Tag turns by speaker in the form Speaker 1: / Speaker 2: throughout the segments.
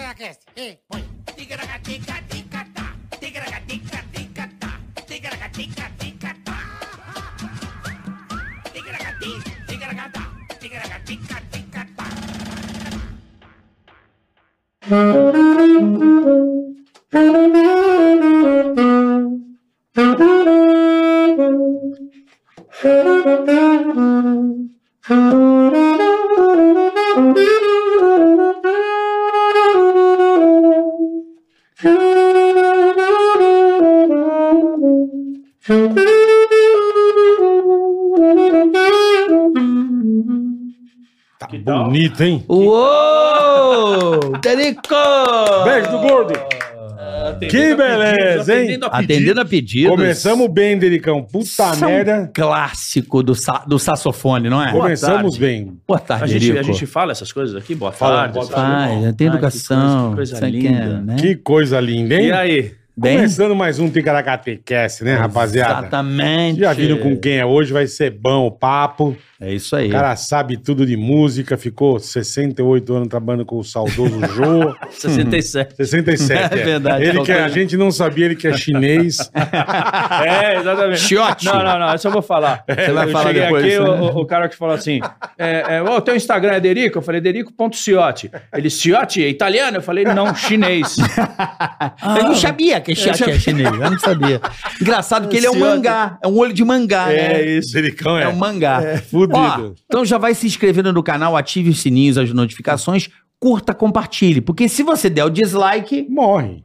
Speaker 1: Ticaracast, e põe.
Speaker 2: Ticaracatica-ticatá, ticaracatica-ticatá, ticaracatica-ticatá. Ticaracati, ticaracatá, ticaracatica-ticatá.
Speaker 3: Tá bonito, hein?
Speaker 4: Uou! Derico!
Speaker 3: Beijo do gordo! Que beleza, hein?
Speaker 4: Atendendo a pedidos.
Speaker 3: Começamos bem, Delicão. Puta
Speaker 4: Isso é um
Speaker 3: merda.
Speaker 4: Clássico do, sa do saxofone, não é?
Speaker 3: Começamos bem.
Speaker 4: Boa tarde,
Speaker 5: A gente,
Speaker 4: Derico.
Speaker 5: a gente fala essas coisas aqui, boa
Speaker 3: Fala,
Speaker 5: tarde.
Speaker 3: boa
Speaker 5: essas
Speaker 3: tarde.
Speaker 5: coisas.
Speaker 4: Faz, tem
Speaker 5: Ai, que
Speaker 4: educação.
Speaker 5: coisa- que coisa
Speaker 4: sabe
Speaker 5: linda.
Speaker 4: é, né?
Speaker 3: Que coisa linda, hein?
Speaker 5: E aí?
Speaker 4: Bem,
Speaker 3: Começando mais um Ticaracatecast, né, rapaziada?
Speaker 4: Exatamente.
Speaker 3: Já viram com quem é hoje, vai ser bom o papo.
Speaker 4: É isso aí.
Speaker 3: O cara sabe tudo de música, ficou 68 anos trabalhando com o saudoso Jô.
Speaker 5: 67.
Speaker 3: 67.
Speaker 4: É verdade,
Speaker 3: Ele que
Speaker 4: faltou
Speaker 3: a
Speaker 4: ele.
Speaker 3: gente não sabia, ele que é chinês.
Speaker 5: é, exatamente.
Speaker 4: Chiote.
Speaker 5: Não, não, não, isso eu vou falar. Você
Speaker 4: vai
Speaker 5: eu
Speaker 4: falar
Speaker 5: cheguei
Speaker 4: depois,
Speaker 5: aqui,
Speaker 4: né?
Speaker 5: o, o- o cara que falou assim, é, é, "Ô, teu Instagram é Derico? Eu falei, Derico.ciotti. Ele, Ciotti é italiano? Eu falei, não, chinês.
Speaker 4: eu não sabia que chiote é chinês. Ah. Eu não sabia. Engraçado que ele é um
Speaker 5: Ciote.
Speaker 4: mangá. É um olho de mangá, né?
Speaker 3: isso. Delicão é,
Speaker 4: É um mangá.
Speaker 3: fudido.
Speaker 4: Ó, então já vai se inscrevendo no canal, ative os sininhos, as notificações, curta, compartilhe. Porque se você der o dislike,
Speaker 3: Morre.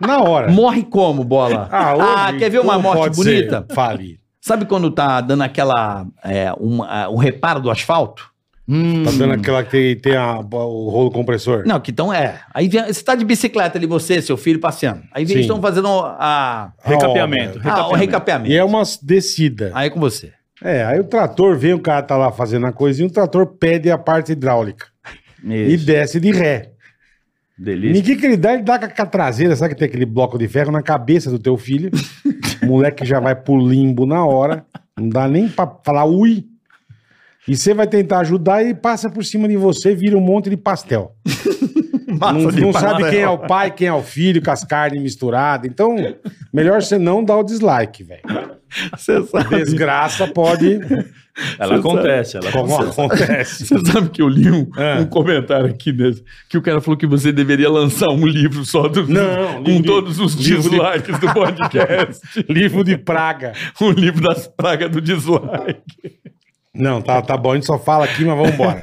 Speaker 3: Na hora.
Speaker 4: morre como, bola? Ah, quer ver uma
Speaker 3: É. como pode
Speaker 4: morte bonita?
Speaker 3: ser? Fale.
Speaker 4: Sabe quando tá dando aquela. é, uma- o reparo do asfalto?
Speaker 3: Tá dando aquela que tem, tem a- o rolo compressor.
Speaker 4: Hum. Não, que então é. Aí vem- você tá de bicicleta ali, você, seu filho, passeando. Aí vem,
Speaker 3: Sim.
Speaker 4: eles estão fazendo a,
Speaker 3: A
Speaker 5: Recapeamento.
Speaker 3: obra.
Speaker 4: a- o
Speaker 3: E
Speaker 4: recapeamento.
Speaker 3: é uma descida.
Speaker 4: Aí é com você.
Speaker 3: É, aí o trator vem, o cara tá lá fazendo a coisinha, o trator pede a parte hidráulica. E desce de ré.
Speaker 5: Delícia.
Speaker 3: Ninguém que ele dá, ele dá com a traseira, sabe que tem aquele bloco de ferro na cabeça do teu filho. o moleque já vai pro limbo na hora. Não dá nem pra falar ui. E você vai tentar ajudar e passa por cima de você, vira um monte de pastel. não não sabe quem é o pai, quem é o filho, com as carnes misturadas. Então, melhor você não dar o dislike, velho.
Speaker 4: Você sabe,
Speaker 3: Desgraça pode.
Speaker 5: Ela acontece, ela
Speaker 3: Como
Speaker 5: acontece.
Speaker 3: acontece.
Speaker 4: você sabe que eu li um,
Speaker 3: É.
Speaker 4: um comentário aqui desse, que o cara falou que você deveria lançar um livro só do,
Speaker 3: Não,
Speaker 4: com
Speaker 3: livro de-
Speaker 4: todos os
Speaker 3: livro de-
Speaker 4: dislikes do podcast.
Speaker 3: Livro de praga.
Speaker 4: um livro das pragas do dislike.
Speaker 3: Não, tá, tá bom, a gente só fala aqui, mas vamos embora.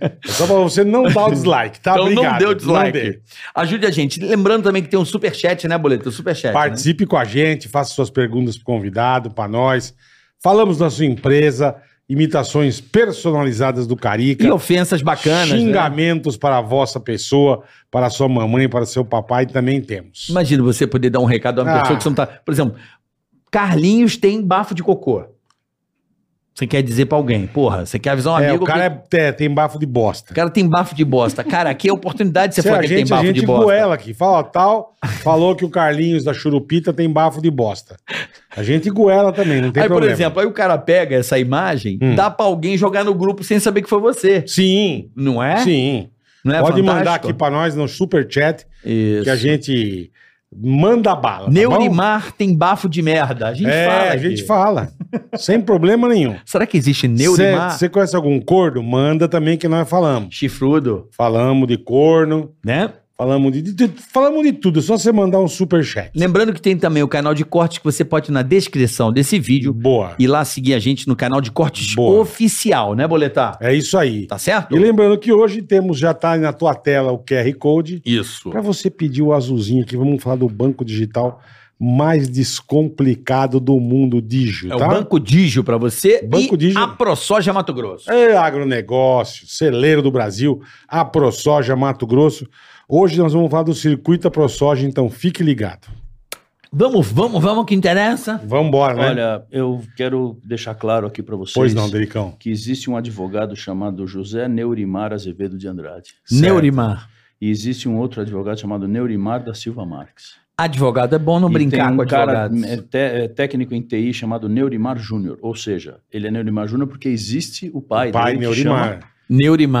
Speaker 3: É só pra você não dar o dislike, tá?
Speaker 4: então
Speaker 3: Obrigado.
Speaker 4: não deu dislike.
Speaker 3: dê.
Speaker 4: Ajude a gente. Lembrando também que tem um superchat, né, Boleto? Superchat. né?
Speaker 3: Participe com a gente, faça suas perguntas pro convidado, pra nós. Falamos da sua empresa, imitações personalizadas do Carica.
Speaker 4: E ofensas bacanas. né?
Speaker 3: xingamentos para a vossa pessoa, para a sua mamãe, para o seu papai, também temos.
Speaker 4: Imagina você poder dar um recado a uma
Speaker 3: Ah.
Speaker 4: pessoa que você não tá. Por exemplo, Carlinhos tem bafo de cocô. Você quer dizer pra alguém, porra, você quer avisar um
Speaker 3: é,
Speaker 4: amigo
Speaker 3: o cara é- é, tem bafo de bosta.
Speaker 4: que o cara tem bafo de bosta. Cara, aqui é a oportunidade de você
Speaker 3: Se
Speaker 4: falar
Speaker 3: a
Speaker 4: que tem
Speaker 3: gente, a
Speaker 4: bafo
Speaker 3: gente
Speaker 4: de bosta.
Speaker 3: goela aqui. Fala, ó, tal, falou que o Carlinhos da Churupita tem bafo de bosta. A gente goela também, não tem
Speaker 4: aí,
Speaker 3: problema.
Speaker 4: por exemplo, aí o cara pega essa imagem,
Speaker 3: Hum.
Speaker 4: dá pra alguém jogar no grupo sem saber que foi você.
Speaker 3: Sim,
Speaker 4: Não é?
Speaker 3: sim.
Speaker 4: Não é
Speaker 3: Pode
Speaker 4: fantástico?
Speaker 3: mandar aqui para nós no super chat
Speaker 4: Isso.
Speaker 3: que a gente manda bala. tá bom?
Speaker 4: Neurimar tem bafo de merda. A gente
Speaker 3: é,
Speaker 4: fala.
Speaker 3: a
Speaker 4: aqui.
Speaker 3: gente fala. sem problema nenhum.
Speaker 4: Será que existe Neurimar?
Speaker 3: Você conhece algum corno? Manda também que nós falamos.
Speaker 4: Chifrudo,
Speaker 3: Falamos de corno,
Speaker 4: né?
Speaker 3: falamos de, de- de- falamos de tudo. É só você mandar um super chat.
Speaker 4: Lembrando que tem também o canal de cortes que você pode ir na descrição desse vídeo
Speaker 3: Boa.
Speaker 4: e lá seguir a gente no canal de cortes
Speaker 3: Boa.
Speaker 4: oficial, né, Boletar?
Speaker 3: É isso aí.
Speaker 4: Tá certo?
Speaker 3: E lembrando que hoje temos, já tá aí na tua tela o QR Code.
Speaker 4: Isso.
Speaker 3: Para você pedir o azulzinho aqui, vamos falar do banco digital mais descomplicado do mundo, Digio,
Speaker 4: É o
Speaker 3: tá?
Speaker 4: Banco Digio pra você
Speaker 3: Banco
Speaker 4: e
Speaker 3: Digio.
Speaker 4: a ProSoja Mato Grosso.
Speaker 3: É agronegócio, celeiro do Brasil, a ProSoja Mato Grosso. Hoje nós vamos falar do circuito da ProSoja, então fique ligado.
Speaker 4: Vamos, vamos, vamos que interessa.
Speaker 3: Vamos embora, né?
Speaker 5: Olha, eu quero deixar claro aqui pra vocês
Speaker 3: pois não, Delicão.
Speaker 5: que existe um advogado chamado José Neurimar Azevedo de Andrade.
Speaker 4: Neurimar.
Speaker 5: E existe um outro advogado chamado Neurimar da Silva Marques.
Speaker 4: Advogado é bom não
Speaker 5: E
Speaker 4: brincar
Speaker 5: tem um
Speaker 4: com
Speaker 5: cara
Speaker 4: advogados.
Speaker 5: é, te- é, técnico em TI chamado Neurimar Júnior. Ou seja, ele é Neurimar Júnior porque existe o pai,
Speaker 3: Pai
Speaker 5: dele que chama-
Speaker 3: Neurimar.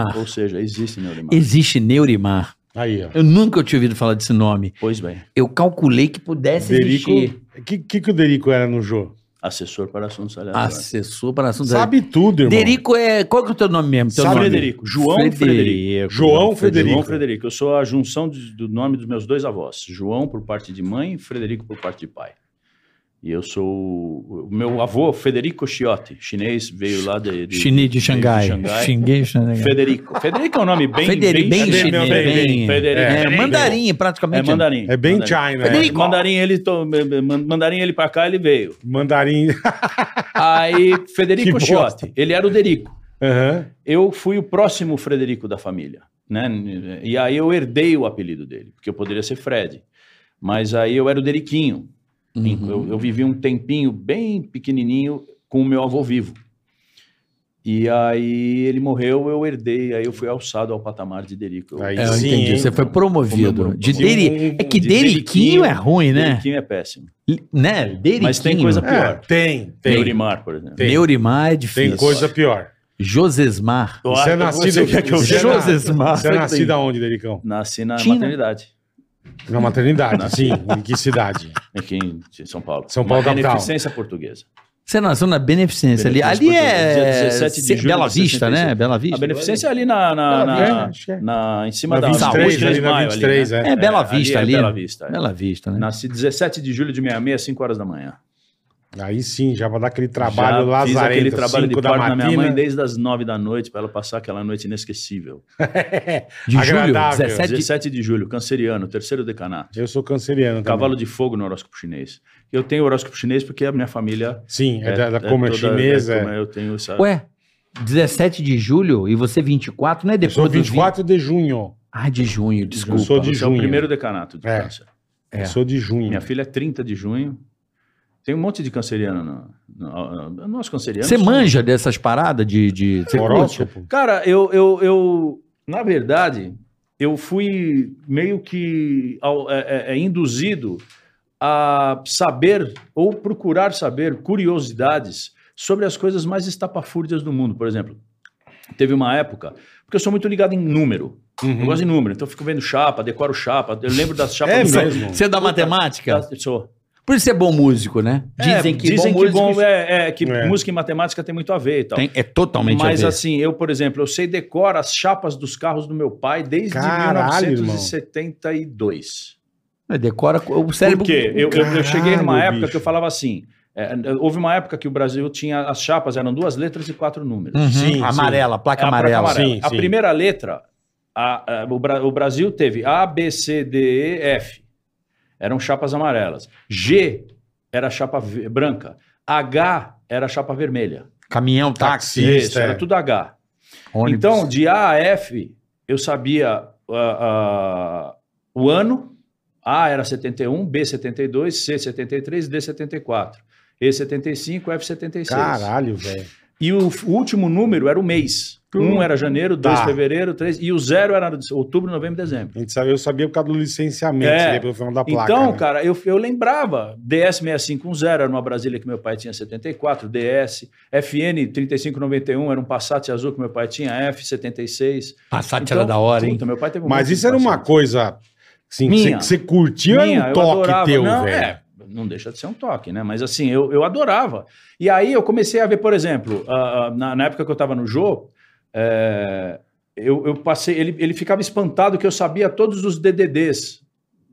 Speaker 4: Neurimar.
Speaker 5: ou seja, existe Neurimar.
Speaker 4: Existe Neurimar.
Speaker 3: Aí, ó.
Speaker 4: Eu nunca tinha ouvido falar desse nome.
Speaker 5: Pois bem,
Speaker 4: Eu calculei que pudesse
Speaker 3: Derico.
Speaker 4: existir.
Speaker 3: O que, que, que o Derico era no jogo?
Speaker 5: assessor para assuntos aleatórios.
Speaker 4: Assessor para assuntos...
Speaker 3: Sabe tudo, irmão.
Speaker 4: Derico é... Qual que é o teu nome mesmo? Teu
Speaker 5: Sabe
Speaker 4: nome?
Speaker 5: Frederico. João Frederico.
Speaker 3: João Frederico.
Speaker 5: João Frederico, eu sou a junção de- do nome dos meus dois avós, João por parte de mãe, Frederico por parte de pai. E eu sou o o meu avô Federico Chiotti, chinês, veio lá de, de
Speaker 4: Chinês de Xangai.
Speaker 5: de Xangai.
Speaker 4: Xinguei, Xangai.
Speaker 5: Federico. Federico é um nome bem
Speaker 4: Federico, bem
Speaker 5: chinês,
Speaker 4: chinês, bem-
Speaker 5: Federico.
Speaker 4: É,
Speaker 5: Federico.
Speaker 4: mandarim,
Speaker 5: É
Speaker 4: praticamente.
Speaker 5: mandarim.
Speaker 3: É bem
Speaker 5: mandarim.
Speaker 3: China. é.
Speaker 4: Frederico.
Speaker 5: Mandarim ele to- man- mandarim ele para cá ele veio.
Speaker 3: é. Mandarim.
Speaker 5: Aí Federico
Speaker 3: bosta.
Speaker 5: Chiotti, ele era o Derico.
Speaker 3: Aham.
Speaker 5: eu fui o próximo Frederico da família, né? E aí eu herdei o apelido dele, porque eu poderia ser Fred. Mas aí eu era o Deriquinho.
Speaker 4: Uhum.
Speaker 5: Eu, eu vivi um tempinho bem pequenininho com o meu avô vivo. E aí ele morreu, eu herdei, aí eu fui alçado ao patamar de Derico. Eu-
Speaker 3: Aí
Speaker 4: É, eu
Speaker 3: Sim,
Speaker 4: entendi.
Speaker 3: hein?
Speaker 4: Você foi
Speaker 5: Como
Speaker 4: promovido.
Speaker 5: eu-
Speaker 4: De
Speaker 5: então. como-
Speaker 4: deri... É que
Speaker 5: de
Speaker 4: Deriquinho
Speaker 5: Deriquinho
Speaker 4: é ruim, né?
Speaker 5: Deriquinho é péssimo.
Speaker 4: Né? Deriquinho.
Speaker 5: Mas tem coisa
Speaker 3: É,
Speaker 5: pior.
Speaker 3: tem, tem.
Speaker 5: Neurimar, por exemplo.
Speaker 3: tem.
Speaker 4: Neurimar é
Speaker 3: Tem
Speaker 4: difícil.
Speaker 3: coisa pior.
Speaker 4: Josesmar.
Speaker 5: Eu
Speaker 3: Você é
Speaker 5: acho-
Speaker 3: nascido
Speaker 5: você quer que eu
Speaker 3: Você é
Speaker 5: diga?
Speaker 3: na-
Speaker 4: Josesmar.
Speaker 3: Você é nascido aonde, Dericão?
Speaker 5: Nasci na
Speaker 4: China.
Speaker 5: maternidade,
Speaker 3: Na maternidade, sim. Em que cidade?
Speaker 5: aqui em São Paulo.
Speaker 3: São Paulo,
Speaker 5: Uma
Speaker 3: capital.
Speaker 5: beneficência portuguesa.
Speaker 4: Você nasceu na Beneficência ali. Ali
Speaker 5: Beneficência portuguesa,
Speaker 4: é.
Speaker 5: 17 de julho
Speaker 4: Bela
Speaker 5: de
Speaker 4: Vista,
Speaker 5: 66.
Speaker 4: né? Bela Vista.
Speaker 5: A beneficência é ali na, na,
Speaker 3: Bela
Speaker 5: na-
Speaker 3: Vista, acho que é.
Speaker 5: na- em cima
Speaker 3: Na
Speaker 5: da
Speaker 3: 23,
Speaker 5: Tá, Saúde, né?
Speaker 3: ali na
Speaker 5: Maio,
Speaker 3: 23, é.
Speaker 4: É Bela
Speaker 5: ali
Speaker 4: Vista
Speaker 5: é
Speaker 4: ali.
Speaker 5: Bela Vista, é.
Speaker 4: Bela Vista, né?
Speaker 5: Nasci 17 de julho de 66, 5 horas da manhã.
Speaker 3: é. Aí sim, já vai dar aquele trabalho
Speaker 5: Já fiz
Speaker 3: lazarento,
Speaker 5: aquele trabalho de
Speaker 3: 5
Speaker 5: parto
Speaker 3: da
Speaker 5: na minha mãe
Speaker 3: matina.
Speaker 5: desde as 9 da noite para ela passar aquela noite inesquecível.
Speaker 4: De julho,
Speaker 3: Agradável.
Speaker 4: 17 de
Speaker 5: 17 de julho, canceriano, terceiro decanato.
Speaker 3: Eu sou canceriano também.
Speaker 5: Cavalo de fogo no horóscopo chinês. Eu tenho horóscopo chinês porque a minha família
Speaker 3: Sim, é, da, da como é
Speaker 5: toda-
Speaker 3: chinesa.
Speaker 5: é como eu tenho essa...
Speaker 4: Ué, 17 de julho e você 24, não é
Speaker 3: Eu
Speaker 4: depois
Speaker 3: sou
Speaker 4: do 20?
Speaker 3: 24 de junho.
Speaker 4: Ah, de junho, desculpa.
Speaker 3: Eu sou de
Speaker 5: Você é o
Speaker 3: junho.
Speaker 5: primeiro decanato de
Speaker 3: É.
Speaker 5: câncer.
Speaker 4: É.
Speaker 3: Eu sou de junho.
Speaker 5: Minha filha é 30 de junho. Tem um monte de canceriano. No, no, no- nós cancerianos.
Speaker 4: Você
Speaker 5: somos-
Speaker 4: manja dessas paradas de. de você curte?
Speaker 3: Horóscopo.
Speaker 5: Cara, eu, eu, eu. Na verdade, eu fui meio que ao- é, é, é induzido a saber ou procurar saber curiosidades sobre as coisas mais estapafúrdias do mundo. Por exemplo, teve uma época. Porque eu sou muito ligado em número. Eu gosto de número. Então eu fico vendo chapa, decoro chapa. Eu lembro das chapas
Speaker 3: É
Speaker 5: do-
Speaker 3: mesmo.
Speaker 4: Você é da matemática?
Speaker 5: da- sou.
Speaker 4: Por isso você é bom músico, né?
Speaker 5: Dizem que É, dizem bom, que,
Speaker 4: músico
Speaker 5: é, é, que
Speaker 3: É.
Speaker 5: música e matemática tem muito a ver e tal.
Speaker 4: tem- é totalmente
Speaker 5: Mas
Speaker 4: a ver.
Speaker 5: assim, eu, por exemplo, eu sei decorar as chapas dos carros do meu pai desde
Speaker 3: Caralho,
Speaker 5: 1972.
Speaker 4: É, Decora o
Speaker 5: Por
Speaker 4: cérebro.
Speaker 5: quê? Eu, eu- eu cheguei numa
Speaker 3: Caralho,
Speaker 5: época
Speaker 3: bicho.
Speaker 5: que eu falava assim, é, houve uma época que o Brasil tinha, as chapas eram duas letras e quatro números.
Speaker 4: Uhum,
Speaker 3: Sim, sim.
Speaker 4: amarela, placa
Speaker 5: É a placa
Speaker 4: amarela.
Speaker 5: amarela.
Speaker 3: Sim,
Speaker 5: a
Speaker 3: sim.
Speaker 5: primeira letra, a- a- o, Bra- o Brasil teve A, B, C, D, E, F. Eram chapas amarelas. G era chapa ve- branca. H era chapa vermelha.
Speaker 4: Caminhão, táxi,
Speaker 3: Isso,
Speaker 5: Isso,
Speaker 3: é.
Speaker 5: era tudo H.
Speaker 4: ônibus.
Speaker 5: Então, de A a F, eu sabia ah, ah, o ano. A era 71, B 72, C 73, D 74. E 75, F 76.
Speaker 3: Caralho, velho.
Speaker 5: E o, f- o último número era o mês. Um era janeiro, dois
Speaker 3: Tá.
Speaker 5: fevereiro, três. E o zero era outubro, novembro, dezembro.
Speaker 3: A gente sabia- Eu sabia por causa do licenciamento,
Speaker 5: É.
Speaker 3: sabia pelo final da placa.
Speaker 5: então,
Speaker 3: né?
Speaker 5: cara, eu, eu lembrava. DS651 era uma Brasília que meu pai tinha 74, DS. FN3591 era um Passat azul que meu pai tinha, F76.
Speaker 4: Passat
Speaker 5: Então,
Speaker 4: Ah, era da hora, hein?
Speaker 5: puta, meu pai teve um
Speaker 3: Mas
Speaker 5: monte
Speaker 3: isso
Speaker 5: de
Speaker 3: era uma
Speaker 5: paciente.
Speaker 3: coisa assim, que você-
Speaker 5: Minha.
Speaker 3: que você curtia
Speaker 5: Minha,
Speaker 3: era um
Speaker 5: eu
Speaker 3: toque
Speaker 5: adorava.
Speaker 3: teu,
Speaker 5: não,
Speaker 3: velho.
Speaker 5: é, não deixa de ser um toque, né? Mas assim, eu, eu adorava. E aí eu comecei a ver, por exemplo, ah, ah, na, na época que eu tava no jogo, eu, eu passei. Ele, ele ficava espantado que eu sabia todos os DDDs.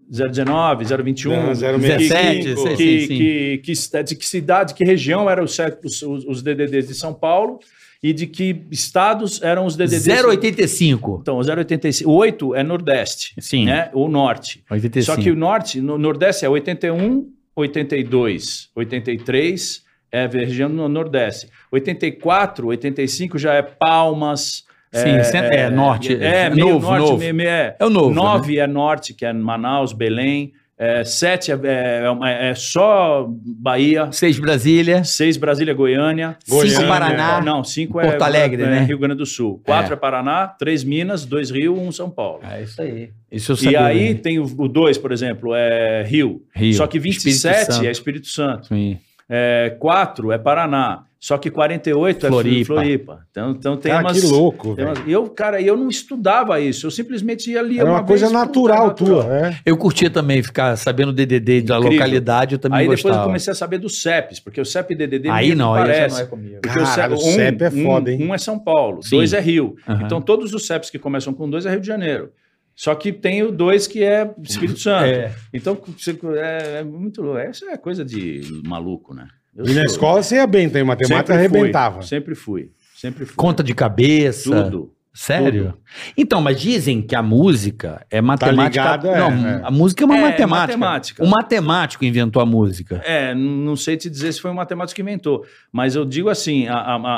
Speaker 5: 019, 021,
Speaker 3: Não,
Speaker 4: 17,
Speaker 5: que,
Speaker 4: sim, sim,
Speaker 5: que,
Speaker 4: sim.
Speaker 5: Que, que cidade- de que cidade, que região eram os, set- os, os- os DDDs de São Paulo e de que estados eram os DDDs.
Speaker 4: 085.
Speaker 5: Então, o 085. O 8 é Nordeste,
Speaker 4: Sim.
Speaker 5: né? O Norte.
Speaker 4: 85.
Speaker 5: Só que o norte, no Nordeste é 81, 82, 83 é região no Nordeste. 84, 85 já é Palmas.
Speaker 4: Sim, cent- é, norte,
Speaker 5: É,
Speaker 4: é
Speaker 5: meio
Speaker 4: novo,
Speaker 5: norte,
Speaker 4: novo.
Speaker 5: meio- meio- é.
Speaker 4: É o novo.
Speaker 5: 9 é norte, que é Manaus, Belém. É, 7 é, é uma- é só Bahia.
Speaker 4: né? Seis Brasília.
Speaker 5: 6 Brasília, Goiânia.
Speaker 3: Goiânia.
Speaker 4: Cinco Paraná.
Speaker 5: Não, 5 é,
Speaker 4: Porto Alegre,
Speaker 5: é
Speaker 4: né?
Speaker 5: Rio Grande do Sul. 4
Speaker 4: É.
Speaker 5: é. Paraná, 3 Minas, 2 Rio, 1 um São Paulo.
Speaker 4: É isso aí. Isso eu
Speaker 5: E
Speaker 4: sabia. né?
Speaker 5: aí tem o 2, por exemplo, é Rio.
Speaker 4: Rio.
Speaker 5: Só que
Speaker 4: Espírito
Speaker 5: 27
Speaker 4: Santo.
Speaker 5: é Espírito Santo.
Speaker 4: Sim.
Speaker 5: é, 4 é Paraná. Só que 48 é
Speaker 4: Floripa.
Speaker 5: Floripa. Então, então tem
Speaker 3: Cara,
Speaker 5: umas.
Speaker 3: que louco,
Speaker 5: tem
Speaker 3: velho.
Speaker 5: umas- E eu, cara, eu não estudava isso. Eu simplesmente ia ali.
Speaker 3: Era uma coisa
Speaker 5: vez, puta,
Speaker 3: natural
Speaker 5: natural.
Speaker 3: tua, é.
Speaker 4: Eu curtia também ficar sabendo o DDD da
Speaker 5: Incrível.
Speaker 4: localidade, eu também
Speaker 5: Aí depois
Speaker 4: gostava.
Speaker 5: eu comecei a saber do CEPs, porque o CEP e DDD
Speaker 4: Aí
Speaker 5: meio que
Speaker 4: não, aí já
Speaker 5: parece.
Speaker 4: não é comigo.
Speaker 5: Porque o
Speaker 3: Caralho,
Speaker 5: CEP,
Speaker 3: o CEP é foda, hein?
Speaker 5: Um é São Paulo,
Speaker 4: Sim.
Speaker 5: dois é Rio.
Speaker 4: Aham.
Speaker 5: Então todos os CEPs que começam com dois é Rio de Janeiro. Só que tem o dois que é Espírito Santo.
Speaker 4: É.
Speaker 5: Então você- é, é muito louco. Essa é coisa de maluco, né? Eu
Speaker 3: E na
Speaker 5: sou-
Speaker 3: escola você ia bem, então, em matemática
Speaker 5: Sempre fui,
Speaker 3: arrebentava.
Speaker 5: Sempre fui. Sempre fui.
Speaker 4: Conta de cabeça.
Speaker 5: tudo.
Speaker 4: Sério?
Speaker 5: Tudo.
Speaker 4: Então, mas dizem que a música é matemática.
Speaker 3: ligado, é,
Speaker 4: não,
Speaker 3: é.
Speaker 4: a música é uma
Speaker 5: É,
Speaker 4: matemática.
Speaker 5: matemática.
Speaker 4: O matemático inventou a música.
Speaker 5: É, n- não sei te dizer se foi um matemático que inventou, mas eu digo assim: a, a, a,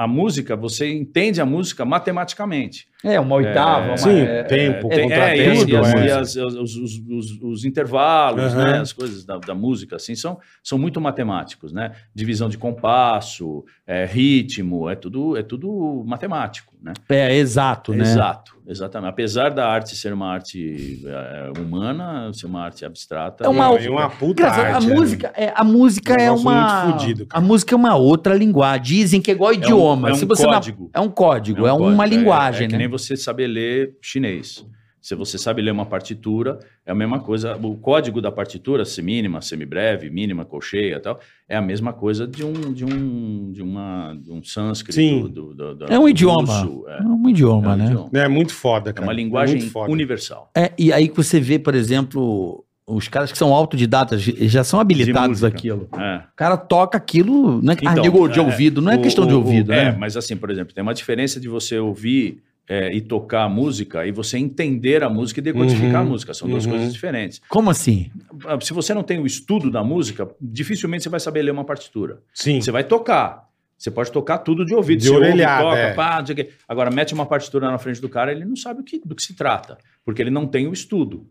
Speaker 5: a- a música, você entende a música matematicamente.
Speaker 4: É, uma oitava, uma.
Speaker 3: Sim,
Speaker 4: é,
Speaker 3: tempo,
Speaker 4: é,
Speaker 5: e as-
Speaker 3: contratempo.
Speaker 5: e as-
Speaker 3: é.
Speaker 5: e as- os, os- os- os intervalos,
Speaker 3: Aham.
Speaker 5: né, as coisas da, da música, assim, são, são muito matemáticos, né? Divisão de compasso, é, ritmo, é tudo, é tudo matemático, né?
Speaker 4: é, exato, né?
Speaker 5: Exato, exatamente. Apesar da arte ser uma arte é, humana, ser uma arte abstrata... um,
Speaker 4: É uma-
Speaker 3: E uma puta
Speaker 4: Engraçado,
Speaker 3: arte,
Speaker 4: a
Speaker 3: né?
Speaker 4: música, é, a música é
Speaker 3: Negócio
Speaker 4: uma.
Speaker 3: muito fudido, cara.
Speaker 4: a música é uma outra linguagem. Dizem que é igual
Speaker 5: é um-
Speaker 4: idioma.
Speaker 5: é um
Speaker 4: Se você não-
Speaker 5: código.
Speaker 4: é um código, é,
Speaker 5: um
Speaker 4: uma
Speaker 5: código,
Speaker 4: linguagem,
Speaker 5: é que
Speaker 4: né?
Speaker 5: nem você saber ler chinês. Se você sabe ler uma partitura, é a mesma coisa. O código da partitura, semínima, semibreve, mínima, colcheia e tal, é a mesma coisa de um de um de uma de um sânscrito.
Speaker 3: Sim.
Speaker 5: do- do- do-
Speaker 4: É um
Speaker 5: do
Speaker 4: idioma.
Speaker 5: russo, É,
Speaker 4: É um idioma,
Speaker 5: é um
Speaker 4: né?
Speaker 5: idioma.
Speaker 3: É muito foda,
Speaker 5: É
Speaker 3: cara.
Speaker 5: uma linguagem
Speaker 3: muito foda.
Speaker 5: universal.
Speaker 4: É, e aí que você vê, por exemplo, os caras que são autodidatas eles já são habilitados
Speaker 5: música.
Speaker 4: àquilo.
Speaker 5: É.
Speaker 4: O cara toca aquilo, não é
Speaker 5: Então,
Speaker 4: artigo Ah, de
Speaker 5: é,
Speaker 4: ouvido, não é
Speaker 5: o-
Speaker 4: questão de
Speaker 5: o-
Speaker 4: ouvido,
Speaker 5: É,
Speaker 4: né?
Speaker 5: mas assim, por exemplo, tem uma diferença de você ouvir é, e tocar a música e você entender a música e decodificar
Speaker 3: Uhum,
Speaker 5: a música. São duas
Speaker 3: uhum.
Speaker 5: coisas diferentes.
Speaker 4: Como assim?
Speaker 5: Ah, se você não tem o estudo da música, dificilmente você vai saber ler uma partitura.
Speaker 3: Sim.
Speaker 5: Você vai tocar. Você pode tocar tudo de ouvido.
Speaker 3: De
Speaker 5: você
Speaker 3: orelhada,
Speaker 5: toca,
Speaker 3: é.
Speaker 5: pá, não sei o quê. Agora, mete uma partitura na frente do cara, ele não sabe o que, do que se trata, porque ele não tem o estudo.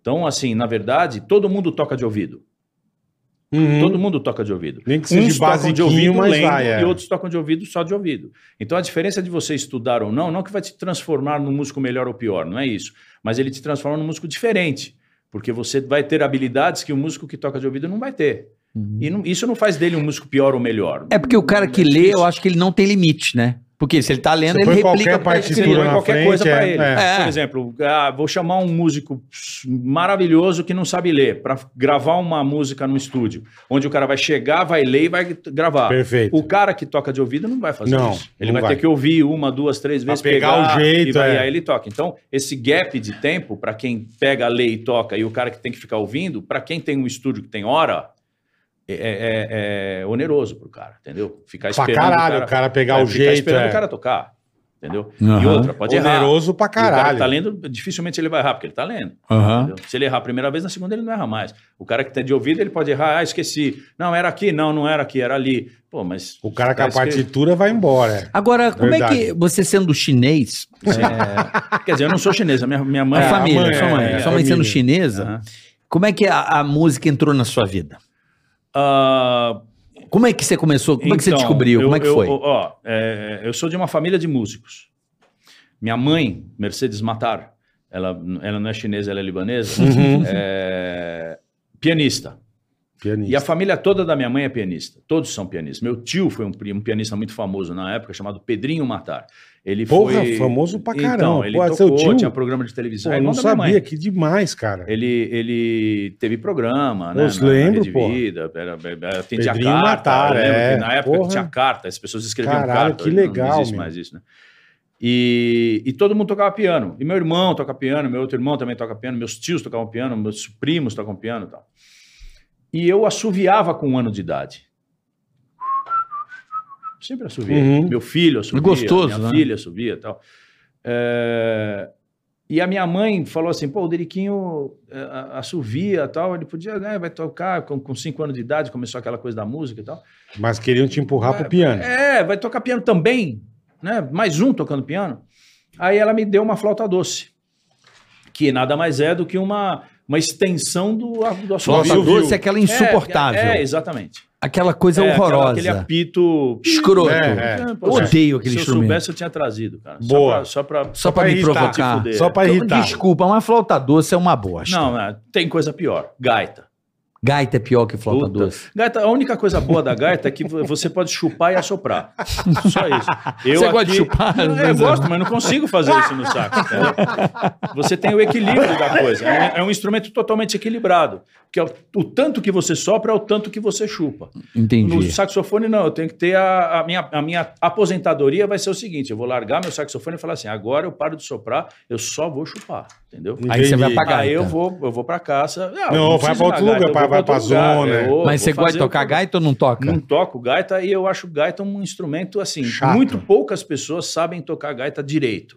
Speaker 5: Então, assim, na verdade, todo mundo toca de ouvido.
Speaker 3: Uhum.
Speaker 5: Todo mundo toca de ouvido.
Speaker 3: Nem que seja de
Speaker 5: tocam de
Speaker 3: basiquinho,
Speaker 5: ouvido
Speaker 3: mas
Speaker 5: lendo
Speaker 3: vai, é.
Speaker 5: e outros tocam de ouvido só de ouvido. Então a diferença de você estudar ou não, não que vai te transformar num músico melhor ou pior, não é isso. Mas ele te transforma num músico diferente. Porque você vai ter habilidades que o músico que toca de ouvido não vai ter.
Speaker 3: Uhum.
Speaker 5: E não- isso não faz dele um músico pior ou melhor.
Speaker 4: É porque o cara que lê, eu acho que ele não tem limite, né? Porque se ele tá lendo,
Speaker 3: Você
Speaker 4: ele
Speaker 3: põe
Speaker 4: replica
Speaker 3: qualquer
Speaker 4: pra
Speaker 5: Ele
Speaker 3: partitura
Speaker 5: põe
Speaker 3: na
Speaker 5: É, qualquer
Speaker 3: frente,
Speaker 5: coisa pra
Speaker 3: é,
Speaker 5: ele.
Speaker 4: é.
Speaker 5: Por exemplo, ah, vou chamar um músico maravilhoso que não sabe ler para gravar uma música no estúdio, onde o cara vai chegar, vai ler e vai gravar.
Speaker 3: Perfeito.
Speaker 5: O cara que toca de ouvido não vai fazer
Speaker 3: Não,
Speaker 5: isso. Ele
Speaker 3: não
Speaker 5: vai,
Speaker 3: vai.
Speaker 5: ter que ouvir uma, duas, três
Speaker 3: Pra
Speaker 5: vezes,
Speaker 3: pegar o jeito,
Speaker 5: e, vai,
Speaker 3: é.
Speaker 5: e aí ele toca. Então, esse gap de tempo, para quem pega, lê e toca, e o cara que tem que ficar ouvindo, para quem tem um estúdio que tem hora, é, é- é oneroso pro cara, entendeu? Ficar
Speaker 3: Pra
Speaker 5: esperando
Speaker 3: caralho, o cara, pegar
Speaker 5: é,
Speaker 3: o
Speaker 5: ficar
Speaker 3: jeito.
Speaker 5: esperando
Speaker 3: É.
Speaker 5: o cara tocar, entendeu? E
Speaker 4: Aham.
Speaker 5: outra, pode errar.
Speaker 3: Oneroso pra
Speaker 5: E o cara que tá
Speaker 3: caralho.
Speaker 5: lendo, dificilmente ele vai errar, porque ele tá lendo.
Speaker 4: Aham.
Speaker 5: Entendeu? Se ele errar a primeira vez, na segunda ele não erra mais. O cara que tá de ouvido, ele pode errar, ah, esqueci. Não, era aqui, não, não era aqui, era ali. Pô, mas.
Speaker 3: O cara com a
Speaker 5: Tá escrito.
Speaker 3: partitura vai embora.
Speaker 4: Agora, como
Speaker 3: Verdade.
Speaker 4: é que você sendo chinês,
Speaker 5: Quer dizer, eu não sou chinês, a minha, minha
Speaker 4: a
Speaker 5: mãe.
Speaker 3: É,
Speaker 4: família,
Speaker 3: a mãe,
Speaker 4: sua mãe,
Speaker 5: é,
Speaker 4: sua mãe
Speaker 3: família.
Speaker 4: sendo chinesa,
Speaker 5: Aham.
Speaker 4: como é que a, a música entrou na sua vida?
Speaker 5: Ah,
Speaker 4: Como é que você começou? Como é que você
Speaker 5: então,
Speaker 4: descobriu?
Speaker 5: eu-
Speaker 4: como é que
Speaker 5: eu-
Speaker 4: foi?
Speaker 5: ó, é, eu sou de uma família de músicos. Minha mãe, Mercedes Matar, ela, ela não é chinesa, ela é libanesa, é pianista. E a
Speaker 3: Pianista.
Speaker 5: família toda da minha mãe é pianista. Todos são pianistas. Meu tio foi um, pri- um pianista muito famoso na época, chamado Pedrinho Matar. Ele
Speaker 3: Porra,
Speaker 5: foi...
Speaker 3: famoso pra caramba.
Speaker 5: Então, ele
Speaker 3: Pô,
Speaker 5: tocou,
Speaker 3: seu tio?
Speaker 5: tinha programa de televisão.
Speaker 3: Pô,
Speaker 5: É
Speaker 3: não
Speaker 5: irmão da minha mãe.
Speaker 3: sabia, que demais, cara.
Speaker 5: Ele, ele teve programa,
Speaker 3: Eu
Speaker 5: né?
Speaker 3: os lembro,
Speaker 5: Rede
Speaker 3: pô.
Speaker 5: Vida, era, era, atendia
Speaker 3: Pedrinho
Speaker 5: carta.
Speaker 3: Matar,
Speaker 5: eu lembro
Speaker 3: é,
Speaker 5: que na época
Speaker 3: porra.
Speaker 5: que tinha carta, as pessoas escreviam
Speaker 3: Caralho,
Speaker 5: carta.
Speaker 3: que
Speaker 5: hoje não-
Speaker 3: legal,
Speaker 5: Não existe
Speaker 3: meu.
Speaker 5: mais isso, né? E, e todo mundo tocava piano. E meu irmão toca piano, meu outro irmão também toca piano, meus tios tocavam piano, meus primos tocavam piano e tal. E eu assoviava com um ano de idade. Sempre assoviei.
Speaker 3: Uhum.
Speaker 5: Meu filho assovia,
Speaker 4: Gostoso,
Speaker 5: minha
Speaker 4: né?
Speaker 5: filha assovia e tal. É, E a minha mãe falou assim, pô, o Deriquinho é, a- assovia e tal, ele podia, né, vai tocar com, com cinco anos de idade, começou aquela coisa da música e tal.
Speaker 3: Mas queriam te empurrar pro piano.
Speaker 5: É, vai tocar piano também, né? Mais um tocando piano. Aí ela me deu uma flauta doce, que nada mais é do que uma, uma extensão do, a- do assovio.
Speaker 4: Nossa,
Speaker 3: ouviu.
Speaker 4: doce é aquela insuportável.
Speaker 5: É, é, exatamente.
Speaker 4: aquela coisa
Speaker 5: É, aquela-
Speaker 4: horrorosa.
Speaker 5: Aquele apito...
Speaker 4: Escroto.
Speaker 3: É, é.
Speaker 5: É, pô,
Speaker 4: Odeio aquele
Speaker 5: Se eu
Speaker 4: instrumento.
Speaker 5: soubesse, eu tinha trazido, cara.
Speaker 3: Boa.
Speaker 5: Só pra... Só pra
Speaker 4: Só pra
Speaker 3: pra
Speaker 4: me
Speaker 3: irritar,
Speaker 4: provocar.
Speaker 5: te fuder.
Speaker 3: Só pra
Speaker 4: Então,
Speaker 3: irritar.
Speaker 4: Desculpa, uma flauta doce é uma bosta.
Speaker 5: Não, né, tem coisa pior. Gaita.
Speaker 4: Gaita é pior que flauta
Speaker 5: Puta.
Speaker 4: doce.
Speaker 5: Gaita, a única coisa boa da gaita é que vo- você pode chupar e assoprar. Só isso.
Speaker 4: Você gosta de chupar? é.
Speaker 5: Não, eu gosto, mas não consigo fazer isso no saco. entendeu? Você tem o equilíbrio da coisa. É um, é um instrumento totalmente equilibrado. Porque é o, o tanto que você sopra é o tanto que você chupa. No
Speaker 4: Entendi.
Speaker 5: saxofone, não. Eu tenho que ter a, a minha, a minha aposentadoria vai ser o seguinte: eu vou largar meu saxofone e falar assim, agora eu paro de soprar, eu só vou chupar. Entendeu?
Speaker 4: Aí você vai
Speaker 3: Entendi.
Speaker 4: pra gaita.
Speaker 5: Aí eu vou, eu vou pra caça. Ah,
Speaker 3: Não, vai
Speaker 5: preciso
Speaker 3: pra outro
Speaker 5: ir na
Speaker 3: lugar,
Speaker 5: eu
Speaker 3: pra-
Speaker 5: vou
Speaker 3: vai pra
Speaker 5: outro lugar,
Speaker 3: zona. né?
Speaker 5: eu vou-
Speaker 4: Mas
Speaker 5: vou
Speaker 4: você gosta
Speaker 5: fazer
Speaker 4: de
Speaker 5: o que
Speaker 4: tocar
Speaker 5: eu-
Speaker 4: gaita ou não toca?
Speaker 5: Não toco gaita e eu acho gaita um instrumento assim.
Speaker 3: Chato.
Speaker 5: Muito poucas pessoas sabem tocar gaita direito.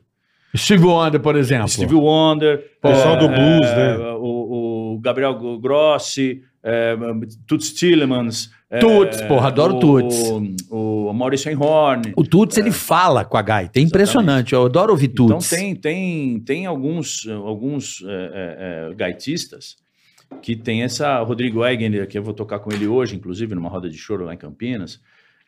Speaker 4: Steve Wonder, por exemplo.
Speaker 5: Steve Wonder, é,
Speaker 3: O pessoal do blues, né?
Speaker 5: O, o Gabriel Grossi, é, Toots Tillemans, é,
Speaker 4: Toots, porra, adoro
Speaker 5: o,
Speaker 4: Toots.
Speaker 5: O, Maurício Einhorn.
Speaker 4: O Tuts, ele fala com a gaita. É impressionante. Eu adoro ouvir
Speaker 5: Então
Speaker 4: Tuts.
Speaker 5: tem, tem, tem alguns, alguns é, é, é, gaitistas que tem essa. Rodrigo Eigener, que eu vou tocar com ele hoje, inclusive, numa roda de choro lá em Campinas.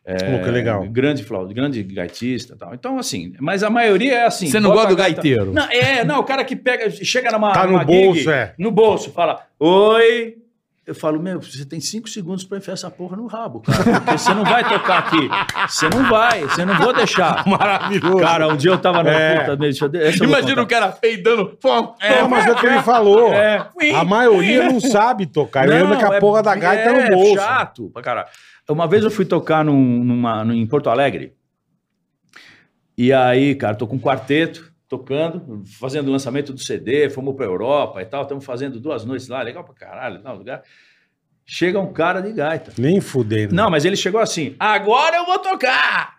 Speaker 5: É,
Speaker 3: Pô, que legal.
Speaker 5: Grande flauta, grande gaitista e tal. Então, assim, mas a maioria é assim.
Speaker 4: Você não
Speaker 5: bota
Speaker 4: gosta do
Speaker 5: a gaita-
Speaker 4: gaiteiro?
Speaker 5: Não, é, não, o cara que pega, chega numa.
Speaker 3: Tá no
Speaker 5: numa
Speaker 3: bolso, é.
Speaker 5: No bolso, fala, oi. Eu falo, meu, você tem cinco segundos pra enfiar essa porra no rabo, cara. Porque você não vai tocar aqui. Você não vai, você não vou deixar.
Speaker 3: Maravilhoso.
Speaker 5: Cara, um dia eu tava na
Speaker 3: É.
Speaker 5: puta, deixa, eu- essa eu vou contar.
Speaker 4: cara peidando. pô,
Speaker 3: Não, mas é o que ele falou.
Speaker 5: É.
Speaker 3: A maioria não sabe tocar. Eu lembro que a
Speaker 5: é-
Speaker 3: porra da gaita
Speaker 5: é
Speaker 3: no bolso.
Speaker 5: chato pra caralho. Uma vez eu fui tocar num- numa, num- em Porto Alegre. E aí, cara, tô com um quarteto tocando, fazendo o lançamento do CD, fomos pra Europa e tal, estamos fazendo duas noites lá, legal pra caralho, tal lugar. Chega um cara de gaita.
Speaker 3: Nem fudendo.
Speaker 5: Não, mas ele chegou assim: "Agora eu vou tocar".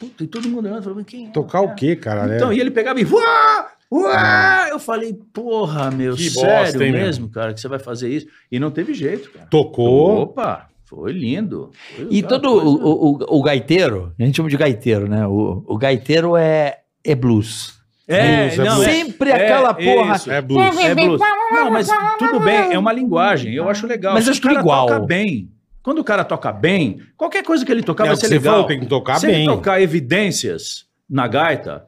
Speaker 5: Puta, e todo mundo olhando, falando: "Quem é?"
Speaker 3: Tocar o quê, cara?
Speaker 5: Então,
Speaker 3: É. Ah.
Speaker 5: e ele pegava e. Uá! Uá! Eu falei, porra, meu,
Speaker 3: Que
Speaker 5: sério
Speaker 3: bosta, hein, meu?
Speaker 5: mesmo, cara, que você vai fazer isso? E não teve jeito, cara.
Speaker 3: Tocou.
Speaker 5: Opa, foi lindo. Foi
Speaker 4: E
Speaker 5: uma
Speaker 4: todo
Speaker 5: coisa-
Speaker 4: o, o, o gaiteiro, a gente chama de gaiteiro, né? O, o gaiteiro é, é blues.
Speaker 5: É,
Speaker 3: Blues, é
Speaker 5: não,
Speaker 3: blues.
Speaker 5: é-
Speaker 4: Sempre aquela porra.
Speaker 5: isso.
Speaker 3: É blues.
Speaker 5: É blues. Não, mas tudo bem, é uma linguagem, eu acho legal.
Speaker 4: Mas
Speaker 5: Se
Speaker 4: eu
Speaker 5: o
Speaker 4: acho tudo
Speaker 5: cara
Speaker 4: igual.
Speaker 5: toca bem. Quando o cara toca bem, qualquer coisa que ele tocar
Speaker 3: É o
Speaker 5: vai
Speaker 3: que
Speaker 5: ser
Speaker 3: você
Speaker 5: legal.
Speaker 3: falou, tem que tocar
Speaker 5: Se
Speaker 3: bem.
Speaker 5: ele tocar evidências na gaita,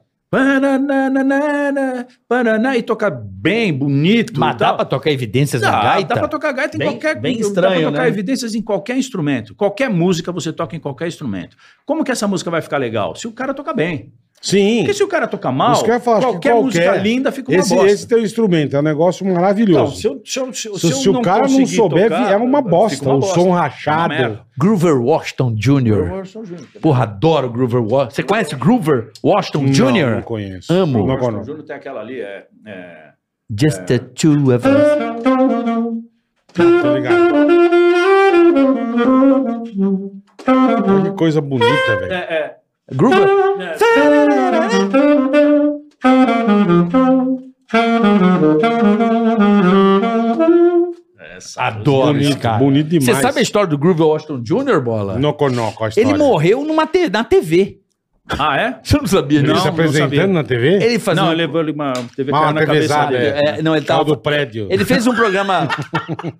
Speaker 5: pananana, panana, e tocar bem, bonito. e
Speaker 4: Mas dá
Speaker 5: tal,
Speaker 4: pra tocar evidências
Speaker 5: tá- Dá,
Speaker 4: na gaita?
Speaker 5: dá pra tocar gaita em
Speaker 4: Bem-
Speaker 5: qualquer...
Speaker 4: bem
Speaker 5: Dá
Speaker 4: estranho,
Speaker 5: pra tocar
Speaker 4: né?
Speaker 5: evidências em qualquer instrumento. Qualquer música você toca em qualquer instrumento. Como que essa música vai ficar legal? Se o cara toca bem.
Speaker 3: Sim.
Speaker 5: Porque se o cara toca mal,
Speaker 3: Isso que eu ia falar, acho que
Speaker 5: qualquer,
Speaker 3: qualquer-
Speaker 5: música linda fica uma
Speaker 3: Esse,
Speaker 5: bosta.
Speaker 3: esse teu instrumento é um negócio
Speaker 5: Então,
Speaker 3: maravilhoso.
Speaker 5: se, eu- se eu- se eu-
Speaker 3: se,
Speaker 5: se eu
Speaker 3: se o cara não
Speaker 5: conseguir
Speaker 3: souber,
Speaker 5: tocar,
Speaker 3: é uma
Speaker 5: fica
Speaker 3: bosta.
Speaker 5: uma
Speaker 3: o
Speaker 5: bosta.
Speaker 3: som
Speaker 5: Uma merda.
Speaker 3: rachado.
Speaker 4: Groover Washington Jr.
Speaker 5: Eu sou Júnior.
Speaker 4: Porra, adoro Groover Washington. Você conhece Groover Washington
Speaker 3: Não, não
Speaker 4: Jr.?
Speaker 3: conheço.
Speaker 4: Amo.
Speaker 3: Não,
Speaker 5: Eu sou
Speaker 3: não.
Speaker 5: Júnior, tem aquela ali, é... é-
Speaker 4: Just the two of us.
Speaker 3: Tá ligado? Olha Que coisa bonita, velho.
Speaker 5: é- é-
Speaker 4: Groover.
Speaker 5: Essa
Speaker 4: Adoro
Speaker 3: Bonito,
Speaker 4: esse cara.
Speaker 3: bonito demais.
Speaker 4: Você sabe a história do Groover Washington Jr., bola?
Speaker 3: Noconoco, a história.
Speaker 4: Ele morreu numa te- na TV.
Speaker 5: música. Ah, é?
Speaker 4: Você não sabia
Speaker 3: Ele
Speaker 5: Não,
Speaker 3: se
Speaker 5: não sabia.
Speaker 3: apresentando na TV?
Speaker 4: Ele fazia.
Speaker 5: Não,
Speaker 4: um-
Speaker 5: ele é levou ali uma TV
Speaker 3: Uma
Speaker 5: caiu na cabeça
Speaker 3: TVzada,
Speaker 5: dele.
Speaker 3: é.
Speaker 4: É, não, ele
Speaker 3: Tal
Speaker 4: tava.
Speaker 3: do prédio.
Speaker 4: Ele fez um programa.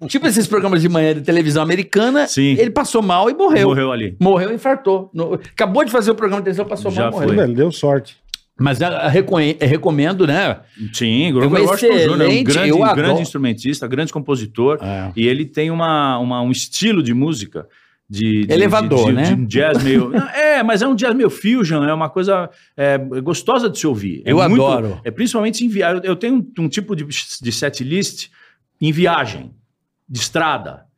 Speaker 4: tipo esses programas de manhã de televisão americana.
Speaker 5: Sim.
Speaker 4: Ele passou mal e
Speaker 3: é.
Speaker 4: morreu. Morreu,
Speaker 5: Morreu ali.
Speaker 4: e infartou. No- acabou de fazer o programa de televisão, passou
Speaker 5: Já
Speaker 4: mal e morreu.
Speaker 5: foi.
Speaker 3: Ele deu sorte.
Speaker 4: Mas ah, reconhe- recomendo, né?
Speaker 5: Sim,
Speaker 4: É um
Speaker 5: Grover Washington Jr. é um
Speaker 4: excelente,
Speaker 5: grande,
Speaker 4: eu
Speaker 5: um
Speaker 4: adoro. É.
Speaker 5: grande instrumentista, grande compositor. E ele tem uma, uma- um estilo de música de, de-
Speaker 4: Elevador,
Speaker 5: de- de-
Speaker 4: né?
Speaker 5: de um jazz meio. Não, é, mas é um jazz meio fusion, é uma coisa é, gostosa de se ouvir. É
Speaker 4: Eu
Speaker 5: muito-
Speaker 4: adoro.
Speaker 5: É principalmente em viagem. Eu tenho um, um tipo de, de set list em viagem, de estrada.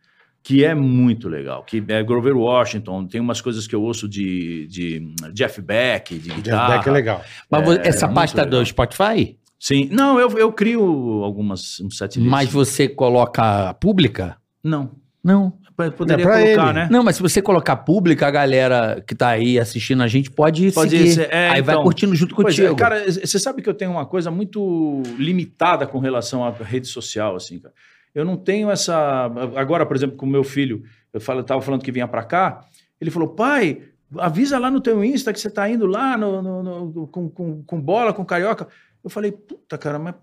Speaker 5: Que é muito legal. Que é Grover Washington, tem umas coisas que eu ouço de, de hum, Jeff Beck, de
Speaker 3: Jeff
Speaker 5: guitarra.
Speaker 3: Beck é legal.
Speaker 4: Mas vo- essa
Speaker 5: é muito
Speaker 4: pasta
Speaker 5: legal.
Speaker 4: do Spotify,
Speaker 5: Sim. Não, eu, eu crio algumas um set list.
Speaker 4: mas você coloca pública?
Speaker 5: Não.
Speaker 4: Não.
Speaker 5: P- Poderia
Speaker 3: É pra
Speaker 5: colocar,
Speaker 3: ele.
Speaker 5: né?
Speaker 4: Não, mas se você colocar pública, a galera que tá aí assistindo a gente pode,
Speaker 5: Pode
Speaker 4: seguir.
Speaker 5: ser, é,
Speaker 4: aí vai
Speaker 5: então.
Speaker 4: curtindo junto
Speaker 5: Pois é,
Speaker 4: contigo.
Speaker 5: cara, você sabe que eu tenho uma coisa muito limitada com relação à rede social, assim, cara. Eu não tenho essa. Agora, por exemplo, com o meu filho, eu falo, eu tava falando que vinha pra cá, ele falou, pai. Avisa lá no teu Insta que você tá indo lá no, no- no- com, com, com bola, com carioca. Eu falei, puta, cara, mas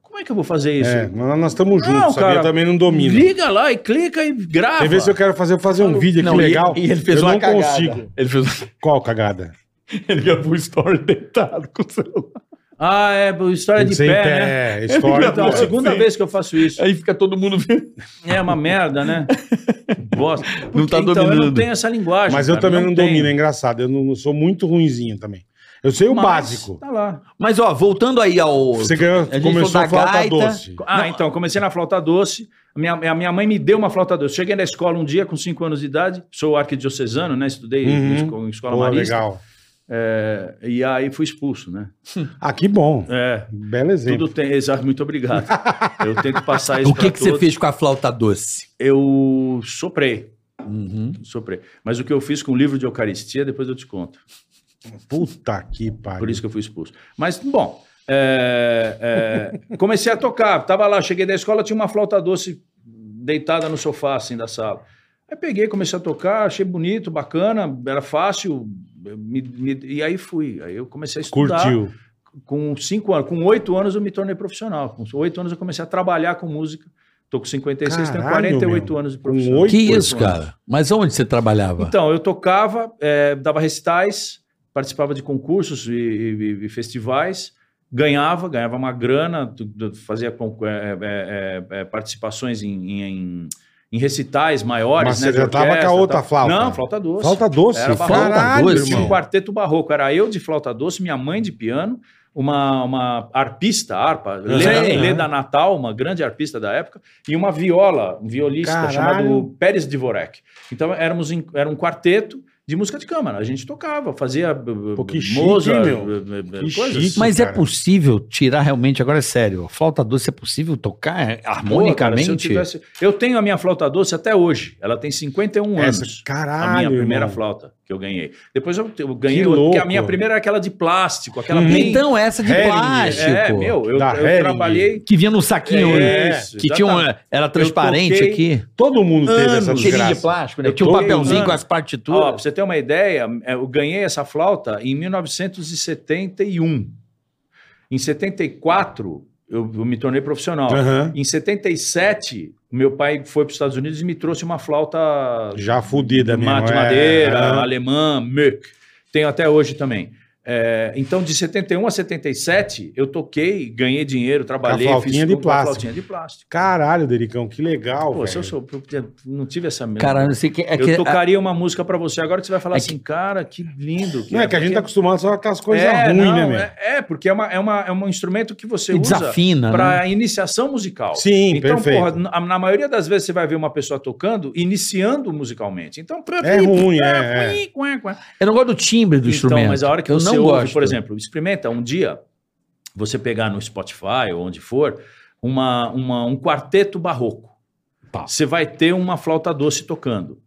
Speaker 5: como é que eu vou fazer isso?
Speaker 3: É, mas nós estamos juntos,
Speaker 5: Não,
Speaker 3: sabia?
Speaker 5: cara,
Speaker 3: Eu também não domino.
Speaker 5: Liga lá e clica e grava.
Speaker 3: Tem vezes que eu quero fazer, eu fazer um vídeo aqui
Speaker 4: Não, e-
Speaker 3: legal.
Speaker 4: E, ele fez
Speaker 3: eu
Speaker 4: uma
Speaker 3: não
Speaker 4: cagada.
Speaker 3: consigo.
Speaker 4: Ele fez
Speaker 3: Qual cagada?
Speaker 4: Ele gravou o story deitado com o celular.
Speaker 5: Ah, é história de
Speaker 3: Sem
Speaker 5: pé, né?
Speaker 3: pé, é, história.
Speaker 5: Então, a
Speaker 3: pô.
Speaker 5: segunda vez que eu faço isso.
Speaker 4: Aí fica todo mundo vendo.
Speaker 5: É uma merda, né? Bosta.
Speaker 4: Não tá
Speaker 5: então, eu não
Speaker 4: dominando.
Speaker 5: tenho essa linguagem.
Speaker 3: Mas eu
Speaker 5: cara,
Speaker 3: também não, domino, é
Speaker 5: tenho.
Speaker 3: engraçado. Eu não, não sou muito ruinzinho também. Eu sei o
Speaker 5: Mas
Speaker 3: básico.
Speaker 5: Tá lá.
Speaker 4: Mas, ó, voltando aí ao.
Speaker 3: Você ganhou,
Speaker 4: gente
Speaker 3: começou
Speaker 4: falou
Speaker 3: a
Speaker 4: da
Speaker 3: flauta
Speaker 4: gaita.
Speaker 3: doce.
Speaker 5: Ah, então, comecei na flauta doce. A minha, a minha mãe me deu uma flauta doce. Cheguei na escola um dia com 5 anos de idade. Sou arquidiocesano, né? Estudei
Speaker 3: Uhum.
Speaker 5: em esco- em escola
Speaker 3: Pô,
Speaker 5: marista.
Speaker 3: legal.
Speaker 5: É, e aí fui expulso, né?
Speaker 3: Ah, que bom.
Speaker 5: É.
Speaker 3: Belo exemplo.
Speaker 5: Tudo tem. Exato, muito obrigado. Eu tento passar isso
Speaker 4: O que,
Speaker 5: pra
Speaker 4: que você
Speaker 5: todos.
Speaker 4: fez com a flauta doce?
Speaker 5: Eu soprei.
Speaker 4: Uhum.
Speaker 5: Soprei. Mas o que eu fiz com o livro de Eucaristia, depois eu te conto.
Speaker 3: Puta que pariu.
Speaker 5: Por isso que eu fui expulso. Mas, bom, é, é, comecei a tocar. Tava lá, cheguei da escola, tinha uma flauta doce deitada no sofá, assim, da sala. Aí peguei, comecei a tocar, achei bonito, bacana, era fácil. me- me- e aí fui. Aí eu comecei a estudar.
Speaker 3: Curtiu.
Speaker 5: Com cinco anos, com oito anos eu me tornei profissional. Com oito anos eu comecei a trabalhar com música. Tô com 56, tenho
Speaker 3: Caralho,
Speaker 5: 48
Speaker 3: meu.
Speaker 5: anos de
Speaker 3: Com
Speaker 5: profissão.
Speaker 3: oito
Speaker 4: Que
Speaker 3: Depois,
Speaker 4: isso, cara? Mas onde você trabalhava?
Speaker 5: Então, eu tocava, eh, dava recitais, participava de concursos e, e- e festivais, ganhava, ganhava uma grana, tu- tu- fazia con- eh, eh, eh, eh, participações em, em- em- em recitais maiores. né,
Speaker 3: Mas você já
Speaker 5: de
Speaker 3: tava com a
Speaker 5: orquestra,
Speaker 3: outra
Speaker 5: tal.
Speaker 3: flauta.
Speaker 5: Não, flauta doce.
Speaker 3: Flauta doce.
Speaker 5: Era
Speaker 4: flauta doce,
Speaker 5: Tinha um
Speaker 4: irmão.
Speaker 5: quarteto barroco. Era eu de flauta doce, minha mãe de piano, uma, uma arpista, harpa, Leda,
Speaker 4: Sim.
Speaker 5: Leda Natal, uma grande arpista da época, e uma viola, um violista
Speaker 3: Caralho.
Speaker 5: chamado Pérez Dvorak. Então éramos em- era um quarteto de música de câmara. A gente tocava, fazia Pô,
Speaker 3: que chique, hein, meu? Que
Speaker 5: assim.
Speaker 3: chique.
Speaker 4: Mas é
Speaker 3: cara.
Speaker 4: possível tirar realmente, agora é sério, flauta doce é possível tocar é, harmonicamente?
Speaker 5: eu, tivesse- eu tenho a minha flauta doce até hoje. Ela tem 51
Speaker 3: Essa,
Speaker 5: anos.
Speaker 3: caralho,
Speaker 5: a minha primeira
Speaker 3: irmão.
Speaker 5: flauta que eu ganhei. Depois eu, eu ganhei,
Speaker 3: Que
Speaker 5: outra, porque a
Speaker 3: louco.
Speaker 5: minha primeira era aquela de plástico, aquela
Speaker 3: Uhum.
Speaker 5: bem...
Speaker 4: Então, essa de
Speaker 3: Hering,
Speaker 4: plástico.
Speaker 5: é, meu, eu,
Speaker 3: Ah, Da
Speaker 5: eu
Speaker 3: Hering.
Speaker 5: trabalhei...
Speaker 4: Que vinha num saquinho,
Speaker 5: É,
Speaker 4: né?
Speaker 5: isso,
Speaker 4: que tinha um,
Speaker 5: exatamente.
Speaker 4: era transparente
Speaker 5: toquei um
Speaker 4: aqui.
Speaker 3: Todo mundo teve essa
Speaker 4: Anos, cheirinho de
Speaker 3: desgraça.
Speaker 4: plástico, né?
Speaker 3: Eu
Speaker 4: Tinha um
Speaker 3: toquei
Speaker 4: papelzinho
Speaker 5: anos.
Speaker 4: com as partituras.
Speaker 5: Ó, pra você ter uma ideia, é, eu ganhei essa flauta em 1971. Em 74, eu, eu me tornei profissional.
Speaker 3: Aham.
Speaker 5: Em 77, meu pai foi para os Estados Unidos e me trouxe uma flauta
Speaker 3: Já fudida
Speaker 5: de
Speaker 3: mesmo.
Speaker 5: mate
Speaker 3: é.
Speaker 5: madeira,
Speaker 3: Aham.
Speaker 5: alemã, Möck. Tenho até hoje também. É, então, de 71 a 77, eu toquei, ganhei dinheiro, trabalhei,
Speaker 3: flautinha de
Speaker 5: com- com a
Speaker 3: plástico.
Speaker 5: flautinha de plástico.
Speaker 3: Caralho, Dericão, que legal,
Speaker 5: Pô, se eu
Speaker 3: velho.
Speaker 5: sou, eu podia- não tive essa mesma.
Speaker 4: Cara, eu não sei que. É que
Speaker 5: eu tocaria uma música pra você. Agora que você vai falar
Speaker 4: É
Speaker 5: assim, cara, que lindo.
Speaker 3: Não é que a gente tá
Speaker 5: porque-
Speaker 3: acostumado só com aquelas coisas
Speaker 5: é,
Speaker 3: ruins,
Speaker 5: não,
Speaker 3: né, meu?
Speaker 5: É, é, porque é, uma, é, uma, é um instrumento que você
Speaker 4: e
Speaker 5: usa
Speaker 4: desafina, né?
Speaker 5: pra iniciação musical.
Speaker 3: Sim,
Speaker 5: então,
Speaker 3: perfeito.
Speaker 5: porra, na, na maioria das vezes você vai ver uma pessoa tocando, iniciando musicalmente. Então,
Speaker 3: É ruim, é,
Speaker 4: Eu não gosto do timbre do instrumento.
Speaker 5: Então, mas a hora que
Speaker 4: eu não
Speaker 5: você ouve,
Speaker 4: gosto.
Speaker 5: por exemplo, experimenta um dia você pegar no Spotify ou onde for uma, uma- um quarteto barroco.
Speaker 4: Tá.
Speaker 5: Você vai ter uma flauta doce tocando.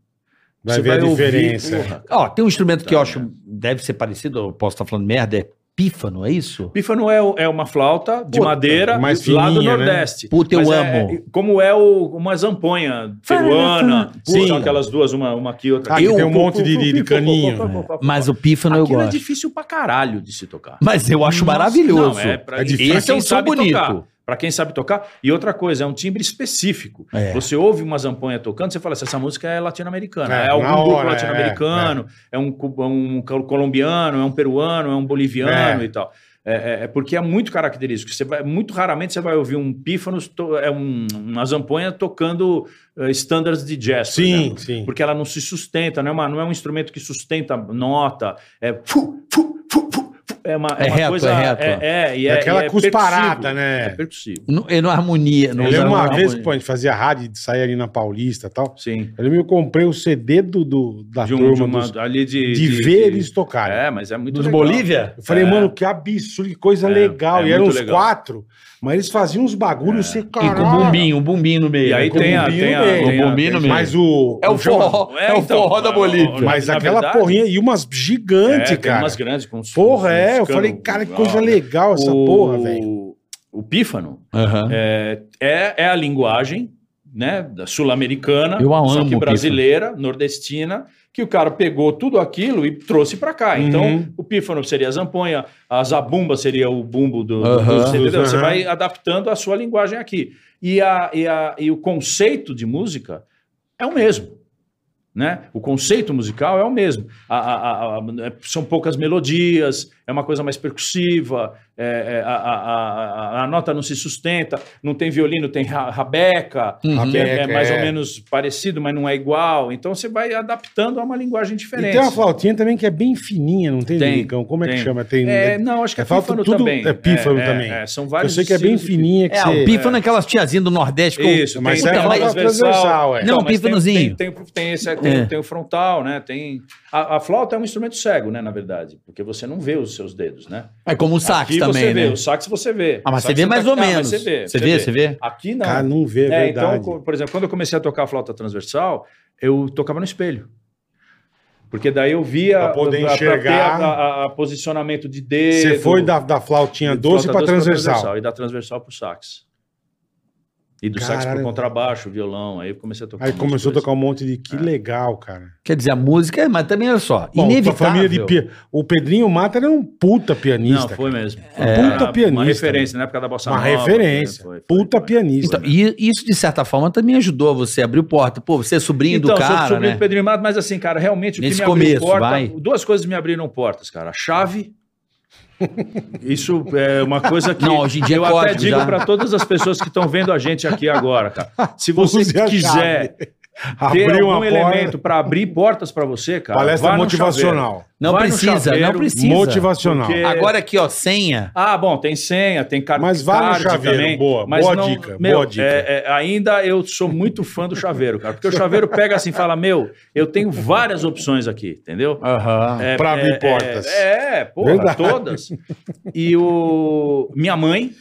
Speaker 3: Vai
Speaker 5: Você
Speaker 3: ver a
Speaker 5: ouvir,
Speaker 3: diferença.
Speaker 5: porra,
Speaker 4: Ó, tem um instrumento que eu
Speaker 5: Tá,
Speaker 4: acho deve ser parecido, eu posso estar falando merda, é pífano, é isso?
Speaker 5: Pífano é, é uma flauta de
Speaker 4: Puta,
Speaker 5: madeira
Speaker 3: mais
Speaker 5: lá do
Speaker 3: fininha, né?
Speaker 5: Nordeste.
Speaker 4: Puta, eu
Speaker 5: Mas é-
Speaker 4: amo.
Speaker 5: é como é o, uma zamponha peruana.
Speaker 3: Sim.
Speaker 5: São aquelas duas, uma, uma aqui e outra
Speaker 3: Ah,
Speaker 5: aqui.
Speaker 3: que tem um monte de- de- de caninho.
Speaker 4: Mas o pífano eu
Speaker 5: Aquilo é
Speaker 4: gosto.
Speaker 5: difícil pra caralho de se tocar.
Speaker 4: Mas eu acho
Speaker 5: Nossa,
Speaker 4: maravilhoso.
Speaker 5: não, é pra-
Speaker 3: É difícil.
Speaker 5: pra
Speaker 4: Esse é
Speaker 5: quem
Speaker 4: um som
Speaker 5: sabe
Speaker 4: bonito.
Speaker 5: tocar. Pra quem sabe tocar. E outra coisa, é um timbre específico.
Speaker 4: É.
Speaker 5: Você ouve uma zamponha tocando, você fala assim, essa música é latino-americana.
Speaker 3: É,
Speaker 5: É, algum
Speaker 3: na
Speaker 5: grupo
Speaker 3: hora, é,
Speaker 5: latino-americano, é, um, cu- é um col- colombiano, é um peruano, é um boliviano
Speaker 3: É.
Speaker 5: e tal. É, é- é porque é muito característico. Você vai- muito raramente você vai ouvir um pífano, to- é um- uma zamponha tocando eh, standards de jazz, por
Speaker 3: Sim,
Speaker 5: exemplo.
Speaker 3: sim.
Speaker 5: Porque ela não se sustenta, não é, uma- não é um instrumento que sustenta nota. É fu, fu, fu, fu, fu. É uma, é
Speaker 4: É
Speaker 5: uma
Speaker 4: reto,
Speaker 5: coisa.
Speaker 4: é reto.
Speaker 5: É, é, e
Speaker 3: É
Speaker 5: é
Speaker 3: aquela
Speaker 5: e é
Speaker 3: cusparada,
Speaker 5: percussivo.
Speaker 3: né?
Speaker 5: É percussivo.
Speaker 4: Não, é no harmonia. Não
Speaker 3: Eu lembro uma
Speaker 4: não-
Speaker 3: vez que
Speaker 4: harmonia.
Speaker 3: pô, a gente fazia rádio de sair ali na Paulista e tal.
Speaker 5: Sim.
Speaker 3: Eu lembro que eu comprei o CD do, do- da
Speaker 5: De, um-
Speaker 3: turma
Speaker 5: de uma-
Speaker 3: dos-
Speaker 5: ali de,
Speaker 3: de, ver
Speaker 5: de-
Speaker 3: eles tocarem.
Speaker 5: É, mas é muito.
Speaker 4: Dos
Speaker 5: legal.
Speaker 4: Bolívia?
Speaker 3: Eu falei,
Speaker 5: É.
Speaker 3: mano, que absurdo, que coisa
Speaker 5: É,
Speaker 3: legal.
Speaker 5: é
Speaker 3: e eram
Speaker 5: muito
Speaker 3: uns
Speaker 5: legal. É.
Speaker 3: quatro, mas eles faziam uns bagulhos sem
Speaker 4: E com
Speaker 3: caralho.
Speaker 4: bombinho, um bombinho no meio.
Speaker 5: E aí
Speaker 3: Com
Speaker 5: tem a.
Speaker 3: bombinho
Speaker 5: Tem a,
Speaker 3: mesmo.
Speaker 5: tem a-
Speaker 4: Com um bombinho
Speaker 5: tem- um
Speaker 4: mesmo.
Speaker 3: Mas o.
Speaker 4: É o
Speaker 3: como chama?
Speaker 4: forró,
Speaker 5: É,
Speaker 4: é, o
Speaker 5: então,
Speaker 4: forró da
Speaker 5: é o-
Speaker 4: Bolívia.
Speaker 5: Mas,
Speaker 3: Mas
Speaker 5: na
Speaker 3: aquela
Speaker 5: verdade-
Speaker 3: porrinha e umas gigantes,
Speaker 5: é, tem
Speaker 3: cara.
Speaker 5: umas grandes com uns-
Speaker 3: Porra,
Speaker 5: uns
Speaker 3: é. Eu
Speaker 5: canos,
Speaker 3: falei, cara, que coisa
Speaker 5: ó,
Speaker 3: legal essa
Speaker 5: Ah, o-
Speaker 3: porra, velho.
Speaker 5: O pífano
Speaker 4: Aham.
Speaker 5: é, é, é a linguagem né, da sul-americana,
Speaker 4: Eu a
Speaker 5: só
Speaker 4: amo,
Speaker 5: que
Speaker 4: Pifa.
Speaker 5: brasileira, nordestina, que o cara pegou tudo aquilo e trouxe para cá. Então,
Speaker 3: Uhum.
Speaker 5: o pífano seria a zamponha, a zabumba seria o bumbo do... do-
Speaker 4: Aham.
Speaker 5: do você entendeu? Você
Speaker 3: Aham.
Speaker 5: vai adaptando a sua linguagem aqui. E, a, e, a, e o conceito de música é o mesmo. Né? O conceito musical é o mesmo. A- a- a- a- são poucas melodias, é uma coisa mais percussiva, é- é- a, a- a- a nota não se sustenta, não tem violino, tem ra- rabeca, que é, é
Speaker 3: Rabeca,
Speaker 5: mais
Speaker 3: é.
Speaker 5: ou menos parecido, mas não é igual. Então você vai adaptando a uma linguagem
Speaker 3: E
Speaker 5: diferente.
Speaker 3: tem uma flautinha também que é bem fininha, não tem,
Speaker 5: Tem,
Speaker 3: Nicão? Como é que
Speaker 5: tem.
Speaker 3: chama? Tem,
Speaker 5: É, não, acho que é,
Speaker 3: É, falta
Speaker 5: pífano
Speaker 3: tudo-
Speaker 5: também.
Speaker 3: é pífano também.
Speaker 5: são
Speaker 3: eu
Speaker 5: vários
Speaker 3: sei que é bem
Speaker 5: estilos de-
Speaker 3: fininha. Que
Speaker 4: É,
Speaker 3: você-
Speaker 4: o pífano é aquelas tiazinhas do Nordeste com...
Speaker 5: Isso,
Speaker 3: Tipo, então, Mas
Speaker 5: tem,
Speaker 4: é
Speaker 5: tem
Speaker 4: mais
Speaker 3: transversal, é.
Speaker 5: Então,
Speaker 4: Não,
Speaker 5: mas tem-
Speaker 4: pífanozinho.
Speaker 5: Tem, tem, tem esse, tem,
Speaker 4: É.
Speaker 5: tem o frontal, né? Tem a, a flauta é um instrumento cego, né? Na verdade, porque você não vê os seus dedos, né?
Speaker 4: É como o sax
Speaker 5: Aqui
Speaker 4: também,
Speaker 5: você vê,
Speaker 4: né?
Speaker 5: o sax você vê.
Speaker 4: Ah, mas
Speaker 5: O
Speaker 4: você
Speaker 5: sax
Speaker 4: vê mais
Speaker 5: tá-
Speaker 4: ou
Speaker 5: ah, mas
Speaker 4: menos.
Speaker 5: Você vê,
Speaker 4: Você vê, você vê?
Speaker 5: Aqui não.
Speaker 3: Cara, não vê, é
Speaker 5: É,
Speaker 3: verdade.
Speaker 5: então, co- por exemplo, quando eu comecei a tocar flauta transversal, eu tocava no espelho. Porque daí eu via
Speaker 3: Pra poder
Speaker 5: pra- pra ter
Speaker 3: enxergar.
Speaker 5: a, a- a posicionamento de dedo.
Speaker 3: Você foi da, da flautinha
Speaker 5: de
Speaker 3: doce
Speaker 5: flauta
Speaker 3: pra transversal.
Speaker 5: E da transversal pro sax. E do sax
Speaker 3: Caralho.
Speaker 5: pro contrabaixo, violão. Aí eu comecei a tocar. um
Speaker 3: Aí
Speaker 5: monte
Speaker 3: começou a
Speaker 5: de coisa.
Speaker 3: tocar um monte de. Que
Speaker 5: É.
Speaker 3: legal, cara.
Speaker 4: Quer dizer, a música, é, mas também, olha só,
Speaker 3: Bom,
Speaker 4: inevitável.
Speaker 3: a família de pia- O Pedrinho Mata era um puta pianista.
Speaker 5: Não, foi mesmo.
Speaker 3: Puta pianista.
Speaker 5: Uma referência na época da Bossa
Speaker 3: cara. Uma
Speaker 5: Nova.
Speaker 3: referência.
Speaker 5: Foi, foi,
Speaker 3: puta
Speaker 5: foi.
Speaker 3: pianista.
Speaker 4: Então, e isso, de certa forma, também ajudou você, abriu porta. Pô, você é sobrinho
Speaker 5: Então,
Speaker 4: do
Speaker 5: sou
Speaker 4: cara,
Speaker 5: sobrinho
Speaker 4: né?
Speaker 5: do Pedrinho Mato, mas assim, cara, realmente o
Speaker 4: Nesse
Speaker 5: que me abriu
Speaker 4: começo,
Speaker 5: porta,
Speaker 4: vai.
Speaker 5: duas coisas me abriram portas, cara. A chave isso é uma coisa que
Speaker 4: Não, hoje em dia
Speaker 5: eu
Speaker 4: é
Speaker 5: até
Speaker 4: código
Speaker 5: digo
Speaker 4: já.
Speaker 5: para todas as pessoas que estão vendo a gente aqui agora, cara. Se você
Speaker 3: Use a
Speaker 5: quiser ter
Speaker 3: Abriu
Speaker 5: algum
Speaker 3: uma
Speaker 5: elemento
Speaker 3: porta.
Speaker 5: para abrir portas para você, cara,
Speaker 3: Palestra
Speaker 5: vá no
Speaker 3: motivacional.
Speaker 4: Não
Speaker 5: Vai no
Speaker 4: precisa, não
Speaker 5: chaveiro,
Speaker 4: precisa.
Speaker 3: Motivacional.
Speaker 5: Porque-
Speaker 4: Agora aqui, ó, senha.
Speaker 5: Ah, bom, tem senha, tem cartão.
Speaker 3: Mas vá no chaveiro, boa, boa dica, boa dica.
Speaker 5: é, ainda eu sou muito fã do chaveiro, cara. Porque o chaveiro pega assim e fala: Meu, eu tenho várias opções aqui, entendeu?
Speaker 4: Aham.
Speaker 5: É,
Speaker 3: Pra
Speaker 5: é,
Speaker 3: abrir
Speaker 5: é,
Speaker 3: portas.
Speaker 5: É, porra,
Speaker 3: Verdade.
Speaker 5: todas. E o minha mãe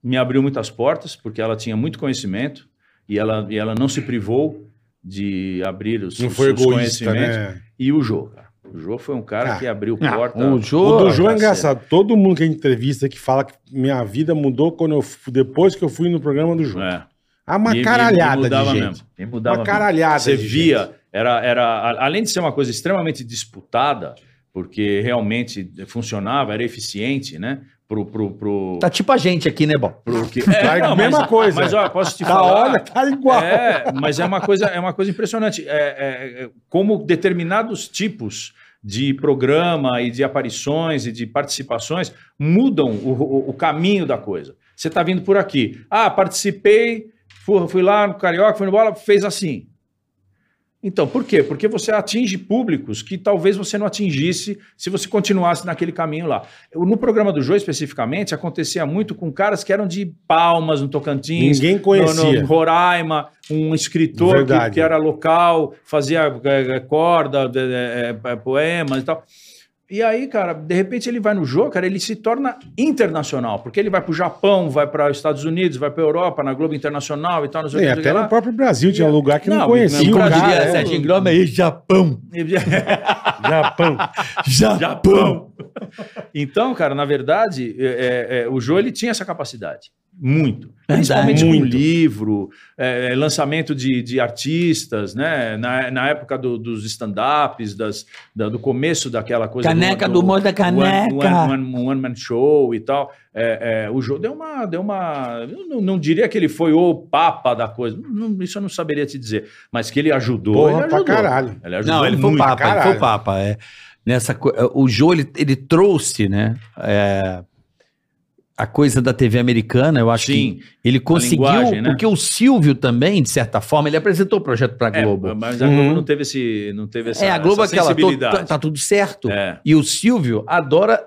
Speaker 5: me abriu muitas portas porque ela tinha muito conhecimento e ela, e ela não se privou de abrir os,
Speaker 3: Não
Speaker 5: os-
Speaker 3: foi
Speaker 5: os
Speaker 3: egoísta, né?
Speaker 5: E o Jô, cara. O Jô foi um cara
Speaker 3: Ah.
Speaker 5: que abriu
Speaker 4: Ah,
Speaker 5: porta.
Speaker 4: o Jô-
Speaker 3: O do João é
Speaker 5: Caceta.
Speaker 3: engraçado. Todo mundo que entrevista que fala que minha vida mudou quando eu, fu- depois que eu fui no programa do João.
Speaker 5: É.
Speaker 3: Ah, uma
Speaker 5: E- e- e
Speaker 3: caralhada de
Speaker 5: mudava
Speaker 3: gente.
Speaker 5: mesmo, e mudava
Speaker 3: Uma
Speaker 5: mesmo.
Speaker 3: caralhada
Speaker 5: Você
Speaker 3: de
Speaker 5: via,
Speaker 3: gente.
Speaker 5: era, era, a- além de ser uma coisa extremamente disputada, porque realmente funcionava, era eficiente, né? Pro, pro, pro,
Speaker 4: Tá tipo a gente aqui, né, Bom?
Speaker 5: pro que...
Speaker 3: Vai, mesma
Speaker 5: mas,
Speaker 3: coisa.
Speaker 5: Mas, ó, posso te
Speaker 3: Da
Speaker 5: falar...
Speaker 3: hora tá igual.
Speaker 5: É, mas é uma coisa, é uma coisa impressionante. É, é, é, como determinados tipos de programa e de aparições e de participações mudam o, o- o caminho da coisa. Você está vindo por aqui. Ah, participei, fu- fui lá no Carioca, fui no Bola, fez assim. Então, por quê? Porque você atinge públicos que talvez você não atingisse se você continuasse naquele caminho lá. Eu, No programa do Jô, especificamente, acontecia muito com caras que eram de Palmas, no Tocantins,
Speaker 3: Ninguém
Speaker 5: no- no
Speaker 3: conhecia.
Speaker 5: Roraima, um escritor que,
Speaker 3: Verdade.
Speaker 5: que era local, fazia eh, eh, corda, eh, eh, eh, poemas e tal. E aí, cara, de repente ele vai no jogo, cara, ele se torna internacional, porque ele vai pro Japão, vai para os Estados Unidos, vai pra Europa, na Globo Internacional e tal, não sei o
Speaker 3: É,
Speaker 5: que, não
Speaker 3: até
Speaker 5: sei o que
Speaker 3: no
Speaker 5: lá.
Speaker 3: próprio Brasil tinha
Speaker 5: E-
Speaker 3: lugar que não,
Speaker 5: não,
Speaker 3: conhecia
Speaker 5: não,
Speaker 3: o
Speaker 4: Como
Speaker 5: cara,
Speaker 4: diria
Speaker 5: é.
Speaker 3: cara.
Speaker 4: Serginho Groma, e Japão,
Speaker 3: é. Japão.
Speaker 4: Japão.
Speaker 5: Japão. Então, cara, na verdade, é, é, é, o Jô ele tinha essa capacidade. Muito. Principalmente com
Speaker 3: Muito.
Speaker 5: livro, é, é, lançamento de, de artistas, né? Na, na época do- dos stand-ups, das- da- do começo daquela coisa.
Speaker 4: Caneca do humor da caneca.
Speaker 5: One, one- one- one man show e tal. É, é, o Jô deu uma. Deu uma eu não, não diria que ele foi o papa da coisa. não- isso eu não saberia te dizer. Mas que ele ajudou.
Speaker 3: Porra,
Speaker 5: ele
Speaker 3: pra
Speaker 5: ajudou.
Speaker 3: caralho.
Speaker 5: Ele ajudou
Speaker 4: Não, ele foi o
Speaker 5: muito.
Speaker 4: Papa, ele foi
Speaker 3: caralho.
Speaker 4: o Papa. É. Nessa, co- é, o Jô, ele, ele trouxe, né? é, a coisa da TV americana, eu acho
Speaker 5: Sim.
Speaker 4: que ele conseguiu,
Speaker 5: linguagem, né?
Speaker 4: porque o Silvio também, de certa forma, ele apresentou o projeto para a
Speaker 5: É,
Speaker 4: Globo.
Speaker 5: mas a Globo
Speaker 3: Uhum.
Speaker 5: não teve esse, não teve essa,
Speaker 4: É, a Globo é
Speaker 5: essa
Speaker 4: aquela, tô- tá,
Speaker 5: sensibilidade.
Speaker 4: tá tudo certo.
Speaker 5: É.
Speaker 4: E o Silvio adora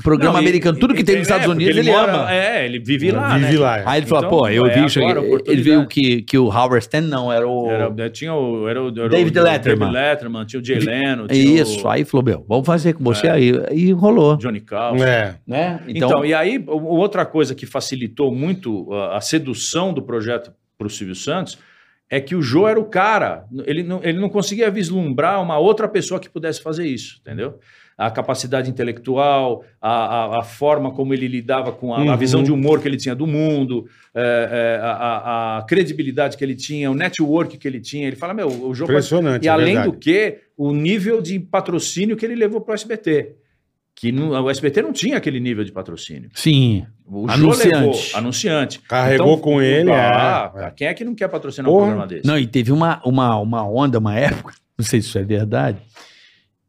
Speaker 4: programa
Speaker 5: Não, e-
Speaker 4: americano, tudo que
Speaker 5: e-
Speaker 4: tem
Speaker 5: é,
Speaker 4: nos Estados
Speaker 5: porque
Speaker 4: Unidos ele,
Speaker 5: mora-
Speaker 4: ama.
Speaker 5: É, ele vive lá,
Speaker 3: Vive
Speaker 5: né?
Speaker 3: lá.
Speaker 4: Aí ele fala,
Speaker 5: Então,
Speaker 4: pô, eu
Speaker 5: é
Speaker 4: vi
Speaker 5: agora
Speaker 4: isso
Speaker 5: a
Speaker 4: aqui. Ele
Speaker 5: oportunidade.
Speaker 4: viu que, que o Howard Stern não, era o...
Speaker 5: Tipo, Era, tinha o, era o, era o-
Speaker 4: David
Speaker 5: o
Speaker 4: Letterman.
Speaker 5: David Letterman, tinha o Jay Leno, tinha
Speaker 4: É Isso,
Speaker 5: o
Speaker 4: aí falou, meu, vamos fazer com você aí. E rolou.
Speaker 5: Johnny Carlson.
Speaker 3: É.
Speaker 4: Né?
Speaker 5: Então, É. e aí, o- outra coisa que facilitou muito a, a sedução do projeto para o Silvio Santos é que o Jô era o cara. Ele não, ele não conseguia vislumbrar uma outra pessoa que pudesse fazer isso, entendeu? A capacidade intelectual, a, a- a forma como ele lidava com a, a
Speaker 3: Uhum.
Speaker 5: visão de humor que ele tinha do mundo, é, é, a, a- a credibilidade que ele tinha, o network que ele tinha. Ele fala, meu, o Jô... pode-
Speaker 3: Impressionante.
Speaker 5: E
Speaker 3: é
Speaker 5: além
Speaker 3: verdade.
Speaker 5: do que, o nível de patrocínio que ele levou para o SBT. Que não- o SBT não tinha aquele nível de patrocínio.
Speaker 4: Sim.
Speaker 5: O
Speaker 4: Anunciante.
Speaker 5: anunciante. levou, anunciante.
Speaker 3: Carregou com ele,
Speaker 5: Ah,
Speaker 3: é,
Speaker 5: cara,
Speaker 3: é.
Speaker 5: Quem é que não quer patrocinar
Speaker 3: Porra.
Speaker 5: um programa desse?
Speaker 4: Não, e teve uma, uma, uma onda, uma época, não sei se isso é verdade,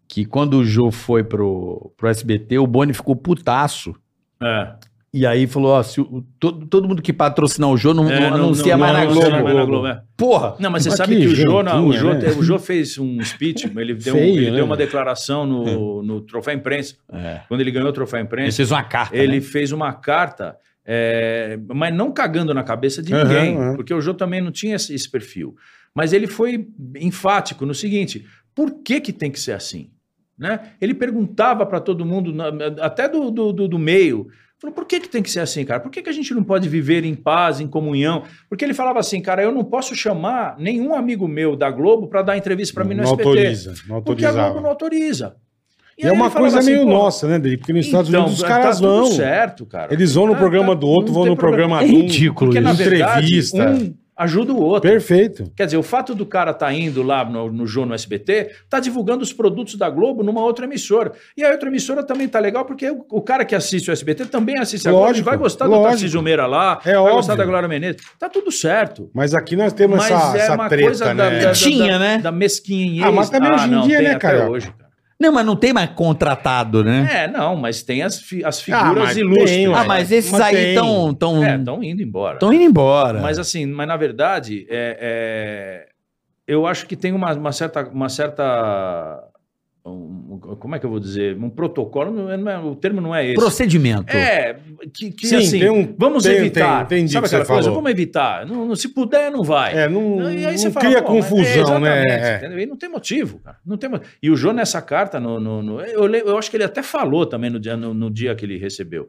Speaker 4: que quando o Jô foi pro, pro SBT, o Boni ficou putaço.
Speaker 5: É.
Speaker 4: E aí falou, ó, se o- todo, todo mundo que patrocinar o Jô não,
Speaker 5: É,
Speaker 4: não anuncia mais na
Speaker 5: anuncia
Speaker 4: Globo.
Speaker 5: mais na Globo, é.
Speaker 4: Porra!
Speaker 5: Não, mas você
Speaker 3: Mas
Speaker 5: sabe
Speaker 3: que
Speaker 5: que o Jô, na- o,
Speaker 3: gentinha,
Speaker 5: Jô,
Speaker 3: né?
Speaker 5: te- o Jô fez um speech, ele deu, um-
Speaker 3: Feio,
Speaker 5: ele
Speaker 3: né,
Speaker 5: deu uma
Speaker 3: mano?
Speaker 5: declaração no, no Troféu Imprensa.
Speaker 4: É.
Speaker 5: Quando ele ganhou o Troféu Imprensa,
Speaker 4: Ele fez uma carta.
Speaker 5: ele
Speaker 4: né?
Speaker 5: fez uma carta, é, mas não cagando na cabeça de
Speaker 3: Aham,
Speaker 5: ninguém,
Speaker 3: aham.
Speaker 5: porque o Jô também não tinha esse, esse perfil. Mas ele foi enfático no seguinte: por que, que tem que ser assim? Né? Ele perguntava para todo mundo, na- até do, do, do- do meio, falou, por que, que tem que ser assim, cara? Por que, que a gente não pode viver em paz, em comunhão? Porque ele falava assim, cara, eu não posso chamar nenhum amigo meu da Globo para dar entrevista para mim no
Speaker 3: não
Speaker 5: SBT.
Speaker 3: autoriza, não
Speaker 5: Porque a Globo
Speaker 3: autorizava.
Speaker 5: não autoriza.
Speaker 3: E é uma coisa
Speaker 5: assim,
Speaker 3: meio nossa, né, Deli? Porque nos Estados Unidos os caras vão.
Speaker 5: então, tá Tudo certo, cara.
Speaker 3: Eles vão no
Speaker 5: Ah,
Speaker 3: programa
Speaker 5: tá,
Speaker 3: do outro,
Speaker 5: não
Speaker 3: vão
Speaker 5: tem
Speaker 3: no
Speaker 5: problema.
Speaker 3: programa de
Speaker 4: É
Speaker 3: um.
Speaker 4: ridículo
Speaker 5: Porque,
Speaker 4: isso.
Speaker 5: na verdade,
Speaker 3: entrevista.
Speaker 5: um ajuda o outro.
Speaker 3: Perfeito.
Speaker 5: Quer dizer, o fato do cara tá indo lá no, no Jô, no SBT, tá divulgando os produtos da Globo numa outra emissora. E a outra emissora também tá legal, porque o, o cara que assiste o SBT também assiste a Globo.
Speaker 3: Lógico,
Speaker 5: e vai gostar do
Speaker 3: lógico.
Speaker 5: Tarcísio Meira lá,
Speaker 3: É
Speaker 5: vai
Speaker 3: óbvio.
Speaker 5: gostar da Glória Menezes. Tá tudo certo. é
Speaker 3: Mas aqui nós temos essa, essa treta,
Speaker 5: da,
Speaker 3: né?
Speaker 5: da, da,
Speaker 4: Tinha, né?
Speaker 5: da mesquinhez.
Speaker 3: Ah, mas também hoje em
Speaker 5: não,
Speaker 3: dia,
Speaker 5: tem
Speaker 3: né,
Speaker 5: até
Speaker 3: cara?
Speaker 5: hoje, cara.
Speaker 4: Não, mas não tem mais contratado, né?
Speaker 5: É, não, mas tem as, fi- as
Speaker 3: Ah,
Speaker 5: figuras
Speaker 3: mas tem,
Speaker 5: ilustres.
Speaker 3: ué.
Speaker 4: ah, mas esses
Speaker 3: Mas
Speaker 4: aí
Speaker 3: tem.
Speaker 4: estão tão,
Speaker 5: É,
Speaker 3: Então,
Speaker 5: estão indo embora.
Speaker 4: tão indo embora.
Speaker 5: Mas assim, mas na verdade, é, é, eu acho que tem uma, uma certa, uma certa, um- um- como é que eu vou dizer, um protocolo. não é- não é- o termo não é esse.
Speaker 4: Procedimento.
Speaker 5: É, que, que
Speaker 3: Sim,
Speaker 5: assim,
Speaker 3: tem um-
Speaker 5: vamos
Speaker 3: tem-
Speaker 5: evitar.
Speaker 3: tem- entendi
Speaker 5: sabe
Speaker 3: o que
Speaker 5: aquela
Speaker 3: você
Speaker 5: coisa?
Speaker 3: falou.
Speaker 5: Vamos evitar. Não, não- se puder, não vai.
Speaker 3: É, não,
Speaker 5: E aí você
Speaker 3: não
Speaker 5: fala,
Speaker 3: cria
Speaker 5: pô, mas-
Speaker 3: confusão,
Speaker 5: é, exatamente,
Speaker 3: né? É.
Speaker 5: entendeu? E não tem motivo, cara. Não tem mo- E o João, nessa carta, no, no- no- eu, le- eu acho que ele até falou também no dia, no, no dia que ele recebeu.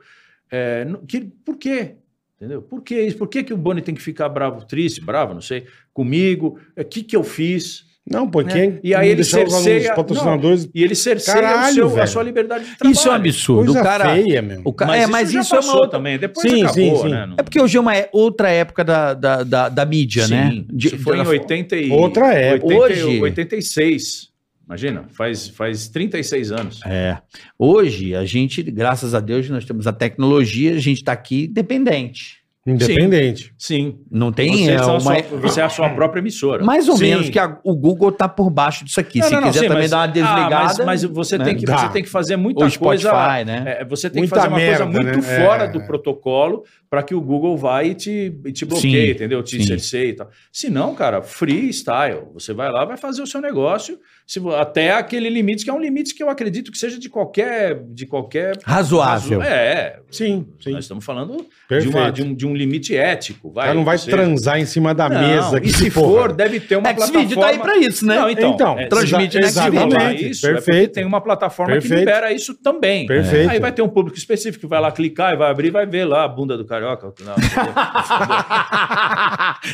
Speaker 5: É, no- que, por quê? Entendeu? Por que isso? Por que, que o Boni tem que ficar bravo, triste, bravo, não sei, comigo? O que, que eu fiz?
Speaker 3: Não, pô,
Speaker 5: Né?
Speaker 3: quem
Speaker 5: E aí ele
Speaker 3: deixar os
Speaker 5: cerceia-
Speaker 3: alunos patrocinadores.
Speaker 5: E ele cerceia o
Speaker 3: Caralho,
Speaker 5: seu- a
Speaker 3: velho.
Speaker 5: sua liberdade de trabalho.
Speaker 4: Isso é um absurdo.
Speaker 3: Coisa
Speaker 4: O cara,
Speaker 3: feia, meu.
Speaker 4: o ca- é, mas
Speaker 5: já
Speaker 4: isso é uma
Speaker 5: passou
Speaker 4: outra.
Speaker 5: também. Depois
Speaker 3: Sim,
Speaker 5: acabou,
Speaker 3: sim, sim.
Speaker 5: né? Não-
Speaker 4: É porque hoje é uma outra época da, da, da, da mídia,
Speaker 5: Sim,
Speaker 4: né?
Speaker 5: isso foi em
Speaker 4: da-
Speaker 5: 80 e...
Speaker 3: Outra época.
Speaker 5: 80,
Speaker 4: Hoje-
Speaker 5: 86. Imagina, faz, faz 36 anos.
Speaker 4: É. Hoje, a gente, graças a Deus, nós temos a tecnologia, a gente está aqui dependente.
Speaker 3: Independente.
Speaker 5: Sim.
Speaker 4: Não tem
Speaker 5: Você,
Speaker 4: é,
Speaker 5: é a
Speaker 4: uma-
Speaker 5: sua, você é a sua própria emissora.
Speaker 4: Mais ou
Speaker 3: Sim.
Speaker 4: menos, que a- o Google tá por baixo disso aqui. Se quiser
Speaker 5: sim,
Speaker 4: também
Speaker 5: mas-
Speaker 4: dar uma desligada.
Speaker 5: Ah, mas, mas você,
Speaker 4: né?
Speaker 5: tem que,
Speaker 3: Dá.
Speaker 5: você tem que fazer muita
Speaker 4: ou Spotify,
Speaker 5: coisa.
Speaker 4: né?
Speaker 5: é, você tem
Speaker 3: Muita
Speaker 5: que fazer uma coisa
Speaker 3: merda,
Speaker 5: muito
Speaker 3: né?
Speaker 5: fora
Speaker 3: É.
Speaker 5: do protocolo para que o Google vá e te, e te bloqueie,
Speaker 4: Sim,
Speaker 5: entendeu? Te
Speaker 4: sim.
Speaker 5: cerceie e tal. Se não, cara, freestyle. Você vai lá, vai fazer o seu negócio se vo- até aquele limite, que é um limite que eu acredito que seja de qualquer. De qualquer
Speaker 4: Razoável.
Speaker 5: É,
Speaker 3: Sim, sim.
Speaker 5: nós estamos falando de,
Speaker 3: Perfeito.
Speaker 5: uma- de um, de um limite ético.
Speaker 3: O
Speaker 5: Vai,
Speaker 3: cara não vai
Speaker 5: você-
Speaker 3: transar em cima da
Speaker 5: Não,
Speaker 3: mesa.
Speaker 5: E
Speaker 3: que
Speaker 5: se
Speaker 3: porra.
Speaker 5: for, deve ter uma
Speaker 4: É que esse
Speaker 5: plataforma.
Speaker 4: vídeo tá aí pra isso, né?
Speaker 5: Não, então,
Speaker 3: Então,
Speaker 5: é,
Speaker 4: transmite
Speaker 5: exa-
Speaker 4: na
Speaker 5: exatamente.
Speaker 4: TV.
Speaker 5: Isso, é
Speaker 3: Perfeito.
Speaker 5: porque tem uma plataforma que
Speaker 3: Perfeito.
Speaker 5: libera isso também.
Speaker 3: Perfeito.
Speaker 5: Aí vai ter um público específico que vai lá clicar e vai abrir, vai ver lá a bunda do carioca. Não,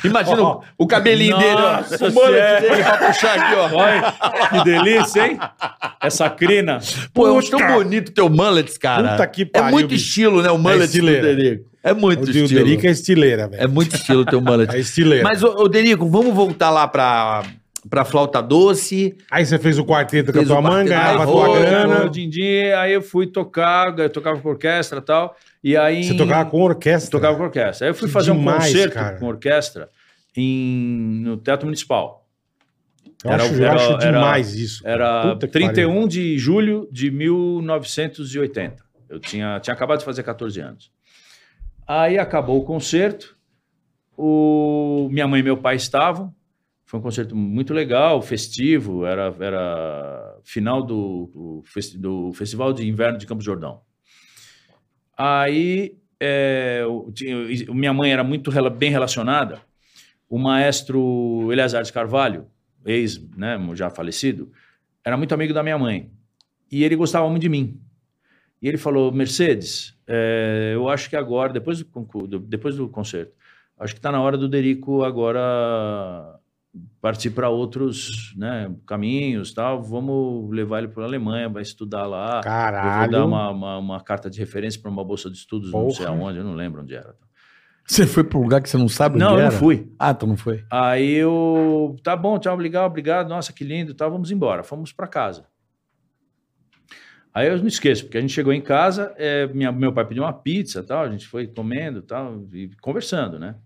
Speaker 4: Imagina o- o cabelinho
Speaker 5: Nossa
Speaker 4: dele, ó, o
Speaker 5: Senhora.
Speaker 4: mullet dele pra puxar aqui, ó.
Speaker 5: Olha, que delícia, hein? Essa crina.
Speaker 4: Pô, eu acho tão bonito teu mullet, cara.
Speaker 3: Puta que
Speaker 4: É
Speaker 3: pariu,
Speaker 4: muito
Speaker 3: bicho.
Speaker 4: estilo, né? O
Speaker 3: É
Speaker 4: mullet do
Speaker 3: estileira.
Speaker 4: Derico. É
Speaker 3: O
Speaker 4: muito
Speaker 3: Dil
Speaker 4: estilo.
Speaker 3: Derico é estileira, velho.
Speaker 4: É muito estilo teu
Speaker 3: É,
Speaker 4: mullet.
Speaker 3: estileira.
Speaker 4: Mas, ô, ô Derico, vamos voltar lá pra, pra flauta doce.
Speaker 3: Aí você fez o quarteto com a
Speaker 4: Fez
Speaker 3: tua
Speaker 4: o
Speaker 3: mãe,
Speaker 4: quarteto,
Speaker 3: ganhava a
Speaker 4: aí
Speaker 3: tua
Speaker 4: foi,
Speaker 3: grana.
Speaker 5: Din -din, aí eu fui tocar, eu tocava com orquestra e tal. E aí.
Speaker 3: Você tocava com orquestra.
Speaker 5: Tocava com orquestra. Aí eu fui
Speaker 3: Que
Speaker 5: fazer um
Speaker 3: demais,
Speaker 5: concerto
Speaker 3: cara.
Speaker 5: com orquestra em, no Teatro Municipal.
Speaker 3: Eu
Speaker 5: Era-
Speaker 3: acho, eu
Speaker 5: era-
Speaker 3: acho
Speaker 5: era-
Speaker 3: demais isso.
Speaker 5: Era
Speaker 3: Puta que
Speaker 5: 31
Speaker 3: pariu.
Speaker 5: de julho de 1980. Eu tinha, tinha acabado de fazer 14 anos. Aí acabou o concerto. O, minha mãe e meu pai estavam. Foi um concerto muito legal, festivo. Era, era final do, do festi- do Festival de Inverno de Campos do Jordão. Aí é, eu tinha- eu- minha mãe era muito rela- bem relacionada. O maestro Eleazar de Carvalho, ex, né, já falecido, era muito amigo da minha mãe. E ele gostava muito de mim. E ele falou: Mercedes, é, eu acho que agora, depois do, concur- do- depois do concerto, acho que está na hora do Derico agora partir para outros né, caminhos, tal. Vamos levar ele para a Alemanha, vai estudar lá. Eu vou
Speaker 3: Caralho.
Speaker 5: dar uma, uma, uma carta de referência para uma bolsa de estudos, não sei
Speaker 3: Porra.
Speaker 5: aonde, eu não lembro onde era.
Speaker 4: Você foi pra um lugar que você não sabe
Speaker 5: Não, eu não fui.
Speaker 4: Ah, tu não foi?
Speaker 5: Aí eu, tá bom, tchau, legal, obrigado, nossa, que lindo, tá, vamos embora, fomos para casa. Aí eu não esqueço, porque a gente chegou em casa, é, minha- meu pai pediu uma pizza, tal, a gente foi comendo, tal, e conversando, né?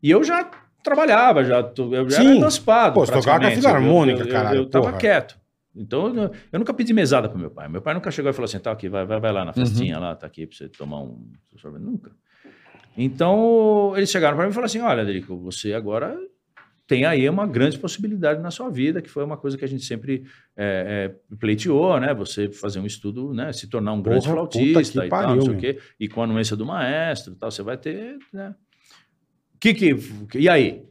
Speaker 5: E eu já trabalhava já, tu- eu já
Speaker 3: Sim.
Speaker 5: era raspado.
Speaker 3: Pô, você tocava com a
Speaker 5: praticamente.
Speaker 3: Filarmônica,
Speaker 5: Eu- eu- eu-
Speaker 3: caralho,
Speaker 5: Eu, tava
Speaker 3: porra.
Speaker 5: quieto. Então, eu, eu nunca pedi mesada pro meu pai. Meu pai nunca chegou e falou assim, tá aqui, vai, vai, vai lá na
Speaker 3: Uhum.
Speaker 5: festinha, lá, tá aqui pra você tomar um sorvete. Nunca. Então, eles chegaram pra mim e falaram assim, olha, Adrico, você agora tem aí uma grande possibilidade na sua vida, que foi uma coisa que a gente sempre é, é, pleiteou, né? Você fazer um estudo, né? Se tornar um grande
Speaker 3: Porra, puta
Speaker 5: flautista
Speaker 3: que
Speaker 5: e
Speaker 3: pariu,
Speaker 5: tal, não sei o
Speaker 3: meu.
Speaker 5: quê. E com a anuência do maestro e tal, você vai ter, né? Que que... E aí?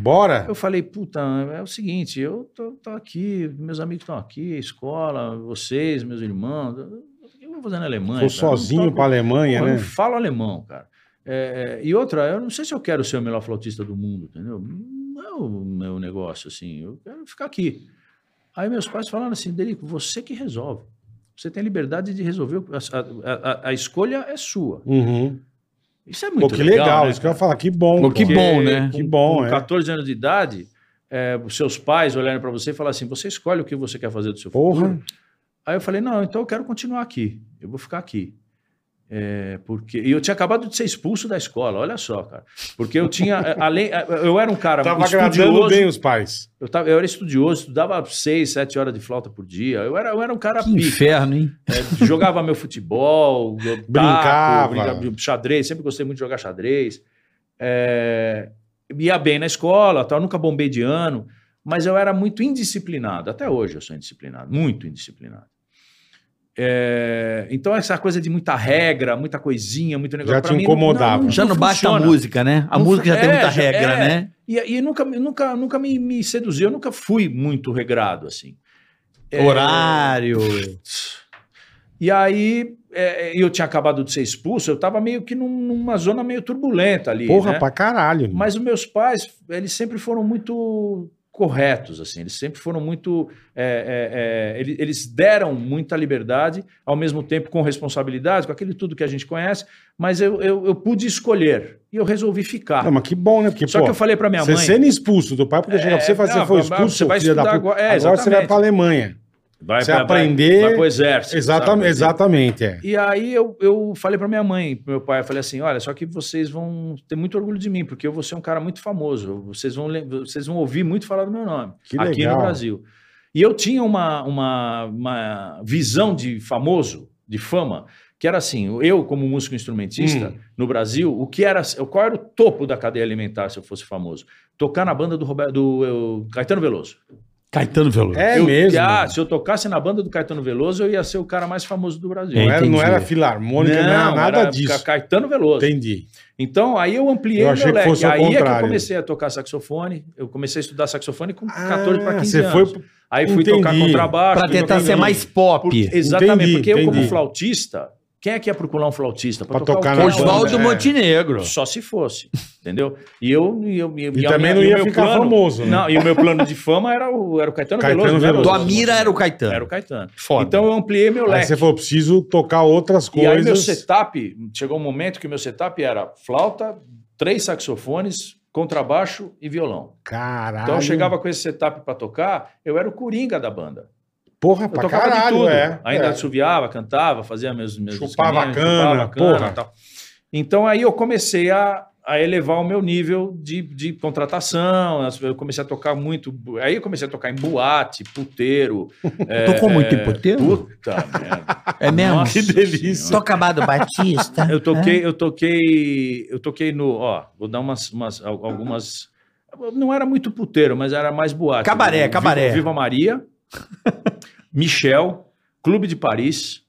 Speaker 3: Bora.
Speaker 5: Eu falei, puta, é o seguinte, eu tô, tô aqui, meus amigos estão aqui, escola, vocês, meus irmãos, eu vou fazer na Alemanha.
Speaker 3: Foi
Speaker 5: cara,
Speaker 3: sozinho
Speaker 5: não
Speaker 3: pra
Speaker 5: toco-
Speaker 3: Alemanha,
Speaker 5: eu não
Speaker 3: né?
Speaker 5: falo alemão, cara. É, é, e outra, eu não sei se eu quero ser o melhor flautista do mundo, entendeu? Não é o meu negócio, assim. Eu quero ficar aqui. Aí meus pais falaram assim, Derico, você que resolve. Você tem liberdade de resolver. o- A, a- a- a escolha é sua.
Speaker 3: Uhum.
Speaker 5: Isso é
Speaker 3: Pô,
Speaker 5: muito
Speaker 3: que legal,
Speaker 5: né,
Speaker 3: isso que eu
Speaker 5: cara?
Speaker 3: ia falar, que bom.
Speaker 4: Pô, que
Speaker 3: pô.
Speaker 4: bom, né?
Speaker 3: Que bom,
Speaker 5: com
Speaker 3: é.
Speaker 5: 14 anos de idade, é, os seus pais olharem para você e falar assim: você escolhe o que você quer fazer do seu
Speaker 3: Porra.
Speaker 5: futuro. Aí eu falei: não, então eu quero continuar aqui, eu vou ficar aqui. É, porque e eu tinha acabado de ser expulso da escola, olha só, cara. Porque eu tinha, é, além, é, eu era um cara
Speaker 3: Tava agradando
Speaker 5: estudioso,
Speaker 3: bem os pais.
Speaker 5: eu, tava, eu era estudioso, estudava 6, 7 horas de flauta por dia. Eu era, eu era um cara
Speaker 4: Que
Speaker 5: pica.
Speaker 4: inferno, hein?
Speaker 5: É, jogava meu futebol, eu taco,
Speaker 3: Brincava.
Speaker 5: brincava, xadrez, sempre gostei muito de jogar xadrez. É, ia bem na escola, tal, nunca bombei de ano, mas eu era muito indisciplinado. Até hoje eu sou indisciplinado, muito indisciplinado. É, então, essa coisa de muita regra, muita coisinha, muito negócio.
Speaker 3: Já
Speaker 5: pra
Speaker 3: te
Speaker 5: mim não-
Speaker 3: incomodava.
Speaker 4: Já não, basta a
Speaker 5: funciona.
Speaker 4: música, né? A
Speaker 5: Não
Speaker 4: música já
Speaker 5: fu-
Speaker 4: tem
Speaker 5: é,
Speaker 4: muita
Speaker 5: já-
Speaker 4: regra,
Speaker 5: é.
Speaker 4: né?
Speaker 5: E, e nunca, nunca, nunca me, me seduziu, eu nunca fui muito regrado assim. É,
Speaker 4: Horário.
Speaker 5: E aí, é, eu tinha acabado de ser expulso, eu estava meio que num- numa zona meio turbulenta ali.
Speaker 3: Porra,
Speaker 5: né?
Speaker 3: pra caralho.
Speaker 5: Mas os meus pais, eles sempre foram muito corretos, assim, eles sempre foram muito. é, é, é, ele- eles, deram muita liberdade, ao mesmo tempo com responsabilidade, com aquele tudo que a gente conhece, mas eu, eu, eu pude escolher e eu resolvi ficar.
Speaker 3: Não, mas que bom, né? Porque,
Speaker 5: Só
Speaker 3: pô,
Speaker 5: que eu falei para minha
Speaker 3: você
Speaker 5: mãe.
Speaker 3: sendo expulso do pai, podia chegar pra você e falar,
Speaker 5: É,
Speaker 3: você
Speaker 5: não,
Speaker 3: foi
Speaker 5: vai-
Speaker 3: expulso,
Speaker 5: você vai
Speaker 3: filho da
Speaker 5: estudar
Speaker 3: puta.
Speaker 5: agora. É,
Speaker 3: Agora você vai
Speaker 5: exatamente.
Speaker 3: pra Alemanha.
Speaker 5: Vai,
Speaker 3: Você
Speaker 5: vai- vai-
Speaker 3: aprender-
Speaker 5: Vai, pro exército.
Speaker 3: Exatamente,
Speaker 5: sabe?
Speaker 3: exatamente, é.
Speaker 5: E aí eu, eu falei pra minha mãe, pro meu pai, eu falei assim, olha, só que vocês vão ter muito orgulho de mim, porque eu vou ser um cara muito famoso, vocês vão, lem- vocês vão ouvir muito falar do meu nome,
Speaker 3: Que
Speaker 5: aqui
Speaker 3: legal.
Speaker 5: no Brasil. E eu tinha uma, uma, uma visão de famoso, de fama, que era assim, eu como músico instrumentista
Speaker 3: Hum.
Speaker 5: no Brasil, o que era, qual era o topo da cadeia alimentar se eu fosse famoso? Tocar na banda do, Roberto, do eu- Caetano Veloso.
Speaker 4: Caetano Veloso.
Speaker 3: É
Speaker 5: eu,
Speaker 3: mesmo.
Speaker 5: Ah, se eu tocasse na banda do Caetano Veloso, eu ia ser o cara mais famoso do Brasil.
Speaker 3: não,
Speaker 4: É,
Speaker 3: era, não
Speaker 4: entendi.
Speaker 3: era filarmônica, não, era nada
Speaker 5: era Ca-
Speaker 3: disso.
Speaker 5: Caetano Veloso.
Speaker 3: Entendi.
Speaker 5: Então, aí eu ampliei
Speaker 3: Eu
Speaker 5: o
Speaker 3: achei
Speaker 5: meu
Speaker 3: que
Speaker 5: leque.
Speaker 3: fosse ao
Speaker 5: aí é que
Speaker 3: contrário.
Speaker 5: eu comecei a tocar saxofone. Eu comecei a estudar saxofone com
Speaker 3: Ah,
Speaker 5: 14 para 15
Speaker 3: você
Speaker 5: anos.
Speaker 3: foi-
Speaker 5: Aí fui
Speaker 3: Entendi.
Speaker 5: tocar contrabaixo.
Speaker 4: Pra
Speaker 5: fui
Speaker 4: tentar
Speaker 5: tocar-
Speaker 4: ser mais pop.
Speaker 5: Por- Exatamente,
Speaker 3: Entendi,
Speaker 5: porque eu
Speaker 3: entendi.
Speaker 5: como flautista, quem é que ia procurar um flautista?
Speaker 3: Pra tocar
Speaker 5: o
Speaker 3: na
Speaker 5: quê?
Speaker 3: banda.
Speaker 4: Oswaldo
Speaker 3: É.
Speaker 4: Montenegro.
Speaker 5: Só se fosse, entendeu? E eu... E, eu,
Speaker 3: E
Speaker 5: a
Speaker 3: também
Speaker 5: minha-
Speaker 3: não
Speaker 5: e o
Speaker 3: ia
Speaker 5: meu
Speaker 3: ficar
Speaker 5: plano-
Speaker 3: famoso, né?
Speaker 5: Não, e o meu plano de fama era o, era o Caetano,
Speaker 3: Caetano
Speaker 5: Veloso. não era o
Speaker 3: Veloso.
Speaker 4: Tua
Speaker 5: Oswaldo
Speaker 4: mira era o
Speaker 5: Montenegro.
Speaker 4: Caetano.
Speaker 5: Era o Caetano.
Speaker 4: Foda.
Speaker 5: Então eu ampliei meu
Speaker 3: Aí
Speaker 5: leque.
Speaker 3: você falou, preciso tocar outras
Speaker 5: E aí meu
Speaker 3: coisas.
Speaker 5: setup, chegou um momento que meu setup era flauta, três saxofones, contrabaixo e violão.
Speaker 3: Caralho.
Speaker 5: Então eu chegava com esse setup pra tocar, eu era o coringa da banda.
Speaker 3: Porra,
Speaker 5: Eu
Speaker 3: pra
Speaker 5: tocava de
Speaker 3: caralho,
Speaker 5: tudo.
Speaker 3: é.
Speaker 5: Ainda
Speaker 3: é.
Speaker 5: assoviava, cantava, fazia meus meus
Speaker 3: Chupava
Speaker 5: esqueminhas,
Speaker 3: cana, porra.
Speaker 5: tal. Então aí eu comecei a, a elevar o meu nível de, de contratação, as- eu comecei a tocar muito, aí eu comecei a tocar em boate, puteiro. é,
Speaker 4: Tocou muito em
Speaker 5: é,
Speaker 4: puteiro?
Speaker 5: Puta merda.
Speaker 4: É mesmo?
Speaker 5: Nossa
Speaker 3: delícia.
Speaker 5: Senhora.
Speaker 4: Toca Amado Batista.
Speaker 5: Eu toquei,
Speaker 3: É.
Speaker 5: eu toquei, eu toquei no, ó, vou dar umas, umas- al- algumas, não era muito puteiro, mas era mais boate.
Speaker 4: Cabaré,
Speaker 5: Viva-
Speaker 4: cabaré.
Speaker 5: Viva Maria, Michel, Clube de Paris,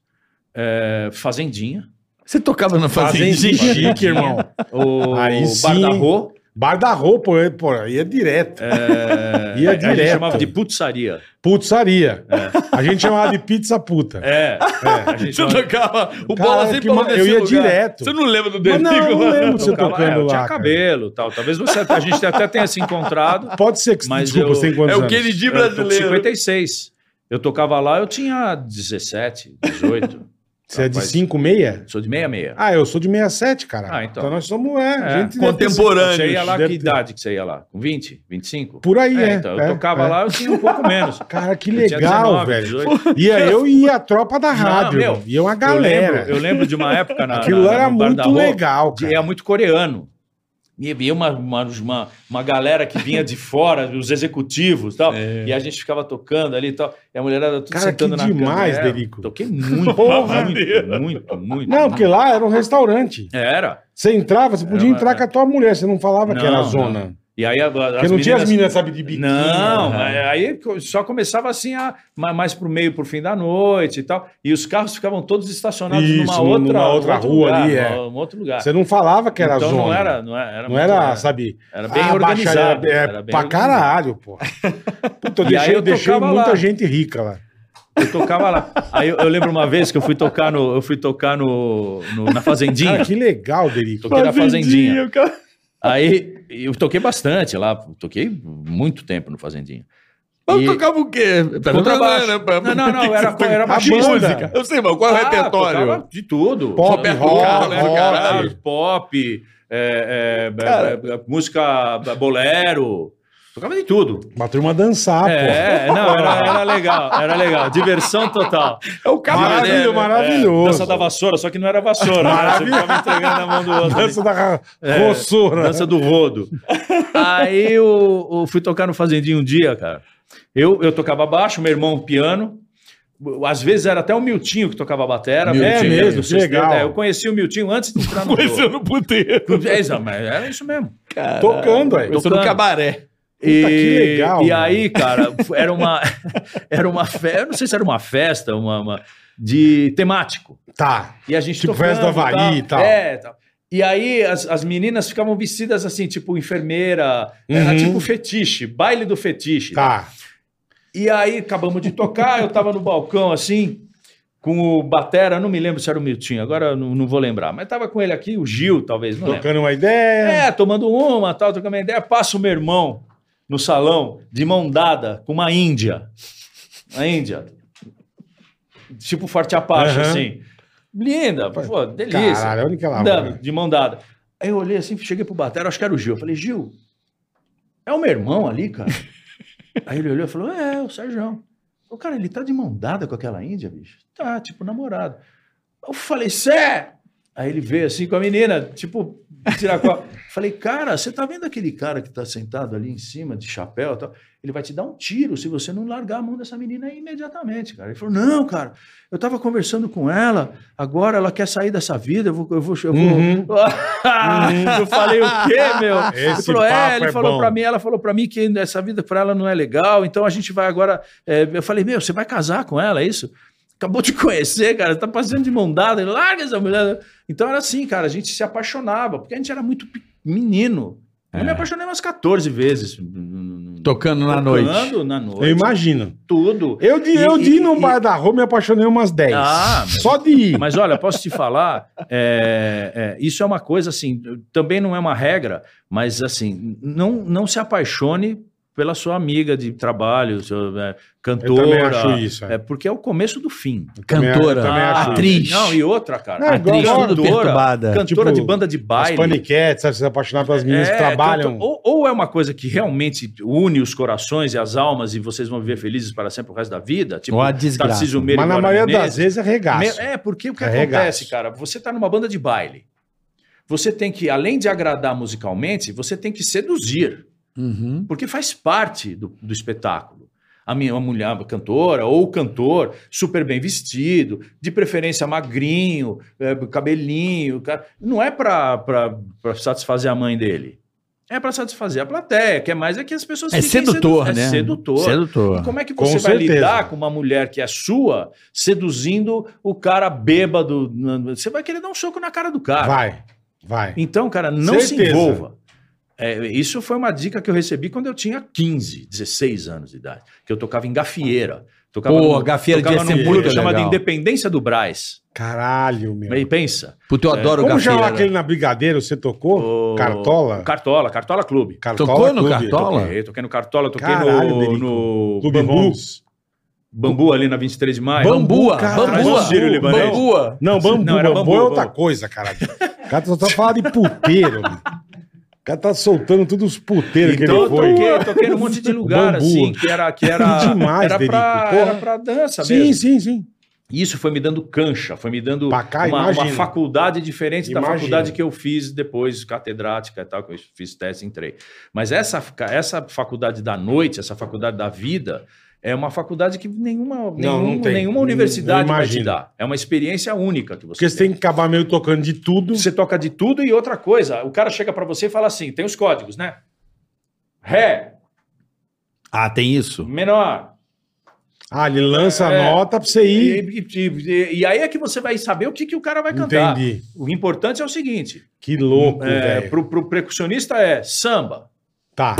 Speaker 5: eh, Fazendinha,
Speaker 4: Você tocava na
Speaker 3: Fazenda
Speaker 4: fazendinha?
Speaker 3: chique, irmão.
Speaker 5: o
Speaker 3: Aí sim.
Speaker 5: Bar da Rô,
Speaker 3: Bar da roupa, eu- pô, ia direto.
Speaker 5: eh,
Speaker 3: Ia
Speaker 5: a gente
Speaker 3: direto.
Speaker 5: chamava de putzaria.
Speaker 3: Putzaria. A gente chamava de pizza puta.
Speaker 5: É, a gente
Speaker 4: Você
Speaker 5: chamava-
Speaker 4: tocava o
Speaker 3: Cara,
Speaker 4: bola sempre
Speaker 3: que
Speaker 4: falou
Speaker 3: ma- eu ia direto.
Speaker 4: Você não lembra do
Speaker 3: Mas
Speaker 4: Derico?
Speaker 3: não, eu não lembro de você
Speaker 5: tocava- é,
Speaker 3: tocando
Speaker 5: eu
Speaker 3: lá.
Speaker 5: tinha
Speaker 3: cara.
Speaker 5: cabelo, e tal. Talvez você, a gente até tenha se encontrado.
Speaker 3: Pode ser que você.
Speaker 5: Mas
Speaker 3: Desculpa,
Speaker 5: eu-
Speaker 3: você tem quantos
Speaker 4: É o
Speaker 3: anos?
Speaker 4: Kennedy
Speaker 5: Eu tô com
Speaker 4: brasileiro.
Speaker 5: 56. Eu tocava lá, eu tinha 17, 18.
Speaker 3: Você é de
Speaker 5: Rapaz,
Speaker 3: 5,6?
Speaker 5: Sou de 66.
Speaker 3: Ah, eu sou de 67, cara.
Speaker 5: Ah, então.
Speaker 3: nós somos, é,
Speaker 5: É,
Speaker 3: gente deve ter sido-
Speaker 4: contemporâneos.
Speaker 5: Você ia lá,
Speaker 3: Deve
Speaker 5: que
Speaker 3: ter-
Speaker 5: idade que você ia lá? Com 20, 25?
Speaker 3: Por aí, é.
Speaker 5: então, eu
Speaker 3: é,
Speaker 5: tocava
Speaker 3: é.
Speaker 5: lá, eu tinha um pouco menos.
Speaker 3: Cara, que
Speaker 5: Eu tinha
Speaker 3: legal,
Speaker 5: 19,
Speaker 3: velho.
Speaker 5: 18.
Speaker 3: Ia eu e a tropa da
Speaker 5: Não,
Speaker 3: rádio.
Speaker 5: meu,
Speaker 3: ia uma
Speaker 5: Eu
Speaker 3: galera.
Speaker 5: lembro, eu lembro de uma época na.
Speaker 3: Aquilo
Speaker 5: na-
Speaker 3: era
Speaker 5: no Bar da
Speaker 3: muito
Speaker 5: Rua,
Speaker 3: legal,
Speaker 5: de-
Speaker 3: cara.
Speaker 5: Era muito coreano. E e uma, uma, uma, uma galera que vinha de fora, os executivos e tal. E a gente ficava tocando ali e tal. E a mulherada tudo
Speaker 3: É. Cara,
Speaker 5: sentando
Speaker 3: que
Speaker 5: na cama.
Speaker 3: demais,
Speaker 5: É,
Speaker 3: Derico.
Speaker 5: Toquei muito,
Speaker 3: Porra,
Speaker 5: muito, muito, muito.
Speaker 3: Não, porque lá era um restaurante.
Speaker 5: Era.
Speaker 3: Você entrava, você podia
Speaker 5: Era,
Speaker 3: entrar
Speaker 5: era.
Speaker 3: com a tua mulher, você não falava que
Speaker 5: Não,
Speaker 3: era
Speaker 5: É, não.
Speaker 3: zona.
Speaker 5: E aí a- a- as
Speaker 3: Porque não tinha as meninas, sabe, de biquíni.
Speaker 5: Não,
Speaker 3: né?
Speaker 5: aí só começava assim a, ma- mais pro meio, pro fim da noite e tal. E os carros ficavam todos estacionados
Speaker 3: Isso,
Speaker 5: numa
Speaker 3: numa
Speaker 5: outra,
Speaker 3: outra
Speaker 5: outro
Speaker 3: rua
Speaker 5: lugar,
Speaker 3: ali, é.
Speaker 5: num outro lugar.
Speaker 3: Você não falava que era
Speaker 5: então
Speaker 3: zona.
Speaker 5: não era, não era,
Speaker 3: Não
Speaker 5: muito- é.
Speaker 3: era, sabe?
Speaker 5: era bem
Speaker 3: a
Speaker 5: organizado.
Speaker 3: Ah, baixaria É,
Speaker 5: era bem
Speaker 3: pra
Speaker 5: organizado.
Speaker 3: caralho, pô. Puta, eu
Speaker 5: E aí
Speaker 3: deixei,
Speaker 5: eu
Speaker 3: deixei
Speaker 5: tocava
Speaker 3: muita
Speaker 5: lá.
Speaker 3: gente rica lá.
Speaker 5: Eu tocava lá. Aí eu, eu lembro uma vez que eu fui tocar no, eu fui tocar no, no- na fazendinha.
Speaker 3: Cara, que legal, Derico.
Speaker 5: Toquei na Fazendinha. Aí eu toquei bastante lá, toquei muito tempo no fazendinha.
Speaker 1: Mas
Speaker 5: E-
Speaker 1: tocava o quê?
Speaker 5: Contrabaixo.
Speaker 1: Né, pra-
Speaker 5: Não, não, não, era- era
Speaker 1: A
Speaker 3: baixista.
Speaker 1: música. Eu sei, mas qual é o
Speaker 5: Ah,
Speaker 1: repertório?
Speaker 5: tocava De tudo.
Speaker 3: né? Pop,
Speaker 1: Roberto
Speaker 3: rock,
Speaker 1: Carlos,
Speaker 5: né,
Speaker 3: rock.
Speaker 1: caralho.
Speaker 5: pop, é, é,
Speaker 1: Cara.
Speaker 5: é, é, música bolero. Tocava de tudo.
Speaker 3: Uma turma dançar,
Speaker 5: é, não, era, era legal, era legal. Diversão total.
Speaker 1: É o
Speaker 3: pô.
Speaker 1: cabaré.
Speaker 3: Maravilhoso,
Speaker 1: né?
Speaker 3: maravilhoso.
Speaker 5: Dança da vassoura, só que não era vassoura. né? Você ficava entregando na mão do outro.
Speaker 3: Dança da ra-
Speaker 5: É,
Speaker 3: roçura.
Speaker 5: Dança do rodo. Aí eu, eu fui tocar no Fazendinho um dia, cara. Eu, eu tocava baixo, meu irmão piano. Às vezes era até o Miltinho que tocava batera.
Speaker 1: Miltinho,
Speaker 5: né,
Speaker 1: é
Speaker 5: mesmo,
Speaker 3: mesmo, que
Speaker 5: vocês têm
Speaker 3: legal.
Speaker 5: ideia. Eu conheci o Miltinho antes de entrar no
Speaker 1: Conheceu
Speaker 4: um
Speaker 1: no puteiro.
Speaker 5: jogo. É, isso, mas era isso mesmo.
Speaker 1: Caralho.
Speaker 3: Tocando, aí.
Speaker 1: Eu tô no
Speaker 4: um
Speaker 5: Tocando.
Speaker 1: cabaré.
Speaker 5: E,
Speaker 3: que legal,
Speaker 5: e
Speaker 3: mano.
Speaker 5: aí, cara, era uma era uma festa, eu não sei se era uma festa, uma, uma- de temático.
Speaker 3: Tá.
Speaker 5: E a gente
Speaker 3: Tipo
Speaker 5: tocando,
Speaker 3: festa do Havaí e tal.
Speaker 5: É, tal. E aí as, as meninas ficavam vestidas assim, tipo enfermeira, era
Speaker 3: Uhum.
Speaker 5: tipo fetiche, baile do fetiche.
Speaker 3: Tá.
Speaker 5: E aí acabamos de tocar, eu tava no balcão assim, com o Batera, não me lembro se era o Miltinho, agora eu não, não vou lembrar, mas tava com ele aqui, o Gil, talvez, não lembro.
Speaker 3: Tocando uma ideia.
Speaker 5: É, tomando uma, tal, trocando uma ideia. Passa o meu irmão no salão, de mão dada, com uma índia. A índia. Tipo forte apache,
Speaker 3: Aham.
Speaker 5: assim. Linda, pô, delícia.
Speaker 3: Caralho, olha que ela
Speaker 5: Andando, de mão dada. Aí eu olhei assim, cheguei pro batera, acho que era o Gil. Eu falei, Gil, é o meu irmão ali, cara? Aí ele olhou e falou, é, é o Sérgio. O cara, ele tá de mão dada com aquela índia, bicho? Tá, tipo, namorado. Eu falei, é Sé! Aí ele veio assim com a menina, tipo, tirar com a... Falei, cara, você tá vendo aquele cara que tá sentado ali em cima, de chapéu e tal? Ele vai te dar um tiro se você não largar a mão dessa menina aí imediatamente, cara. Ele falou, não, cara, eu tava conversando com ela, agora ela quer sair dessa vida, eu vou... Eu, vou, eu, vou...
Speaker 3: Uhum.
Speaker 5: eu falei, o quê, meu? ele
Speaker 3: Esse
Speaker 5: falou, é,
Speaker 3: papo
Speaker 5: Ah, ele
Speaker 3: é
Speaker 5: falou
Speaker 3: bom.
Speaker 5: pra mim, ela falou pra mim que essa vida pra ela não é legal, então a gente vai agora... é, eu falei, meu, você vai casar com ela, é isso? Acabou de conhecer, cara, tá passando de mão dada, larga essa mulher. Então era assim, cara, a gente se apaixonava, porque a gente era muito pe- menino. Eu
Speaker 3: É.
Speaker 5: me apaixonei umas 14 vezes.
Speaker 4: Tocando na noite.
Speaker 5: Tocando na
Speaker 3: Eu
Speaker 5: noite.
Speaker 3: imagino.
Speaker 5: Tudo.
Speaker 3: Eu de,
Speaker 5: E-
Speaker 3: eu de ir
Speaker 5: e-
Speaker 3: num
Speaker 5: e-
Speaker 3: bar da rua me apaixonei umas 10.
Speaker 5: Ah, mas-
Speaker 3: Só de ir.
Speaker 5: Mas olha, posso te falar, é, é, isso é uma coisa assim, também não é uma regra, mas assim, não, não se apaixone pela sua amiga de trabalho, seu, é,
Speaker 3: eu também acho
Speaker 5: cantora.
Speaker 3: isso. é.
Speaker 5: É porque é o começo do fim. Ah,
Speaker 3: também-
Speaker 4: Cantora,
Speaker 3: eu também acho
Speaker 4: atriz,
Speaker 5: Não, e outra, cara.
Speaker 3: Não, é
Speaker 4: atriz,
Speaker 3: igual
Speaker 4: tudo
Speaker 5: cantora,
Speaker 4: perturbada.
Speaker 5: Cantora
Speaker 3: Tipo,
Speaker 5: de banda de
Speaker 3: As
Speaker 5: baile.
Speaker 3: paniquetes, sabe? Você se apaixonar pelas meninas
Speaker 5: É,
Speaker 3: que trabalham.
Speaker 5: canto- ou, ou é uma coisa que realmente une os corações e as almas e vocês vão viver felizes para sempre o resto da vida. Tipo,
Speaker 4: Ou a desgraça.
Speaker 5: Tarcísio Meira e
Speaker 3: Mas na
Speaker 5: Glória
Speaker 3: maioria
Speaker 5: Menezes.
Speaker 3: das vezes é regaço.
Speaker 5: Me- É, porque o que
Speaker 3: É
Speaker 5: acontece,
Speaker 3: regaço.
Speaker 5: cara? Você tá numa banda de baile. Você tem que, além de agradar musicalmente, você tem que seduzir.
Speaker 4: Uhum.
Speaker 5: Porque faz parte do, do espetáculo. A minha a mulher a cantora ou o cantor, super bem vestido, de preferência magrinho, é, cabelinho. ca- Não é pra pra- pra satisfazer a mãe dele. É pra satisfazer a plateia, que é mais é que as pessoas
Speaker 4: É
Speaker 5: fiquem
Speaker 4: sedutor,
Speaker 5: sedu-
Speaker 4: né?
Speaker 5: É sedutor. E
Speaker 4: Sedutor.
Speaker 5: como é que
Speaker 3: Com
Speaker 5: você vai
Speaker 3: certeza.
Speaker 5: lidar com uma mulher que é sua seduzindo o cara bêbado? Você vai querer dar um soco na cara do cara.
Speaker 3: Vai, vai.
Speaker 5: Então, cara, não se
Speaker 3: Certeza.
Speaker 5: envolva. É, isso foi uma dica que eu recebi quando eu tinha 15, 16 anos de idade, que eu tocava em gafieira. Tocava
Speaker 4: Pô,
Speaker 5: num-
Speaker 4: gafieira
Speaker 5: tocava
Speaker 4: devia ser
Speaker 5: num
Speaker 4: muito
Speaker 5: grupo chamado
Speaker 4: legal.
Speaker 5: Independência do Brás.
Speaker 3: Caralho, meu.
Speaker 5: E pensa.
Speaker 4: Puta, eu adoro
Speaker 3: é? Como chamar
Speaker 5: né?
Speaker 4: gafieira.
Speaker 3: aquele na Brigadeiro? Você tocou?
Speaker 5: o-
Speaker 3: Cartola?
Speaker 5: o Cartola, Cartola Clube.
Speaker 3: Cartola
Speaker 4: Tocou no
Speaker 3: Clube.
Speaker 4: Cartola?
Speaker 5: Toquei, toquei no Cartola, toquei
Speaker 3: Caralho,
Speaker 5: no,
Speaker 3: Derico.
Speaker 5: no
Speaker 3: Clube
Speaker 5: Bambu.
Speaker 3: Homes.
Speaker 5: Bambu ali na 23 de maio.
Speaker 4: Bambua,
Speaker 3: Caralho,
Speaker 4: bambua,
Speaker 5: Sírio Libanês.
Speaker 4: bambua.
Speaker 3: Não, bambu,
Speaker 5: Não, era
Speaker 3: bambu, é
Speaker 5: bambu,
Speaker 3: outra
Speaker 5: bambu.
Speaker 3: coisa, caralho. O cara só tá falando de puteiro, mano. O cara tá soltando todos os puteiros que
Speaker 5: Então
Speaker 3: ele
Speaker 5: eu
Speaker 3: foi.
Speaker 5: toquei, toquei num monte de lugar,
Speaker 3: Bambu.
Speaker 5: assim, que era. Que era
Speaker 3: Que demais,
Speaker 5: era pra,
Speaker 3: Derico, porra.
Speaker 5: era pra dança
Speaker 3: Sim,
Speaker 5: mesmo.
Speaker 3: sim, sim.
Speaker 5: Isso foi me dando cancha, foi me dando
Speaker 3: Pra cá,
Speaker 5: uma,
Speaker 3: imagina.
Speaker 5: uma faculdade diferente da
Speaker 3: Imagina.
Speaker 5: faculdade que eu fiz depois, catedrática e tal, que eu fiz teste e entrei. Mas essa, fica- essa faculdade da noite, essa faculdade da vida, é uma faculdade que nenhuma,
Speaker 3: não
Speaker 5: nenhum-
Speaker 3: tem.
Speaker 5: nenhuma universidade
Speaker 3: Não
Speaker 5: vai te
Speaker 3: imagino.
Speaker 5: dar. É uma experiência única que você
Speaker 3: Porque você tem que acabar meio tocando de tudo.
Speaker 5: você toca de tudo e outra coisa, o cara chega pra você e fala assim, tem os códigos, né? Ré,
Speaker 4: Ah, tem isso?
Speaker 5: menor.
Speaker 3: Ah, ele lança a
Speaker 5: É.
Speaker 3: nota pra você ir.
Speaker 5: E, e- e- e aí é que você vai saber o que, que o cara vai cantar.
Speaker 3: Entendi.
Speaker 5: O importante é o seguinte,
Speaker 3: Que louco,
Speaker 5: é,
Speaker 3: velho.
Speaker 5: pro, pro percussionista é samba.
Speaker 3: Tá.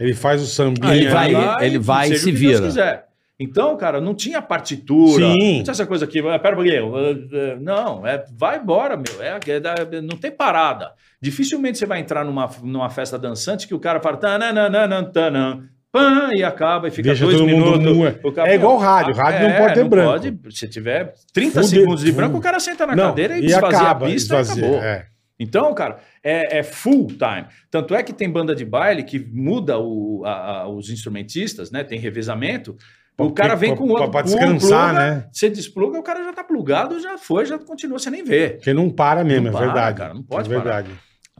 Speaker 3: Ele faz o sambinha.
Speaker 4: Ele vai-
Speaker 3: ali.
Speaker 4: ele vai e
Speaker 5: seja
Speaker 4: se
Speaker 5: o que Deus
Speaker 4: vira.
Speaker 5: quiser. Então, cara, não tinha partitura,
Speaker 3: Sim.
Speaker 5: não tinha essa coisa aqui, ah, pera um pouquinho, ah, ah, não, é, vai embora, meu, é, é da- não tem parada. Dificilmente você vai entrar numa, numa festa dançante que o cara fala tananana, tanan, pam, e acaba e fica
Speaker 3: Deixa
Speaker 5: dois
Speaker 3: todo mundo
Speaker 5: minutos.
Speaker 3: mua.
Speaker 5: O cara,
Speaker 3: É igual
Speaker 5: meu,
Speaker 3: rádio,
Speaker 5: ah,
Speaker 3: rádio não pode ter branco.
Speaker 5: se tiver 30
Speaker 3: Fude-
Speaker 5: segundos de
Speaker 3: fu-
Speaker 5: branco, o cara senta na
Speaker 3: Não,
Speaker 5: cadeira e, desfazia a pista
Speaker 3: esvazia,
Speaker 5: e acabou.
Speaker 3: é.
Speaker 5: Então, cara, é, é full time. Tanto é que tem banda de baile que muda o- a- a- os instrumentistas, né? Tem revezamento. o
Speaker 3: Porque-
Speaker 5: cara vem
Speaker 3: pra-
Speaker 5: com outro.
Speaker 3: pra
Speaker 5: pum,
Speaker 3: descansar,
Speaker 5: pluga,
Speaker 3: né?
Speaker 5: Você despluga, o cara já tá plugado, já foi, já continua, você nem vê.
Speaker 3: Porque não para mesmo,
Speaker 5: Não
Speaker 3: é
Speaker 5: para,
Speaker 3: verdade.
Speaker 5: cara, não pode
Speaker 3: É verdade.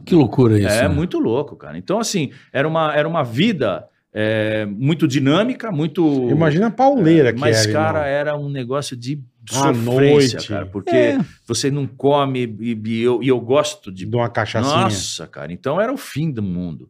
Speaker 4: Que loucura isso.
Speaker 5: é
Speaker 4: né?
Speaker 5: muito louco, cara. Então, assim, era uma, era uma vida é, muito dinâmica, muito.
Speaker 3: Imagina a pauleira que
Speaker 5: é,
Speaker 3: é
Speaker 5: Mas,
Speaker 3: era,
Speaker 5: cara,
Speaker 3: irmão.
Speaker 5: era um negócio de
Speaker 3: À
Speaker 5: sofrência,
Speaker 3: noite.
Speaker 5: cara. Porque
Speaker 4: É.
Speaker 5: você não come, e, e eu, e eu gosto de
Speaker 3: De uma cachaçinha.
Speaker 5: Nossa, cara, então era o fim do mundo.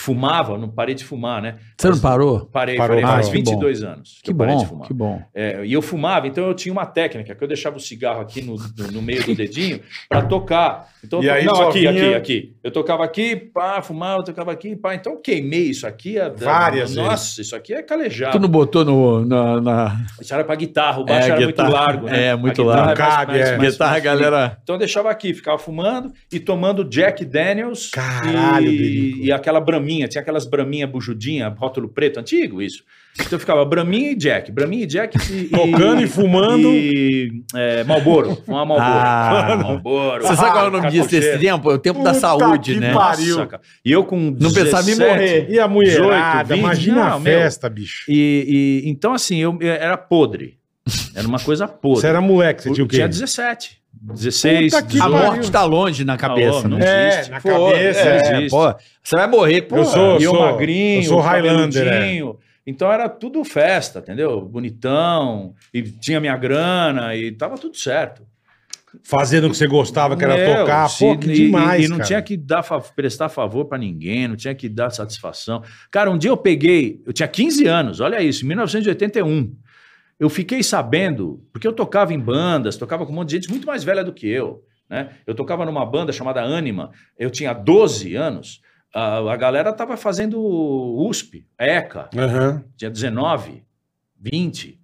Speaker 5: Fumava, não parei de fumar, né?
Speaker 4: Você não parou?
Speaker 5: Parei,
Speaker 3: Parou, Ah,
Speaker 5: falei,
Speaker 3: parou.
Speaker 5: faz 22 anos que,
Speaker 4: Que
Speaker 5: eu parei de
Speaker 4: bom,
Speaker 5: fumar.
Speaker 4: que bom.
Speaker 5: É, e eu fumava, então eu tinha uma técnica, que eu deixava o cigarro aqui no, no- no meio do dedinho para tocar. Então, eu
Speaker 3: E
Speaker 5: to-
Speaker 3: aí é?
Speaker 5: não,
Speaker 3: só
Speaker 5: aqui,
Speaker 3: vinha-
Speaker 5: aqui, aqui. Eu tocava aqui, pá, fumava, eu tocava aqui, pá. Então eu queimei isso aqui. a-
Speaker 3: Várias
Speaker 5: Nossa, isso aqui é calejado.
Speaker 4: Tu não botou no, na, na-
Speaker 5: Isso era pra guitarra, o baixo
Speaker 4: É,
Speaker 5: era
Speaker 4: guitarra.
Speaker 5: muito largo, né?
Speaker 4: É, muito
Speaker 5: A guitarra
Speaker 4: largo.
Speaker 5: é mais-
Speaker 3: Cabe,
Speaker 5: mais-
Speaker 3: é.
Speaker 5: mais-
Speaker 4: guitarra,
Speaker 5: mais-
Speaker 4: galera?
Speaker 5: então eu deixava aqui, ficava fumando e tomando Jack Daniels.
Speaker 3: Caralho, Berico.
Speaker 5: e, e aquela braminha, tinha aquelas braminha bujudinha, rótulo preto, antigo isso. Então eu ficava braminha e Jack, braminha e Jack. E,
Speaker 3: Tocando e fumando.
Speaker 5: E é, Malboro, fumar Malboro.
Speaker 4: Ah.
Speaker 5: Malboro.
Speaker 4: Você sabe qual é o nome
Speaker 5: Ah,
Speaker 4: disso desse
Speaker 5: cartucheira.
Speaker 4: tempo? É o tempo da
Speaker 3: Puta que
Speaker 4: saúde, né?
Speaker 3: pariu.
Speaker 5: Nossa, cara. E eu com
Speaker 4: Não pensava em morrer.
Speaker 3: E a mulherada,
Speaker 5: 18, 20,
Speaker 3: imagina a
Speaker 5: não, meu.
Speaker 3: festa, bicho.
Speaker 5: E, e- então assim, eu, eu era podre. Era uma coisa podre.
Speaker 3: Você era moleque, você tinha o quê?
Speaker 5: Tinha 17, 16,
Speaker 3: Puta que
Speaker 4: A
Speaker 5: 18.
Speaker 3: pariu.
Speaker 4: morte tá longe na cabeça,
Speaker 5: não
Speaker 4: né?
Speaker 3: É,
Speaker 5: existe.
Speaker 3: na
Speaker 5: Pô,
Speaker 3: cabeça,
Speaker 5: não
Speaker 3: é,
Speaker 5: existe.
Speaker 4: Pô, você vai morrer, pô.
Speaker 3: Eu sou-
Speaker 5: e eu magrinho,
Speaker 3: eu sou Highlander, é.
Speaker 5: cabeludinho. Então era tudo festa, entendeu? Bonitão, e tinha minha grana, e tava tudo certo.
Speaker 3: Fazendo o que você gostava, que era
Speaker 5: Meu,
Speaker 3: tocar.
Speaker 5: se-
Speaker 3: Pô, que
Speaker 5: É, e-
Speaker 3: demais,
Speaker 5: E, e não
Speaker 3: cara.
Speaker 5: tinha que dar, fa- prestar favor pra ninguém, não tinha que dar satisfação. Cara, um dia eu peguei, eu tinha 15 anos, olha isso, em 1981. Eu fiquei sabendo, porque eu tocava em bandas, tocava com um monte de gente muito mais velha do que eu. Né? Eu tocava numa banda chamada Anima, eu tinha 12 anos, a, a galera tava fazendo USP, ECA,
Speaker 3: Aham.
Speaker 5: tinha 19, 20,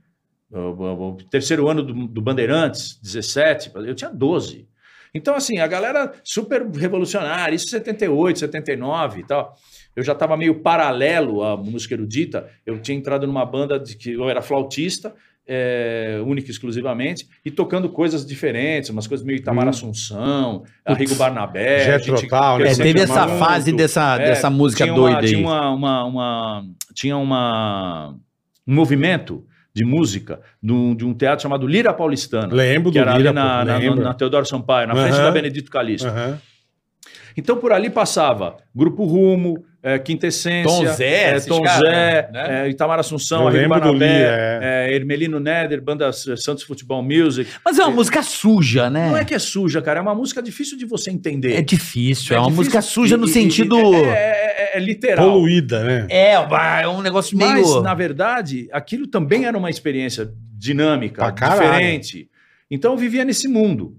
Speaker 5: o, o- o terceiro ano do, do Bandeirantes, 17, eu tinha 12. Então, assim, a galera super revolucionária, isso em 78, 79 e tal. Eu já estava meio paralelo à música erudita, eu tinha entrado numa banda de que eu era flautista, é, única e exclusivamente, e tocando coisas diferentes, umas coisas meio Itamar
Speaker 3: Hum.
Speaker 5: Assunção, Arrigo Barnabé.
Speaker 3: Jethro
Speaker 5: gente
Speaker 3: Tull, né?
Speaker 4: É,
Speaker 5: crescendo
Speaker 4: teve essa
Speaker 5: junto.
Speaker 4: fase dessa,
Speaker 5: É,
Speaker 4: Ah, dessa música
Speaker 5: tinha uma-
Speaker 4: doida aí.
Speaker 5: Tinha uma, uma- uma- tinha uma- um movimento de música de um, de um teatro chamado Lira Paulistano,
Speaker 3: Lembro
Speaker 5: que
Speaker 3: do
Speaker 5: era
Speaker 3: Lira,
Speaker 5: ali na,
Speaker 3: pô,
Speaker 5: na,
Speaker 3: lembro.
Speaker 5: na Teodoro Sampaio, na frente
Speaker 3: Aham. É.
Speaker 5: da Benedito Calixto.
Speaker 3: Aham.
Speaker 5: Então por ali passava Grupo Rumo, é, Quintessência,
Speaker 4: Tom Zé,
Speaker 5: é,
Speaker 4: esses
Speaker 5: Tom
Speaker 4: caras,
Speaker 5: Zé,
Speaker 4: né?
Speaker 5: é, Itamar Assunção,
Speaker 3: Eu
Speaker 5: Arrigo
Speaker 3: lembro do
Speaker 5: Barnabé,
Speaker 3: Lira, é.
Speaker 5: é, Ermelino Neder, banda S- Santos Futebol Music.
Speaker 4: Mas é uma música suja, né?
Speaker 5: Não é que é suja, cara, é uma música difícil de você entender.
Speaker 4: É difícil, é,
Speaker 5: É
Speaker 4: uma
Speaker 5: difícil.
Speaker 4: música suja
Speaker 5: E-
Speaker 4: no
Speaker 5: e- e-
Speaker 4: sentido.
Speaker 5: é, é- é literal.
Speaker 3: Poluída, né?
Speaker 4: É, vai, é um negócio meio.
Speaker 5: Mas, na verdade, aquilo também era uma experiência dinâmica,
Speaker 3: Pra caralho.
Speaker 5: diferente. Então eu vivia nesse mundo.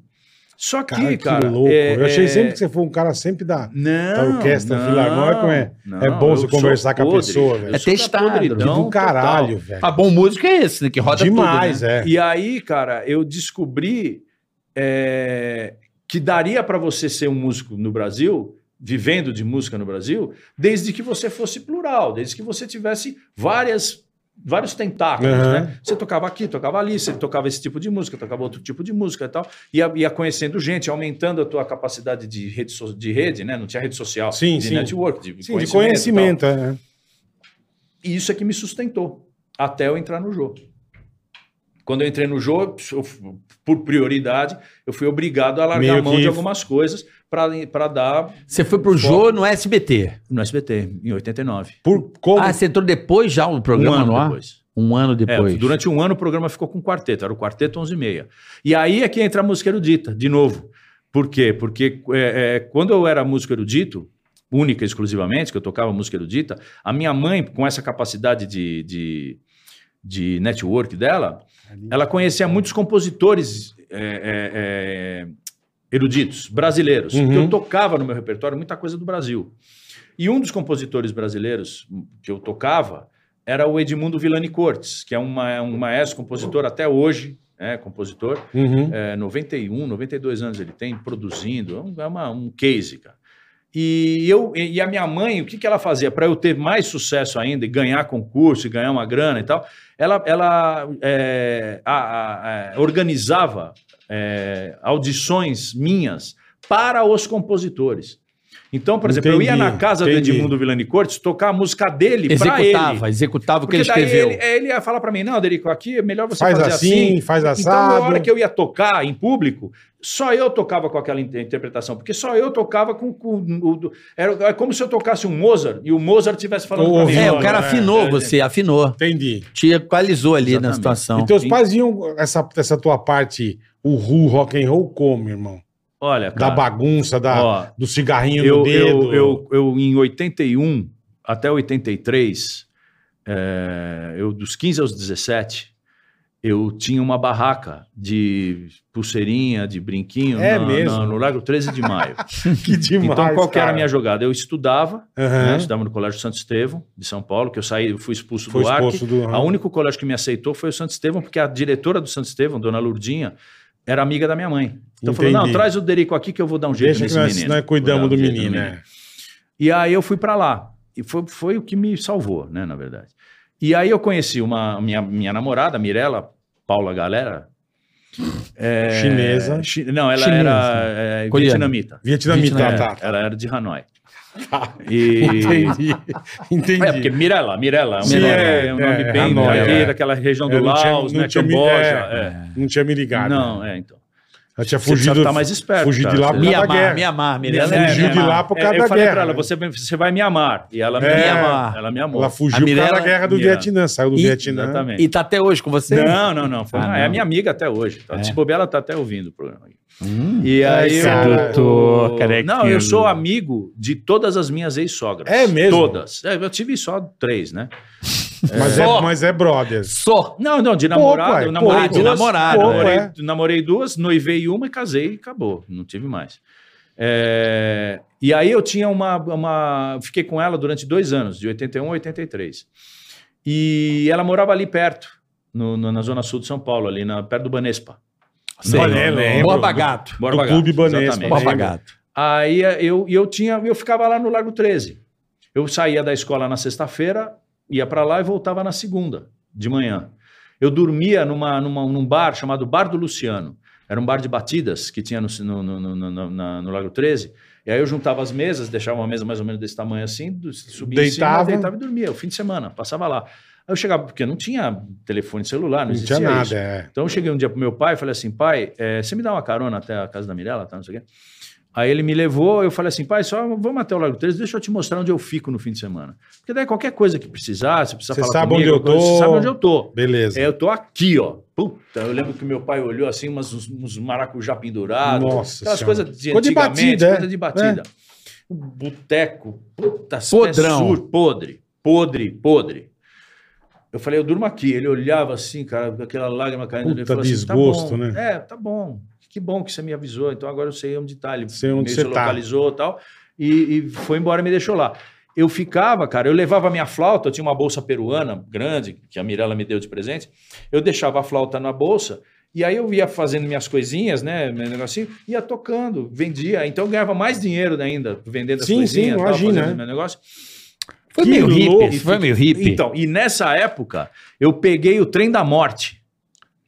Speaker 5: Só que,
Speaker 3: Cara,
Speaker 5: cara.
Speaker 3: que louco.
Speaker 5: é-
Speaker 3: eu achei
Speaker 5: é-
Speaker 3: sempre que você foi um cara sempre da...
Speaker 5: Não.
Speaker 3: da orquestra
Speaker 5: não,
Speaker 3: filarmônica, como é? é bom
Speaker 5: eu
Speaker 3: você
Speaker 5: sou
Speaker 3: conversar com a
Speaker 5: podre.
Speaker 3: pessoa, velho.
Speaker 5: Eu
Speaker 4: É
Speaker 5: sou da
Speaker 4: testado.
Speaker 5: podridão
Speaker 3: Que do
Speaker 5: total.
Speaker 3: caralho, velho.
Speaker 4: Ah, bom músico é esse, né? Que roda
Speaker 3: Demais,
Speaker 4: tudo. Né?
Speaker 3: é.
Speaker 5: E aí, cara, eu descobri é, que daria pra você ser um músico no Brasil, vivendo de música no Brasil, desde que você fosse plural, desde que você tivesse várias vários tentáculos,
Speaker 3: Aham.
Speaker 5: né? Você tocava aqui, tocava ali, você tocava esse tipo de música, tocava outro tipo de música e tal, ia, ia conhecendo gente, aumentando a tua capacidade de rede, so- de rede, né? Não tinha rede social,
Speaker 3: Sim,
Speaker 5: de
Speaker 3: sim.
Speaker 5: network, de
Speaker 3: Sim, de
Speaker 5: e tal.
Speaker 3: conhecimento, é.
Speaker 5: E isso é que me sustentou até eu entrar no jogo. Quando eu entrei no jogo, eu f- por prioridade, eu fui obrigado a largar
Speaker 3: Meio
Speaker 5: a mão
Speaker 3: que-
Speaker 5: de algumas coisas para dar
Speaker 4: Você foi pro Jô no SBT.
Speaker 5: no SBT, em 89.
Speaker 3: Por como?
Speaker 4: Ah, você entrou depois já o programa no ar?
Speaker 5: depois.
Speaker 4: Um ano
Speaker 5: É,
Speaker 4: depois.
Speaker 5: durante um ano o programa ficou com quarteto, era o quarteto 11 e meia. E aí é que entra a música erudita, de novo. Por quê? Porque é, é, quando eu era músico erudito, única e exclusivamente, que eu tocava música erudita, a minha mãe, com essa capacidade de, de, de network dela, ela conhecia muitos compositores é, é, é, eruditos, brasileiros,
Speaker 3: Uhum.
Speaker 5: que eu tocava no meu repertório muita coisa do Brasil. E um dos compositores brasileiros que eu tocava era o Edmundo Villani Cortes, que é uma, um maestro, compositor até hoje, é, compositor,
Speaker 3: Uhum.
Speaker 5: é, 91, 92 anos ele tem, produzindo, é um, é uma- um case, cara. E, eu, e a minha mãe, o que, que ela fazia? Para eu ter mais sucesso ainda e ganhar concurso e ganhar uma grana e tal, ela, ela é, a- a- a- organizava é, audições minhas para os compositores. Então, por exemplo, eu ia
Speaker 3: Entendi,
Speaker 5: na casa
Speaker 3: entendi.
Speaker 5: do Edmundo Villani Cortes tocar a música dele para ele.
Speaker 4: executava, executava o que
Speaker 5: Porque
Speaker 4: ele
Speaker 5: daí
Speaker 4: escreveu.
Speaker 5: ele, é, ele ia falar para mim, não, Derico, aqui é melhor você
Speaker 3: Faz
Speaker 5: fazer
Speaker 3: assim,
Speaker 5: assim
Speaker 3: faz
Speaker 5: então,
Speaker 3: assado.
Speaker 5: na hora que eu ia tocar em público, só eu tocava com aquela in- interpretação, porque só eu tocava com. com o, era, é como se eu tocasse um Mozart e o Mozart estivesse falando pra mim.
Speaker 4: É,
Speaker 5: Olha,
Speaker 4: o cara
Speaker 3: né?
Speaker 4: afinou
Speaker 5: é,
Speaker 4: você, afinou.
Speaker 3: Entendi.
Speaker 4: Te equalizou ali na
Speaker 5: Exatamente. Então,
Speaker 4: situação.
Speaker 3: e teus pais iam essa, essa tua parte, o ru, rock and roll, como, irmão?
Speaker 5: Olha,
Speaker 3: Da
Speaker 5: cara.
Speaker 3: bagunça, da,
Speaker 5: ó,
Speaker 3: do cigarrinho no
Speaker 5: eu,
Speaker 3: dedo.
Speaker 5: eu, eu, eu, em 81 até 83, é, eu dos 15 aos 17, eu tinha uma barraca de pulseirinha, de brinquinho
Speaker 3: É
Speaker 5: na-
Speaker 3: mesmo?
Speaker 5: na- no Lago 13 de Maio.
Speaker 3: que demais,
Speaker 5: então, qual que era a
Speaker 3: cara.
Speaker 5: minha jogada? Eu estudava,
Speaker 3: Aham.
Speaker 5: né? Eu estudava no Colégio Santo Estevão, de São Paulo, que eu saí, eu fui expulso
Speaker 3: Foi
Speaker 5: do Arc.
Speaker 3: exposto do...
Speaker 5: A único colégio que me aceitou foi o Santo Estevão, porque a diretora do Santo Estevão, dona Lurdinha, era amiga da minha mãe. Então falou:
Speaker 3: Entendi.
Speaker 5: não, traz o Derico aqui que eu vou dar um jeito
Speaker 3: Deixa que
Speaker 5: nesse
Speaker 3: nós,
Speaker 5: menino.
Speaker 3: nós cuidamos
Speaker 5: Vou dar
Speaker 3: é do
Speaker 5: um jeito no
Speaker 3: menino, né?
Speaker 5: E aí eu fui pra lá. E foi, foi o que me salvou, né, na verdade. E aí eu conheci uma minha, minha namorada, Mirella Paula Galera. é,
Speaker 3: Chinesa.
Speaker 5: chi- não, ela
Speaker 4: Chinesa.
Speaker 5: era
Speaker 3: né?
Speaker 5: é,
Speaker 4: Coreana.
Speaker 5: vietnamita.
Speaker 3: Vietnamita,
Speaker 5: É,
Speaker 3: tá.
Speaker 5: Ela era de Hanoi. E,
Speaker 3: Entendi. Entendi.
Speaker 5: é, porque Mirella, Mirella, é um
Speaker 4: Sim,
Speaker 5: nome-
Speaker 3: é,
Speaker 5: é um nome
Speaker 3: é,
Speaker 5: bem
Speaker 3: Hanoi,
Speaker 5: daqui,
Speaker 3: é.
Speaker 5: daquela região
Speaker 3: Eu
Speaker 5: do
Speaker 3: não tinha-
Speaker 5: Laos,
Speaker 3: não
Speaker 5: né?
Speaker 3: tinha me-
Speaker 5: Camboja.
Speaker 3: é,
Speaker 5: é.
Speaker 3: Não tinha me ligado. né?
Speaker 5: Não, é, então.
Speaker 3: Ela tinha
Speaker 5: Você precisa
Speaker 3: fugido.
Speaker 5: tá mais esperto,
Speaker 3: fugido de
Speaker 5: cara.
Speaker 3: lá por causa da guerra.
Speaker 4: Mianmar, Mianmar,
Speaker 5: Mirella
Speaker 4: Mirella.
Speaker 3: Ela
Speaker 5: é,
Speaker 3: fugiu
Speaker 5: me
Speaker 3: de
Speaker 5: amar.
Speaker 3: lá por
Speaker 5: É,
Speaker 3: causa
Speaker 5: eu
Speaker 3: da
Speaker 5: falei
Speaker 3: guerra,
Speaker 5: Pra ela,
Speaker 3: né?
Speaker 5: você, vai- você vai me amar. E ela
Speaker 3: É.
Speaker 5: me amou. Ela me amou.
Speaker 3: Ela fugiu
Speaker 4: A Mirella-
Speaker 3: por causa da guerra do
Speaker 5: Mirella.
Speaker 3: Vietnã. Saiu do
Speaker 4: E-
Speaker 3: Vietnã.
Speaker 5: Exatamente.
Speaker 4: E tá até hoje com você?
Speaker 5: Não, não, não. Foi-
Speaker 4: Ah,
Speaker 5: ah, É
Speaker 4: não.
Speaker 5: minha amiga até hoje. Tá?
Speaker 4: É.
Speaker 5: Se bobear, ela tá até ouvindo o programa. aqui. É,
Speaker 4: Hum.
Speaker 5: E
Speaker 3: Ai,
Speaker 5: aí,
Speaker 3: cara.
Speaker 4: Doutor Carequinha.
Speaker 5: Não, eu sou amigo de todas as minhas ex-sogras.
Speaker 3: É mesmo?
Speaker 5: Todas. É, eu tive só três, né?
Speaker 3: Mas, é,
Speaker 4: Só.
Speaker 3: mas é brothers.
Speaker 4: Só.
Speaker 5: Não, não, de
Speaker 3: Pouco,
Speaker 5: namorado.
Speaker 3: ué,
Speaker 5: eu namorei
Speaker 4: pouco.
Speaker 5: duas,
Speaker 4: Ah, de namorado,
Speaker 5: namorei,
Speaker 3: é.
Speaker 5: namorei duas, noivei uma e casei e acabou. Não tive mais. É, e aí eu tinha uma, uma- Fiquei com ela durante dois anos, de 81 a 83. E ela morava ali perto, no- no- na zona sul de São Paulo, ali na, perto do Banespa.
Speaker 4: Sei.
Speaker 3: Olha, lembro.
Speaker 4: Borba Gato.
Speaker 5: Borba
Speaker 3: Do Clube Banespa,
Speaker 5: exatamente.
Speaker 3: Borba
Speaker 4: Borba
Speaker 3: Lembro.
Speaker 4: Gato.
Speaker 5: Aí eh, eu, e eu tinha, eu ficava lá no Largo 13. Eu saía da escola na sexta-feira, ia para lá e voltava na segunda, de manhã. Eu dormia numa, numa- num bar chamado Bar do Luciano. Era um bar de batidas que tinha no, no, no, no, no- no- na- no Largo 13. E aí eu juntava as mesas, deixava uma mesa mais ou menos desse tamanho assim, do- subia
Speaker 3: Deitava.
Speaker 5: em cima, deitava e dormia. O fim de semana, passava lá. Aí eu chegava, porque não tinha telefone celular, não,
Speaker 3: Não
Speaker 5: existia
Speaker 3: tinha nada,
Speaker 5: isso.
Speaker 3: é.
Speaker 5: Então eu cheguei um dia pro meu pai e falei assim, pai, eh, você me dá uma carona até a casa da Mirella, tá, não sei o quê. Aí ele me levou, eu falei assim, pai, só vamos até o Lago 13, deixa eu te mostrar onde eu fico no fim de semana. Porque daí qualquer coisa que precisar, você precisa
Speaker 3: Você
Speaker 5: falar
Speaker 3: sabe
Speaker 5: comigo,
Speaker 3: onde eu
Speaker 5: coisa,
Speaker 3: tô.
Speaker 5: Você sabe onde eu tô.
Speaker 3: Beleza.
Speaker 5: É, eu tô aqui, ó. Puta, eu lembro que meu pai olhou assim, umas, uns, uns maracujá pendurados.
Speaker 3: Nossa
Speaker 5: Aquelas
Speaker 3: Senhora.
Speaker 5: coisas de
Speaker 3: Coisa de
Speaker 5: antigamente,
Speaker 3: batida, é.
Speaker 5: coisa de batida. Um boteco, puta,
Speaker 4: Podrão.
Speaker 5: espessura, podre, podre, podre. Eu falei, eu durmo aqui. Ele olhava assim, cara, com aquela lágrima caindo.
Speaker 3: Puta,
Speaker 5: ele falou
Speaker 3: desgosto,
Speaker 5: assim, tá bom,
Speaker 3: né?
Speaker 5: É, tá bom. Que bom que você me avisou. Então agora eu sei onde tá. Ele
Speaker 3: Sei onde
Speaker 5: meio
Speaker 3: você
Speaker 5: se
Speaker 3: tá.
Speaker 5: localizou e tal. E, e foi embora e me deixou lá. Eu ficava, cara, eu levava minha flauta, eu tinha uma bolsa peruana grande, que a Mirella me deu de presente. Eu deixava a flauta na bolsa e aí eu ia fazendo minhas coisinhas, né, meu negocinho, ia tocando, vendia. Então eu ganhava mais dinheiro ainda vendendo as
Speaker 3: Sim,
Speaker 5: coisinhas,
Speaker 3: sim,
Speaker 5: tava
Speaker 3: imagina,
Speaker 5: fazendo
Speaker 3: né?
Speaker 5: meu negócio.
Speaker 4: Foi
Speaker 3: Que
Speaker 4: meio
Speaker 3: louco.
Speaker 4: hippie. Foi meio hippie.
Speaker 5: Então, e nessa época, eu peguei o trem da morte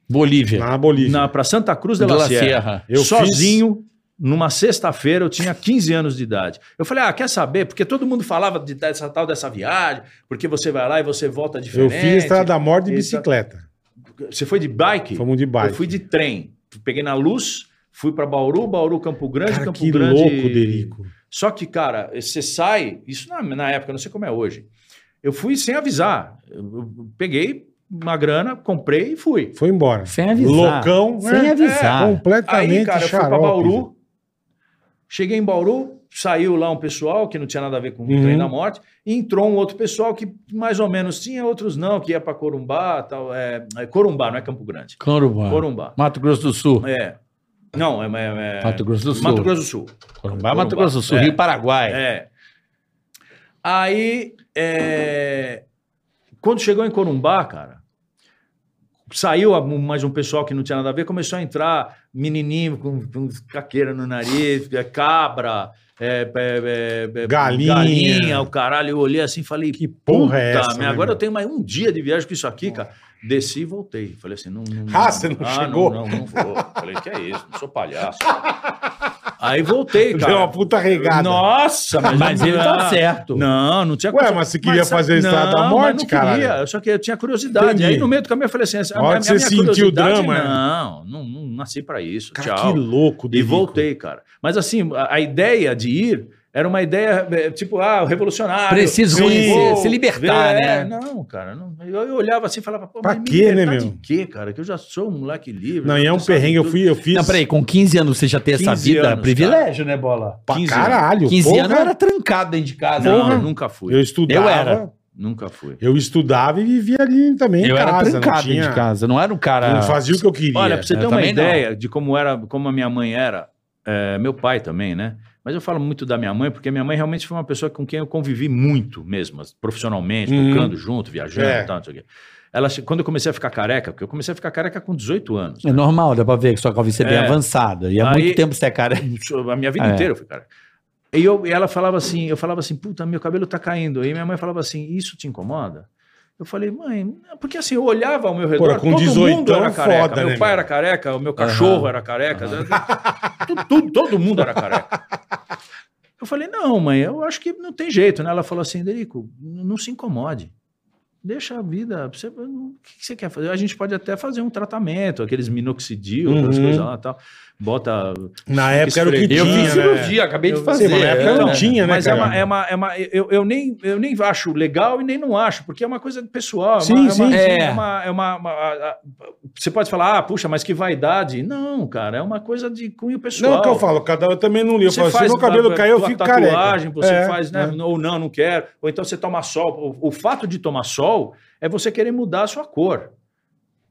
Speaker 4: Bolívia.
Speaker 3: Na Bolívia.
Speaker 5: na para Santa Cruz de la Sierra.
Speaker 3: Eu fiz-
Speaker 5: sozinho, numa sexta-feira, eu tinha 15 anos de idade. Eu falei, ah, quer saber? Porque todo mundo falava de, dessa tal dessa viagem, porque você vai lá e você volta
Speaker 3: Eu
Speaker 5: diferente.
Speaker 3: fiz Estrada da Morte de
Speaker 5: Esse-
Speaker 3: bicicleta.
Speaker 5: Você foi de bike?
Speaker 3: Fomos de bike.
Speaker 5: Eu fui de trem. Peguei na luz, fui pra Bauru, Bauru, Campo Grande,
Speaker 3: Cara,
Speaker 5: Campo
Speaker 3: que
Speaker 5: Grande.
Speaker 3: louco, Derico.
Speaker 5: Só que, cara, você sai, isso na, na época, não sei como é hoje. Eu fui sem avisar. Eu, eu peguei uma grana, comprei e fui.
Speaker 3: Foi embora.
Speaker 4: Sem avisar. é. Ah.
Speaker 3: Loucão.
Speaker 4: Sem
Speaker 3: né?
Speaker 4: avisar.
Speaker 3: Completamente
Speaker 5: Aí, cara, eu fui pra
Speaker 3: xarope.
Speaker 5: Bauru. Cheguei em Bauru, saiu lá um pessoal que não tinha nada a ver com o
Speaker 3: Uhum.
Speaker 5: trem da morte, e entrou um outro pessoal que mais ou menos tinha, outros não, que ia pra Corumbá, tal, é, é Corumbá, não é Campo Grande.
Speaker 3: Ah.
Speaker 4: Corumbá.
Speaker 5: Corumbá.
Speaker 4: Mato Grosso do Sul.
Speaker 5: É. Não, é, é- é-
Speaker 4: Mato Grosso do Sul.
Speaker 5: Mato Grosso do Sul.
Speaker 4: Corumbá, Mato Grosso do Sul.
Speaker 5: É.
Speaker 4: Rio Paraguai.
Speaker 5: É. Aí, é, quando chegou em Corumbá, cara, saiu a- mais um pessoal que não tinha nada a ver, começou a entrar menininho com, com caqueira no nariz, é, cabra, é, é, é, é,
Speaker 3: Galinha.
Speaker 5: galinha, o caralho. Eu olhei assim e falei, que
Speaker 3: porra é essa, né,
Speaker 5: agora
Speaker 3: meu?
Speaker 5: eu tenho mais um dia de viagem com isso aqui, cara. Desci e voltei. Falei assim, não... não
Speaker 3: Ah, você não chegou?
Speaker 5: Não, não, não vou. Falei, que é isso, não sou palhaço. Aí voltei, cara.
Speaker 3: Deu uma puta regada.
Speaker 5: Nossa, mas,
Speaker 4: Mas ele tá certo.
Speaker 5: Não, não tinha
Speaker 3: Ué, mas você queria fazer o Estado da
Speaker 5: mas
Speaker 3: Morte, caralho?
Speaker 5: Queria, eu só que eu tinha curiosidade.
Speaker 3: Entendi.
Speaker 5: Aí no meio do caminho eu falei assim:
Speaker 3: Na hora que você sentiu o
Speaker 5: curiosidade, é
Speaker 3: drama, né?
Speaker 5: Não, não, não nasci pra isso.
Speaker 3: Cara,
Speaker 5: tchau.
Speaker 3: que louco,
Speaker 5: E
Speaker 3: Derico.
Speaker 5: voltei, cara. Mas assim, a, a ideia de ir era uma ideia é, tipo, ah, revolucionário.
Speaker 4: Preciso
Speaker 5: Sim.
Speaker 4: conhecer,
Speaker 5: Vou
Speaker 4: se libertar,
Speaker 5: ver.
Speaker 4: né?
Speaker 5: Não, cara. não- eu, eu olhava assim e falava, pô,
Speaker 3: Pra
Speaker 5: me
Speaker 3: quê, né,
Speaker 5: libertar
Speaker 3: meu?
Speaker 5: De quê, cara? Que eu já sou um moleque livre.
Speaker 3: Não, e é um
Speaker 5: sabe
Speaker 3: perrengue. Eu
Speaker 5: tudo.
Speaker 3: fui, eu fiz.
Speaker 4: Não, peraí, com 15 anos você já ter essa
Speaker 5: 15
Speaker 4: vida é
Speaker 5: anos,
Speaker 4: privilégio, né, Bola?
Speaker 3: Pra
Speaker 5: 15 anos.
Speaker 3: caralho.
Speaker 4: 15
Speaker 3: porra.
Speaker 4: anos eu era trancado dentro de casa.
Speaker 5: Não,
Speaker 4: né?
Speaker 5: eu nunca fui.
Speaker 3: Eu estudava.
Speaker 4: Eu
Speaker 3: Eu
Speaker 4: era.
Speaker 5: Nunca fui.
Speaker 3: Eu estudava e vivia ali também. em
Speaker 4: eu era
Speaker 3: casa,
Speaker 4: trancado
Speaker 3: não tinha,
Speaker 4: dentro de casa. eu Não era um
Speaker 3: eu
Speaker 4: cara.
Speaker 3: Não fazia o que eu queria.
Speaker 5: Olha, pra você
Speaker 4: né? eu
Speaker 5: ter uma
Speaker 4: também não.
Speaker 5: ideia de como era, como a minha mãe era, é, meu pai também, né? Mas eu falo muito da minha mãe, porque minha mãe realmente foi uma pessoa com quem eu convivi muito mesmo, as- profissionalmente,
Speaker 3: Uhum.
Speaker 5: tocando junto, viajando
Speaker 3: É.
Speaker 5: e tal, não sei o quê. Ela, che- quando eu comecei a ficar careca, porque eu comecei a ficar careca com 18 anos.
Speaker 4: É normal, dá pra ver que sua calvície é bem
Speaker 5: É.
Speaker 4: avançada. E há
Speaker 5: Aí-
Speaker 4: muito tempo você é cara.
Speaker 5: A minha vida
Speaker 4: É.
Speaker 5: inteira eu fui careca. E, eu, e ela falava assim, eu falava assim, puta, meu cabelo tá caindo. E minha mãe falava assim, isso te incomoda? Eu falei, mãe, não", porque assim, eu olhava ao meu redor,
Speaker 3: Porra, com 18
Speaker 5: era
Speaker 3: é
Speaker 5: careca.
Speaker 3: foda,
Speaker 5: meu
Speaker 3: né,
Speaker 5: pai
Speaker 3: meu?
Speaker 5: era careca, o meu cachorro
Speaker 4: Aham.
Speaker 5: era careca. tudo- tudo- todo mundo era careca. Eu falei, não, mãe, eu acho que não tem jeito, né? Ela falou assim, Derico, não se incomode. Deixa a vida. Você, o que que você quer fazer? A gente pode até fazer um tratamento, aqueles minoxidil, aquelas
Speaker 3: Uhum.
Speaker 5: coisas lá e tal. Bota
Speaker 3: Na época era o que
Speaker 5: esfregar.
Speaker 3: tinha.
Speaker 5: Eu fiz
Speaker 3: né?
Speaker 4: acabei
Speaker 5: Eu- Sim,
Speaker 3: mas na época
Speaker 4: é.
Speaker 3: não tinha, né,
Speaker 5: Mas é
Speaker 3: cara?
Speaker 5: uma. É uma, é uma eu, eu, nem, eu nem acho legal e nem não acho, porque é uma coisa pessoal. é uma-
Speaker 3: Sim,
Speaker 5: é uma,
Speaker 3: sim,
Speaker 4: sim.
Speaker 5: é uma- é uma- uma- a- a- você pode falar, ah, puxa, mas que vaidade. Não, cara, é uma coisa de cunho pessoal.
Speaker 3: Não, é o que eu falo, cada eu também não li. Eu falo, se meu
Speaker 5: a-
Speaker 3: cabelo
Speaker 5: a
Speaker 3: cair, eu
Speaker 5: tua
Speaker 3: fico careca.
Speaker 5: tatuagem, Você
Speaker 3: É,
Speaker 5: faz, né? Ou não, não quero. Ou então você toma sol. O, o fato de tomar sol é você querer mudar a sua cor.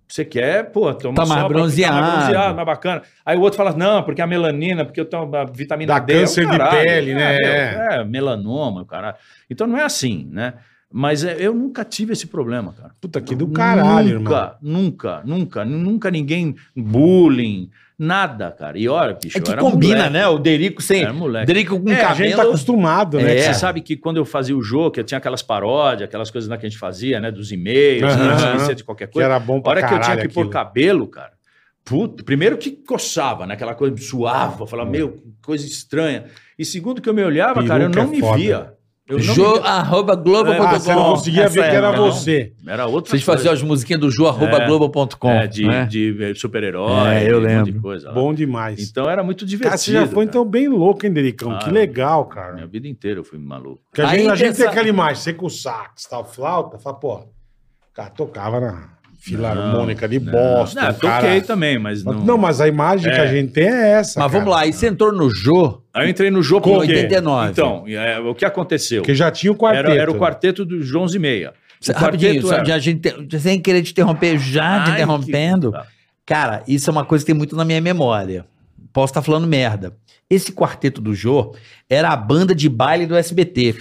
Speaker 5: Você quer, pô, tomar
Speaker 4: Tá mais
Speaker 5: sol. pra ficar
Speaker 4: bronzeado.
Speaker 5: mais bronzeado, mais bacana. Aí o outro fala, não, porque a melanina, porque eu tomo a vitamina
Speaker 3: Dá
Speaker 5: D. é o
Speaker 3: câncer de pele, né?
Speaker 5: meu, é, melanoma, o caralho. Então não é assim, né? Mas é, eu nunca tive esse problema, cara.
Speaker 3: Puta que do caralho,
Speaker 5: nunca,
Speaker 3: irmão.
Speaker 5: Nunca, nunca, nunca ninguém bullying, nada, cara. E olha, bicho,
Speaker 4: É que
Speaker 5: eu era
Speaker 4: combina,
Speaker 5: moleque.
Speaker 4: né? O Derico sem.
Speaker 5: Era moleque.
Speaker 4: Derico com
Speaker 5: É,
Speaker 3: A gente tá
Speaker 4: cabelo.
Speaker 3: acostumado, né?
Speaker 4: É.
Speaker 5: Você sabe que quando eu fazia o jogo, que eu tinha aquelas paródias, aquelas coisas lá que a gente fazia, né? Dos e-mails,
Speaker 3: Aham.
Speaker 5: né, de notícia de qualquer
Speaker 3: Que
Speaker 5: coisa.
Speaker 3: era bom
Speaker 5: A
Speaker 3: pra
Speaker 5: hora que eu
Speaker 3: caralho
Speaker 5: tinha que pôr
Speaker 3: aquilo.
Speaker 5: cabelo, cara, puto, primeiro que coçava, né? Aquela coisa suava, eu falava, meu, que coisa estranha. E segundo que eu me olhava, cara, eu
Speaker 3: Hum. Peruca
Speaker 5: não
Speaker 3: é
Speaker 5: me
Speaker 3: foda.
Speaker 5: via. Eu não me É,
Speaker 4: Jo,
Speaker 5: via.
Speaker 4: arroba
Speaker 3: Ah,
Speaker 5: Então,
Speaker 4: globo.com.
Speaker 3: você não conseguia ver
Speaker 4: Essa
Speaker 3: que era
Speaker 4: época,
Speaker 5: não.
Speaker 3: você.
Speaker 5: Era outra
Speaker 4: Vocês faziam as musiquinhas do jo, arroba
Speaker 5: É.
Speaker 4: globo.com.
Speaker 5: é, de,
Speaker 4: né?
Speaker 5: de, eh, super-herói,
Speaker 4: É, eu
Speaker 5: de um monte de
Speaker 4: lembro.
Speaker 5: coisa lá.
Speaker 3: Bom demais.
Speaker 5: Então era muito divertido.
Speaker 3: Cara, você já foi,
Speaker 5: cara.
Speaker 3: então, bem louco, hein, Dericão? que
Speaker 5: Ah,
Speaker 3: legal, cara.
Speaker 5: Minha vida inteira eu fui maluco.
Speaker 3: Porque a
Speaker 4: Aí
Speaker 3: gente, a gente tem
Speaker 4: dessa-
Speaker 3: aquela imagem, você com o sax, tal, flauta, fala, pô, cara, tocava na Filarmônica de
Speaker 5: Não,
Speaker 3: Boston,
Speaker 5: não, Ah, toquei
Speaker 3: cara.
Speaker 5: também, mas não.
Speaker 3: Mas- Não, mas a imagem que
Speaker 5: É.
Speaker 3: a gente tem é essa,
Speaker 4: Mas vamos
Speaker 3: cara.
Speaker 4: lá, aí você entrou no Jo.
Speaker 5: Aí eu entrei no jogo
Speaker 4: Com
Speaker 5: por quê?
Speaker 4: 89.
Speaker 5: Então, é, o que aconteceu?
Speaker 3: Porque já tinha o quarteto.
Speaker 5: era, era o
Speaker 3: né?
Speaker 5: quarteto dos 11 e meia. O
Speaker 4: Rapidinho,
Speaker 5: quarteto
Speaker 4: só-
Speaker 5: era-
Speaker 4: já, a gente te- sem querer te interromper, já te
Speaker 5: Ai,
Speaker 4: interrompendo.
Speaker 5: que-
Speaker 4: Cara, isso é uma coisa que tem muito na minha memória. Posso estar falando merda. Esse quarteto do Jô era a banda de baile do SBT.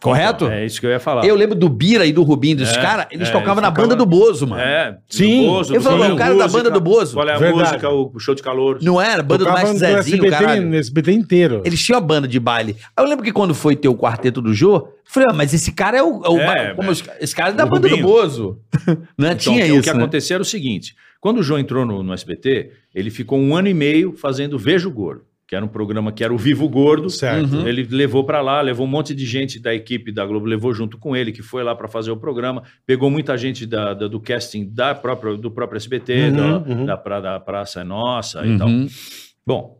Speaker 4: Correto?
Speaker 5: É isso que eu ia falar.
Speaker 4: Eu lembro do Bira e do Rubinho, desses
Speaker 5: É,
Speaker 4: caras, eles
Speaker 5: é,
Speaker 4: tocavam
Speaker 5: eles
Speaker 4: na
Speaker 5: tocavam-
Speaker 4: banda do Bozo, mano.
Speaker 5: É,
Speaker 3: Sim.
Speaker 5: do Bozo,
Speaker 4: Eu
Speaker 5: do
Speaker 4: falo,
Speaker 5: Qual é
Speaker 4: o
Speaker 5: a
Speaker 4: cara da banda do Bozo.
Speaker 5: Qual é a
Speaker 3: Verdade.
Speaker 5: música, o show de calor?
Speaker 4: Não era? Banda do
Speaker 3: Tocava
Speaker 4: Mestre
Speaker 3: no
Speaker 4: Zezinho,
Speaker 3: SBT,
Speaker 4: caralho.
Speaker 3: no SBT inteiro.
Speaker 4: Eles tinham a banda de baile. Aí eu lembro que quando foi ter o quarteto do Jô, eu falei, ah, mas esse cara é o. é o
Speaker 5: É,
Speaker 4: ba- como
Speaker 5: mas-
Speaker 4: os- esse cara é da
Speaker 5: o
Speaker 4: banda
Speaker 5: Rubinho.
Speaker 4: do Bozo. Né?
Speaker 5: Então,
Speaker 4: Tinha
Speaker 5: o que
Speaker 4: isso. né?
Speaker 5: aconteceu era o seguinte: quando o João entrou no, no SBT, ele ficou um ano e meio fazendo Vejo Gordo, que que era um programa que era o Vivo Gordo.
Speaker 3: Certo.
Speaker 4: Uhum.
Speaker 5: Ele levou pra lá, levou um monte de gente da equipe da Globo, levou junto com ele, que foi lá pra fazer o programa, pegou muita gente da- da- do casting da própria, do próprio SBT,
Speaker 3: Uhum,
Speaker 5: da,
Speaker 3: uhum.
Speaker 5: da pra- da Praça é Nossa e tal.
Speaker 4: Uhum.
Speaker 5: Bom,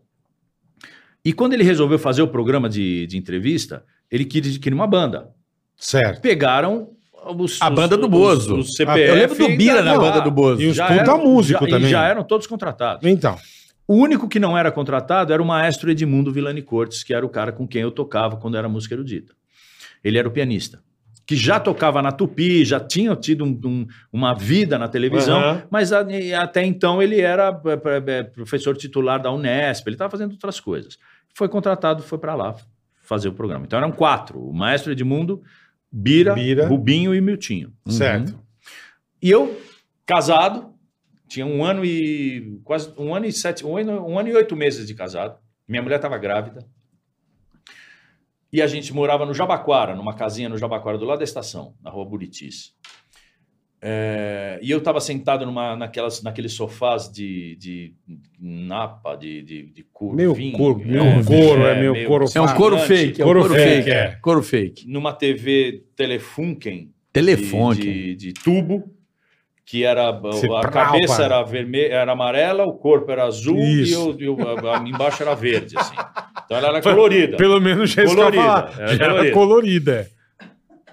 Speaker 5: e quando ele resolveu fazer o programa de, de entrevista, ele queria, queria uma banda.
Speaker 3: Certo.
Speaker 5: Pegaram os,
Speaker 4: A
Speaker 5: os-
Speaker 4: banda do
Speaker 5: os-
Speaker 4: Bozo. Ah,
Speaker 5: os CPF
Speaker 4: Eu lembro do
Speaker 5: e
Speaker 4: Bira na
Speaker 5: não,
Speaker 4: banda do Bozo.
Speaker 3: E os
Speaker 5: já
Speaker 3: puta
Speaker 5: eram-
Speaker 3: músico
Speaker 5: já-
Speaker 3: também.
Speaker 5: E já eram todos contratados.
Speaker 3: Então.
Speaker 5: O único que não era contratado era o maestro Edmundo Villani Cortes, que era o cara com quem eu tocava quando era música erudita. Ele era o pianista, que já tocava na Tupi, já tinha tido um- um- uma vida na televisão,
Speaker 3: Aham.
Speaker 5: mas a- e até então ele era é, é, é, professor titular da Unesp, ele estava fazendo outras coisas. Foi contratado, foi para lá fazer o programa. Então eram quatro: o maestro Edmundo, Bira,
Speaker 3: Bira.
Speaker 5: Rubinho e Miltinho.
Speaker 3: Certo.
Speaker 5: E eu, casado, tinha um ano e quase um ano e sete, um ano, um ano e oito meses de casado. Minha mulher estava grávida. E a gente morava no Jabaquara, numa casinha no Jabaquara, do lado da estação, na rua Buritis. É, e eu estava sentado numa, naquelas, naqueles sofás de, de napa, de, de, de couro.
Speaker 3: Meu
Speaker 5: vinho,
Speaker 3: couro,
Speaker 5: é,
Speaker 3: meu couro, é, meu
Speaker 5: meio
Speaker 3: couro.
Speaker 4: É um couro
Speaker 5: Fagante.
Speaker 4: fake. É um
Speaker 3: Couro
Speaker 4: couro,
Speaker 3: fake,
Speaker 4: fake.
Speaker 3: é.
Speaker 4: Couro fake.
Speaker 5: Numa TV Telefunken,
Speaker 3: É
Speaker 4: Telefone.
Speaker 5: de, de- de tubo, que era
Speaker 3: né? Você
Speaker 5: a
Speaker 3: prapa.
Speaker 5: cabeça era vermelha, era amarela, o corpo era azul e,
Speaker 3: Isso.
Speaker 5: o- e o- a- a- embaixo era verde, assim. Então ela era colorida.
Speaker 3: Pelo menos já
Speaker 5: Colorida,
Speaker 3: colorida.
Speaker 5: era
Speaker 3: Já era é.
Speaker 5: colorida.
Speaker 3: colorida.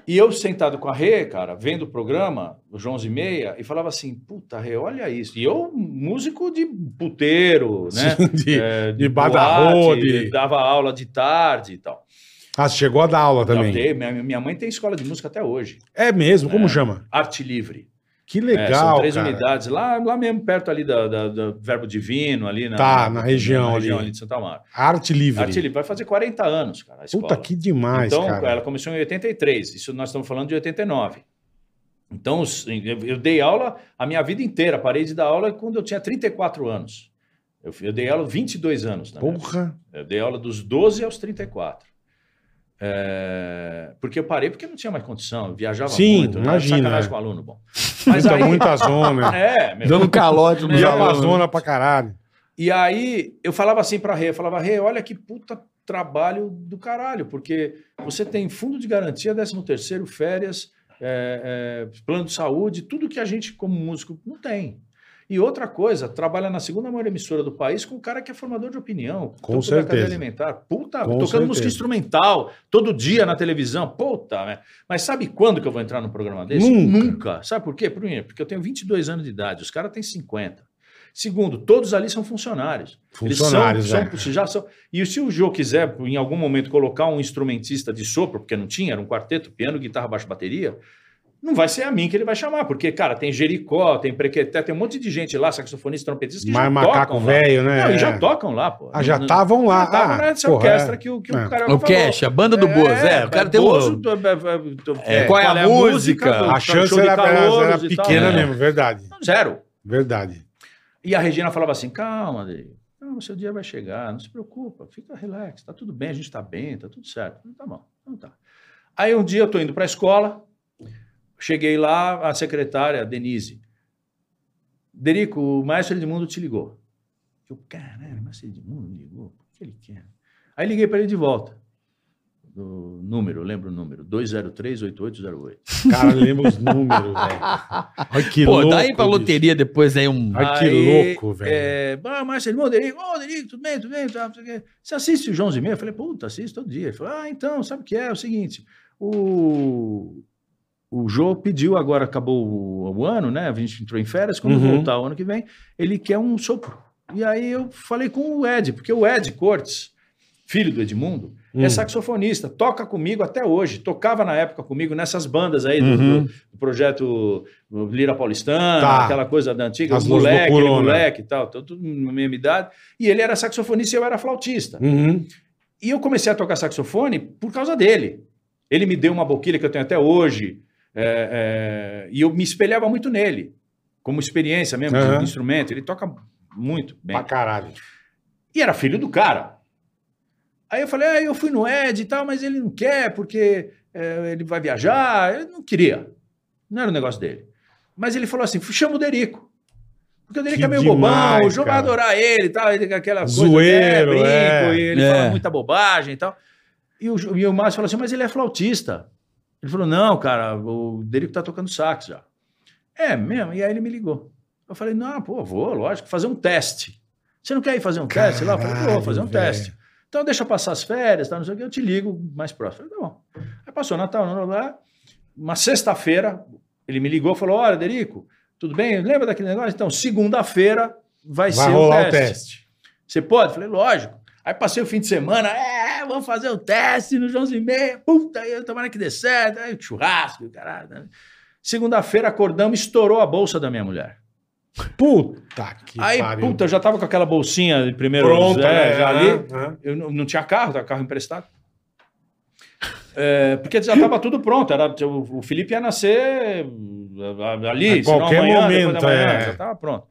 Speaker 5: E eu sentado com a Rê, cara, vendo o programa, os 11 e meia, e falava assim, puta Rê, olha isso. E eu, músico de puteiro, né?
Speaker 3: De-
Speaker 5: É,
Speaker 3: de badarro, de-
Speaker 5: Dava aula de tarde e tal.
Speaker 3: Ah, você chegou a dar aula também.
Speaker 5: Dei- minha, minha mãe tem escola de música até hoje.
Speaker 3: É mesmo, como chama?
Speaker 5: Arte Livre.
Speaker 3: Que
Speaker 5: É, são
Speaker 3: legal,
Speaker 5: três
Speaker 3: cara.
Speaker 5: unidades, lá, lá mesmo, perto ali da, da- da Verbo Divino, ali na,
Speaker 3: Tá, na região ali.
Speaker 5: de Santa Mara.
Speaker 3: Arte livre.
Speaker 5: Arte Livre vai fazer 40 anos, cara, a escola.
Speaker 3: Puta, que demais,
Speaker 5: Então,
Speaker 3: cara.
Speaker 5: ela começou em 83, isso nós estamos falando de 89. Então, os- eu eu dei aula a minha vida inteira, parei de dar aula quando eu tinha 34 anos. Eu, fui- eu dei aula 22 anos. Na minha vida.
Speaker 3: Porra.
Speaker 5: Eu dei aula dos 12 aos 34. É, porque eu parei porque não tinha mais condição, eu viajava
Speaker 3: Sim,
Speaker 5: muito, né?
Speaker 3: imagina,
Speaker 5: sacanagem
Speaker 3: é.
Speaker 5: com aluno bom. Mas
Speaker 3: Muita,
Speaker 5: aí-
Speaker 3: muita zona.
Speaker 5: é, meu.
Speaker 4: Dando calote no
Speaker 3: E
Speaker 5: É.
Speaker 3: a Amazônia pra caralho.
Speaker 5: E aí eu falava assim pra Rê, eu falava, Rê, olha que puta trabalho do caralho, porque você tem fundo de garantia, 13 terceiro, férias, é, é, plano de saúde, tudo que a gente como músico não tem. E outra coisa, trabalha na segunda maior emissora do país com um cara que é formador de opinião.
Speaker 3: Com
Speaker 5: doutor da
Speaker 3: certeza.
Speaker 5: cadeia alimentar. Puta,
Speaker 3: Com
Speaker 5: tocando
Speaker 3: certeza.
Speaker 5: música instrumental, todo dia na televisão. Puta, né? Mas sabe quando que eu vou entrar num programa desse?
Speaker 3: Nunca.
Speaker 5: Sabe por quê? Primeiro, porque eu tenho 22 anos de idade, os caras têm 50. Segundo, todos ali são funcionários. Eles são-
Speaker 3: Funcionários,
Speaker 5: são,
Speaker 3: é.
Speaker 5: já são. E se o Jô quiser, em algum momento, colocar um instrumentista de sopro, porque não tinha, era um quarteto, piano, guitarra, baixo, bateria, não vai ser a mim que ele vai chamar, porque, cara, tem Jericó, tem Prequeté, tem um monte de gente lá, saxofonista, trompetista, que
Speaker 3: Mais
Speaker 5: já
Speaker 3: macaco
Speaker 5: tocam lá.
Speaker 3: velho, né?
Speaker 5: Não, e
Speaker 3: É.
Speaker 5: já tocam lá, pô.
Speaker 3: Ah, já
Speaker 5: Não-
Speaker 3: estavam lá.
Speaker 5: já tava
Speaker 3: ah,
Speaker 5: nessa
Speaker 3: porra,
Speaker 5: orquestra
Speaker 3: é.
Speaker 5: que o, que
Speaker 3: É.
Speaker 5: o cara
Speaker 4: O
Speaker 5: falou.
Speaker 4: Cash, a banda do Bozo. É, o cara tem
Speaker 5: Bozo,
Speaker 4: o.
Speaker 5: do- é, é,
Speaker 4: É, qual é a música?
Speaker 5: do-
Speaker 3: A
Speaker 5: show
Speaker 3: chance
Speaker 5: de
Speaker 3: era, era-
Speaker 5: calouros
Speaker 3: era
Speaker 5: e tal.
Speaker 3: pequena
Speaker 5: É.
Speaker 3: mesmo, verdade.
Speaker 5: Zero.
Speaker 3: Verdade.
Speaker 5: E a Regina falava assim: calma, Adri, calma, seu dia vai chegar, não se preocupa, fica relax, tá tudo bem, a gente tá bem, tá tudo certo. Não tá bom, não tá. Aí um dia eu tô indo pra escola, cheguei lá, a secretária, Denise, Derico, o maestro Edmundo te ligou. Eu, caralho, o maestro Edmundo me ligou, o que ele quer? Aí liguei pra ele de volta. O número, eu lembro o número, 203-8808.
Speaker 3: Cara, lembra os números, velho. Olha que
Speaker 4: Pô,
Speaker 3: louco.
Speaker 4: daí pra
Speaker 3: bicho.
Speaker 4: loteria depois aí um.
Speaker 3: Ai, que louco, velho.
Speaker 5: É, ah, Márcio Irmão, Derico, ô, Derico, tudo bem, tudo bem, tá, não sei o quê. Você assiste o João Zimé? Eu falei, puta, assisto todo dia. Ele falou, ah, então, sabe o que é? É o seguinte, o, o Jô pediu agora, acabou o, o ano, né? A gente entrou em férias, quando
Speaker 3: Uhum.
Speaker 5: voltar o ano que vem, ele quer um sopro. E aí eu falei com o Ed, porque o Ed Cortes, filho do Edmundo,
Speaker 3: Hum.
Speaker 5: é saxofonista, toca comigo até hoje, tocava na época comigo nessas bandas aí do-
Speaker 3: Uhum.
Speaker 5: do, do projeto Lira Paulistana,
Speaker 3: Tá.
Speaker 5: aquela coisa da antiga,
Speaker 3: As né?
Speaker 5: o moleque, aquele
Speaker 3: loucurona.
Speaker 5: moleque e tal, tudo tudo na mesma idade. E ele era saxofonista e eu era flautista.
Speaker 3: Uhum.
Speaker 5: E eu comecei a tocar saxofone por causa dele. Ele me deu uma boquilha que eu tenho até hoje, é, é, e eu me espelhava muito nele, como experiência mesmo, de
Speaker 3: Aham.
Speaker 5: instrumento. Ele toca muito bem.
Speaker 3: Pra caralho.
Speaker 5: E era filho do cara. Aí eu falei, ah, eu fui no Ed e tal, mas ele não quer porque eh, ele vai viajar. Ele não queria. Não era o negócio dele. Mas ele falou assim, chama o Derico. Porque o Dene
Speaker 3: Que
Speaker 5: é meio
Speaker 3: demais,
Speaker 5: bobão, o João vai
Speaker 3: cara.
Speaker 5: adorar ele e tal. Ele com aquela coisa.
Speaker 3: Zoeiro,
Speaker 5: brinco,
Speaker 3: é.
Speaker 5: e ele
Speaker 4: É.
Speaker 5: fala muita bobagem e tal. E o, Ju- e o Márcio falou assim: mas ele é flautista. Ele falou: não, cara, o Derico tá tocando sax já. É mesmo? E aí ele me ligou. Eu falei: não, pô, vou, lógico, fazer um teste. Você não quer ir fazer um teste lá? Eu falei: vou
Speaker 3: Caralho,
Speaker 5: fazer um
Speaker 3: velho.
Speaker 5: teste. Então deixa eu passar as férias, tá, não sei o que, eu te ligo mais próximo. Eu falei, tá bom. Aí passou Natal, blá, blá, blá. uma sexta-feira, ele me ligou e falou: olha, Derico, tudo bem? Lembra daquele negócio? Então, segunda-feira
Speaker 3: Vai
Speaker 5: vai, ser
Speaker 3: rolar
Speaker 5: o teste. Você pode? Falei, lógico. Aí passei o fim de semana, é, vamos fazer o teste no João e meia, puta, aí eu tomara que dê certo, aí churrasco, caralho. né? Segunda-feira acordamos, estourou a bolsa da minha mulher.
Speaker 3: Puta que
Speaker 5: aí,
Speaker 3: pariu.
Speaker 5: puta, eu já tava com aquela bolsinha de primeiro
Speaker 3: pronta,
Speaker 5: é,
Speaker 3: né?
Speaker 5: já ali.
Speaker 3: Aham.
Speaker 5: Eu não, não tinha carro, era carro emprestado. É, porque já estava tudo pronto. Era, o o Felipe ia nascer uh, ali,
Speaker 3: A
Speaker 5: se não
Speaker 3: qualquer
Speaker 5: depois
Speaker 3: momento,
Speaker 5: da manhã,
Speaker 3: é.
Speaker 5: já estava pronto.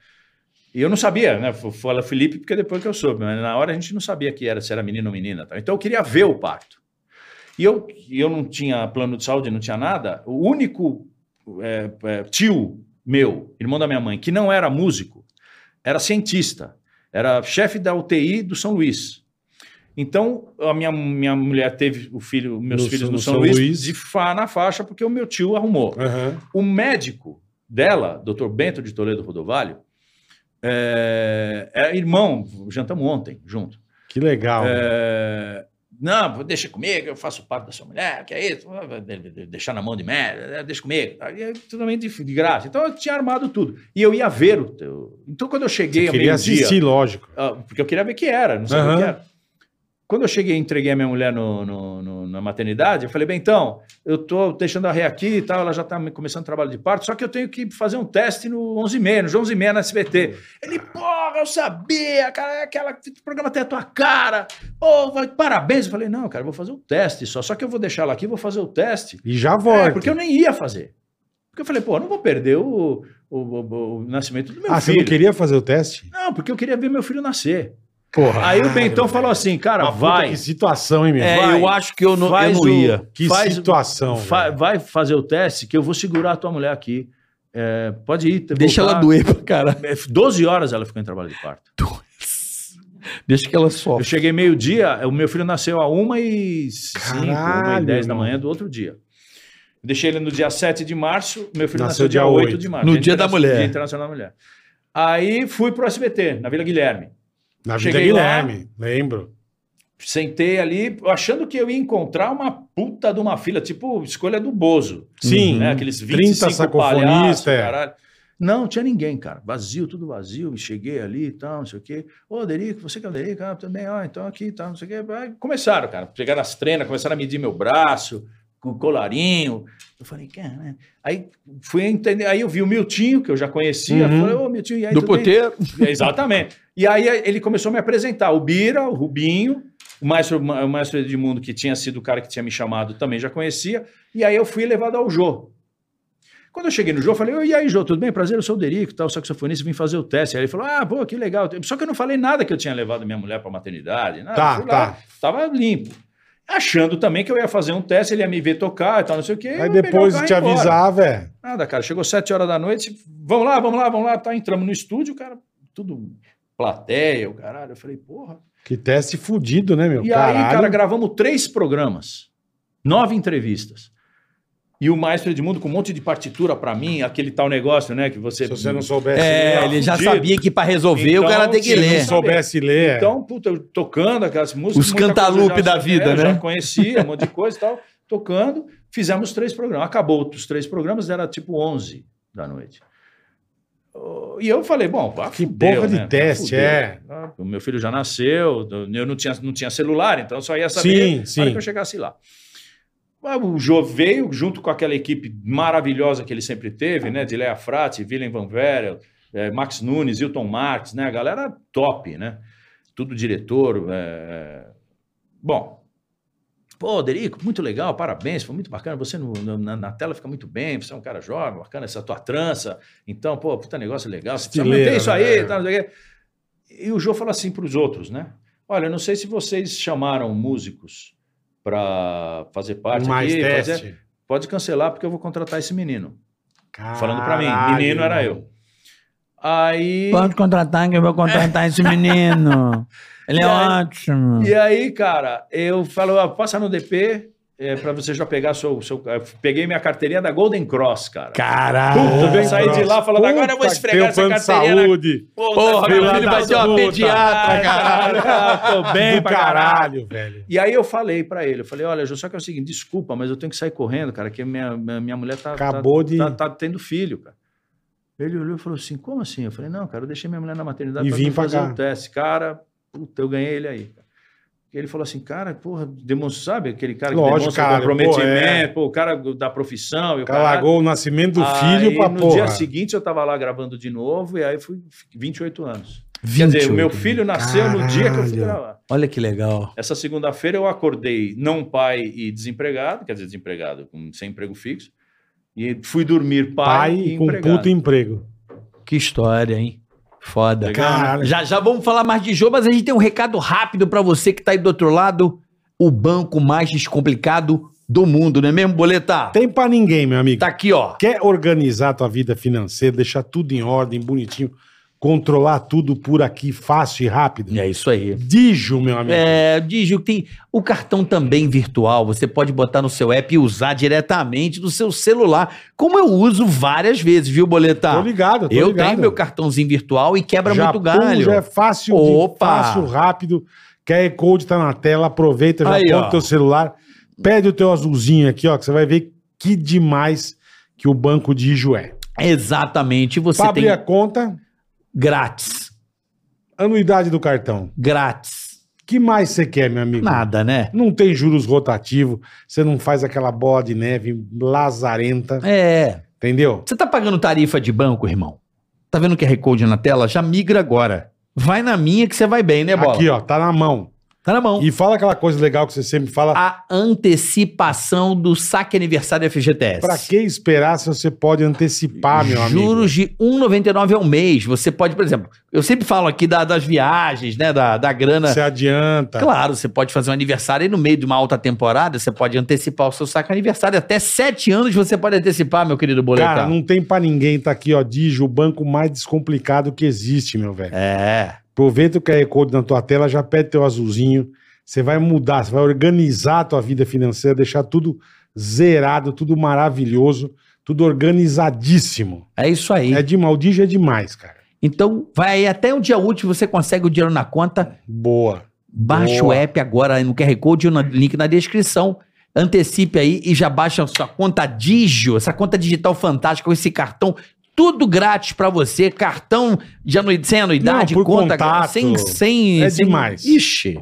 Speaker 5: E eu não sabia, né? F- Fala Felipe, porque depois que eu soube, mas na hora a gente não sabia que era, se era menino ou menina. tá? Então eu queria ver o parto. E eu, e eu não tinha plano de saúde, não tinha nada. O único é, é, tio meu, irmão da minha mãe, que não era músico, era cientista, era chefe da UTI do São Luís. Então, a minha, minha mulher teve o filho, meus
Speaker 3: No
Speaker 5: filhos
Speaker 3: São-
Speaker 5: no
Speaker 3: no
Speaker 5: São,
Speaker 3: São
Speaker 5: Luís,
Speaker 3: Luís.
Speaker 5: de fa na faixa, porque o meu tio arrumou.
Speaker 3: Aham.
Speaker 5: O médico dela, Dr. Bento de Toledo Rodovalho, é, é irmão, jantamos ontem junto.
Speaker 3: Que legal.
Speaker 5: É, não, deixa comigo, eu faço parte da sua mulher, que é isso, de- de- de- deixar na mão de merda, né, deixa comigo. Aí, é totalmente de, de graça. Então eu tinha armado tudo. E eu ia ver o teu. Então quando eu cheguei
Speaker 3: Você
Speaker 5: ao
Speaker 3: queria
Speaker 5: meio-dia-
Speaker 3: assistir, lógico.
Speaker 5: ah, porque eu queria ver o que era, não sabia
Speaker 3: Aham.
Speaker 5: o que era. Quando eu cheguei e entreguei a minha mulher no- no- no- na maternidade, eu falei, bem, então, eu tô deixando a Rê aqui e tal, ela já tá me- começando o trabalho de parto, só que eu tenho que fazer um teste no 11h30, no João 11h30 na SBT. Ele, porra, eu sabia, cara, é aquela, o programa tem a tua cara, pô, vai- parabéns. Eu falei, não, cara, eu vou fazer um teste só, só que eu vou deixar ela aqui, vou fazer o teste.
Speaker 3: E já
Speaker 5: É,
Speaker 3: volta.
Speaker 5: porque eu nem ia fazer. Porque eu falei, pô, eu não vou perder o, o- o- o nascimento do meu
Speaker 3: ah, você
Speaker 5: filho.
Speaker 3: não queria fazer o teste?
Speaker 5: Não, porque eu queria ver meu filho nascer.
Speaker 3: Porra.
Speaker 5: Aí o Bentão falou assim, cara,
Speaker 3: Uma puta
Speaker 5: vai.
Speaker 3: Que situação, hein, meu?
Speaker 4: É,
Speaker 5: Vai,
Speaker 4: eu acho que eu não, eu
Speaker 5: faz
Speaker 4: não
Speaker 5: o-
Speaker 4: ia.
Speaker 3: que
Speaker 5: faz- um-
Speaker 3: situação.
Speaker 5: fa-
Speaker 3: velho.
Speaker 5: vai fazer o teste que eu vou segurar a tua mulher aqui. É, pode ir.
Speaker 4: Deixa ela doer pra caralho.
Speaker 5: doer. 12 É, horas ela ficou em trabalho de parto.
Speaker 4: Deixa que ela
Speaker 5: Eu
Speaker 4: sofre.
Speaker 5: cheguei meio-dia, o meu filho nasceu a 1 e 5, 1
Speaker 3: Caralho,
Speaker 5: e 10 da
Speaker 3: irmão.
Speaker 5: manhã do outro dia. Deixei ele no dia 7 de março, meu filho
Speaker 3: Nasceu
Speaker 5: nasceu, dia
Speaker 3: dia
Speaker 5: 8,
Speaker 3: oito.
Speaker 5: de março.
Speaker 4: No
Speaker 5: Dia
Speaker 4: dia da
Speaker 5: Interna-
Speaker 4: mulher.
Speaker 5: Dia Internacional da Mulher. Aí fui pro SBT, na Vila Guilherme.
Speaker 3: Na vida
Speaker 5: cheguei lá-
Speaker 3: Guilherme, lembro.
Speaker 5: Sentei ali, achando que eu ia encontrar uma puta de uma fila, tipo escolha do Bozo.
Speaker 3: Sim.
Speaker 5: né? Aqueles 25
Speaker 3: 30 saxofonistas.
Speaker 5: palhaços,
Speaker 3: É.
Speaker 5: caralho. Não, tinha ninguém, cara. Vazio, tudo vazio. E cheguei ali e tal, não sei o quê. Ô, Derico, você que é o Derico? Ah, tudo bem, ó, então aqui e tal, não sei o quê. Aí começaram, cara. Chegaram as trenas, começaram a medir meu braço, com o colarinho. Eu falei, cara. né?" Aí fui entender. Aí eu vi o Miltinho, que eu já conhecia.
Speaker 3: Uhum.
Speaker 5: Falei, ô, Miltinho, e aí?
Speaker 4: Do
Speaker 5: tudo bem?
Speaker 4: puteiro.
Speaker 5: Exatamente. E aí eh, ele começou a me apresentar. O Bira, o Rubinho, o maestro, o maestro Edmundo, que tinha sido o cara que tinha me chamado, também já conhecia. E aí eu fui levado ao Jô. Quando eu cheguei no Jô, eu falei, "Oi, e aí, Jô, tudo bem? Prazer, eu sou o Derico, tal, saxofonista, vim fazer o teste. Aí ele falou, ah, pô, que legal. Só que eu não falei nada que eu tinha levado minha mulher para maternidade. Nada.
Speaker 3: Tá,
Speaker 5: Fui lá,
Speaker 3: tá.
Speaker 5: Tava limpo. Achando também que eu ia fazer um teste, ele ia me ver tocar e tal, não sei o quê. eu
Speaker 3: Aí
Speaker 5: ia pegar o
Speaker 3: depois de
Speaker 5: carro e
Speaker 3: te
Speaker 5: ir é embora.
Speaker 3: avisar, velho.
Speaker 5: Nada, cara. Chegou sete horas da noite. Vamos lá, vamos lá, vamos lá. Tá, entramos no estúdio, cara. Tudo plateia, o caralho. Eu falei, porra.
Speaker 3: Que teste fudido, né, meu?
Speaker 5: e aí, cara, gravamos três programas. Nove entrevistas. E o Maestro Edmundo com um monte de partitura pra mim, aquele tal negócio, né? Que você...
Speaker 3: se você não soubesse
Speaker 4: É,
Speaker 3: ler,
Speaker 4: ele já
Speaker 5: fudido.
Speaker 4: sabia que pra resolver
Speaker 5: Então,
Speaker 4: o cara tem
Speaker 5: se
Speaker 4: que
Speaker 3: se
Speaker 4: ler.
Speaker 3: não soubesse ler. é.
Speaker 5: Então, puta, eu tocando aquelas músicas.
Speaker 4: Os
Speaker 5: muita coisa
Speaker 4: cantaloupe
Speaker 5: eu já-
Speaker 4: da vida,
Speaker 5: eu Já
Speaker 4: né?
Speaker 5: conhecia, um monte de coisa e tal. Tocando, fizemos três programas. Acabou os três programas, era tipo 11 da noite. Oh, E eu falei, bom, vá
Speaker 3: Que
Speaker 5: fudeu,
Speaker 3: porra de
Speaker 5: né? Vá
Speaker 3: teste,
Speaker 5: fudeu.
Speaker 3: é.
Speaker 5: Ah, O meu filho já nasceu, eu não tinha, não tinha celular, então só ia saber
Speaker 3: Sim,
Speaker 5: na
Speaker 3: sim.
Speaker 5: hora que eu chegasse lá. Mas O Jô veio junto com aquela equipe maravilhosa que ele sempre teve, né? De Lea Frati, Willem Van Verel, eh, Max Nunes, Hilton Marx, né? A galera top, né? Tudo diretor. eh, Bom, pô, Derico, muito legal, parabéns, foi muito bacana. Você no- no- na, na tela fica muito bem, você é um cara jovem, bacana essa tua trança. Então, pô, puta negócio legal, você precisa
Speaker 3: Estileiro,
Speaker 5: manter isso
Speaker 3: né?
Speaker 5: aí. Tá, não sei o quê. E o Jô fala assim para os outros, né? Olha, eu não sei se vocês chamaram músicos para fazer parte
Speaker 3: Um mais
Speaker 5: aqui,
Speaker 3: teste.
Speaker 5: fazer- Pode cancelar porque eu vou contratar esse menino.
Speaker 3: Ah, Caralho,
Speaker 5: Falando para mim, menino era
Speaker 3: irmão.
Speaker 5: eu. Aí.
Speaker 6: Pode contratar que eu vou contratar esse menino. Ele é
Speaker 5: E aí-
Speaker 6: ótimo.
Speaker 5: E aí, cara, eu falo, ó, passa no DP é, para você já pegar seu, seu. eu Peguei minha carteirinha da Golden Cross, cara.
Speaker 3: Caralho.
Speaker 5: Saí de lá falando, agora eu vou esfregar essa carteirinha. na
Speaker 3: saúde.
Speaker 5: porra,
Speaker 4: Porra, meu
Speaker 5: cara.
Speaker 4: filho vai ser uma
Speaker 3: puta.
Speaker 4: pediatra, cara.
Speaker 5: Ah, Tô bem
Speaker 3: Bem
Speaker 5: pra caralho.
Speaker 3: caralho, velho.
Speaker 5: E aí eu falei pra ele, eu falei, olha, Ju, só que é o seguinte, desculpa, mas eu tenho que sair correndo, cara, que minha, minha minha mulher tá, tá-
Speaker 3: Acabou de-
Speaker 5: tá, tá tendo filho, cara. Ele olhou e falou assim, como assim? Eu falei, não, cara, eu deixei minha mulher na maternidade
Speaker 3: E
Speaker 5: pra
Speaker 3: vim
Speaker 5: não
Speaker 3: pra
Speaker 5: fazer
Speaker 3: cá.
Speaker 5: um teste. Cara, puta, eu ganhei ele aí. cara. Ele falou assim, cara, porra, demonstra, sabe aquele cara que
Speaker 3: Lógico,
Speaker 5: demonstra
Speaker 3: cara,
Speaker 5: comprometimento,
Speaker 3: pô, é.
Speaker 5: pô, o cara da profissão. E o
Speaker 3: cara
Speaker 5: caralho.
Speaker 3: largou o nascimento do
Speaker 5: tá. Aí,
Speaker 3: filho pra
Speaker 5: no
Speaker 3: porra.
Speaker 5: dia seguinte eu tava lá gravando de novo e aí fui 28 anos. Quer dizer, o meu filho nasceu no dia que eu fui
Speaker 3: Caralho.
Speaker 5: gravar.
Speaker 4: Olha que legal.
Speaker 5: Essa segunda-feira eu acordei não pai e desempregado, quer dizer, desempregado, com- sem emprego fixo. E fui dormir pai,
Speaker 3: Pai
Speaker 5: e
Speaker 3: com
Speaker 5: empregado.
Speaker 3: puto emprego.
Speaker 4: Que história, hein? Foda.
Speaker 5: Legal, né?
Speaker 3: Caralho.
Speaker 4: Já já vamos falar mais de jogo, mas a gente tem um recado rápido pra você que tá aí do outro lado. O banco mais descomplicado do mundo, não é mesmo, Boleta?
Speaker 3: Tem pra ninguém, meu amigo.
Speaker 4: Tá aqui, ó.
Speaker 3: Quer organizar tua vida financeira, deixar tudo em ordem, bonitinho, controlar tudo por aqui fácil e rápido?
Speaker 4: É isso aí.
Speaker 3: Dijo, meu amigo.
Speaker 4: É, Digio, tem o cartão também virtual, você pode botar no seu app e usar diretamente do seu celular, como eu uso várias vezes, viu, Boletar?
Speaker 3: Tô ligado, tô
Speaker 4: eu
Speaker 3: ligado.
Speaker 4: tenho meu cartãozinho virtual e quebra
Speaker 3: Já
Speaker 4: muito
Speaker 3: pum,
Speaker 4: galho.
Speaker 3: Já é fácil, de-
Speaker 4: Opa!
Speaker 3: fácil, rápido. QR Code tá na tela, aproveita, já
Speaker 4: Aí,
Speaker 3: põe
Speaker 4: ó.
Speaker 3: o teu celular, pede o teu azulzinho aqui, ó, que você vai ver que demais que o banco Dijo é.
Speaker 4: Exatamente, você
Speaker 3: Pra abrir
Speaker 4: tem
Speaker 3: a conta,
Speaker 4: grátis,
Speaker 3: anuidade do cartão.
Speaker 4: grátis.
Speaker 3: que mais você quer, meu amigo?
Speaker 4: Nada, né?
Speaker 3: Não tem juros rotativos, você não faz aquela bola de neve lazarenta,
Speaker 4: É.
Speaker 3: entendeu?
Speaker 4: Você tá pagando tarifa de banco, irmão? Tá vendo o QR Code na tela? Já migra agora. Vai na minha que você vai bem, né, Bola?
Speaker 3: Aqui, ó, tá na mão.
Speaker 4: Tá na mão.
Speaker 3: E fala aquela coisa legal que você sempre fala.
Speaker 4: A antecipação do saque aniversário FGTS.
Speaker 3: Pra que esperar se você pode antecipar, Ah, meu amigo?
Speaker 4: Juros de 1,99 ao mês. Você pode, por exemplo, eu sempre falo aqui da- das viagens, né? Da, da grana.
Speaker 3: Você adianta.
Speaker 4: Claro, você pode fazer um aniversário e no meio de uma alta temporada, você pode antecipar o seu saco aniversário. Até sete anos você pode antecipar, meu querido boletar.
Speaker 3: Cara, não tem pra ninguém, tá aqui, ó, Dijo, o banco mais descomplicado que existe, meu velho.
Speaker 4: É.
Speaker 3: Aproveita o QR Code na tua tela, já pede teu azulzinho. Você vai mudar, você vai organizar a tua vida financeira, deixar tudo zerado, tudo maravilhoso, tudo organizadíssimo.
Speaker 4: É isso aí.
Speaker 3: É de maldígio, é demais, cara.
Speaker 4: Então, vai aí até um dia útil, você consegue o dinheiro na conta.
Speaker 3: Boa.
Speaker 4: Baixa
Speaker 3: Boa.
Speaker 4: o app agora no QR Code ou no link na descrição. Antecipe aí e já baixa a sua conta Digio, essa conta digital fantástica com esse cartão. Tudo grátis pra você, cartão de anui- sem anuidade,
Speaker 3: Não, por
Speaker 4: conta
Speaker 3: contato.
Speaker 4: sem, sem,
Speaker 3: É
Speaker 4: sem-
Speaker 3: demais.
Speaker 4: Ixi,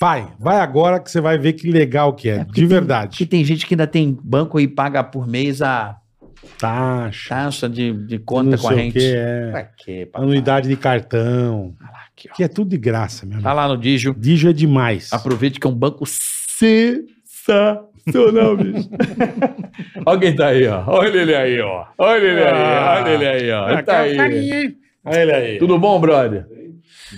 Speaker 3: Vai, vai agora que você vai ver que legal que é, de
Speaker 4: que
Speaker 3: verdade.
Speaker 4: tem gente que ainda tem banco e paga por mês a
Speaker 3: Taxa,
Speaker 4: taxa de, de conta
Speaker 3: não sei o
Speaker 4: corrente.
Speaker 3: que é,
Speaker 4: Pra quê, papai?
Speaker 3: anuidade de cartão,
Speaker 4: Aqui, ó.
Speaker 3: que é tudo de graça, meu
Speaker 4: Tá
Speaker 3: amigo.
Speaker 4: lá no Digio.
Speaker 3: Dijo é demais.
Speaker 4: Aproveite que é um banco sensacional, bicho. Alguém tá aí, ó. Olha ele aí, ó. Olha ele aí, olha ele aí, ó. Ele tá aí.
Speaker 3: Olha ele aí.
Speaker 4: Ah. Tudo bom, brother?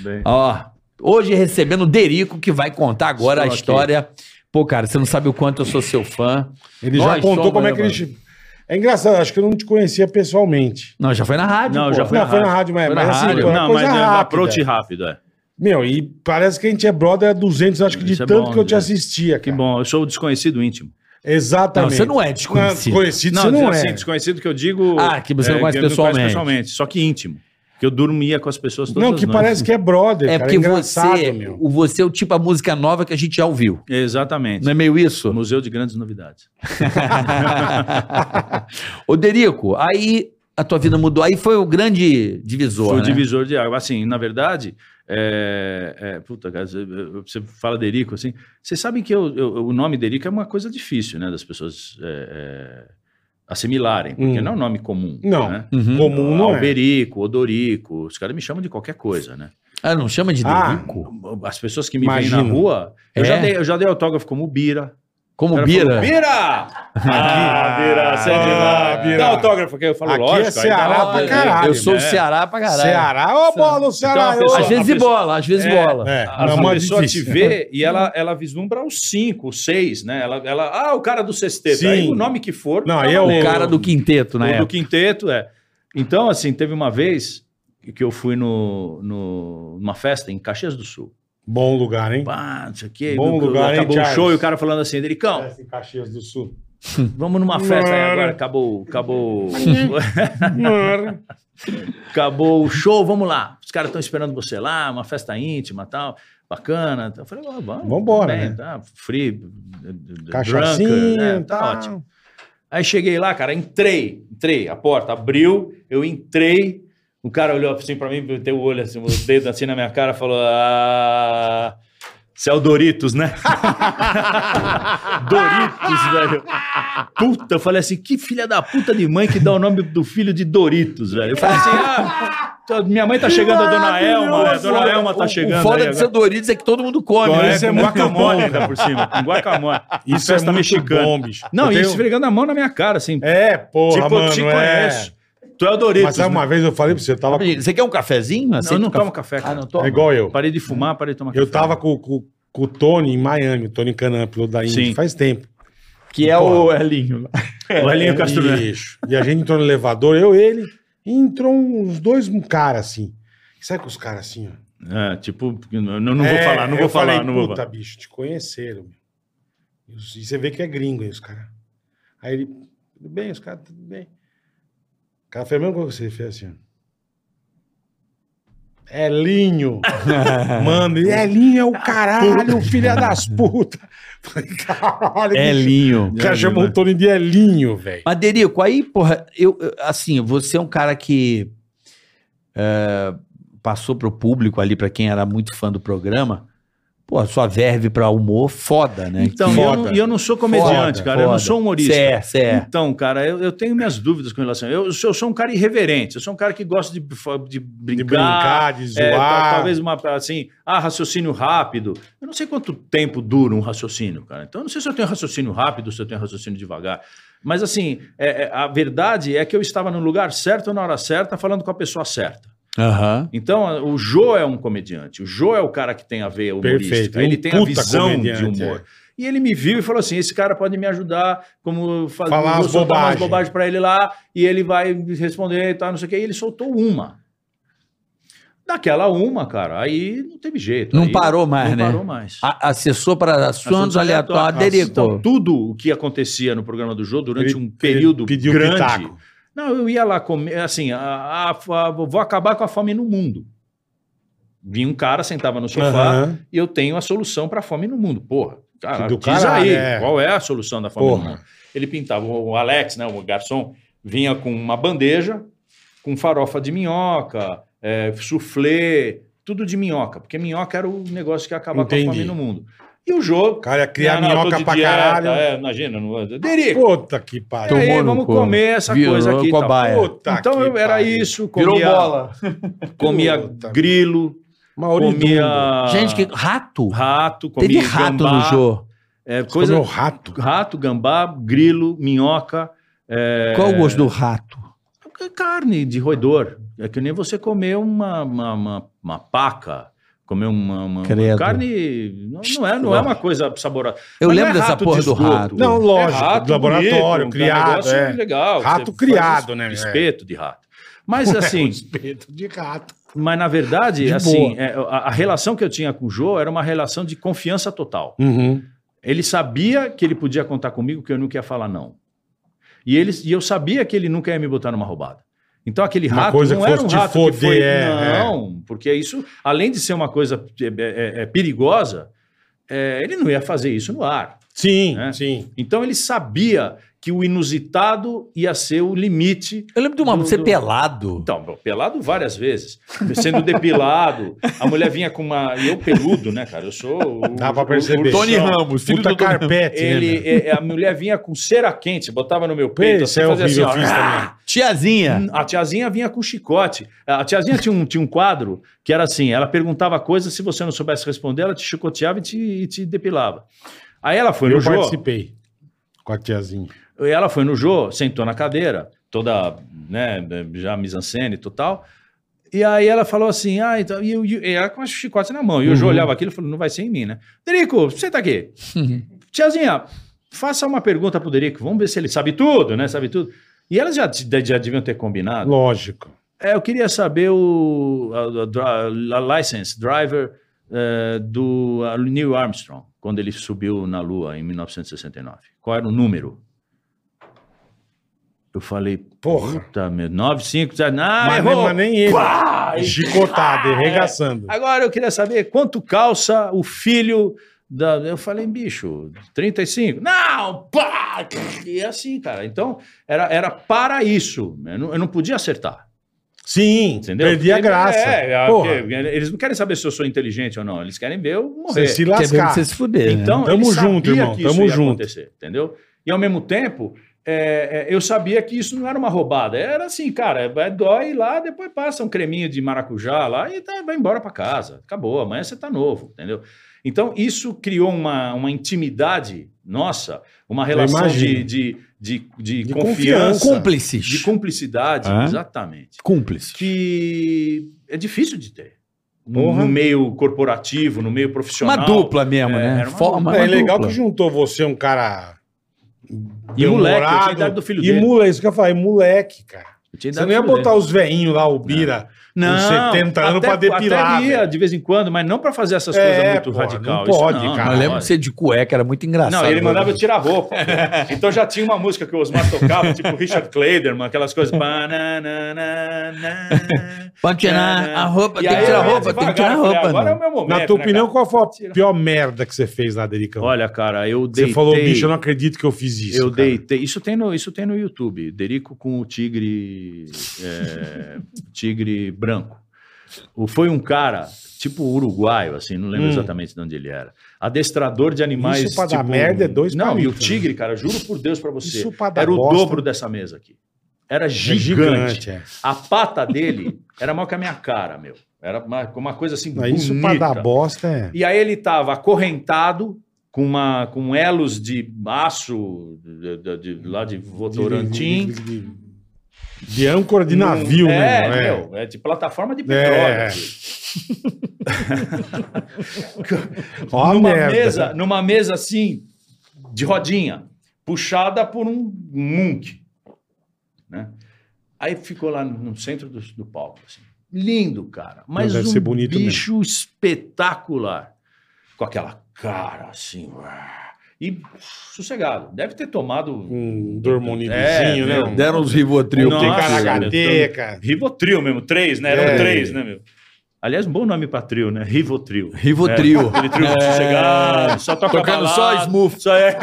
Speaker 5: Bem.
Speaker 4: Ó, hoje recebendo o Derico, que vai contar agora
Speaker 5: Estou
Speaker 4: a
Speaker 5: aqui.
Speaker 4: história. Pô, cara, você não sabe o quanto eu sou seu fã.
Speaker 3: Ele
Speaker 4: Nós
Speaker 3: já contou
Speaker 4: somos,
Speaker 3: como é
Speaker 4: né,
Speaker 3: que ele... che- É engraçado, acho que eu não te conhecia pessoalmente.
Speaker 4: Não, já foi na rádio.
Speaker 5: Não,
Speaker 4: pô.
Speaker 5: já
Speaker 3: Foi não, foi na rádio, mas,
Speaker 4: Foi na
Speaker 3: mas assim,
Speaker 4: rádio.
Speaker 3: foi uma
Speaker 5: Não, mas
Speaker 3: coisa
Speaker 5: é um
Speaker 3: rápida.
Speaker 5: approach rápido, é.
Speaker 3: Meu, e parece que a gente é brother há 200, acho que de
Speaker 5: Isso é
Speaker 3: tanto
Speaker 5: bom,
Speaker 3: que eu te
Speaker 5: né?
Speaker 3: assistia,
Speaker 5: Que
Speaker 3: cara.
Speaker 5: bom, eu sou o desconhecido íntimo.
Speaker 4: Não,
Speaker 3: Exatamente.
Speaker 4: você não é
Speaker 3: Não,
Speaker 4: desconhecido.
Speaker 3: conhecido você não é.
Speaker 5: assim, desconhecido que eu digo... é,
Speaker 4: Ah, que você não conhece
Speaker 5: que eu
Speaker 4: pessoalmente.
Speaker 5: só que íntimo. Que eu dormia com as pessoas todas
Speaker 3: não, que
Speaker 5: as noites.
Speaker 3: parece que é brother,
Speaker 4: É
Speaker 3: cara.
Speaker 4: porque
Speaker 3: engraçado,
Speaker 4: você,
Speaker 5: um
Speaker 3: meu.
Speaker 4: o você é o tipo a música nova que a gente já ouviu.
Speaker 5: Exatamente.
Speaker 4: Não é meio isso?
Speaker 5: Museu de Grandes Novidades.
Speaker 4: Ô, Derico, aí a tua vida mudou. Aí foi o grande divisor.
Speaker 5: Foi o
Speaker 4: né?
Speaker 5: divisor de água. Assim, na verdade, é, é, puta, cara, você- você fala Derico, assim. Vocês sabem que eu- eu- o nome Derico é uma coisa difícil, né? Das pessoas é, é, assimilarem, porque
Speaker 3: Hum.
Speaker 5: não é um nome comum.
Speaker 3: Não.
Speaker 5: Né?
Speaker 4: Uhum.
Speaker 3: Comum não é.
Speaker 5: Alberico, Odorico, os caras me chamam de qualquer coisa, né?
Speaker 4: Ah, não chama de
Speaker 3: Ah,
Speaker 4: Derico?
Speaker 5: As pessoas que me veem na
Speaker 3: Imagino.
Speaker 5: rua, eu,
Speaker 4: É?
Speaker 5: já dei, eu já dei autógrafo como Bira. O
Speaker 4: Como
Speaker 5: cara
Speaker 4: Bira?
Speaker 5: falou, Bira! Ah, Bira, você é
Speaker 3: Ah,
Speaker 5: demais.
Speaker 3: Bira.
Speaker 5: Dá autógrafo aqui, eu falo,
Speaker 3: Aqui é
Speaker 5: lógico. aí dá
Speaker 3: Ceará pra
Speaker 5: autógrafo.
Speaker 3: caralho,
Speaker 4: Eu sou o
Speaker 5: né?
Speaker 4: Ceará pra caralho.
Speaker 5: É.
Speaker 3: Ceará, ô bola, o Ceará.
Speaker 5: Então, a
Speaker 3: ô.
Speaker 4: Às
Speaker 5: pessoa-
Speaker 4: vezes de bola, às vezes
Speaker 5: É,
Speaker 4: bola.
Speaker 3: É,
Speaker 5: A,
Speaker 3: não,
Speaker 5: a
Speaker 3: mas
Speaker 5: pessoa
Speaker 3: difícil.
Speaker 5: te vê e ela, ela vislumbra os cinco, os seis, né? Ela, ela, ah, o cara do sexteto.
Speaker 3: Sim.
Speaker 5: Aí o nome que for.
Speaker 3: Não,
Speaker 5: tá
Speaker 3: aí é
Speaker 5: valendo.
Speaker 4: O cara do quinteto,
Speaker 5: O
Speaker 4: né?
Speaker 5: do quinteto, é. Então, assim, teve uma vez que eu fui no, no- numa festa em Caxias do Sul.
Speaker 3: Bom lugar, hein?
Speaker 5: Pá, não sei o quê.
Speaker 3: Bom
Speaker 5: Meu,
Speaker 3: lugar, hein,
Speaker 5: acabou o
Speaker 3: Charles?
Speaker 5: show e o cara falando assim, Delicão,
Speaker 3: Parece em Caxias do Sul.
Speaker 5: vamos numa festa aí
Speaker 3: Mara.
Speaker 5: agora. Acabou, acabou, acabou o show, vamos lá. Os caras estão esperando você lá, uma festa íntima e tal. Bacana. Então, Eu falei, ó, vamos.
Speaker 3: Vambora,
Speaker 5: bem,
Speaker 3: né?
Speaker 5: tá, free, d- d-
Speaker 3: Cachacinha,
Speaker 5: drunker, né,
Speaker 3: tá, ótimo.
Speaker 5: Aí cheguei lá, cara, entrei, entrei, a porta abriu, eu entrei, o cara olhou assim pra mim, meteu o olho assim, o dedo assim na minha cara, falou, ah, você é o Doritos, né? Doritos, velho. Puta, eu falei assim, que filha da puta de mãe que dá o nome do filho de Doritos, velho. Eu falei assim, ah, tô- minha mãe tá chegando, a dona Elma, a dona Elma tá chegando
Speaker 4: O foda
Speaker 5: aí
Speaker 4: de ser
Speaker 5: agora.
Speaker 4: Doritos é que todo mundo come,
Speaker 3: Agora
Speaker 4: né?
Speaker 3: esse
Speaker 5: É,
Speaker 3: é
Speaker 5: com
Speaker 3: muito
Speaker 5: guacamole
Speaker 3: bom,
Speaker 5: ainda
Speaker 3: cara.
Speaker 5: por cima, com guacamole. E
Speaker 3: Isso é
Speaker 5: festa
Speaker 3: muito
Speaker 5: mexicana.
Speaker 3: bom, bicho.
Speaker 5: Não,
Speaker 3: Eu
Speaker 5: e
Speaker 3: tenho-
Speaker 5: esfregando a mão na minha cara, assim.
Speaker 3: É, porra,
Speaker 5: tipo, eu
Speaker 3: mano,
Speaker 5: te
Speaker 3: é.
Speaker 5: conheço. Tu é o Doritos.
Speaker 3: Mas sabe
Speaker 5: né?
Speaker 3: uma vez eu falei pra você, eu tava.
Speaker 5: é?
Speaker 4: Rapidinho, Você quer um cafezinho?
Speaker 5: Não, eu não tomo café,
Speaker 4: Ah,
Speaker 5: cara.
Speaker 4: não
Speaker 3: É
Speaker 4: tomo.
Speaker 3: igual eu.
Speaker 5: Parei de fumar, parei de tomar
Speaker 3: Eu
Speaker 5: café.
Speaker 3: tava com, com- com o Tony em Miami, o Tony Canan, piloto da Indy,
Speaker 5: Sim.
Speaker 3: faz tempo.
Speaker 5: Que é o Elinho. O Elinho Castro Neto.
Speaker 3: Bicho. É, E a gente entrou no elevador, eu e ele, e entrou uns dois um cara assim. Sabe com os caras assim, ó?
Speaker 5: É, tipo, não, não vou
Speaker 3: É,
Speaker 5: falar, não
Speaker 3: eu
Speaker 5: vou falar,
Speaker 3: falei,
Speaker 5: não vou
Speaker 3: Puta,
Speaker 5: falar.
Speaker 3: bicho, te conheceram. meu. E os- e você vê que é gringo aí, os caras. Aí ele, tudo bem, os caras, tudo bem. O cara fez a mesma coisa que você fez assim, ó. Elinho. Mano, ele, Elinho é o caralho, filha das putas. Falei, caralho, bicho.
Speaker 4: Linho.
Speaker 3: O cara
Speaker 5: né?
Speaker 3: chamou o Tony de Elinho, velho.
Speaker 4: Mas, Derico, aí, porra, eu, eu- assim, você é um cara que é, passou pro público ali, pra quem era muito fã do programa, pô, sua verve pra humor, foda, né?
Speaker 5: Então, e eu,
Speaker 4: foda.
Speaker 5: não- e eu não sou comediante,
Speaker 4: Foda,
Speaker 5: cara. Eu não
Speaker 4: foda.
Speaker 5: sou humorista.
Speaker 4: Cê é, cê é.
Speaker 5: Então, cara, eu, eu tenho minhas dúvidas com relação. Eu, eu sou um cara irreverente. Eu sou um cara que gosta de, de brincar.
Speaker 3: De brincar, de zoar.
Speaker 5: É, tal- talvez uma assim, ah, raciocínio rápido. Eu não sei quanto tempo dura um raciocínio, cara. Então eu não sei se eu tenho raciocínio rápido, se eu tenho raciocínio devagar. Mas assim, é- é- a verdade é que eu estava no lugar certo na hora certa, falando com a pessoa certa.
Speaker 4: Aham.
Speaker 5: Então, a- o Jô é um comediante. O Jô é o cara que tem a veia humorística.
Speaker 3: Perfeito, é um
Speaker 5: Ele tem a
Speaker 3: puta
Speaker 5: visão de
Speaker 3: comediante, é.
Speaker 5: humor. E ele me viu e falou assim: esse cara pode me ajudar, como fazer
Speaker 3: Falar as bobagens.
Speaker 5: bobagens para ele lá, e ele vai me responder e tal, não sei o quê. E ele soltou uma. Daquela uma, cara, aí não teve jeito.
Speaker 4: Não
Speaker 5: aí
Speaker 4: parou mais,
Speaker 5: não
Speaker 4: né?
Speaker 5: parou mais.
Speaker 4: A- Assessor para assuntos
Speaker 5: Assuntos
Speaker 4: aleatórios. Ah,
Speaker 5: aleatórios. Então,
Speaker 4: Derico.
Speaker 5: tudo o que acontecia no programa do Jô durante
Speaker 3: Ele-
Speaker 5: um período
Speaker 3: ele pediu
Speaker 5: grande.
Speaker 3: pitaco.
Speaker 5: Não, eu ia lá comer, assim, a, a- a- vou acabar com a fome no mundo. Vinha um cara, sentava no sofá,
Speaker 3: Aham.
Speaker 5: e eu tenho a solução para a fome no mundo. Porra, cara,
Speaker 3: do
Speaker 5: diz
Speaker 3: caralho,
Speaker 5: aí,
Speaker 3: é.
Speaker 5: qual é a solução da fome
Speaker 3: Porra.
Speaker 5: no mundo? Ele pintava, o Alex, né, o garçom, vinha com uma bandeja, com farofa de minhoca, é, soufflé, tudo de minhoca, porque minhoca era o negócio que ia acabar com a
Speaker 3: Entendi.
Speaker 5: fome no mundo. E o jogo... né,
Speaker 3: O cara ia criar
Speaker 5: Não, não, eu tô
Speaker 3: minhoca
Speaker 5: de
Speaker 3: pra
Speaker 5: dieta,
Speaker 3: caralho.
Speaker 5: é, imagina, não... Derico,
Speaker 3: Puta que
Speaker 5: e
Speaker 3: pariu.
Speaker 5: aí,
Speaker 4: Tomou no
Speaker 5: vamos
Speaker 4: cu.
Speaker 5: comer essa
Speaker 4: Virou
Speaker 5: coisa aqui. e tal.
Speaker 4: cobaia.
Speaker 5: Puta então
Speaker 3: que
Speaker 5: eu- era
Speaker 3: pariu.
Speaker 5: isso, comia, comia
Speaker 3: Puta.
Speaker 5: grilo,
Speaker 3: Uma oriunda.
Speaker 5: comia
Speaker 4: Gente, que rato.
Speaker 5: rato, comia
Speaker 4: Teve rato
Speaker 5: gambá,
Speaker 4: no jogo.
Speaker 5: é,
Speaker 3: Comeu
Speaker 5: coisa
Speaker 3: rato.
Speaker 5: rato, gambá, grilo, minhoca, é,
Speaker 4: Qual o gosto do rato?
Speaker 5: carne de roedor. É que nem você comer uma, uma, uma, uma paca, comer uma, uma- uma
Speaker 4: Credo.
Speaker 5: carne, não, não é, não é uma coisa saborosa.
Speaker 4: Eu
Speaker 5: Mas não
Speaker 4: lembro
Speaker 5: é
Speaker 4: dessa
Speaker 5: rato
Speaker 4: porra
Speaker 5: de
Speaker 4: do
Speaker 5: esgoto.
Speaker 4: rato.
Speaker 3: Não, lógico.
Speaker 5: É rato
Speaker 3: laboratório,
Speaker 5: bonito, um
Speaker 3: criado.
Speaker 5: negócio
Speaker 3: É.
Speaker 5: legal.
Speaker 3: Rato
Speaker 5: Você faz
Speaker 3: criado,
Speaker 5: um
Speaker 3: né, velho?
Speaker 5: Espeto de rato. Mas assim,
Speaker 3: Espeto de rato.
Speaker 5: mas na verdade,
Speaker 4: De
Speaker 5: assim,
Speaker 4: boa.
Speaker 5: é, a, a relação que eu tinha com o Jô era uma relação de confiança total. Ele sabia que ele podia contar comigo, que eu nunca ia falar não. E, ele, e eu sabia que ele nunca ia me botar numa roubada. Então aquele
Speaker 3: Uma
Speaker 5: rato
Speaker 3: coisa
Speaker 5: não
Speaker 3: que
Speaker 5: era
Speaker 3: fosse
Speaker 5: um
Speaker 3: te
Speaker 5: rato que foi...
Speaker 3: foder, é,
Speaker 5: não, porque isso, além de ser uma coisa é, é, é, perigosa, é, ele não ia fazer isso no ar.
Speaker 3: Sim,
Speaker 5: É.
Speaker 3: sim.
Speaker 5: Então ele sabia que o inusitado ia ser o limite
Speaker 4: Eu lembro de uma
Speaker 5: Do-
Speaker 4: você
Speaker 5: do-
Speaker 4: pelado.
Speaker 5: então, bom, pelado várias vezes. Sendo depilado, a mulher vinha com uma. E eu peludo, né, cara? Eu sou. o-
Speaker 3: Dá pra
Speaker 5: o-
Speaker 3: perceber.
Speaker 5: o ursão.
Speaker 1: Ramos,
Speaker 3: Puta carpete, né?
Speaker 5: Ele,
Speaker 3: meu?
Speaker 5: é, a mulher vinha com cera quente, botava no meu peito,
Speaker 3: Isso
Speaker 5: assim,
Speaker 3: é
Speaker 5: fazia assim,
Speaker 3: horrível, eu
Speaker 5: ó,
Speaker 3: fiz
Speaker 5: "Ah!"
Speaker 4: Tiazinha.
Speaker 5: A tiazinha vinha com chicote. A tiazinha tinha um, tinha um quadro que era assim: ela perguntava coisas, se você não soubesse responder, ela te chicoteava e te, e te depilava. Aí ela foi
Speaker 3: Eu
Speaker 5: no jogo.
Speaker 3: participei com a tiazinha.
Speaker 5: E Ela foi no Jô, sentou na cadeira, toda, né, já mise-en-scène e total. E aí ela falou assim, ah, então, e, o- e ela com a chicote na mão. E o Jô olhava aquilo e falou, não vai ser em mim, né? Derico, senta aqui. Tiazinha, faça uma pergunta pro Derico, vamos ver se ele sabe tudo, né, sabe tudo. E elas já, já deviam ter combinado.
Speaker 3: Lógico.
Speaker 5: É, eu queria saber o a, a dra- a license driver eh, do ah, Neil Armstrong quando ele subiu na Lua em 1969. Qual era o número? Eu falei,
Speaker 3: Porra.
Speaker 5: puta, meu, 95, sabe? Uhum. Ah,
Speaker 3: mas, nem,
Speaker 5: errou.
Speaker 3: mas nem ele.
Speaker 5: Pá!
Speaker 3: Chicotado,
Speaker 5: Ah, é.
Speaker 3: arregaçando.
Speaker 5: Agora eu queria saber quanto calça o filho da. Eu falei, bicho, 35. Não! Pá! E é assim, cara. Então, era, era para isso. Eu não, eu não podia acertar.
Speaker 3: Sim,
Speaker 5: Entendeu?
Speaker 3: perdi a
Speaker 5: Porque-
Speaker 3: graça.
Speaker 5: É, é,
Speaker 3: Porra,
Speaker 5: porque eles não querem saber se eu sou inteligente ou não. Eles querem ver eu
Speaker 3: você
Speaker 5: morrer.
Speaker 3: se
Speaker 4: Quer ver
Speaker 3: lascar.
Speaker 4: você se fuder. né?
Speaker 5: Então,
Speaker 3: Tamo
Speaker 5: ele
Speaker 3: junto,
Speaker 5: sabia
Speaker 3: irmão,
Speaker 5: que isso
Speaker 3: tamo
Speaker 5: ia
Speaker 3: junto.
Speaker 5: acontecer, entendeu? E ao mesmo tempo, é, é, eu sabia que isso não era uma roubada. Era assim, cara, é, vai- dói lá, depois passa um creminho de maracujá lá e tá- vai embora para casa. Acabou, amanhã você tá novo, entendeu? Então, isso criou uma, uma intimidade nossa, uma relação de,
Speaker 3: imagino.
Speaker 5: de, de, de
Speaker 3: De
Speaker 5: confiança,
Speaker 3: confiança.
Speaker 4: Cúmplices.
Speaker 5: de cumplicidade,
Speaker 4: É.
Speaker 5: exatamente
Speaker 4: Cúmplices.
Speaker 5: que é difícil de ter. No,
Speaker 3: Porra.
Speaker 5: no meio corporativo, no meio profissional.
Speaker 4: Uma dupla mesmo,
Speaker 5: É,
Speaker 4: né?
Speaker 5: era uma
Speaker 4: Forma
Speaker 3: É
Speaker 4: uma
Speaker 3: legal
Speaker 4: dupla.
Speaker 3: que juntou você, um cara.
Speaker 5: E moleque, eu
Speaker 3: bem-humorado,
Speaker 5: tinha idade do filho
Speaker 3: E
Speaker 5: dele.
Speaker 3: mule, isso que eu falei, moleque, cara.
Speaker 5: Eu tinha
Speaker 3: Você
Speaker 5: idade
Speaker 3: não ia
Speaker 4: né?
Speaker 5: do filho
Speaker 3: botar
Speaker 5: dele.
Speaker 3: os velhinhos lá, o Bira.
Speaker 5: não,
Speaker 3: 70 anos
Speaker 5: até-
Speaker 3: pra depilar,
Speaker 5: até ia
Speaker 3: velho.
Speaker 5: de vez em quando, mas não pra fazer essas
Speaker 3: É,
Speaker 5: coisas muito
Speaker 3: porra,
Speaker 5: radical.
Speaker 3: não pode, cara.
Speaker 4: Eu lembro de ser de cueca, era muito engraçado. né?
Speaker 5: Não, ele mandava eu tirar a roupa. então já tinha uma música que o Osmar tocava, tipo Richard Clayderman, aquelas coisas. Bananana.
Speaker 4: Pode tirar a roupa,
Speaker 5: E
Speaker 4: tem que
Speaker 5: aí
Speaker 4: tirar a
Speaker 5: eu ia
Speaker 4: roupa, tem que tirar a
Speaker 5: devagar, falei,
Speaker 4: roupa.
Speaker 5: Agora é o
Speaker 4: mano.
Speaker 5: meu momento.
Speaker 3: Na tua
Speaker 5: né,
Speaker 3: opinião, é?
Speaker 5: cara?
Speaker 3: qual foi a
Speaker 5: Tira.
Speaker 3: pior merda que você fez lá, Derica?
Speaker 5: Olha, cara, eu
Speaker 3: você falou, bicho, eu não acredito que eu fiz isso.
Speaker 5: eu
Speaker 3: cara.
Speaker 5: deitei. Isso tem, no, isso tem no YouTube. Derico com o tigre. é, tigre branco. O- Foi um cara, tipo uruguaio, assim, não lembro
Speaker 3: Hum.
Speaker 5: exatamente de onde ele era. Adestrador de animais.
Speaker 3: Isso pra dar
Speaker 5: tipo,
Speaker 3: merda é dois
Speaker 5: Não, e o
Speaker 3: palitos, né?
Speaker 5: tigre, cara, juro por Deus pra você.
Speaker 3: Isso pra dar
Speaker 5: era o
Speaker 3: bosta.
Speaker 5: dobro dessa mesa aqui. Era
Speaker 3: É
Speaker 5: gigante.
Speaker 3: é.
Speaker 5: A pata dele era maior que a minha cara, meu. Era uma, uma coisa assim.
Speaker 3: Não, Isso pra dar
Speaker 5: bonita.
Speaker 3: bosta é.
Speaker 5: E aí ele estava acorrentado com, uma, com elos de aço de- de- de- lá de Votorantim.
Speaker 3: De, de- de âncora de navio,
Speaker 5: Num-
Speaker 3: né?
Speaker 5: é,
Speaker 3: mano? É.
Speaker 5: meu, é de plataforma de petróleo.
Speaker 3: É.
Speaker 5: filho.
Speaker 3: Ó a
Speaker 5: Numa
Speaker 3: merda.
Speaker 5: mesa, numa mesa assim, de rodinha, puxada por um munk. Né? Aí ficou lá no centro do, do palco. assim. Lindo, cara. Mas
Speaker 3: deve
Speaker 5: um
Speaker 3: ser bonito
Speaker 5: bicho espetacular. Com aquela cara assim. uá, E sossegado. Deve ter tomado
Speaker 3: Um dormonidezinho,
Speaker 4: "Ah,
Speaker 5: É,
Speaker 3: né?
Speaker 5: meu,
Speaker 3: Um-
Speaker 4: Deram uns Rivotril.
Speaker 5: Não,
Speaker 3: Tem
Speaker 5: Nossa,
Speaker 3: caracateca.
Speaker 5: Rivotril mesmo, três, né? Eram
Speaker 3: É.
Speaker 5: três, né, meu? Aliás, um bom nome pra trio, né? Rivotril.
Speaker 4: É. Rivotril.
Speaker 5: Aquele trio
Speaker 3: É.
Speaker 5: sossegado, só toca
Speaker 4: Tocando só
Speaker 5: balada,
Speaker 4: smooth.
Speaker 5: Só é,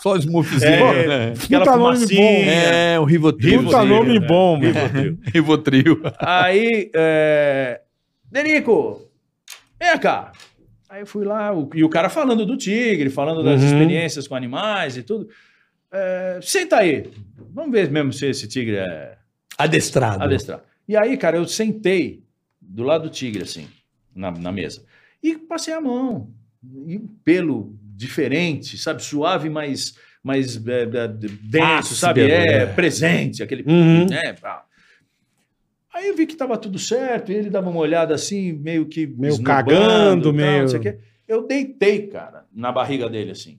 Speaker 4: Só os
Speaker 5: é,
Speaker 4: muffzinhos. né?
Speaker 5: aquela
Speaker 3: Puta nome
Speaker 5: fumacinha.
Speaker 4: É, o Rivotril.
Speaker 5: Rivotril,
Speaker 3: Puta nome
Speaker 5: né?
Speaker 3: bom, meu.
Speaker 5: Rivotril.
Speaker 4: Rivotril.
Speaker 5: Aí, é... Derico, vem cá. Aí eu fui lá, o- e o cara falando do tigre, falando das
Speaker 3: Uhum.
Speaker 5: experiências com animais e tudo. É, senta aí, vamos ver mesmo se esse tigre é...
Speaker 4: Adestrado.
Speaker 5: adestrar. E aí, cara, eu sentei do lado do tigre, assim, na, na mesa. E passei a mão. E um pelo diferente, sabe? Suave, mas, mas é, é, denso,
Speaker 4: Ácido,
Speaker 5: sabe? É,
Speaker 4: é.
Speaker 5: presente, aquele.
Speaker 3: né? Uhum.
Speaker 5: Né? pá. Aí eu vi que tava tudo certo, e ele dava uma olhada assim, meio que.
Speaker 3: Meio
Speaker 5: esnobando,
Speaker 3: cagando,
Speaker 5: tal,
Speaker 3: meio-
Speaker 5: não sei o quê. Eu deitei, cara, na barriga dele, assim.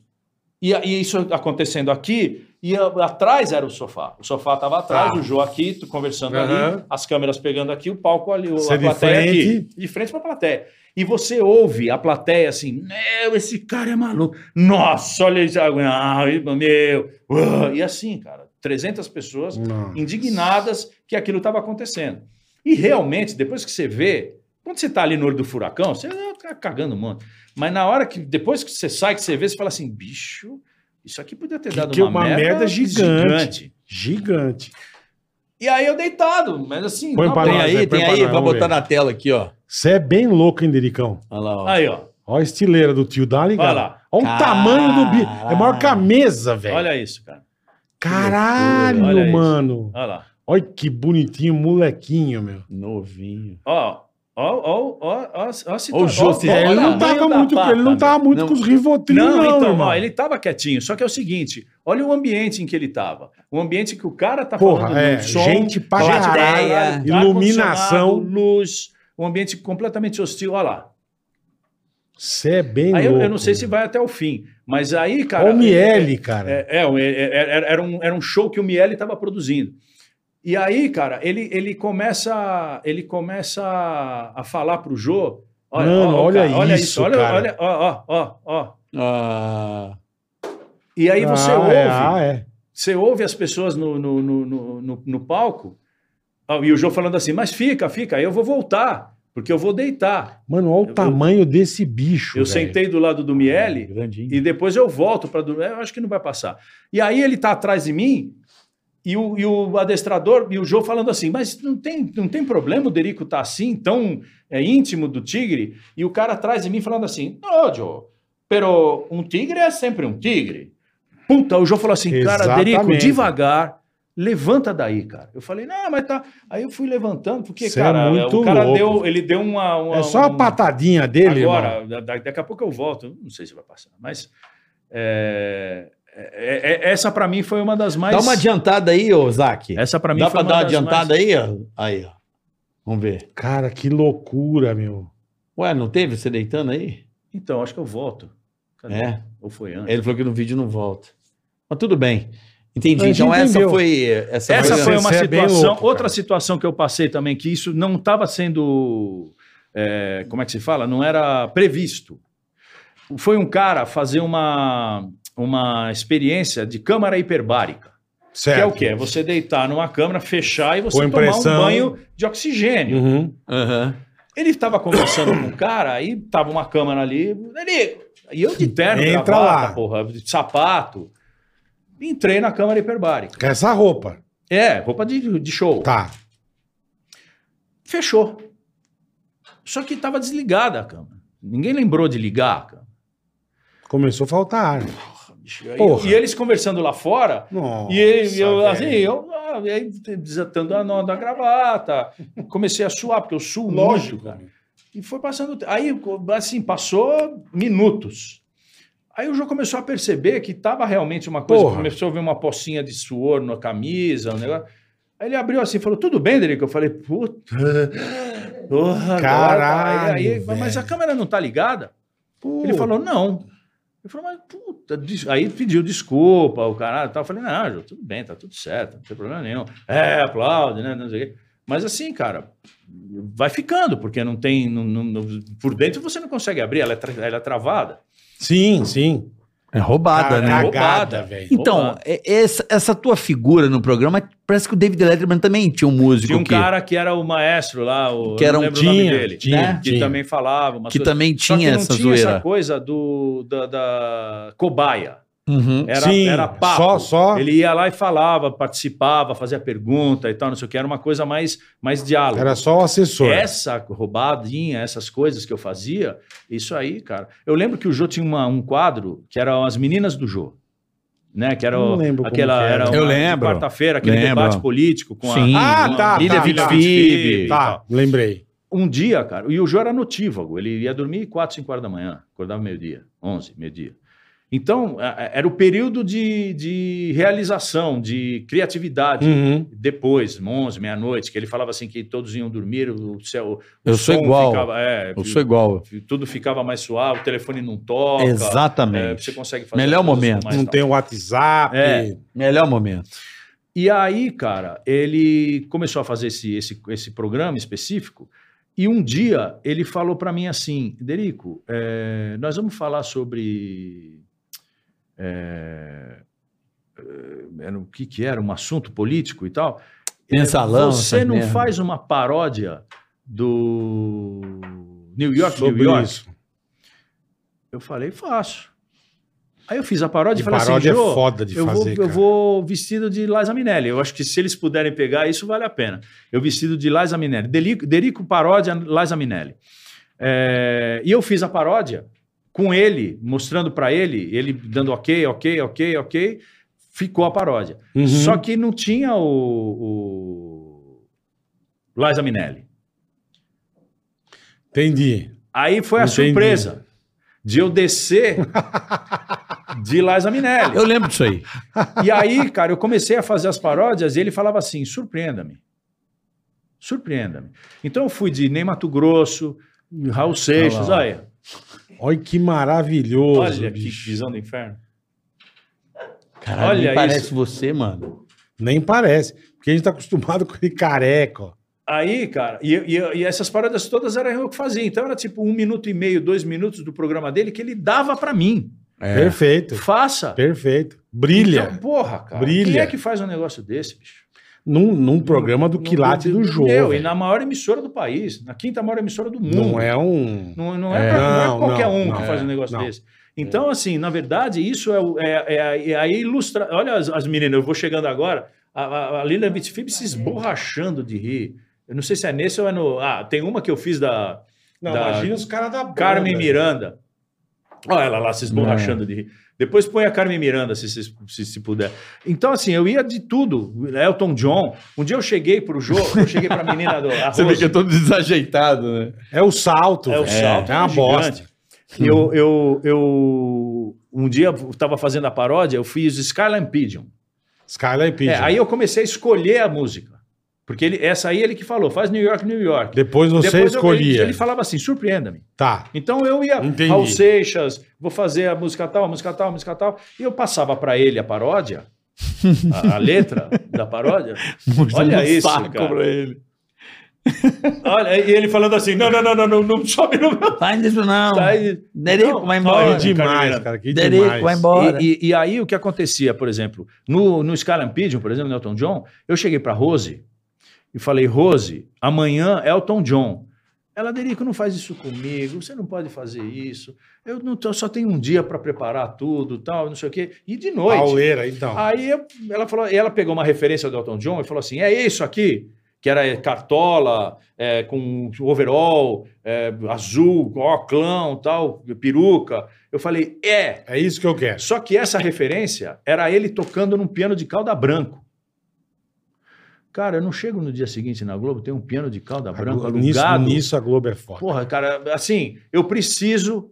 Speaker 5: E, e isso acontecendo aqui, e a- atrás era o sofá. O sofá estava atrás,
Speaker 3: Tá.
Speaker 5: o Jô aqui, tu conversando ali,
Speaker 3: Aham.
Speaker 5: as câmeras pegando aqui, o palco ali, o-
Speaker 3: Você
Speaker 5: a
Speaker 3: de
Speaker 5: plateia aqui.
Speaker 3: frente.
Speaker 5: De frente para a plateia. E você ouve a plateia assim, meu, esse cara é maluco. Nossa, olha isso, ah, meu. uah." E assim, cara, 300 pessoas
Speaker 3: Não.
Speaker 5: indignadas que aquilo estava acontecendo. E realmente, depois que você vê, quando você está ali no olho do furacão, você está cagando um monte. Mas na hora que, depois que você sai, que você vê, você fala assim, bicho, isso aqui podia ter
Speaker 3: Que-
Speaker 5: dado
Speaker 3: que é
Speaker 5: uma,
Speaker 3: uma
Speaker 5: merda,
Speaker 3: merda gigante." Gigante.
Speaker 5: E aí eu deitado, mas assim...
Speaker 3: Põe
Speaker 5: na
Speaker 3: pra
Speaker 5: boa.
Speaker 4: Tem
Speaker 3: nós, né?
Speaker 4: aí,
Speaker 3: Põe
Speaker 4: tem
Speaker 3: pra
Speaker 4: aí.
Speaker 3: nós,
Speaker 4: Vai
Speaker 3: vamos
Speaker 4: botar
Speaker 3: ver.
Speaker 4: na tela aqui, ó.
Speaker 3: Você é bem louco, hein, Dericão?
Speaker 4: Olha lá, ó.
Speaker 5: Aí, ó,
Speaker 3: Ó a estileira do tio Dali,
Speaker 5: Olha
Speaker 3: cara.
Speaker 5: lá.
Speaker 3: Olha o tamanho do bicho. É maior que a mesa, velho.
Speaker 5: olha isso, cara.
Speaker 3: Caralho,
Speaker 5: Olha isso.
Speaker 3: mano.
Speaker 5: Olha lá.
Speaker 3: Olha que bonitinho, molequinho, meu.
Speaker 4: Novinho.
Speaker 5: Ó, ó, ó, ó, ó, ó, a situa-
Speaker 4: Ô, Jô,
Speaker 5: ó,
Speaker 4: você-
Speaker 5: ó,
Speaker 3: É,
Speaker 5: olha
Speaker 3: ele
Speaker 5: o
Speaker 3: não
Speaker 5: tamanho
Speaker 3: tava
Speaker 5: da
Speaker 3: muito,
Speaker 5: pata,
Speaker 3: ele não tava muito
Speaker 4: Não.
Speaker 3: com os rivotril,
Speaker 5: Não,
Speaker 3: não,
Speaker 5: então,
Speaker 3: irmão.
Speaker 5: ó, ele tava quietinho, só que é o seguinte, olha o ambiente em que ele tava. O ambiente que o cara tá
Speaker 3: Porra,
Speaker 5: falando
Speaker 3: é,
Speaker 5: do som,
Speaker 3: gente pra
Speaker 5: plateia,
Speaker 4: caralho,
Speaker 3: iluminação.
Speaker 5: ar-condicionado, luz, um ambiente completamente hostil, olha lá.
Speaker 3: Você é bem
Speaker 5: Aí eu,
Speaker 3: louco.
Speaker 5: eu não sei se vai até o fim, mas aí, cara...
Speaker 3: Olha o Miele, cara.
Speaker 5: um É, é, é, era, era um, era um show que o Miele estava produzindo. E aí, cara, ele, ele começa ele começa a falar pro Jô.
Speaker 3: Mano,
Speaker 5: ó,
Speaker 3: olha
Speaker 5: cara, olha
Speaker 3: isso,
Speaker 5: olha,
Speaker 3: cara.
Speaker 5: olha, ó, ó, ó, ó.
Speaker 4: Ah,
Speaker 5: E aí você
Speaker 3: Ah,
Speaker 5: ouve,
Speaker 3: É, ah, é.
Speaker 5: você ouve as pessoas no, no, no, no, no- no palco ó, e o Jô falando assim, mas fica, fica, aí eu vou voltar, porque eu vou deitar.
Speaker 3: Mano, olha o
Speaker 5: Eu-
Speaker 3: tamanho desse bicho. velho.
Speaker 5: Eu sentei do lado do Miele,
Speaker 3: É, Grandinho.
Speaker 5: e depois eu volto para dormir. Eu acho que não vai passar. E aí ele tá atrás de mim e o, e o adestrador e o Jô falando assim: Mas não tem, não tem problema o Derico tá assim, tão é, íntimo do tigre? E o cara atrás de mim falando assim: Não, Jô, pero um tigre é sempre um tigre. Puta, o Jô falou assim: Cara,
Speaker 3: Exatamente.
Speaker 5: Derico, devagar. Levanta daí, cara. Eu falei, não, mas tá. Aí eu fui levantando, porque,
Speaker 3: Você é
Speaker 5: cara,
Speaker 3: muito
Speaker 5: o cara
Speaker 3: louco.
Speaker 5: deu. Ele deu uma. uma-
Speaker 3: É só a
Speaker 5: um-
Speaker 3: patadinha dele, irmão.
Speaker 5: Agora, da- da- daqui a pouco eu volto, não sei se vai passar, mas é, é- é- essa pra mim foi uma das mais.
Speaker 4: Dá uma adiantada aí, ô Zac.
Speaker 5: Essa pra mim
Speaker 4: Dá
Speaker 5: foi
Speaker 4: pra
Speaker 5: uma
Speaker 4: dar uma
Speaker 5: das
Speaker 4: adiantada
Speaker 5: mais...
Speaker 4: aí? ó? Aí, ó. Vamos ver.
Speaker 3: Cara, que loucura, meu.
Speaker 4: Ué, não teve você deitando aí?
Speaker 5: Então, acho que eu volto. Cadê?
Speaker 4: É.
Speaker 5: Ou foi antes?
Speaker 4: Ele falou que no vídeo não volta. Mas tudo bem. Entendi.
Speaker 3: A gente
Speaker 4: Então essa
Speaker 3: entendeu.
Speaker 4: foi. Essa,
Speaker 5: Essa
Speaker 3: Mas
Speaker 5: foi
Speaker 3: esse
Speaker 5: uma
Speaker 3: é bem
Speaker 5: situação.
Speaker 3: louco,
Speaker 5: outra
Speaker 3: cara.
Speaker 5: situação que eu passei também, que isso não estava sendo. é, como é que se fala? Não era previsto. Foi um cara fazer uma, uma experiência de câmara hiperbárica.
Speaker 3: Certo.
Speaker 5: Que é o quê? É Você deitar numa câmara, fechar e você
Speaker 3: Com
Speaker 5: tomar um
Speaker 3: pressão.
Speaker 5: banho de oxigênio.
Speaker 3: Uhum.
Speaker 4: Aham.
Speaker 5: Ele estava conversando com o cara, aí tava uma câmera ali, Danico, e eu de terno,
Speaker 3: Entra
Speaker 5: gravata,
Speaker 3: lá.
Speaker 5: porra, de sapato. Entrei na câmara hiperbárica.
Speaker 3: Com essa roupa.
Speaker 5: É, roupa de, de show.
Speaker 3: Tá.
Speaker 5: Fechou. Só que estava desligada a câmera. Ninguém lembrou de ligar a câmera.
Speaker 3: Começou a faltar ar.
Speaker 5: Bicho, aí-
Speaker 3: Porra.
Speaker 5: E eles conversando lá fora,
Speaker 3: Nossa,
Speaker 5: E ele, eu,
Speaker 3: velho.
Speaker 5: assim, eu ah, e aí, desatando a nó da gravata, comecei a suar, porque eu suo
Speaker 3: Lógico,
Speaker 5: muito, cara. E foi passando. o te- Aí, assim, passou minutos. Aí o João começou a perceber que estava realmente uma coisa.
Speaker 3: Porra.
Speaker 5: Começou a ver uma pocinha de suor na camisa, um negócio. Aí ele abriu assim e falou: Tudo bem, Derico? Eu falei: Puta. Porra, agora- tá,
Speaker 3: Caralho,
Speaker 5: Aí, aí, mas a
Speaker 3: velho.
Speaker 5: câmera não tá ligada?
Speaker 3: Pô,
Speaker 5: Ele falou, não. Ele falou, mas puta, des- aí pediu desculpa, o caralho e tal. Eu falei, não, Jô, tudo bem, tá tudo certo, não tem problema nenhum. É, aplaude, né? Não sei o quê. Mas assim, cara, vai ficando, porque não tem. não- não- não- por dentro você não consegue abrir, ela é, tra- ela é travada.
Speaker 3: Sim, sim.
Speaker 4: É roubada, né?
Speaker 3: Cagada,
Speaker 5: Roubada.
Speaker 3: velho.
Speaker 4: Então,
Speaker 5: Roubada.
Speaker 4: é- essa, essa tua figura no programa, parece que o David Letterman também tinha um músico
Speaker 5: Tinha um
Speaker 4: que,
Speaker 5: cara que era o maestro lá, o,
Speaker 4: Que
Speaker 5: eu
Speaker 4: era
Speaker 5: não
Speaker 4: um-
Speaker 5: lembro o
Speaker 3: tinha,
Speaker 5: nome dele, né,
Speaker 3: tinha,
Speaker 5: que
Speaker 3: tinha.
Speaker 5: também falava. umas
Speaker 4: que
Speaker 5: coisas.
Speaker 4: também
Speaker 5: Só que
Speaker 4: tinha
Speaker 5: não
Speaker 4: essa
Speaker 5: tinha
Speaker 4: zoeira.
Speaker 5: essa coisa do, da, da cobaia.
Speaker 4: Uhum.
Speaker 5: Era,
Speaker 3: Sim,
Speaker 5: era papo.
Speaker 3: só- só-
Speaker 5: Ele ia lá e falava, participava, fazia pergunta e tal, não sei o que. Era uma coisa mais, mais diálogo.
Speaker 3: Era só o assessor.
Speaker 5: Essa roubadinha, essas coisas que eu fazia, isso aí, cara. Eu lembro que o Jô tinha uma- um quadro que eram as meninas do Jô. Né? Que era
Speaker 3: Não
Speaker 5: o-
Speaker 3: lembro como
Speaker 5: aquela
Speaker 3: que era.
Speaker 5: era
Speaker 6: Eu
Speaker 5: uma- de
Speaker 6: lembro.
Speaker 5: quarta-feira, aquele
Speaker 6: Lembro.
Speaker 5: debate político com
Speaker 4: Sim.
Speaker 5: a
Speaker 3: Ah, tá,
Speaker 5: Lília
Speaker 3: tá, tá.
Speaker 5: Vitfib é e tal.
Speaker 3: Tá, lembrei.
Speaker 5: Um dia, cara, e o Jô era notívago, ele ia dormir 4, 5 horas da manhã, acordava meio-dia, 11, meio-dia. Então, a- a- era o período de, de realização, de criatividade.
Speaker 3: Uhum.
Speaker 5: Depois, 11, meia-noite, que ele falava assim que todos iam dormir, o céu. o
Speaker 4: Eu sou
Speaker 5: som
Speaker 4: igual.
Speaker 5: Ficava, é,
Speaker 4: Eu sou igual.
Speaker 5: Tudo ficava mais suave, o telefone não toca. é,
Speaker 4: Exatamente.
Speaker 5: você consegue fazer.
Speaker 4: Melhor
Speaker 5: as coisas com
Speaker 4: momento.
Speaker 5: mais
Speaker 3: Não
Speaker 5: tal.
Speaker 3: tem o WhatsApp.
Speaker 5: tá. É.
Speaker 4: Melhor momento.
Speaker 5: E aí, cara, ele começou a fazer esse, esse, esse programa específico. E um dia ele falou pra mim assim: Derico, eh, nós vamos falar sobre. eh, eh, era o que, que era? Um assunto político e tal.
Speaker 4: Mensalão,
Speaker 5: Você
Speaker 4: essas
Speaker 5: não
Speaker 4: merda.
Speaker 5: faz uma paródia do New York,
Speaker 3: Sobre
Speaker 5: New York?
Speaker 3: isso.
Speaker 5: Eu falei, faço. Aí eu fiz a paródia e
Speaker 3: E
Speaker 5: falei
Speaker 3: paródia é
Speaker 5: assim, Jô,
Speaker 3: foda de
Speaker 5: eu,
Speaker 3: fazer,
Speaker 5: vou, eu
Speaker 3: cara.
Speaker 5: vou vestido de Liza Minelli. Eu acho que se eles puderem pegar, isso vale a pena. Eu vestido de Liza Minelli. Delico- Derico paródia Liza Minelli. É, e eu fiz a paródia com ele, mostrando pra ele, ele dando ok, ok, ok, ok. Ficou a paródia.
Speaker 3: Uhum.
Speaker 5: Só que não tinha o, o Liza Minelli.
Speaker 3: Entendi.
Speaker 5: Aí foi a
Speaker 3: Entendi.
Speaker 5: surpresa de eu descer de Liza Minelli.
Speaker 4: Eu lembro disso aí.
Speaker 5: E aí, cara, eu comecei a fazer as paródias e ele falava assim: surpreenda-me. Surpreenda-me. Então eu fui de Ney Mato Grosso, Raul
Speaker 4: Olha
Speaker 5: Seixas,
Speaker 4: lá.
Speaker 5: olha,
Speaker 3: Olha que maravilhoso.
Speaker 5: olha que
Speaker 3: bicho.
Speaker 5: visão do inferno.
Speaker 4: Caralho,
Speaker 5: Olha
Speaker 4: nem parece
Speaker 5: isso.
Speaker 4: você, mano.
Speaker 3: Nem parece. Porque a gente tá acostumado com ele careca, ó.
Speaker 5: Aí, cara, e, e- e essas paradas todas era eu que fazia. Então era tipo um minuto e meio, dois minutos do programa dele que ele dava pra mim.
Speaker 3: Perfeito.
Speaker 5: Faça.
Speaker 3: Perfeito. Brilha.
Speaker 5: Então, porra, cara.
Speaker 3: Brilha.
Speaker 5: Quem é que faz um negócio desse, bicho?
Speaker 3: num, num programa do
Speaker 5: No-
Speaker 3: quilate do jogo.
Speaker 5: Meu, e
Speaker 3: velho.
Speaker 5: na maior emissora do país, na quinta maior emissora do mundo.
Speaker 3: Não é um.
Speaker 5: Não, não é,
Speaker 3: É.
Speaker 5: pra- não é
Speaker 3: Não,
Speaker 5: qualquer
Speaker 3: não,
Speaker 5: um
Speaker 3: não,
Speaker 5: que faz
Speaker 3: é,
Speaker 5: um negócio
Speaker 3: não.
Speaker 5: desse. Então, assim, na verdade, isso é, o- é- é a- é a ilustra. Olha as, as meninas, eu vou chegando agora. A, a, a Lila Fitzfib se esborrachando de rir. Eu não sei se é nesse ou é no. Ah, tem uma que eu fiz da
Speaker 3: Não,
Speaker 5: Da-
Speaker 3: imagina os caras da banda.
Speaker 5: Carmen Miranda. Olha ela lá se
Speaker 3: É.
Speaker 5: esborrachando de rir. Depois põe a Carmen Miranda, se, se, se, se puder. Então, assim, eu ia de tudo. Elton John. Um dia eu cheguei pro jogo, eu cheguei pra menina do. a
Speaker 1: Você vê
Speaker 5: Rose.
Speaker 1: que é todo desajeitado, né?
Speaker 3: É o salto.
Speaker 5: É o
Speaker 3: velho.
Speaker 5: salto.
Speaker 3: É uma
Speaker 5: gigante.
Speaker 3: bosta.
Speaker 5: Eu, eu, eu um dia eu tava fazendo a paródia, eu fiz Skyline Pigeon.
Speaker 3: Skyline Pigeon.
Speaker 5: É, aí eu comecei a escolher a música. Porque ele, essa aí ele que falou, faz New York, New York.
Speaker 3: Depois você
Speaker 5: Depois eu-
Speaker 3: escolhia.
Speaker 5: ele, ele falava assim, surpreenda-me.
Speaker 3: Tá.
Speaker 5: Então eu ia,
Speaker 3: Entendi.
Speaker 5: Raul Seixas, vou fazer a música tal, a música tal, a música tal. E eu passava pra ele a paródia, a, a letra da paródia. Olha isso, cara.
Speaker 1: pra ele.
Speaker 5: Olha, e ele falando assim, não, não, não, não, não, não sobe no meu...
Speaker 4: Tá
Speaker 6: Faz isso não.
Speaker 5: Tá Aí-
Speaker 6: Nereco
Speaker 5: Não, tá
Speaker 6: vai
Speaker 5: olha,
Speaker 6: embora.
Speaker 3: Que demais,
Speaker 5: Miranda.
Speaker 3: cara. Que
Speaker 6: Nereco vai
Speaker 3: demais.
Speaker 6: embora.
Speaker 5: E, e- e aí o que acontecia, por exemplo, no, no Skyline Pigeon, por exemplo, no Elton John, eu cheguei pra Rose e falei, Rose, amanhã é Elton John. Ela, Derico, não faz isso comigo, você não pode fazer isso. Eu não tô- eu só tenho um dia pra preparar tudo, tal, não sei o quê. E de noite.
Speaker 3: Pauleira, então.
Speaker 5: Aí eu- ela falou, e ela pegou uma referência do Elton John e falou assim: é isso aqui, que era é, cartola, é, com overall, é, azul, óculão, tal, peruca. Eu falei, é,
Speaker 3: É isso que eu quero.
Speaker 5: só que essa referência era ele tocando num piano de cauda branco. Cara, eu não chego no dia seguinte na Globo, tem um piano de cauda branca
Speaker 3: A Glo- nisso,
Speaker 5: alugado.
Speaker 3: nisso a Globo é foda.
Speaker 5: Porra, cara, assim, eu preciso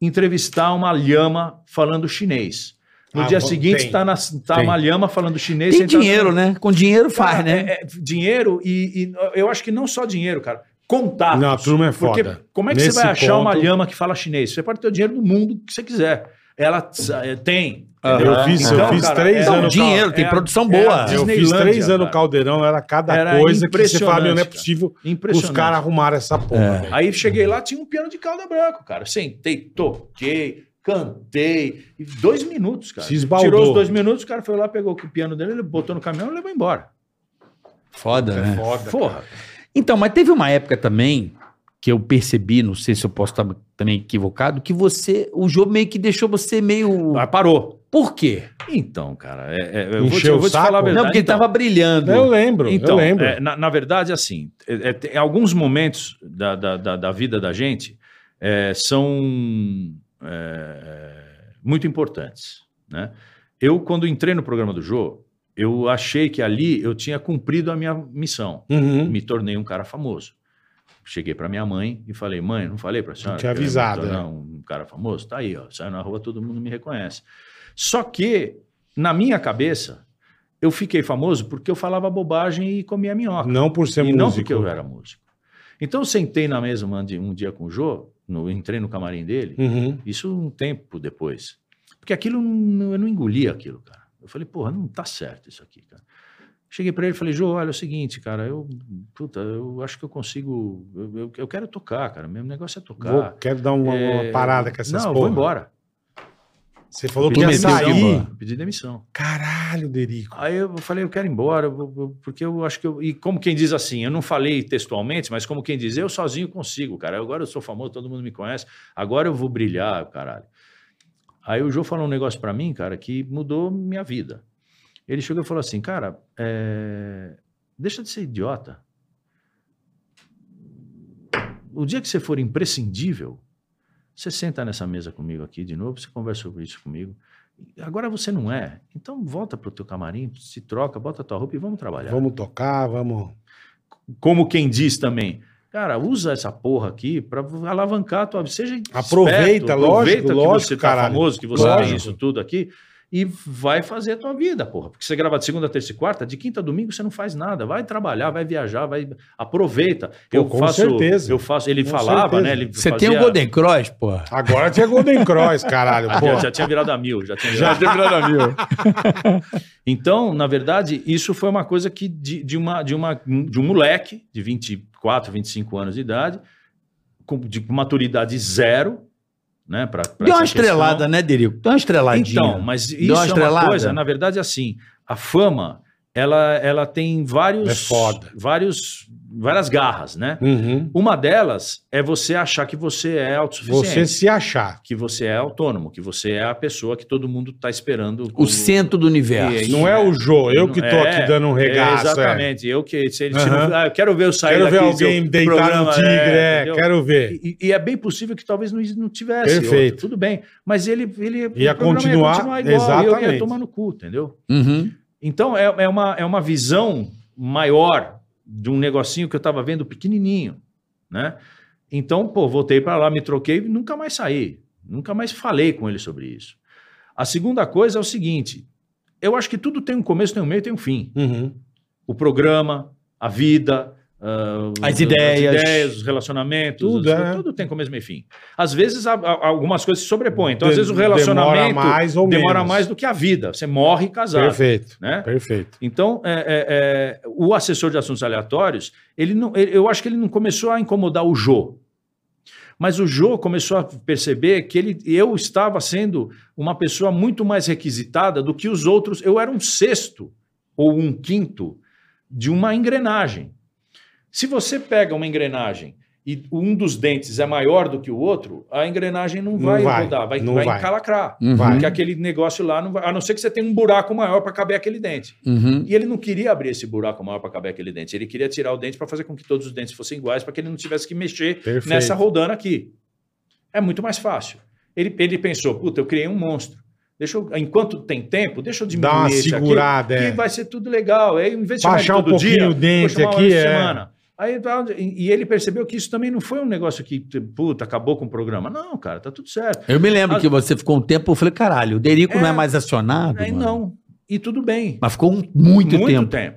Speaker 5: entrevistar uma lhama falando chinês. No
Speaker 3: Ah,
Speaker 5: dia
Speaker 3: bom,
Speaker 5: seguinte
Speaker 3: tem.
Speaker 5: tá, na, tá
Speaker 3: Tem.
Speaker 5: uma lhama falando chinês.
Speaker 4: Tem
Speaker 5: sem
Speaker 4: dinheiro, né? Com dinheiro faz,
Speaker 5: Cara,
Speaker 4: né?
Speaker 5: é- é dinheiro e, e eu acho que não só dinheiro, cara. Contatos.
Speaker 3: Não, a turma é
Speaker 5: Porque
Speaker 3: foda.
Speaker 5: como é que
Speaker 3: Nesse
Speaker 5: você vai achar uma
Speaker 3: ponto-
Speaker 5: lhama que fala chinês? Você pode ter o dinheiro do mundo que você quiser. Ela tsa- é, tem. entendeu?
Speaker 3: Eu fiz, eu
Speaker 5: Então,
Speaker 3: fiz
Speaker 5: cara,
Speaker 3: três
Speaker 5: é-
Speaker 4: Não,
Speaker 3: anos.
Speaker 4: dinheiro,
Speaker 5: é-
Speaker 4: tem produção
Speaker 5: é-
Speaker 4: boa.
Speaker 5: é-
Speaker 3: Eu fiz
Speaker 5: Disneylândia,
Speaker 3: três anos
Speaker 5: cara.
Speaker 3: caldeirão, era cada
Speaker 5: Era
Speaker 3: coisa que você fala, meu, não é
Speaker 5: impressionante, cara.
Speaker 3: possível os
Speaker 5: Impressionante.
Speaker 3: caras arrumaram essa porra. velho.
Speaker 5: Aí cheguei lá, tinha um piano de calda branco, cara. Sentei, toquei, cantei. E dois minutos, cara.
Speaker 3: Se esbaldou.
Speaker 5: Tirou os dois minutos, o cara foi lá, pegou o piano dele, ele botou no caminhão e levou embora.
Speaker 4: Foda,
Speaker 5: É
Speaker 4: né?
Speaker 3: é Foda.
Speaker 5: Porra.
Speaker 4: Então, mas teve uma época também que eu percebi, não sei se eu posso estar também equivocado, que você, o jogo meio que deixou você meio.
Speaker 5: Mas parou.
Speaker 4: Por quê?
Speaker 5: Então, cara, é- é- eu, vou te,
Speaker 3: Encheu
Speaker 5: eu vou
Speaker 3: o
Speaker 5: te falar a
Speaker 3: saco?
Speaker 5: verdade.
Speaker 4: Não, porque ele
Speaker 5: então.
Speaker 4: tava brilhando.
Speaker 3: Eu lembro, eu
Speaker 5: Então,
Speaker 3: lembro.
Speaker 5: é, na, na verdade, assim, é, é, tem alguns momentos da, da, da, da vida da gente é, são é, muito importantes. Né? Eu, quando entrei no programa do Jô, eu achei que ali eu tinha cumprido a minha missão.
Speaker 3: Uhum.
Speaker 5: Me tornei um cara famoso. Cheguei para minha mãe e falei, mãe, não falei para a senhora
Speaker 3: tinha
Speaker 5: que eu ia me
Speaker 3: avisado,
Speaker 5: tornar
Speaker 3: né?
Speaker 5: um cara famoso? Tá aí, ó, saio na rua, todo mundo me reconhece. Só que, na minha cabeça, eu fiquei famoso porque eu falava bobagem e comia minhoca.
Speaker 3: Não por ser
Speaker 5: e não porque
Speaker 3: músico.
Speaker 5: eu era músico. Então, eu sentei na mesa um dia- um dia com o Jô, no, entrei no camarim dele,
Speaker 3: Uhum.
Speaker 5: isso um tempo depois. Porque aquilo, não- eu não engolia aquilo, cara. Eu falei, porra, não tá certo isso aqui, cara. Cheguei pra ele e falei, Jô, olha, é o seguinte, cara, eu, puta, eu acho que eu consigo, eu, eu- eu quero tocar, cara, meu negócio é
Speaker 3: Vou-
Speaker 5: tocar.
Speaker 3: quero dar uma, uma
Speaker 5: É,
Speaker 3: parada com essas
Speaker 5: Não, eu
Speaker 3: porra.
Speaker 5: vou embora.
Speaker 3: Você falou que
Speaker 5: Pedi
Speaker 3: ia
Speaker 5: demissão,
Speaker 3: sair.
Speaker 5: mano. Pedi demissão.
Speaker 3: Caralho, Derico.
Speaker 5: Aí eu falei, eu quero ir embora, eu vou- eu- porque eu acho que eu. E como quem diz assim, eu não falei textualmente, mas como quem diz, eu sozinho consigo, cara. Agora eu sou famoso, todo mundo me conhece, agora eu vou brilhar, caralho. Aí o João falou um negócio pra mim, cara, que mudou minha vida. Ele chegou e falou assim, cara, é, deixa de ser idiota. O dia que você for imprescindível, você senta nessa mesa comigo aqui de novo, você conversa sobre isso comigo. Agora você não é. Então volta pro teu camarim, se troca, bota a tua roupa e vamos trabalhar.
Speaker 3: Vamos tocar, vamos.
Speaker 5: Como quem diz também. Cara, usa essa porra aqui pra alavancar a tua. Seja
Speaker 3: Aproveita,
Speaker 5: esperto,
Speaker 3: lógico,
Speaker 5: que
Speaker 3: lógico,
Speaker 5: você tá
Speaker 3: caralho.
Speaker 5: famoso, que você
Speaker 3: Lógico.
Speaker 5: tem isso tudo aqui. e vai fazer a tua vida, porra. Porque você grava de segunda, terça e quarta, de quinta a domingo você não faz nada. Vai trabalhar, vai viajar, vai aproveita. eu
Speaker 3: com
Speaker 5: faço,
Speaker 3: certeza.
Speaker 5: eu faço. Ele
Speaker 3: Com
Speaker 5: falava,
Speaker 3: certeza.
Speaker 5: né? Ele
Speaker 4: Você
Speaker 5: fazia-
Speaker 4: tem um o Golden Cross, porra.
Speaker 3: Agora tinha Golden Cross, caralho.
Speaker 5: Ah,
Speaker 3: Pô,
Speaker 5: já, já tinha virado a mil, já tinha
Speaker 1: Já
Speaker 5: virado.
Speaker 1: deu virada mil.
Speaker 5: Então, na verdade, isso foi uma coisa que de, de uma, de, uma, de um moleque de 24, 25 anos de idade, com de maturidade zero, né? Pra, pra
Speaker 4: Deu uma
Speaker 5: essa questão.
Speaker 4: estrelada, né, Derico? Deu uma estreladinha.
Speaker 5: Então, mas isso
Speaker 4: Deu uma
Speaker 5: é uma
Speaker 4: estrelada?
Speaker 5: coisa, na verdade, assim, a fama, ela, ela tem vários,
Speaker 3: É foda.
Speaker 5: vários, várias garras, né?
Speaker 3: uhum.
Speaker 5: Uma delas é você achar que você é
Speaker 3: Você
Speaker 5: autossuficiente,
Speaker 3: se achar.
Speaker 5: que você é autônomo, que você é a pessoa que todo mundo está esperando.
Speaker 4: O
Speaker 5: como-
Speaker 4: centro do universo.
Speaker 5: É,
Speaker 3: Não é o Jô, eu que tô
Speaker 5: É,
Speaker 3: aqui dando um regaço.
Speaker 5: é,
Speaker 3: é.
Speaker 5: exatamente, eu que se ele- se
Speaker 3: Aham.
Speaker 5: não- ah, eu quero ver eu sair
Speaker 3: Quero ver
Speaker 5: daqui,
Speaker 3: alguém
Speaker 5: seu
Speaker 3: deitar no
Speaker 5: programa,
Speaker 3: tigre,
Speaker 5: é,
Speaker 3: é,
Speaker 5: entendeu?
Speaker 3: quero ver.
Speaker 5: E, e é bem possível que talvez não, não tivesse.
Speaker 3: Perfeito.
Speaker 5: outro, tudo bem. Mas ele. ele o
Speaker 3: Ia
Speaker 5: programa
Speaker 3: continuar,
Speaker 5: igual, eu
Speaker 3: exatamente.
Speaker 5: ia tomar no cu, entendeu?
Speaker 4: Uhum.
Speaker 5: Então é, é uma, é uma visão maior de um negocinho que eu estava vendo pequenininho, né? Então, pô, voltei para lá, me troquei e nunca mais saí. Nunca mais falei com ele sobre isso. A segunda coisa é o seguinte: eu acho que tudo tem um começo, tem um meio e tem um fim
Speaker 3: Uhum.
Speaker 5: o programa, a vida, ah,
Speaker 4: As ideias.
Speaker 5: ideias, os relacionamentos,
Speaker 3: Tudo,
Speaker 5: as-
Speaker 3: é.
Speaker 5: tudo tem começo meio e fim. Às vezes a- a- algumas coisas se sobrepõem, então às
Speaker 3: De-
Speaker 5: vezes o relacionamento
Speaker 3: demora mais ou menos.
Speaker 5: mais do que a vida. Você morre casado,
Speaker 3: Perfeito,
Speaker 5: né?
Speaker 3: perfeito.
Speaker 5: Então, é, é, é, o assessor de assuntos aleatórios, ele não, ele- eu acho que ele não começou a incomodar o Jô. Mas o Jô começou a perceber que ele, eu estava sendo uma pessoa muito mais requisitada do que os outros. Eu era um sexto ou um quinto de uma engrenagem. Se você pega uma engrenagem e um dos dentes é maior do que o outro, a engrenagem não
Speaker 3: Não
Speaker 5: vai,
Speaker 3: vai,
Speaker 5: rodar, vai,
Speaker 3: não
Speaker 5: vai
Speaker 3: vai.
Speaker 5: encalacrar.
Speaker 4: Uhum.
Speaker 3: Vai.
Speaker 5: Porque aquele negócio lá, não vai, a não ser que você tenha um buraco maior para caber aquele dente.
Speaker 4: Uhum.
Speaker 5: E ele não queria abrir esse buraco maior para caber aquele dente. Ele queria tirar o dente para fazer com que todos os dentes fossem iguais, para que ele não tivesse que mexer
Speaker 3: Perfeito.
Speaker 5: nessa rodana aqui. É muito mais fácil. Ele, ele pensou, puta, eu criei um monstro. Deixa eu, enquanto tem tempo, deixa eu diminuir
Speaker 3: Dá uma
Speaker 5: esse
Speaker 3: segurada,
Speaker 5: aqui,
Speaker 3: é.
Speaker 5: que vai ser tudo legal. Aí, em vez de chamar
Speaker 3: Baixar
Speaker 5: ele
Speaker 3: um
Speaker 5: todo
Speaker 3: pouquinho
Speaker 5: dia,
Speaker 3: o dente
Speaker 5: vou chamar uma
Speaker 3: aqui,
Speaker 5: vez por
Speaker 3: é.
Speaker 5: semana. Aí, tá, e e ele percebeu que isso também não foi um negócio que, puta, acabou com o programa. Não, cara, tá tudo certo.
Speaker 4: Eu me lembro que você ficou um tempo, eu falei, caralho, o Derico
Speaker 5: É.
Speaker 4: não é mais acionado?
Speaker 5: Aí
Speaker 4: mano?
Speaker 5: não. E tudo bem.
Speaker 4: Mas ficou um- muito, tempo. Você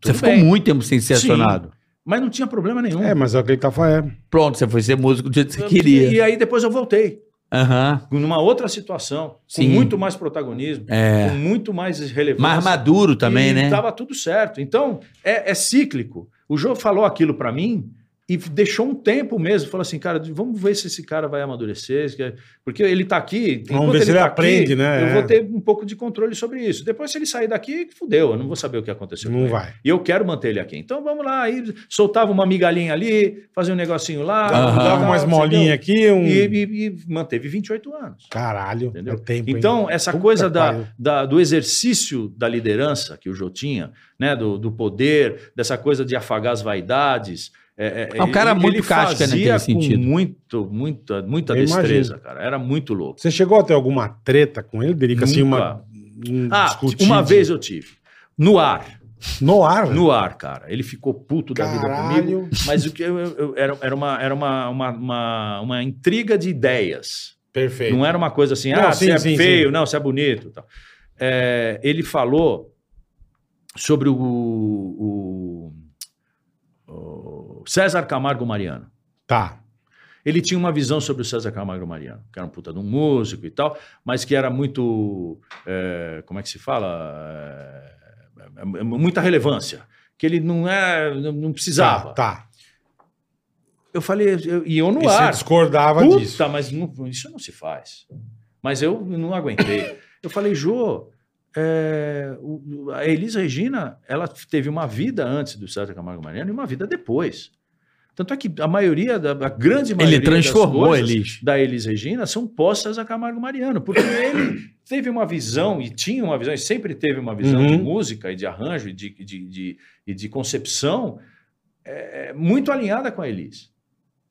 Speaker 5: Tudo
Speaker 4: ficou
Speaker 5: bem.
Speaker 4: muito tempo sem ser
Speaker 5: Sim.
Speaker 4: acionado.
Speaker 5: Mas não tinha problema nenhum.
Speaker 3: É, mas é o que ele tá falando. é.
Speaker 4: Pronto, você foi ser músico do jeito que você
Speaker 5: E,
Speaker 4: queria.
Speaker 5: aí depois eu voltei.
Speaker 4: Aham.
Speaker 5: Numa outra situação,
Speaker 4: Sim.
Speaker 5: com muito mais protagonismo,
Speaker 4: É.
Speaker 5: com muito mais relevância.
Speaker 4: Mais maduro também,
Speaker 5: e
Speaker 4: né?
Speaker 5: Tava tudo certo. Então, é, é cíclico. O Jô falou aquilo pra mim e deixou um tempo mesmo. Falou assim, cara, vamos ver se esse cara vai amadurecer. se quer- Porque ele tá aqui.
Speaker 3: Vamos
Speaker 5: enquanto
Speaker 3: ver se ele
Speaker 5: tá
Speaker 3: aprende, né?
Speaker 5: Eu
Speaker 3: É.
Speaker 5: vou ter um pouco de controle sobre isso. Depois, se ele sair daqui, fudeu. Eu não vou saber o que aconteceu. com
Speaker 3: Não
Speaker 5: ele.
Speaker 3: vai.
Speaker 5: E eu quero manter ele aqui. Então vamos lá. Aí soltava uma migalhinha ali, fazia um negocinho lá.
Speaker 4: Aham.
Speaker 5: tal,
Speaker 3: Dava umas molinhas
Speaker 5: entendeu?
Speaker 3: aqui, um.
Speaker 5: Ah, E, e- e manteve 28 anos.
Speaker 3: Caralho,
Speaker 5: Entendeu?
Speaker 3: é tempo. hein?
Speaker 5: então, essa
Speaker 3: Puta
Speaker 5: coisa
Speaker 3: que
Speaker 5: da,
Speaker 3: pariu.
Speaker 5: da- do exercício da liderança que o Jô tinha, né? Do, do poder, dessa coisa de afagar as vaidades. É,
Speaker 4: É um cara muito casca, né,
Speaker 5: fazia
Speaker 4: naquele sentido.
Speaker 5: Com muito, muita, muita
Speaker 3: Eu imagino.
Speaker 5: destreza, cara. Era muito louco.
Speaker 3: Você chegou a ter alguma treta com ele, Derica? Assim, uma.
Speaker 5: Nunca.
Speaker 3: um
Speaker 5: Ah,
Speaker 3: discutir
Speaker 5: uma
Speaker 3: de-
Speaker 5: vez eu tive. No ar.
Speaker 3: No ar, velho.
Speaker 5: No ar, cara. Ele ficou puto da vida
Speaker 3: Caralho.
Speaker 5: comigo. Mas o que eu, eu- eu- era, era, uma, era uma, uma, uma, uma intriga de ideias.
Speaker 3: Perfeito.
Speaker 5: Não era uma coisa assim,
Speaker 3: Não,
Speaker 5: ah,
Speaker 3: sim,
Speaker 5: você é
Speaker 3: sim,
Speaker 5: feio,
Speaker 3: sim.
Speaker 5: não, você é bonito. e tal. É, ele falou sobre o, o- o César Camargo Mariano.
Speaker 3: Tá.
Speaker 5: Ele tinha uma visão sobre o César Camargo Mariano, que era um puta de um músico e tal, mas que era muito. eh, como é que se fala? Eh, m- m- muita relevância. Que ele não, é, não- não precisava.
Speaker 3: Tá, tá.
Speaker 5: Eu falei, eu- e eu no
Speaker 3: E você
Speaker 5: ar.
Speaker 3: discordava
Speaker 5: Puta,
Speaker 3: disso.
Speaker 5: mas não- isso não se faz. Mas eu não aguentei. Eu falei, Jô, eh, o- o- a Elisa Regina, ela teve uma vida antes do César Camargo Mariano e uma vida depois. Tanto é que a maioria, da, a grande maioria
Speaker 4: Ele transformou
Speaker 5: das coisas
Speaker 4: eles.
Speaker 5: da Elis Regina são postas a Camargo Mariano, porque ele teve uma visão, e tinha uma visão, e sempre teve uma visão de
Speaker 3: Uhum.
Speaker 5: música e de arranjo e de, de, de- e de concepção é, muito alinhada com a Elis.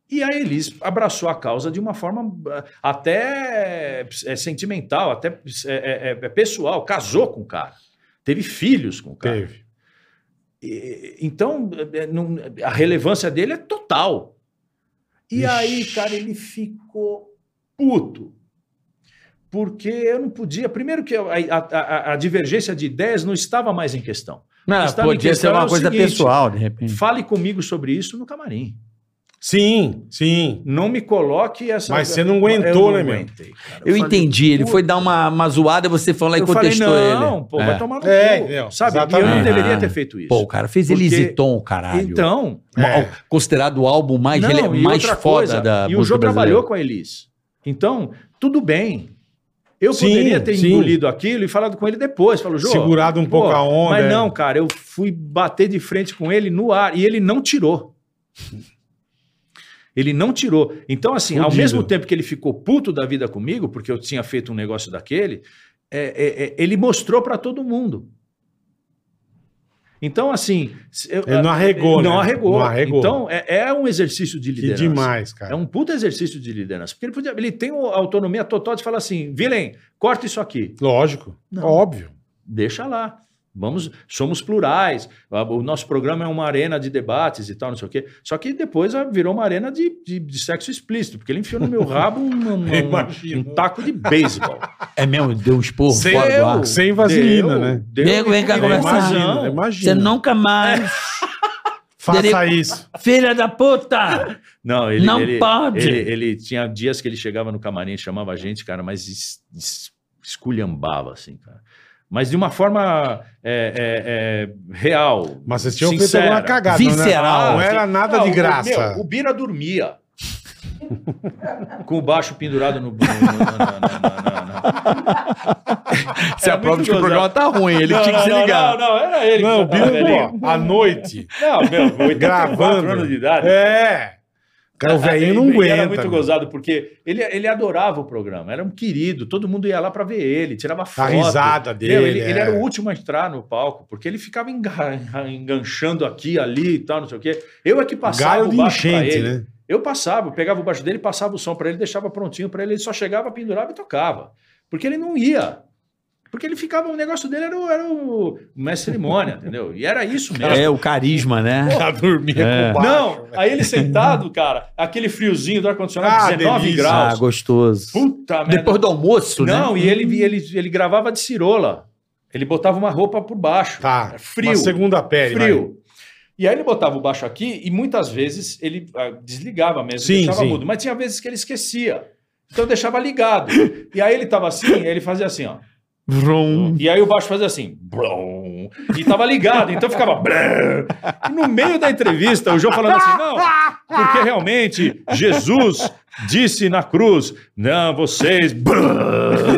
Speaker 5: E a Elis abraçou a causa de uma forma ah, até é, sentimental, até é, é, é, pessoal, casou com o cara, teve filhos com o cara.
Speaker 3: Teve.
Speaker 5: E- Então, é, não- a relevância dele é total. E
Speaker 3: Ixi.
Speaker 5: aí, cara, ele ficou puto. porque eu não podia. Primeiro que eu- a, a- a- a divergência de ideias não estava mais em questão.
Speaker 4: Não,
Speaker 5: Está me
Speaker 4: podia ser
Speaker 5: questão é
Speaker 4: uma
Speaker 5: o
Speaker 4: coisa
Speaker 5: seguinte,
Speaker 4: pessoal, de
Speaker 3: Hum.
Speaker 4: repente.
Speaker 5: Fale comigo sobre isso no camarim.
Speaker 3: Sim, sim.
Speaker 5: Não me coloque essa.
Speaker 3: Mas você não
Speaker 5: Eu
Speaker 3: aguentou, né, meu?
Speaker 5: aguentei, cara.
Speaker 4: Eu
Speaker 5: falei,
Speaker 4: entendi, ele
Speaker 5: "Puta,
Speaker 4: foi dar uma, uma zoada, você falou lá e
Speaker 5: eu falei,
Speaker 4: contestou
Speaker 5: não,
Speaker 4: ele.
Speaker 5: pô,
Speaker 4: É.
Speaker 5: vai tomar no
Speaker 3: É,
Speaker 5: cu.
Speaker 3: entendeu?
Speaker 5: sabe? E eu não
Speaker 3: Exatamente.
Speaker 5: deveria
Speaker 4: Ah.
Speaker 5: ter feito isso.
Speaker 4: Pô, o cara fez Elise
Speaker 5: Porque-
Speaker 4: Tom, caralho.
Speaker 5: então,
Speaker 4: Ma-
Speaker 3: É,
Speaker 4: Considerado o álbum mais,
Speaker 5: não,
Speaker 4: rele-
Speaker 5: e
Speaker 4: mais
Speaker 5: outra
Speaker 4: foda
Speaker 5: coisa,
Speaker 4: da
Speaker 5: E o
Speaker 4: música brasileira.
Speaker 5: Jô trabalhou com a Elis. Então, tudo bem. Eu
Speaker 3: Sim,
Speaker 5: poderia ter
Speaker 3: sim.
Speaker 5: engolido aquilo e falado com ele depois. Falou, Jô,
Speaker 3: Segurado um
Speaker 5: pô,
Speaker 3: pouco a onda.
Speaker 5: Mas
Speaker 3: é.
Speaker 5: não, cara, eu fui bater de frente com ele no ar e ele não tirou. Ele não tirou. Então, assim, ao
Speaker 3: Fudido.
Speaker 5: mesmo tempo que ele ficou puto da vida comigo, porque eu tinha feito um negócio daquele, é, é, é, ele mostrou pra todo mundo. Então, assim. se- eu-
Speaker 3: Ele não arregou,
Speaker 5: Não
Speaker 3: né?
Speaker 5: arregou.
Speaker 3: Não arregou.
Speaker 5: Então, é, é um exercício de
Speaker 3: Que
Speaker 5: liderança.
Speaker 3: demais,
Speaker 5: É
Speaker 3: cara.
Speaker 5: um puta exercício de liderança. Porque ele, podia, ele tem a autonomia total de falar assim: Vilen, corta isso aqui.
Speaker 3: Lógico. Óbvio.
Speaker 5: deixa lá. Vamos, somos plurais. a- O nosso programa é uma arena de debates e tal, não sei o quê. Só que depois ah, virou uma arena de, de, de sexo explícito, porque ele enfiou no meu rabo um, um- um-
Speaker 3: Imagino.
Speaker 5: um taco de beisebol.
Speaker 4: É mesmo, deu um esporro
Speaker 3: Sem-
Speaker 4: fora do
Speaker 5: é
Speaker 4: ar.
Speaker 3: Sem vaselina,
Speaker 5: Deu-
Speaker 3: né?
Speaker 5: deu-
Speaker 4: Nego, vem cá
Speaker 5: deu
Speaker 4: conversar.
Speaker 5: razão.
Speaker 3: Imagina,
Speaker 6: Você
Speaker 3: imagina.
Speaker 6: nunca mais,
Speaker 3: Faça
Speaker 6: Dere-
Speaker 3: isso.
Speaker 6: filha da puta!
Speaker 5: Não, ele,
Speaker 6: Não
Speaker 5: ele-
Speaker 6: pode.
Speaker 5: Ele, ele tinha dias que ele chegava no camarim, chamava a gente, cara, mas es- es- esculhambava, assim, cara. Mas de uma forma é, é, é, real.
Speaker 3: Mas vocês tinham feito
Speaker 5: sincera. Ah,
Speaker 3: alguma cagada. né?
Speaker 4: Visceral.
Speaker 3: Não era, não era nada
Speaker 5: Não,
Speaker 3: de
Speaker 5: o-
Speaker 3: graça.
Speaker 5: meu, o Bira dormia. Com o baixo pendurado no. no- no- no- no- no- no-
Speaker 4: Você
Speaker 5: É
Speaker 4: aprova
Speaker 5: muito
Speaker 4: que o
Speaker 5: gozado.
Speaker 4: programa tá ruim, ele tinha que se ligar.
Speaker 5: Não, não, era ele.
Speaker 3: não, o
Speaker 5: que tava velhinho.
Speaker 3: Bino, pô, à noite,
Speaker 5: Não, meu, 84
Speaker 3: gravando.
Speaker 5: anos de idade.
Speaker 3: É. Cara, o velhinho não
Speaker 5: Ele- ele
Speaker 3: aguenta.
Speaker 5: Era muito
Speaker 3: meu.
Speaker 5: gozado, porque ele, ele adorava o programa, era um querido, todo mundo ia lá pra ver ele, tirava foto.
Speaker 3: A risada dele.
Speaker 5: Meu, ele, ele
Speaker 3: é.
Speaker 5: era um o último a entrar no palco, porque ele ficava enga- enganchando aqui, ali e tal, não sei o quê. Eu é que passava
Speaker 3: galho
Speaker 5: o
Speaker 3: de
Speaker 5: baixo pra
Speaker 3: enchente,
Speaker 5: ele.
Speaker 3: né?
Speaker 5: Eu passava, eu pegava o baixo dele, passava o som pra ele, deixava prontinho pra ele, ele só chegava, pendurava e tocava. Porque ele não ia. Porque ele ficava, o negócio dele era o, era o mestre cerimônia, entendeu? E era isso mesmo.
Speaker 4: É, o carisma, né?
Speaker 3: Ela dormia
Speaker 5: um
Speaker 4: É.
Speaker 3: com o baixo.
Speaker 5: Não, aí ele sentado, cara, aquele friozinho do ar-condicionado,
Speaker 3: Ah,
Speaker 5: 19
Speaker 3: delícia.
Speaker 4: Ah,
Speaker 5: graus.
Speaker 4: gostoso.
Speaker 5: Puta merda.
Speaker 4: Depois do almoço, né?
Speaker 5: Não, e ele, ele, ele gravava de cirola. Ele botava uma roupa por baixo.
Speaker 3: Tá.
Speaker 5: É frio.
Speaker 3: Uma segunda pele. vai.
Speaker 5: frio. E aí ele botava o baixo aqui e muitas vezes ele ah, desligava mesmo,
Speaker 3: Sim,
Speaker 5: deixava
Speaker 3: sim.
Speaker 5: mudo. Mas tinha vezes que ele esquecia. Então eu deixava ligado. e aí ele tava assim, aí ele fazia assim, ó.
Speaker 4: Vrum.
Speaker 5: E aí o baixo fazia assim, blum, e tava ligado, então ficava. blum. E no meio da entrevista, o João falando assim, não, porque realmente Jesus disse na cruz, não, vocês. blum."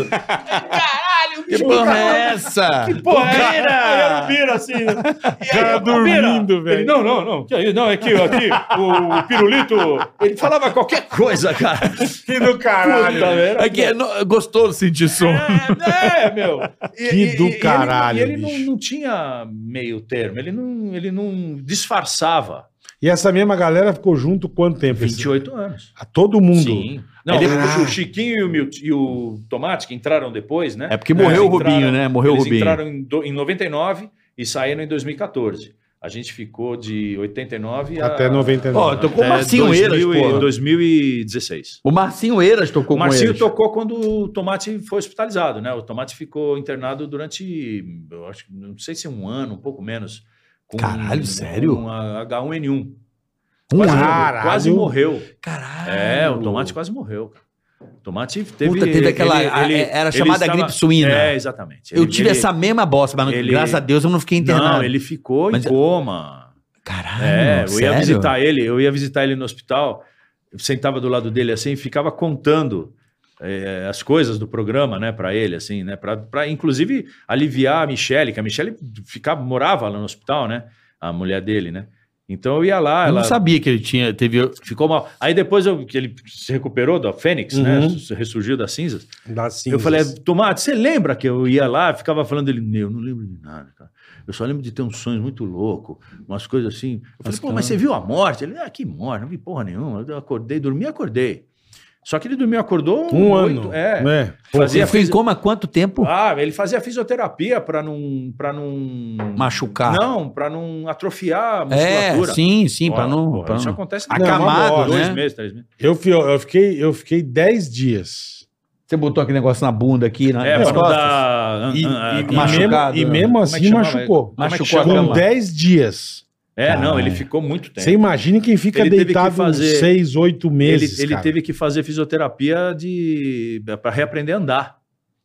Speaker 4: Que porra é essa?
Speaker 5: Que porra, é? Aí era o Bira, assim. E aí,
Speaker 3: Tá
Speaker 5: o Bira,
Speaker 3: dormindo,
Speaker 5: ele,
Speaker 3: velho.
Speaker 5: Não, não, não. que aí, Não, é que aqui o, o pirulito. Ele falava qualquer coisa, cara.
Speaker 3: Que do caralho.
Speaker 5: Puta, era-
Speaker 4: É que é no- gostoso sentir som.
Speaker 5: É, é, meu. E-
Speaker 3: Que do
Speaker 5: e- e ele-
Speaker 3: caralho,
Speaker 5: E ele, não,
Speaker 3: bicho.
Speaker 5: não tinha meio termo, ele não, ele não disfarçava.
Speaker 3: E essa mesma galera ficou junto quanto tempo? Esse-
Speaker 5: 28 anos.
Speaker 3: A todo mundo.
Speaker 5: Sim. Não,
Speaker 3: Ele-
Speaker 5: o, o Chiquinho e o, Milt- e o Tomate, que entraram depois, né?
Speaker 4: É porque morreu o
Speaker 5: Eles
Speaker 4: Rubinho,
Speaker 5: entraram-
Speaker 4: né? Morreu o
Speaker 5: Eles
Speaker 4: Rubinho.
Speaker 5: entraram em, do- em 99 e saíram em 2014. A gente ficou de 89 a- Ah,
Speaker 3: Até 99.
Speaker 4: Ó, tocou o
Speaker 5: até
Speaker 4: Marcinho Eiras,
Speaker 5: 2000 É, e-
Speaker 4: pô.
Speaker 5: 2016.
Speaker 4: O Marcinho Eiras tocou
Speaker 5: O Marcinho
Speaker 4: com ele.
Speaker 5: tocou quando o Tomate foi hospitalizado, né? O Tomate ficou internado durante, eu acho, que- não sei se um ano, um pouco menos. com-
Speaker 4: Caralho, sério?
Speaker 5: Com a H1N1.
Speaker 4: Um
Speaker 5: Quase,
Speaker 4: ano.
Speaker 3: Caralho.
Speaker 5: quase morreu.
Speaker 4: Caralho.
Speaker 5: É, o Tomate quase morreu. cara. O Tomate teve...
Speaker 4: Puta, teve aquela- a- era chamada
Speaker 5: estava-
Speaker 4: gripe suína.
Speaker 5: É, exatamente.
Speaker 4: Eu
Speaker 5: Ele-
Speaker 4: tive
Speaker 5: ele-
Speaker 4: essa mesma bosta, mas não-
Speaker 5: ele-
Speaker 4: graças a Deus eu não fiquei internado.
Speaker 5: Não, ele ficou
Speaker 4: Mas-
Speaker 5: em coma.
Speaker 4: Caralho,
Speaker 5: É, eu ia
Speaker 4: sério?
Speaker 5: visitar ele, eu ia visitar ele no hospital, eu sentava do lado dele assim, e ficava contando eh, as coisas do programa, né, para ele assim, né, para inclusive aliviar a Michelle, que a Michelle ficava morava lá no hospital, né, a mulher dele, né. Então eu ia lá,
Speaker 4: Eu
Speaker 5: ela
Speaker 4: não sabia que ele tinha, teve...
Speaker 5: ficou mal. Aí depois eu, que ele se recuperou da Fênix, né,
Speaker 3: Uhum.
Speaker 5: se ressurgiu das cinzas.
Speaker 3: Da cinza.
Speaker 5: Eu falei, Tomate, você lembra que eu ia lá, ficava falando ele, eu não lembro de nada, cara. Eu só lembro de ter uns sonhos muito loucos, umas coisas assim. Eu falei,
Speaker 4: Nossa,
Speaker 5: pô, mas
Speaker 4: cara.
Speaker 5: você viu a morte? Ele, ah, que morte, não vi porra nenhuma. Eu acordei, dormi e acordei. Só que ele dormiu e acordou
Speaker 3: um
Speaker 5: oito-
Speaker 3: ano.
Speaker 5: É.
Speaker 3: né?
Speaker 5: Fazia
Speaker 4: Ele ficou em
Speaker 5: fisi-
Speaker 4: coma há quanto tempo?
Speaker 5: Ah, ele fazia fisioterapia pra não. para não.
Speaker 4: Machucar.
Speaker 5: Não, pra não atrofiar a
Speaker 4: é,
Speaker 5: musculatura.
Speaker 4: sim, sim,
Speaker 5: Porra,
Speaker 4: pra não...
Speaker 5: porra,
Speaker 4: pra
Speaker 5: isso
Speaker 4: não-
Speaker 5: acontece
Speaker 3: Acamado,
Speaker 5: dois
Speaker 4: né?
Speaker 5: meses, três meses.
Speaker 3: Eu, fui, eu fiquei eu fiquei 10 dias
Speaker 4: Você botou aquele negócio na bunda aqui, na,
Speaker 5: É,
Speaker 4: nas
Speaker 5: pra não
Speaker 4: Ah, costas?
Speaker 5: dar.
Speaker 3: E, e-
Speaker 5: ah, ah,
Speaker 3: e
Speaker 4: machucado,
Speaker 3: mesmo, e
Speaker 4: né?
Speaker 3: mesmo
Speaker 5: Como é que
Speaker 3: assim
Speaker 5: chamava?
Speaker 3: machucou.
Speaker 5: Como é que
Speaker 4: Machucou a
Speaker 5: chama?
Speaker 3: Com
Speaker 4: cama.
Speaker 3: 10 dias.
Speaker 5: É, não, ele ficou muito tempo.
Speaker 3: Você imagina quem fica
Speaker 5: Ele teve que
Speaker 3: deitado
Speaker 5: fazer-
Speaker 3: uns 6, 8
Speaker 5: ele
Speaker 3: meses.
Speaker 5: ele
Speaker 3: cara.
Speaker 5: teve que fazer fisioterapia de para reaprender a andar.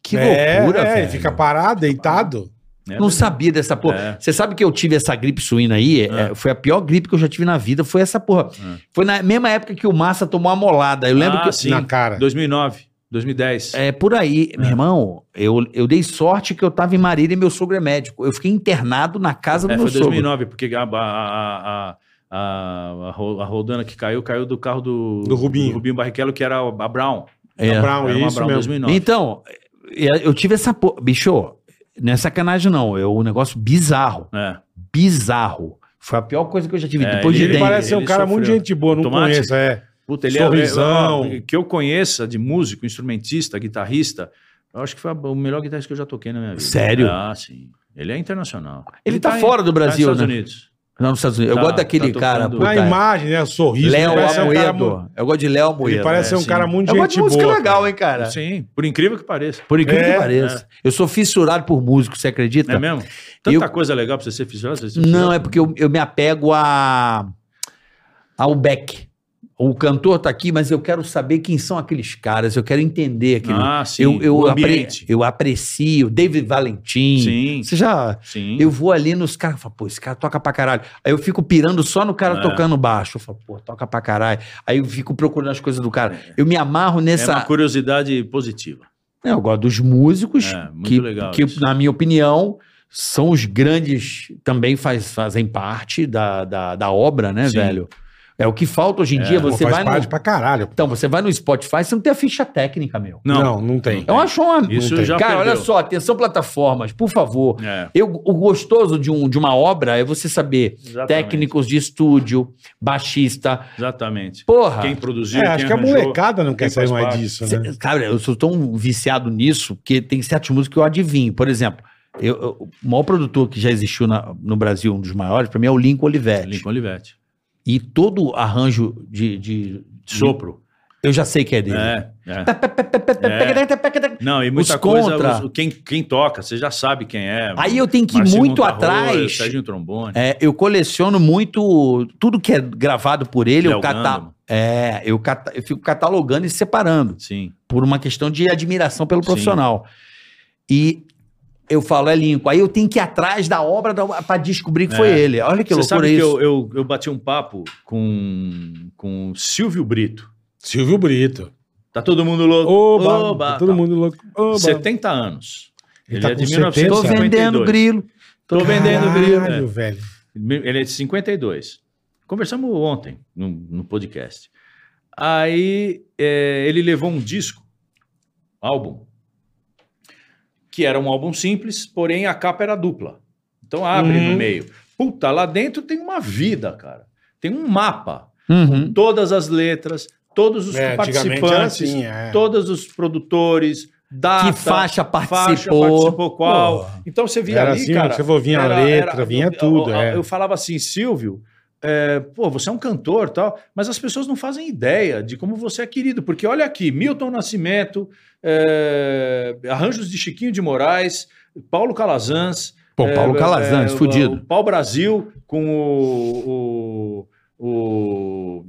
Speaker 4: Que
Speaker 3: É,
Speaker 4: loucura,
Speaker 3: é,
Speaker 4: velho.
Speaker 3: fica parado, deitado.
Speaker 5: né?
Speaker 4: Não sabia dessa porra.
Speaker 5: É.
Speaker 4: Você sabe que eu tive essa gripe suína aí?
Speaker 5: É.
Speaker 4: É, foi a pior gripe que eu já tive na vida. Foi essa porra.
Speaker 5: É.
Speaker 4: Foi na mesma época que o Massa tomou a molada. Eu lembro
Speaker 5: Ah,
Speaker 4: que.
Speaker 5: sim. Ah.
Speaker 3: Na cara.
Speaker 5: 2009, 2010.
Speaker 4: É por aí, meu irmão. Eu, eu dei sorte que eu tava em Marília e meu sogro é médico. Eu fiquei internado na casa do
Speaker 5: É,
Speaker 4: meu
Speaker 5: foi
Speaker 4: sogro.
Speaker 5: 2009, porque a, a, a, a, a, a ro- a rodana que caiu, caiu do carro do,
Speaker 3: Do Rubinho.
Speaker 5: Barrichello, que era a Brown.
Speaker 4: É.
Speaker 3: Na Brown,
Speaker 5: era
Speaker 3: isso mesmo.
Speaker 5: 2009.
Speaker 4: Então, eu eu tive essa porra. Bicho, não é sacanagem, não. É um negócio bizarro.
Speaker 5: É.
Speaker 4: Bizarro. Foi a pior coisa que eu já tive.
Speaker 5: É,
Speaker 4: Depois
Speaker 3: Ele,
Speaker 4: de dengue.
Speaker 3: parece ser um
Speaker 5: ele
Speaker 3: cara muito
Speaker 5: sofreu.
Speaker 3: gente boa, não
Speaker 5: Tomate?
Speaker 3: conheço, é.
Speaker 5: Puta, ele
Speaker 3: Sorrisão.
Speaker 5: é, é, que eu conheça de músico, instrumentista, guitarrista, eu acho que foi a- o melhor guitarrista que eu já toquei na minha vida.
Speaker 4: Sério?
Speaker 5: Ah, sim. Ele é internacional.
Speaker 4: Ele tá
Speaker 5: em-
Speaker 4: fora do
Speaker 5: tá nos
Speaker 4: Brasil,
Speaker 5: Estados
Speaker 4: né?
Speaker 5: Unidos.
Speaker 4: Não, nos Estados Unidos. Eu
Speaker 5: Tá,
Speaker 4: gosto daquele
Speaker 5: tá
Speaker 4: cara.
Speaker 5: tocando.
Speaker 4: puta. é
Speaker 3: Na imagem, né? Sorriso.
Speaker 4: Léo
Speaker 3: ele parece um cara muito-
Speaker 4: Amoedo. Eu gosto de Léo Amoedo.
Speaker 3: Ele parece
Speaker 5: é,
Speaker 3: um
Speaker 5: sim.
Speaker 3: cara muito
Speaker 4: Eu gosto
Speaker 3: gente
Speaker 4: de música
Speaker 3: boa.
Speaker 4: legal,
Speaker 3: cara.
Speaker 4: hein, cara?
Speaker 5: Sim, por incrível que pareça.
Speaker 4: Por incrível
Speaker 3: É,
Speaker 4: que pareça. Eu sou fissurado por músico, você acredita?
Speaker 5: É mesmo? Tanta
Speaker 4: Tá. Eu-
Speaker 5: coisa legal pra você ser fisioterapeuta. você ser
Speaker 4: Não,
Speaker 5: fisioterapeuta.
Speaker 4: é porque eu, eu me apego a ao Beck. O cantor tá aqui, mas eu quero saber quem são aqueles caras, eu quero entender aquilo.
Speaker 5: Ah, sim.
Speaker 4: eu, eu,
Speaker 5: o
Speaker 4: apre-
Speaker 5: ambiente.
Speaker 4: eu aprecio David Valentim.
Speaker 5: Sim,
Speaker 4: Você já.
Speaker 5: sim.
Speaker 4: Eu vou ali nos caras e falo, pô, esse cara toca pra caralho. Aí eu fico pirando só no cara
Speaker 5: É.
Speaker 4: tocando baixo. Eu falo, pô, toca pra caralho. Aí eu fico procurando as coisas do cara. Eu me amarro nessa.
Speaker 5: É uma curiosidade positiva.
Speaker 4: É, eu gosto dos músicos,
Speaker 5: É, muito
Speaker 4: que,
Speaker 5: legal
Speaker 4: que,
Speaker 5: isso.
Speaker 4: na minha opinião, são os grandes, também faz- fazem parte da, da, da obra, né,
Speaker 5: Sim.
Speaker 4: velho? É o que falta hoje em dia.
Speaker 3: Pô,
Speaker 4: Você
Speaker 3: faz
Speaker 4: vai
Speaker 3: parte
Speaker 4: no,
Speaker 3: pra caralho.
Speaker 4: Então, você vai no Spotify, você não tem a ficha técnica, meu.
Speaker 5: Não.
Speaker 3: Não, não tem.
Speaker 4: É uma chama.
Speaker 5: Isso
Speaker 3: tem.
Speaker 5: já
Speaker 4: Cara,
Speaker 5: perdeu.
Speaker 4: olha só, atenção plataformas, por favor.
Speaker 5: É,
Speaker 4: Eu, o gostoso de, um, de uma obra é você saber
Speaker 5: exatamente,
Speaker 4: técnicos de estúdio, baixista.
Speaker 5: Exatamente.
Speaker 4: Porra!
Speaker 5: Quem produziu,
Speaker 3: É,
Speaker 5: quem
Speaker 3: acho que a
Speaker 5: arranjou.
Speaker 3: molecada não quer
Speaker 5: quem
Speaker 3: sair
Speaker 5: faz
Speaker 3: mais
Speaker 5: parte.
Speaker 3: disso, né?
Speaker 4: Cê- cara, eu sou tão viciado nisso que tem certos músicos que eu adivinho. Por exemplo, eu- eu- o maior produtor que já existiu na- no Brasil, um dos maiores, pra mim é o Lincoln Olivetti.
Speaker 5: Lincoln Olivetti.
Speaker 4: Hum. E todo arranjo de, de-
Speaker 5: Sopro.
Speaker 4: Eu já sei que é dele.
Speaker 5: É, é. Não, e muita
Speaker 4: Os
Speaker 5: coisa...
Speaker 4: contra.
Speaker 5: os- quem, quem toca, você já sabe quem é.
Speaker 4: Aí eu tenho que ir
Speaker 5: Marcinho
Speaker 4: muito
Speaker 5: Montarroia,
Speaker 4: atrás.
Speaker 5: Serginho Trombone.
Speaker 4: É, eu coleciono muito tudo que é gravado por ele.
Speaker 5: Léo
Speaker 4: Eu, cata...
Speaker 5: Gama.
Speaker 4: é, eu, cata- eu fico catalogando e separando.
Speaker 5: Sim.
Speaker 4: por uma questão de admiração pelo
Speaker 5: Sim.
Speaker 4: profissional. E eu falo, é Lincoln. Aí eu tenho que ir atrás da obra da, pra descobrir que
Speaker 5: É.
Speaker 4: foi ele. Olha que
Speaker 5: você
Speaker 4: loucura
Speaker 5: sabe que
Speaker 4: isso.
Speaker 5: eu, eu, eu bati um papo com, com o Silvio Brito.
Speaker 3: Silvio Brito.
Speaker 5: Tá todo mundo louco?
Speaker 3: Oba, tá todo
Speaker 5: tá.
Speaker 3: mundo louco. Oba.
Speaker 5: 70 anos.
Speaker 3: Ele
Speaker 5: Ele,
Speaker 3: tá
Speaker 5: é
Speaker 3: com
Speaker 5: de
Speaker 3: 70?
Speaker 4: Tô
Speaker 5: 1952.
Speaker 4: vendendo grilo.
Speaker 5: Tô vendendo grilo.
Speaker 3: Caralho,
Speaker 5: é.
Speaker 3: velho.
Speaker 5: Ele é de 52. Conversamos ontem no, no podcast. Aí é, ele levou um disco, álbum, que era um álbum simples, porém a capa era dupla. Então abre
Speaker 3: Uhum.
Speaker 5: no meio. Puta, lá dentro tem uma vida, cara. Tem um mapa.
Speaker 4: Uhum.
Speaker 5: Todas as letras, todos os
Speaker 3: É, antigamente era
Speaker 5: participantes,
Speaker 3: assim, é.
Speaker 5: todos os produtores,
Speaker 4: Que
Speaker 5: data,
Speaker 4: faixa
Speaker 5: Ah, tá. faixa,
Speaker 4: participou.
Speaker 5: participou qual. Então você via
Speaker 3: Era
Speaker 5: ali,
Speaker 3: assim,
Speaker 5: cara.
Speaker 3: você falou, vinha a
Speaker 5: era-
Speaker 3: letra,
Speaker 5: era-
Speaker 3: vinha
Speaker 5: eu-
Speaker 3: tudo,
Speaker 5: Eu,
Speaker 3: é.
Speaker 5: eu falava assim, Silvio, é, pô, você é um cantor tal, mas as pessoas não fazem ideia de como você é querido, porque olha aqui, Milton Nascimento, é, arranjos de Chiquinho de Moraes, Paulo Calazans,
Speaker 4: Pô, Paulo
Speaker 5: é,
Speaker 4: Calazans,
Speaker 5: é, O
Speaker 4: fudido.
Speaker 5: Pau Brasil com o, o,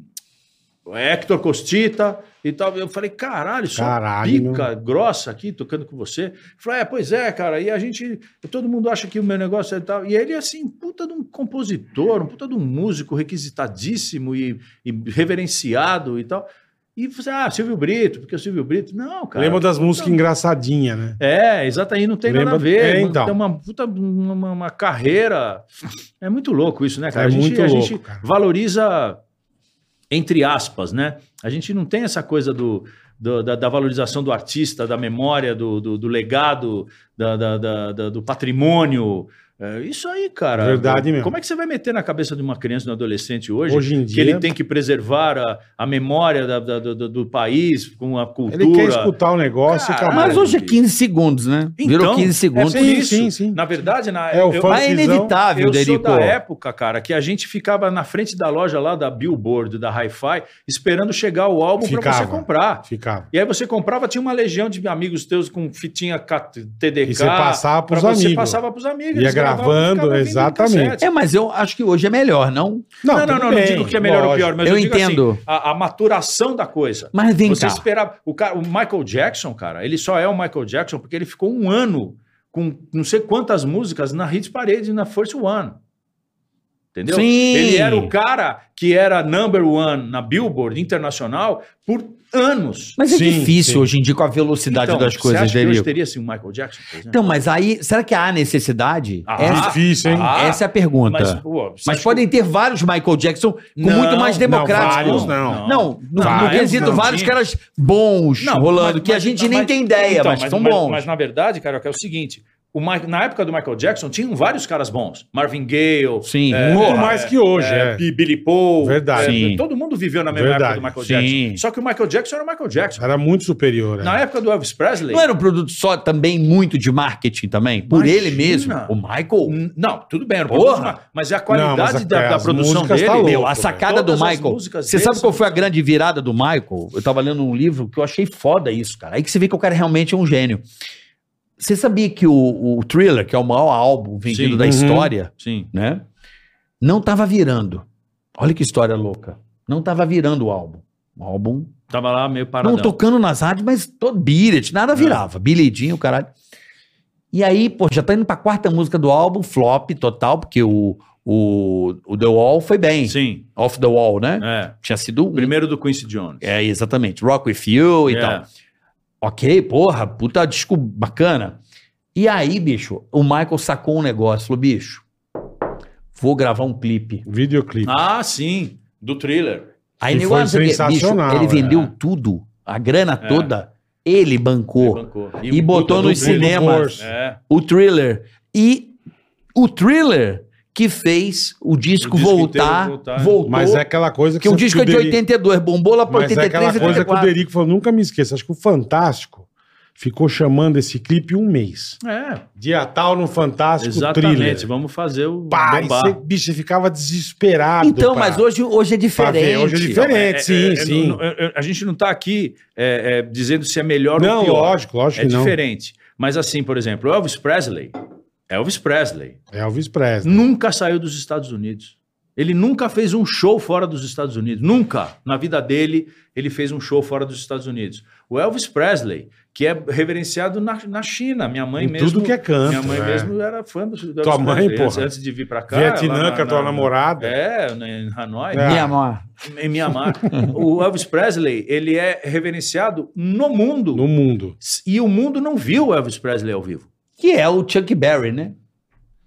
Speaker 5: o Hector Costita e tal. Eu falei, caralho, só
Speaker 3: Caralho,
Speaker 5: pica grossa aqui tocando com você. Ele falou, é, pois é, cara. E a gente, todo mundo acha que o meu negócio é tal. E ele, assim, puta de um compositor, um puta de um músico requisitadíssimo e, e reverenciado e tal. E você, ah, Silvio Brito, porque o Silvio Brito. Não, cara.
Speaker 3: Lembra das músicas
Speaker 5: Não.
Speaker 3: engraçadinhas, né?
Speaker 5: É, exatamente, não tem nada
Speaker 3: Lembra-
Speaker 5: a ver.
Speaker 3: É,
Speaker 5: não-
Speaker 3: então.
Speaker 5: Tem uma puta uma, uma carreira. É muito louco isso, né, cara?
Speaker 3: É
Speaker 5: a gente,
Speaker 3: muito
Speaker 5: a
Speaker 3: louco,
Speaker 5: gente
Speaker 3: cara.
Speaker 5: valoriza, entre aspas, né? A gente não tem essa coisa do, do- da, da valorização do artista, da memória, do, do, do legado, da, da- da- da- do patrimônio. É isso aí, cara.
Speaker 3: Verdade mesmo.
Speaker 5: Como é que você vai meter na cabeça de uma criança, de um adolescente hoje,
Speaker 3: Hoje em
Speaker 5: que
Speaker 3: dia-
Speaker 5: ele tem que preservar a, a memória da- da- do, do- do país, com a cultura?
Speaker 3: Ele quer escutar o negócio e
Speaker 5: Cara,
Speaker 3: acabou.
Speaker 4: Mas hoje é 15 segundos, né? Virou 15 segundos.
Speaker 5: É
Speaker 3: Sim,
Speaker 5: por isso.
Speaker 3: sim, sim.
Speaker 5: Na verdade, na,
Speaker 3: É o fã
Speaker 4: Mas é inevitável,
Speaker 5: eu sou
Speaker 4: Derico.
Speaker 5: da época, cara, que a gente ficava na frente da loja lá da Billboard, da Hi-Fi, esperando chegar o álbum pra você
Speaker 3: Ficava.
Speaker 5: comprar.
Speaker 3: Ficava.
Speaker 5: E aí você comprava, tinha uma legião de amigos teus com fitinha cat- TDK.
Speaker 3: E você passava pros
Speaker 5: pra Você
Speaker 3: amigos.
Speaker 5: passava pros amigos.
Speaker 3: Ia
Speaker 5: eles gravavam,
Speaker 3: gravando,
Speaker 5: ficava vendendo
Speaker 3: exatamente.
Speaker 5: cassete.
Speaker 4: É, mas eu acho que hoje é melhor, não?
Speaker 5: Não, não, não, não,
Speaker 3: tudo bem,
Speaker 5: digo que é melhor ou
Speaker 3: lógico.
Speaker 5: pior, mas
Speaker 4: Eu
Speaker 5: eu, digo
Speaker 4: entendo.
Speaker 5: assim, a, a maturação da coisa.
Speaker 4: Mas vem
Speaker 5: Você
Speaker 4: cá.
Speaker 5: esperava. O, cara, o Michael Jackson, cara, ele só é o Michael Jackson porque ele ficou um ano com não sei quantas músicas na Hits Parade, na First One. Entendeu?
Speaker 4: Sim.
Speaker 5: Ele era o cara que era number one na Billboard internacional por anos.
Speaker 4: Mas é
Speaker 3: Sim,
Speaker 4: difícil
Speaker 3: sim.
Speaker 4: hoje em dia com a velocidade
Speaker 5: Então,
Speaker 4: das
Speaker 5: você
Speaker 4: coisas,
Speaker 5: acha que hoje
Speaker 4: Derico.
Speaker 5: teria assim, o Michael Jackson, por exemplo?
Speaker 4: Então, mas aí, será que há necessidade?
Speaker 5: Ah,
Speaker 4: essa,
Speaker 3: Difícil, hein?
Speaker 5: ah,
Speaker 4: essa é a pergunta.
Speaker 5: mas,
Speaker 4: Mas,
Speaker 5: pô, você acha que-
Speaker 4: podem ter vários Michael Jackson com
Speaker 5: Não,
Speaker 4: muito mais
Speaker 5: não,
Speaker 4: democrático.
Speaker 3: vários não.
Speaker 4: Não, no, no
Speaker 5: Vários
Speaker 4: quesito,
Speaker 5: não.
Speaker 4: vários caras bons rolando,
Speaker 5: mas-
Speaker 4: que a
Speaker 5: mas-
Speaker 4: gente
Speaker 5: mas-
Speaker 4: nem tem ideia,
Speaker 5: então,
Speaker 4: mas, são bons.
Speaker 5: Mas, na verdade, cara, é o seguinte: o Mi- na época do Michael Jackson, tinham vários caras bons. Marvin Gaye,
Speaker 4: Sim,
Speaker 3: Muito
Speaker 5: é,
Speaker 3: mais que hoje,
Speaker 5: é,
Speaker 3: é.
Speaker 5: Bi- Billy Paul.
Speaker 3: Verdade.
Speaker 5: é,
Speaker 4: Sim.
Speaker 5: todo mundo viveu na mesma
Speaker 3: Verdade.
Speaker 5: época do Michael
Speaker 4: Sim.
Speaker 5: Jackson. Só que o Michael Jackson era o Michael Jackson.
Speaker 3: Era muito superior.
Speaker 5: Na
Speaker 3: é.
Speaker 5: época do Elvis Presley.
Speaker 4: Não era um produto só também muito de marketing também? Por
Speaker 5: Imagina.
Speaker 4: ele mesmo? O Michael?
Speaker 5: N- Não, tudo bem, era um
Speaker 4: Porra!
Speaker 5: problema, mas é a qualidade
Speaker 3: Não, mas a-
Speaker 5: da, da
Speaker 3: as
Speaker 5: produção
Speaker 3: músicas
Speaker 5: dele.
Speaker 3: tá louco,
Speaker 4: Meu, a sacada do
Speaker 5: Todas as
Speaker 4: Michael.
Speaker 5: músicas
Speaker 4: Você
Speaker 5: dele
Speaker 4: sabe qual
Speaker 5: são-
Speaker 4: foi a grande virada do Michael? Eu tava lendo um livro que eu achei foda isso, cara. Aí que você vê que o cara realmente é um gênio. Você sabia que o, o Thriller, que é o maior álbum vendido
Speaker 5: Sim.
Speaker 4: da
Speaker 5: Uhum.
Speaker 4: história,
Speaker 5: Sim.
Speaker 4: né? Não tava virando. Olha que história louca. Não tava virando o álbum. O álbum.
Speaker 5: Tava lá meio paradão. É.
Speaker 4: Não tocando nas rádios, mas todo bilhete, nada virava. Bilhetinho, caralho. E aí, pô, já tá indo pra quarta música do álbum, flop total, porque o, o, o The Wall foi bem.
Speaker 5: Sim.
Speaker 4: Off the Wall, né?
Speaker 5: É.
Speaker 4: Tinha sido um-
Speaker 5: Primeiro do Quincy Jones.
Speaker 4: É, exatamente. Rock with You e
Speaker 5: É.
Speaker 4: tal. Ok, porra, puta disco bacana. E aí, bicho, o Michael sacou um negócio. Falou, bicho, vou gravar um clipe.
Speaker 3: Videoclipe.
Speaker 5: Ah, sim. Do thriller.
Speaker 4: Aí
Speaker 3: Que
Speaker 4: nego,
Speaker 3: foi
Speaker 4: ah, porque,
Speaker 3: sensacional,
Speaker 4: bicho, ele
Speaker 3: é.
Speaker 4: vendeu tudo, a grana
Speaker 5: É.
Speaker 4: toda, ele bancou.
Speaker 5: Bancou.
Speaker 4: E botou
Speaker 5: puta
Speaker 4: nos
Speaker 5: do thriller.
Speaker 4: cinemas.
Speaker 5: É.
Speaker 4: o Thriller. E o Thriller que fez o disco,
Speaker 5: O disco
Speaker 4: voltar,
Speaker 5: inteiro voltar.
Speaker 4: voltou.
Speaker 3: Mas é aquela coisa que.
Speaker 5: um
Speaker 4: Porque o
Speaker 3: você-
Speaker 4: disco é
Speaker 3: que
Speaker 4: de
Speaker 3: o Deri-
Speaker 4: 82, bombou lá pra
Speaker 3: Mas é
Speaker 4: 83,
Speaker 3: aquela coisa que o
Speaker 4: 84.
Speaker 3: Derico falou, nunca me esqueça. Acho que o Fantástico ficou chamando esse clipe um mês.
Speaker 5: É,
Speaker 3: Dia tal no Fantástico
Speaker 5: exatamente.
Speaker 3: Thriller.
Speaker 5: Vamos fazer o
Speaker 3: Pá, é- e
Speaker 5: bombar.
Speaker 3: você, bicho, você ficava desesperado.
Speaker 4: Então,
Speaker 3: pra-
Speaker 4: mas hoje, hoje é
Speaker 3: pra
Speaker 4: diferente.
Speaker 3: ver. Hoje é diferente, sim, sim.
Speaker 5: não- é- é- a gente não está aqui é, é, dizendo se é melhor
Speaker 3: Não,
Speaker 5: ou pior.
Speaker 3: lógico, lógico
Speaker 5: é
Speaker 3: que não.
Speaker 5: diferente. Mas assim, por exemplo, Elvis Presley. Elvis Presley
Speaker 3: Elvis Presley.
Speaker 5: nunca saiu dos Estados Unidos. Ele nunca fez um show fora dos Estados Unidos. Nunca. Na vida dele, ele fez um show fora dos Estados Unidos. O Elvis Presley, que é reverenciado na, na China. Minha mãe
Speaker 3: Em
Speaker 5: mesmo.
Speaker 3: tudo que é canto,
Speaker 5: Minha mãe
Speaker 3: é.
Speaker 5: mesmo era fã do, do
Speaker 3: Tua
Speaker 5: Elvis
Speaker 3: mãe,
Speaker 5: Presley.
Speaker 3: porra.
Speaker 5: Antes, antes de vir pra cá.
Speaker 3: Vietnã,
Speaker 5: lá na-
Speaker 3: que é tua
Speaker 5: na-
Speaker 3: namorada.
Speaker 5: É, em Hanoi.
Speaker 3: É.
Speaker 4: Minha mãe.
Speaker 5: em Mianmar. o Elvis Presley, ele é reverenciado no mundo.
Speaker 3: No mundo.
Speaker 5: E o mundo não viu o Elvis Presley ao vivo.
Speaker 4: Que é o Chuck Berry, né?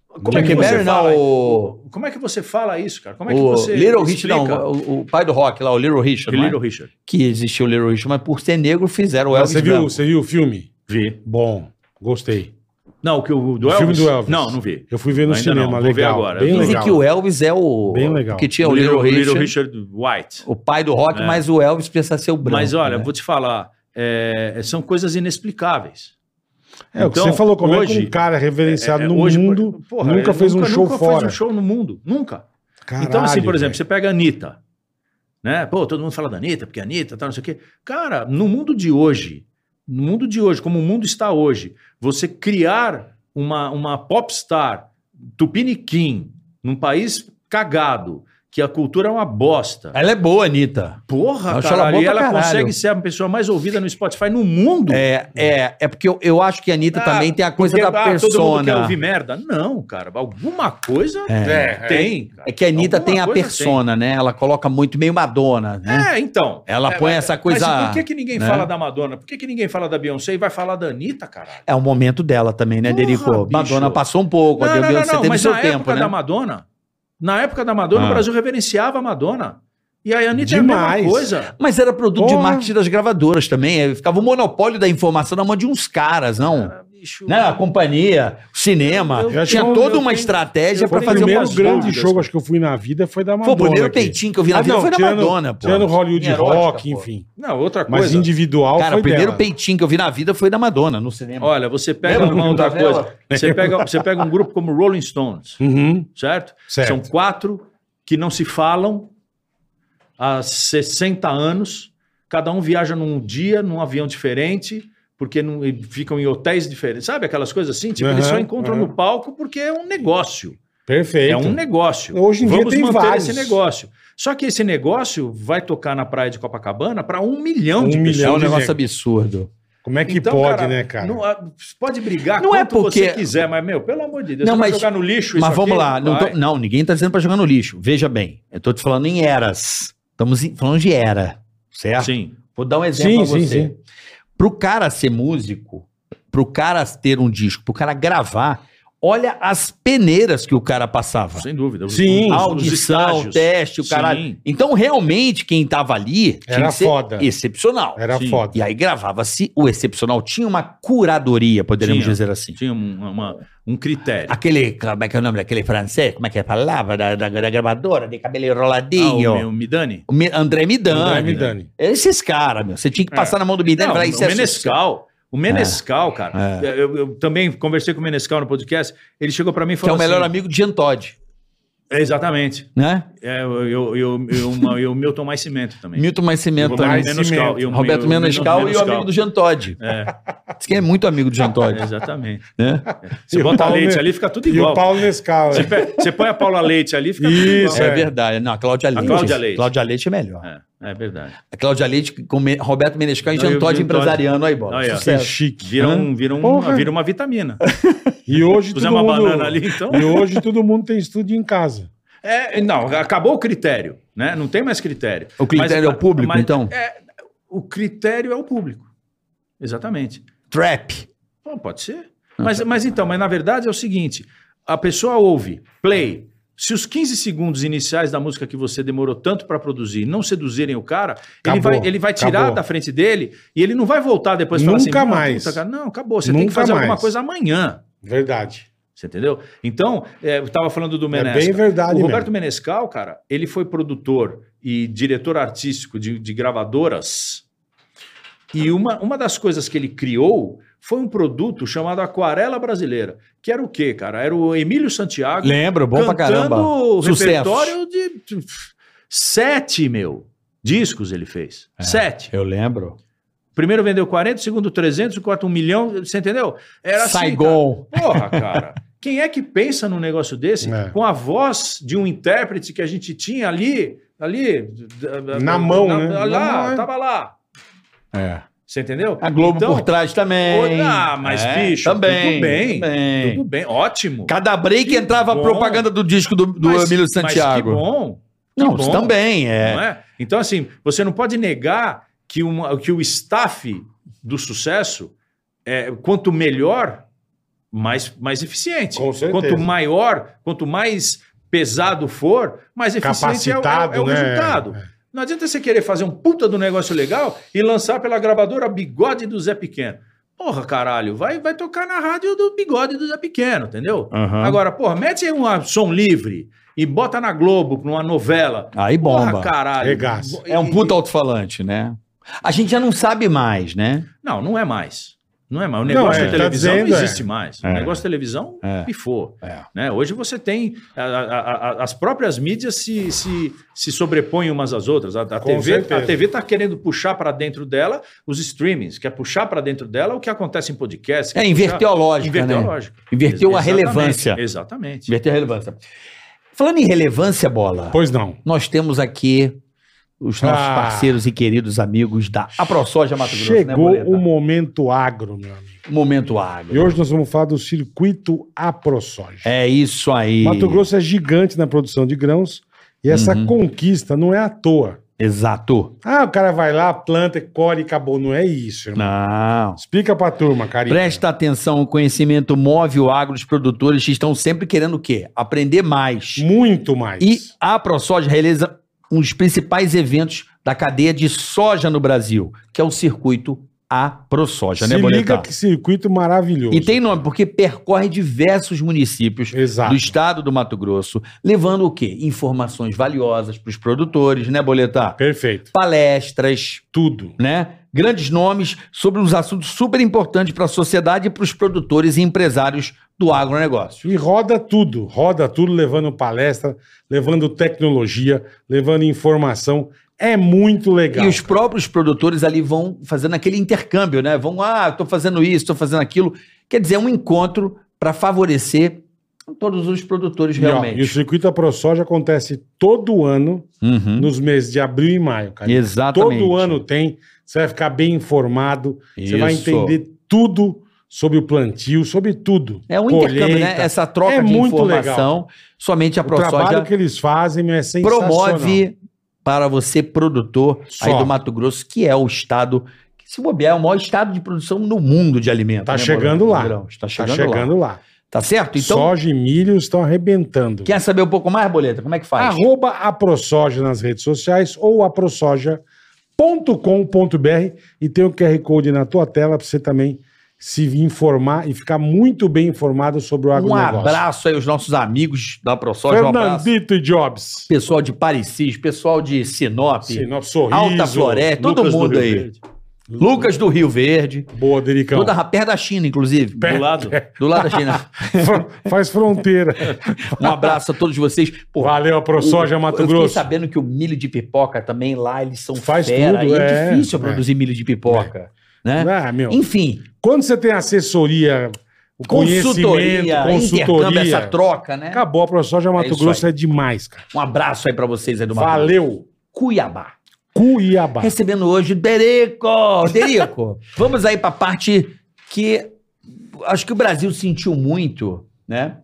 Speaker 5: Como é
Speaker 4: Chuck
Speaker 5: que
Speaker 4: Berry
Speaker 5: você fala?
Speaker 4: não, o,
Speaker 5: Como é que você fala isso, cara? Como é que
Speaker 4: o
Speaker 5: você
Speaker 4: Little Rich,
Speaker 5: explica?
Speaker 4: não, o, o pai do rock lá, o Little Richard, não é?
Speaker 5: Little Richard.
Speaker 4: que existiu o Little Richard, mas por ser negro fizeram o
Speaker 3: Mas
Speaker 4: Elvis
Speaker 3: Você viu,
Speaker 4: branco.
Speaker 3: você viu o filme?
Speaker 5: Vi.
Speaker 3: Bom, gostei.
Speaker 5: Não, o que o do
Speaker 3: O
Speaker 5: Elvis?
Speaker 3: filme do Elvis.
Speaker 5: Não, não vi.
Speaker 3: Eu fui ver no
Speaker 5: Ainda
Speaker 3: cinema,
Speaker 5: não, vou ver
Speaker 3: legal.
Speaker 5: agora.
Speaker 3: Bem
Speaker 5: Dizem
Speaker 4: Dizem
Speaker 3: legal.
Speaker 4: que o Elvis é o...
Speaker 3: Bem legal.
Speaker 4: Que tinha o Little, Richard,
Speaker 5: White.
Speaker 4: o pai do rock,
Speaker 5: É.
Speaker 4: mas o Elvis precisa ser o branco.
Speaker 5: Mas olha,
Speaker 4: né?
Speaker 5: vou te falar, é, são coisas inexplicáveis.
Speaker 3: É, o que
Speaker 5: Então,
Speaker 3: você falou, como é que
Speaker 5: hoje-
Speaker 3: um cara reverenciado
Speaker 5: É,
Speaker 3: no
Speaker 5: hoje,
Speaker 3: mundo
Speaker 5: porra,
Speaker 3: nunca
Speaker 5: ele
Speaker 3: fez um show
Speaker 5: nunca
Speaker 3: fora?
Speaker 5: fez um show no mundo. Nunca.
Speaker 3: Caralho,
Speaker 5: então, assim, por exemplo,
Speaker 3: velho.
Speaker 5: você pega a Anitta, né? Pô, todo mundo fala da Anitta, porque a Anitta, tal, não sei o quê. Cara, no mundo de hoje, no mundo de hoje, como o mundo está hoje, você criar uma, uma popstar tupiniquim num país cagado, que a cultura é uma bosta.
Speaker 4: Ela é boa, Anitta.
Speaker 5: Porra,
Speaker 4: Acho ela
Speaker 5: cara,
Speaker 4: boa
Speaker 5: e
Speaker 4: pra
Speaker 5: ela
Speaker 4: caralho.
Speaker 5: consegue ser a pessoa mais ouvida no Spotify no mundo.
Speaker 4: É, é, é porque eu, eu acho que a Anitta
Speaker 5: Hum. Ah,
Speaker 4: também tem a coisa
Speaker 5: porque,
Speaker 4: da
Speaker 5: ah, Todo mundo quer
Speaker 4: persona.
Speaker 5: ouvir merda? Não, cara. Alguma coisa
Speaker 4: É.
Speaker 5: tem. cara.
Speaker 4: É que a Anitta
Speaker 5: Alguma
Speaker 4: tem a
Speaker 5: coisa
Speaker 4: persona, né? Ela coloca muito meio Madonna, né?
Speaker 5: É, então.
Speaker 4: Ela
Speaker 5: É,
Speaker 4: põe
Speaker 5: mas-
Speaker 4: essa coisa.
Speaker 5: Mas por que, que ninguém
Speaker 4: né?
Speaker 5: fala da Madonna? Por que, que ninguém fala da Beyoncé e vai falar da Anitta, caralho?
Speaker 4: É o momento dela também, né,
Speaker 5: Porra,
Speaker 4: Derico?
Speaker 5: bicho.
Speaker 4: Madonna passou um pouco, a Beyoncé teve
Speaker 5: Mas
Speaker 4: seu
Speaker 5: na
Speaker 4: tempo,
Speaker 5: época
Speaker 4: né?
Speaker 5: da Madonna, na época da Madonna,
Speaker 4: Ah.
Speaker 5: o Brasil reverenciava a Madonna. E a Anitta é a
Speaker 3: Demais.
Speaker 5: mesma coisa.
Speaker 4: Mas era produto de
Speaker 3: Porra.
Speaker 4: marketing das gravadoras também. é, Ficava o monopólio da informação na mão de uns caras, não?
Speaker 5: bicho.
Speaker 4: né? A companhia, o cinema.
Speaker 5: Ah, Eu-
Speaker 3: eu acho
Speaker 4: tinha
Speaker 5: que eu-
Speaker 4: toda
Speaker 5: eu
Speaker 4: uma
Speaker 5: tenho-
Speaker 4: estratégia
Speaker 5: eu
Speaker 4: pra
Speaker 5: tenho
Speaker 3: o
Speaker 4: fazer
Speaker 3: primeiro
Speaker 4: umas
Speaker 5: umas
Speaker 3: grande
Speaker 5: dúvidas,
Speaker 3: show
Speaker 5: cara.
Speaker 3: acho que eu fui na vida foi da
Speaker 4: Foi
Speaker 3: Madonna.
Speaker 4: o primeiro
Speaker 3: aqui.
Speaker 4: peitinho que eu vi na
Speaker 3: Ah,
Speaker 4: vida
Speaker 3: não,
Speaker 4: foi da
Speaker 3: tirando-
Speaker 4: Madonna, pô.
Speaker 3: Tirando Hollywood
Speaker 5: Erótica,
Speaker 3: Rock,
Speaker 5: pô.
Speaker 3: enfim.
Speaker 5: Não, outra
Speaker 3: Mas
Speaker 5: coisa.
Speaker 3: individual
Speaker 4: Cara,
Speaker 3: foi
Speaker 4: o primeiro
Speaker 3: dela.
Speaker 4: peitinho que eu vi na vida foi da Madonna, no cinema.
Speaker 5: Olha, você pega
Speaker 4: Lembra
Speaker 5: uma
Speaker 4: do
Speaker 5: outra
Speaker 4: Novela?
Speaker 5: coisa. Você pega, você pega um grupo como Rolling Stones,
Speaker 3: Uhum,
Speaker 5: certo?
Speaker 3: Certo.
Speaker 5: São quatro que não se falam há 60 anos. Cada um viaja num dia, num avião diferente, porque não, e ficam em hotéis diferentes. Sabe aquelas coisas assim? Tipo, eles só
Speaker 3: Aham,
Speaker 5: encontram
Speaker 3: aham.
Speaker 5: no palco porque é um negócio.
Speaker 3: perfeito.
Speaker 5: É um negócio.
Speaker 3: Hoje em dia
Speaker 5: Vamos
Speaker 3: tem
Speaker 5: manter
Speaker 3: vários.
Speaker 5: esse negócio. Só que esse negócio vai tocar na praia de Copacabana para um milhão
Speaker 3: Um
Speaker 5: de pessoas.
Speaker 4: é
Speaker 3: milhão
Speaker 4: um
Speaker 3: de
Speaker 4: negócio
Speaker 3: gente.
Speaker 4: absurdo.
Speaker 3: Como é que
Speaker 5: Então,
Speaker 3: pode, né, cara?
Speaker 5: não- ah, pode brigar
Speaker 4: Não é
Speaker 5: quanto você
Speaker 4: porque-
Speaker 5: quiser, mas, meu, pelo amor de Deus,
Speaker 4: Não,
Speaker 5: você vai
Speaker 4: mas-
Speaker 5: jogar no lixo
Speaker 4: Mas
Speaker 5: isso
Speaker 4: vamos
Speaker 5: aqui?
Speaker 4: lá. Não, tô-
Speaker 5: Vai.
Speaker 4: não, ninguém tá dizendo pra jogar no lixo. Veja bem, eu tô te falando em eras. Estamos em- falando de era, certo?
Speaker 5: Sim.
Speaker 4: Vou dar um
Speaker 3: Sim,
Speaker 4: exemplo pra
Speaker 3: sim,
Speaker 4: você.
Speaker 3: sim.
Speaker 4: Pro cara ser músico, pro cara ter um disco, pro cara gravar, olha as peneiras que o cara passava.
Speaker 5: Sem dúvida. Os-
Speaker 3: Sim.
Speaker 5: os
Speaker 4: Audição,
Speaker 5: estágios.
Speaker 4: teste, o cara.
Speaker 5: Sim.
Speaker 4: Então, realmente, quem tava ali tinha
Speaker 3: Era
Speaker 4: que ser
Speaker 3: foda.
Speaker 4: excepcional.
Speaker 3: Era
Speaker 5: Sim.
Speaker 3: foda.
Speaker 4: E aí gravava-se o excepcional. Tinha uma curadoria, poderíamos
Speaker 5: Tinha.
Speaker 4: dizer assim.
Speaker 5: Tinha um, uma- um critério.
Speaker 4: Aquele, como é que é o nome daquele francês? Como é que é a palavra da, da, da gravadora? De cabelo enroladinho.
Speaker 5: Ah, o meu Midani?
Speaker 4: O Mi- André Midani.
Speaker 3: André
Speaker 5: né?
Speaker 3: Midani.
Speaker 4: Esses caras, meu. Você tinha que
Speaker 5: É.
Speaker 4: passar na mão do Midani e
Speaker 5: Não,
Speaker 4: falar
Speaker 5: o
Speaker 4: isso é sucesso.
Speaker 5: Menescal. O Menescal, cara. Eu, eu também conversei com o Menescal no podcast. Ele chegou pra mim e
Speaker 4: Que é
Speaker 5: falou
Speaker 4: o melhor
Speaker 5: assim,
Speaker 4: amigo de Jean Todd,
Speaker 5: É, Exatamente.
Speaker 4: né?
Speaker 5: É, eu, eu, eu, eu, eu, eu Milton Nascimento também.
Speaker 4: Milton Nascimento
Speaker 5: Roberto
Speaker 4: também.
Speaker 3: Nascimento.
Speaker 5: Menescal. E o
Speaker 4: Roberto
Speaker 5: meu-
Speaker 4: Menescal e o amigo do Jean Todd.
Speaker 5: É,
Speaker 4: Diz que é muito amigo do Jean Todd,
Speaker 5: exatamente.
Speaker 4: né?
Speaker 5: Você
Speaker 3: E o
Speaker 5: bota
Speaker 3: Paulo
Speaker 5: leite
Speaker 3: Ne-
Speaker 5: ali, fica tudo
Speaker 3: E
Speaker 5: igual.
Speaker 3: o Paulo Nescau.
Speaker 5: Você,
Speaker 3: é.
Speaker 5: pe- você põe a Paula Leite ali, fica
Speaker 3: Isso,
Speaker 5: tudo
Speaker 4: É,
Speaker 5: igual.
Speaker 3: é.
Speaker 4: verdade. Não, a Cláudia Leite.
Speaker 5: Cláudia Leite.
Speaker 4: Cláudia Leite é melhor.
Speaker 5: É, é verdade.
Speaker 4: A Cláudia Leite com Me- Roberto Menescal e
Speaker 5: Não, e
Speaker 4: Jean
Speaker 5: o é.
Speaker 4: Todd
Speaker 5: Jean Todt.
Speaker 4: empresariano aí, bola.
Speaker 5: Aí, ó.
Speaker 3: Que
Speaker 4: Sucesso.
Speaker 3: é chique.
Speaker 5: Vira, um, vira, um,
Speaker 3: Porra.
Speaker 5: vira uma vitamina.
Speaker 3: E hoje
Speaker 5: Puser
Speaker 3: todo
Speaker 5: uma
Speaker 3: mundo...
Speaker 5: banana ali, então.
Speaker 3: E hoje todo mundo tem estúdio em casa.
Speaker 5: É, não, acabou o critério, né? Não tem mais critério.
Speaker 4: O critério
Speaker 5: Mas-
Speaker 4: é o público,
Speaker 5: mas-
Speaker 4: então?
Speaker 5: é, o critério é o público. Exatamente.
Speaker 4: Trap.
Speaker 5: Bom, pode ser.
Speaker 3: tá.
Speaker 5: Mas, mas então, mas na verdade é o seguinte: a pessoa ouve, play. Se os 15 segundos iniciais da música que você demorou tanto para produzir não seduzirem o cara, ele
Speaker 3: Acabou,
Speaker 5: vai, ele vai tirar
Speaker 3: acabou.
Speaker 5: da frente dele e ele não vai voltar depois e assim,
Speaker 3: Nunca
Speaker 5: "Não,
Speaker 3: mais.
Speaker 5: puta, cara, não, acabou. Você tem que
Speaker 3: Nunca
Speaker 5: fazer alguma
Speaker 3: mais.
Speaker 5: coisa amanhã.
Speaker 3: Verdade.
Speaker 5: Você entendeu? Então, é, eu estava falando do Menescal.
Speaker 3: É bem verdade
Speaker 5: O
Speaker 3: mesmo.
Speaker 5: Roberto Menescal, cara, ele foi produtor e diretor artístico de, de gravadoras. E uma, uma das coisas que ele criou foi um produto chamado Aquarela Brasileira, que era o quê, cara? Era o Emílio Santiago
Speaker 4: Lembro, bom pra caramba.
Speaker 5: o
Speaker 4: Sucesso.
Speaker 5: repertório de de- sete, meu, discos ele fez.
Speaker 4: É.
Speaker 5: Sete.
Speaker 4: Eu lembro.
Speaker 5: Primeiro vendeu 40, segundo 300, o quarto um milhão, você entendeu? Era assim, cara.
Speaker 4: Saigon.
Speaker 5: Porra, cara. Quem é que pensa num negócio desse
Speaker 3: É.
Speaker 5: com a voz de um intérprete que a gente tinha ali, ali d- d-
Speaker 3: Na mão, né? Na
Speaker 5: Lá,
Speaker 3: mão, é.
Speaker 5: tava lá.
Speaker 4: É.
Speaker 5: Você entendeu?
Speaker 4: A Globo
Speaker 5: Então,
Speaker 4: por trás também.
Speaker 5: o- Ah, mas
Speaker 4: É,
Speaker 5: bicho,
Speaker 4: também,
Speaker 5: tudo bem.
Speaker 4: também.
Speaker 5: Tudo bem, ótimo.
Speaker 4: Cada break entrava
Speaker 5: bom.
Speaker 4: a propaganda do disco do, do
Speaker 5: Mas-
Speaker 4: Emílio
Speaker 5: Mas que
Speaker 4: Santiago.
Speaker 5: bom. que
Speaker 4: Não,
Speaker 5: bom,
Speaker 4: isso também
Speaker 5: não
Speaker 4: é.
Speaker 5: é? Então, assim, você não pode negar que, uma- que o staff do sucesso, é, quanto melhor, mais, mais eficiente.
Speaker 3: Com certeza.
Speaker 5: Quanto maior, quanto mais pesado for, mais eficiente é o- é, o-
Speaker 3: Capacitado,
Speaker 5: é o
Speaker 3: né?
Speaker 5: resultado. Não adianta você querer fazer um puta do negócio legal e lançar pela gravadora Bigode do Zé Pequeno. Porra, caralho, vai, vai tocar na rádio do Bigode do Zé Pequeno, entendeu? Agora, porra, mete aí um som livre e bota na Globo, numa novela.
Speaker 4: Aí bomba.
Speaker 5: Porra, caralho.
Speaker 3: Regaça.
Speaker 4: É um puta alto-falante, né? A gente já não sabe mais, né?
Speaker 5: Não, não é mais. Não é mais. O
Speaker 3: Não,
Speaker 5: negócio
Speaker 3: é,
Speaker 5: da
Speaker 3: tá
Speaker 5: televisão
Speaker 3: dizendo,
Speaker 5: não
Speaker 3: é.
Speaker 5: existe mais. O
Speaker 4: É.
Speaker 5: negócio da televisão
Speaker 4: É.
Speaker 5: pifou.
Speaker 4: É.
Speaker 5: Né? Hoje você tem. a- a- a- as próprias mídias se, se, se sobrepõem umas às outras. A, a
Speaker 3: Com
Speaker 5: TV
Speaker 3: certeza.
Speaker 5: a TV está querendo puxar para dentro dela os streamings, quer puxar para dentro dela o que acontece em podcast.
Speaker 4: É,
Speaker 5: quer
Speaker 4: inverteu a
Speaker 5: puxar-
Speaker 4: lógica,
Speaker 5: Inverteu a
Speaker 4: né?
Speaker 5: lógica.
Speaker 4: Inverteu a
Speaker 5: Exatamente,
Speaker 4: relevância.
Speaker 5: Exatamente.
Speaker 4: Inverteu a relevância. Falando em relevância, bola,
Speaker 3: Pois não.
Speaker 4: nós temos aqui os nossos
Speaker 3: Ah.
Speaker 4: parceiros e queridos amigos da AproSoja Mato Grosso,
Speaker 3: Chegou
Speaker 4: né,
Speaker 3: o
Speaker 4: Boleta?
Speaker 3: momento agro, meu amigo.
Speaker 4: Momento água.
Speaker 3: E hoje nós vamos falar do circuito AproSoja.
Speaker 4: É isso aí.
Speaker 3: Mato Grosso é gigante na produção de grãos e essa
Speaker 4: Uhum.
Speaker 3: conquista não é à toa.
Speaker 4: Exato.
Speaker 3: Ah, o cara vai lá, planta, colhe, acabou. Não é isso, irmão.
Speaker 4: Não.
Speaker 3: Explica pra turma, carinho.
Speaker 4: Presta atenção, o conhecimento move o agro, os produtores que estão sempre querendo o quê? Aprender mais.
Speaker 3: Muito mais.
Speaker 4: E a ProSoja realiza um dos principais eventos da cadeia de soja no Brasil, que é o circuito a ProSoja,
Speaker 3: Se
Speaker 4: né,
Speaker 3: liga
Speaker 4: Boletar?
Speaker 3: que circuito maravilhoso.
Speaker 4: E tem nome, porque percorre diversos municípios
Speaker 3: Exato.
Speaker 4: do estado do Mato Grosso, levando o quê? Informações valiosas para os produtores, né, Boletar?
Speaker 3: Perfeito.
Speaker 4: Palestras,
Speaker 3: Tudo.
Speaker 4: né? Grandes nomes sobre uns assuntos super importantes para a sociedade e para os produtores e empresários do agronegócio.
Speaker 3: E roda tudo, roda tudo, levando palestra, levando tecnologia, levando informação. É muito legal.
Speaker 4: E os próprios produtores ali vão fazendo aquele intercâmbio, né? Vão, ah, estou fazendo isso, estou fazendo aquilo. Quer dizer, é um encontro para favorecer todos os produtores
Speaker 3: E, ó,
Speaker 4: realmente.
Speaker 3: E o circuito da ProSoja acontece todo ano,
Speaker 4: Uhum.
Speaker 3: nos meses de abril e maio, cara.
Speaker 4: Exatamente.
Speaker 3: é. Todo ano tem. Você vai ficar bem informado, você vai
Speaker 4: Isso.
Speaker 3: entender tudo sobre o plantio, sobre tudo.
Speaker 4: É um
Speaker 3: Colheita.
Speaker 4: intercâmbio, né? Essa troca
Speaker 3: É
Speaker 4: de
Speaker 3: muito
Speaker 4: informação.
Speaker 3: legal.
Speaker 4: Somente a
Speaker 3: O trabalho
Speaker 4: ProSoja
Speaker 3: que eles fazem meu, é sensacional.
Speaker 4: promove para você, produtor
Speaker 3: Só.
Speaker 4: aí do Mato Grosso, que é o estado que, se bobear, é o maior estado de produção no mundo de alimentos.
Speaker 3: Tá chegando lá.
Speaker 4: Está
Speaker 3: Tá
Speaker 4: chegando, lá.
Speaker 3: chegando lá.
Speaker 4: Tá certo? Então,
Speaker 3: Soja e milho estão arrebentando.
Speaker 4: quer saber um pouco mais, Boleta? Como é que faz?
Speaker 3: Arroba a ProSoja nas redes sociais ou aprosoja.com.br e tem o QR Code na tua tela para você também se informar e ficar muito bem informado sobre o
Speaker 4: um
Speaker 3: agronegócio.
Speaker 4: abraço aí aos nossos amigos da ProSoja. Um abraço.
Speaker 3: Fernandito e Jobs.
Speaker 4: Pessoal de Parecis, pessoal de Sinop,
Speaker 3: Sinop Sorriso.
Speaker 4: Alta Floresta, todo
Speaker 5: Lucas do
Speaker 4: mundo
Speaker 5: Rio
Speaker 4: aí.
Speaker 5: Verde.
Speaker 4: Lucas do Rio Verde,
Speaker 3: Boa, Dericão.
Speaker 4: toda a perto da China, inclusive.
Speaker 5: Do lado.
Speaker 4: Do lado da China.
Speaker 3: Faz fronteira.
Speaker 4: Um abraço a todos vocês. Pô,
Speaker 3: Valeu, a ProSoja Mato
Speaker 4: eu
Speaker 3: Grosso.
Speaker 4: fiquei sabendo que o milho de pipoca também lá eles são
Speaker 3: Faz
Speaker 4: fera.
Speaker 3: tudo,
Speaker 4: e é,
Speaker 3: é.
Speaker 4: difícil
Speaker 3: É.
Speaker 4: produzir milho de pipoca, né?
Speaker 3: Ah, meu.
Speaker 4: Enfim,
Speaker 3: Quando você tem assessoria, o conhecimento,
Speaker 4: consultoria, intercâmbio, essa
Speaker 3: consultoria,
Speaker 4: troca, né?
Speaker 3: acabou a ProSoja Mato
Speaker 4: isso
Speaker 3: Grosso é demais, cara.
Speaker 4: Um abraço aí pra vocês aí do Mato Grosso.
Speaker 3: Valeu.
Speaker 4: Cuiabá.
Speaker 3: Cuiabá.
Speaker 4: Recebendo hoje o Derico. Derico, vamos aí pra parte que acho que o Brasil sentiu muito, né?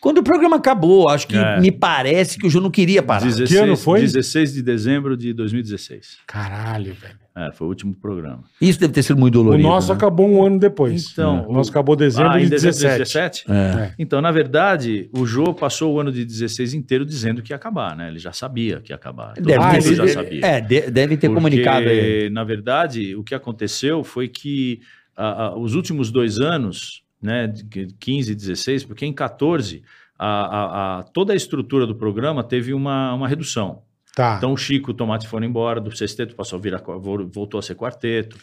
Speaker 4: Quando o programa acabou, acho que
Speaker 5: É.
Speaker 4: me parece que o Ju não queria parar.
Speaker 5: 16,
Speaker 3: Que ano foi?
Speaker 5: 16 de dezembro de 2016.
Speaker 3: Caralho, velho.
Speaker 5: É, foi o último programa.
Speaker 4: Isso deve ter sido muito
Speaker 3: O
Speaker 4: dolorido.
Speaker 3: nosso
Speaker 4: né?
Speaker 3: acabou um ano depois.
Speaker 5: Então,
Speaker 3: o nosso acabou dezembro
Speaker 5: ah, em
Speaker 3: de
Speaker 5: dezembro de
Speaker 3: 17.
Speaker 5: 17?
Speaker 4: É.
Speaker 5: Então, na verdade, o Jô passou o ano de 16 inteiro dizendo que ia acabar, né? Ele já sabia que ia acabar. Todo
Speaker 4: Deve
Speaker 3: Ah,
Speaker 4: ter,
Speaker 5: mundo
Speaker 3: ele-
Speaker 5: já
Speaker 4: sido-
Speaker 5: sabia.
Speaker 4: é, de- deve ter
Speaker 5: Porque,
Speaker 4: comunicado aí.
Speaker 5: Na verdade, o que aconteceu foi que ah, ah, os últimos dois anos, né, de que- 15, 16, porque em 14, a, a- a- toda a estrutura do programa teve uma, uma redução.
Speaker 3: Tá.
Speaker 5: Então, o Chico e o Tomate foram embora, do sexteto passou a virar, qua- vo- voltou a ser quarteto.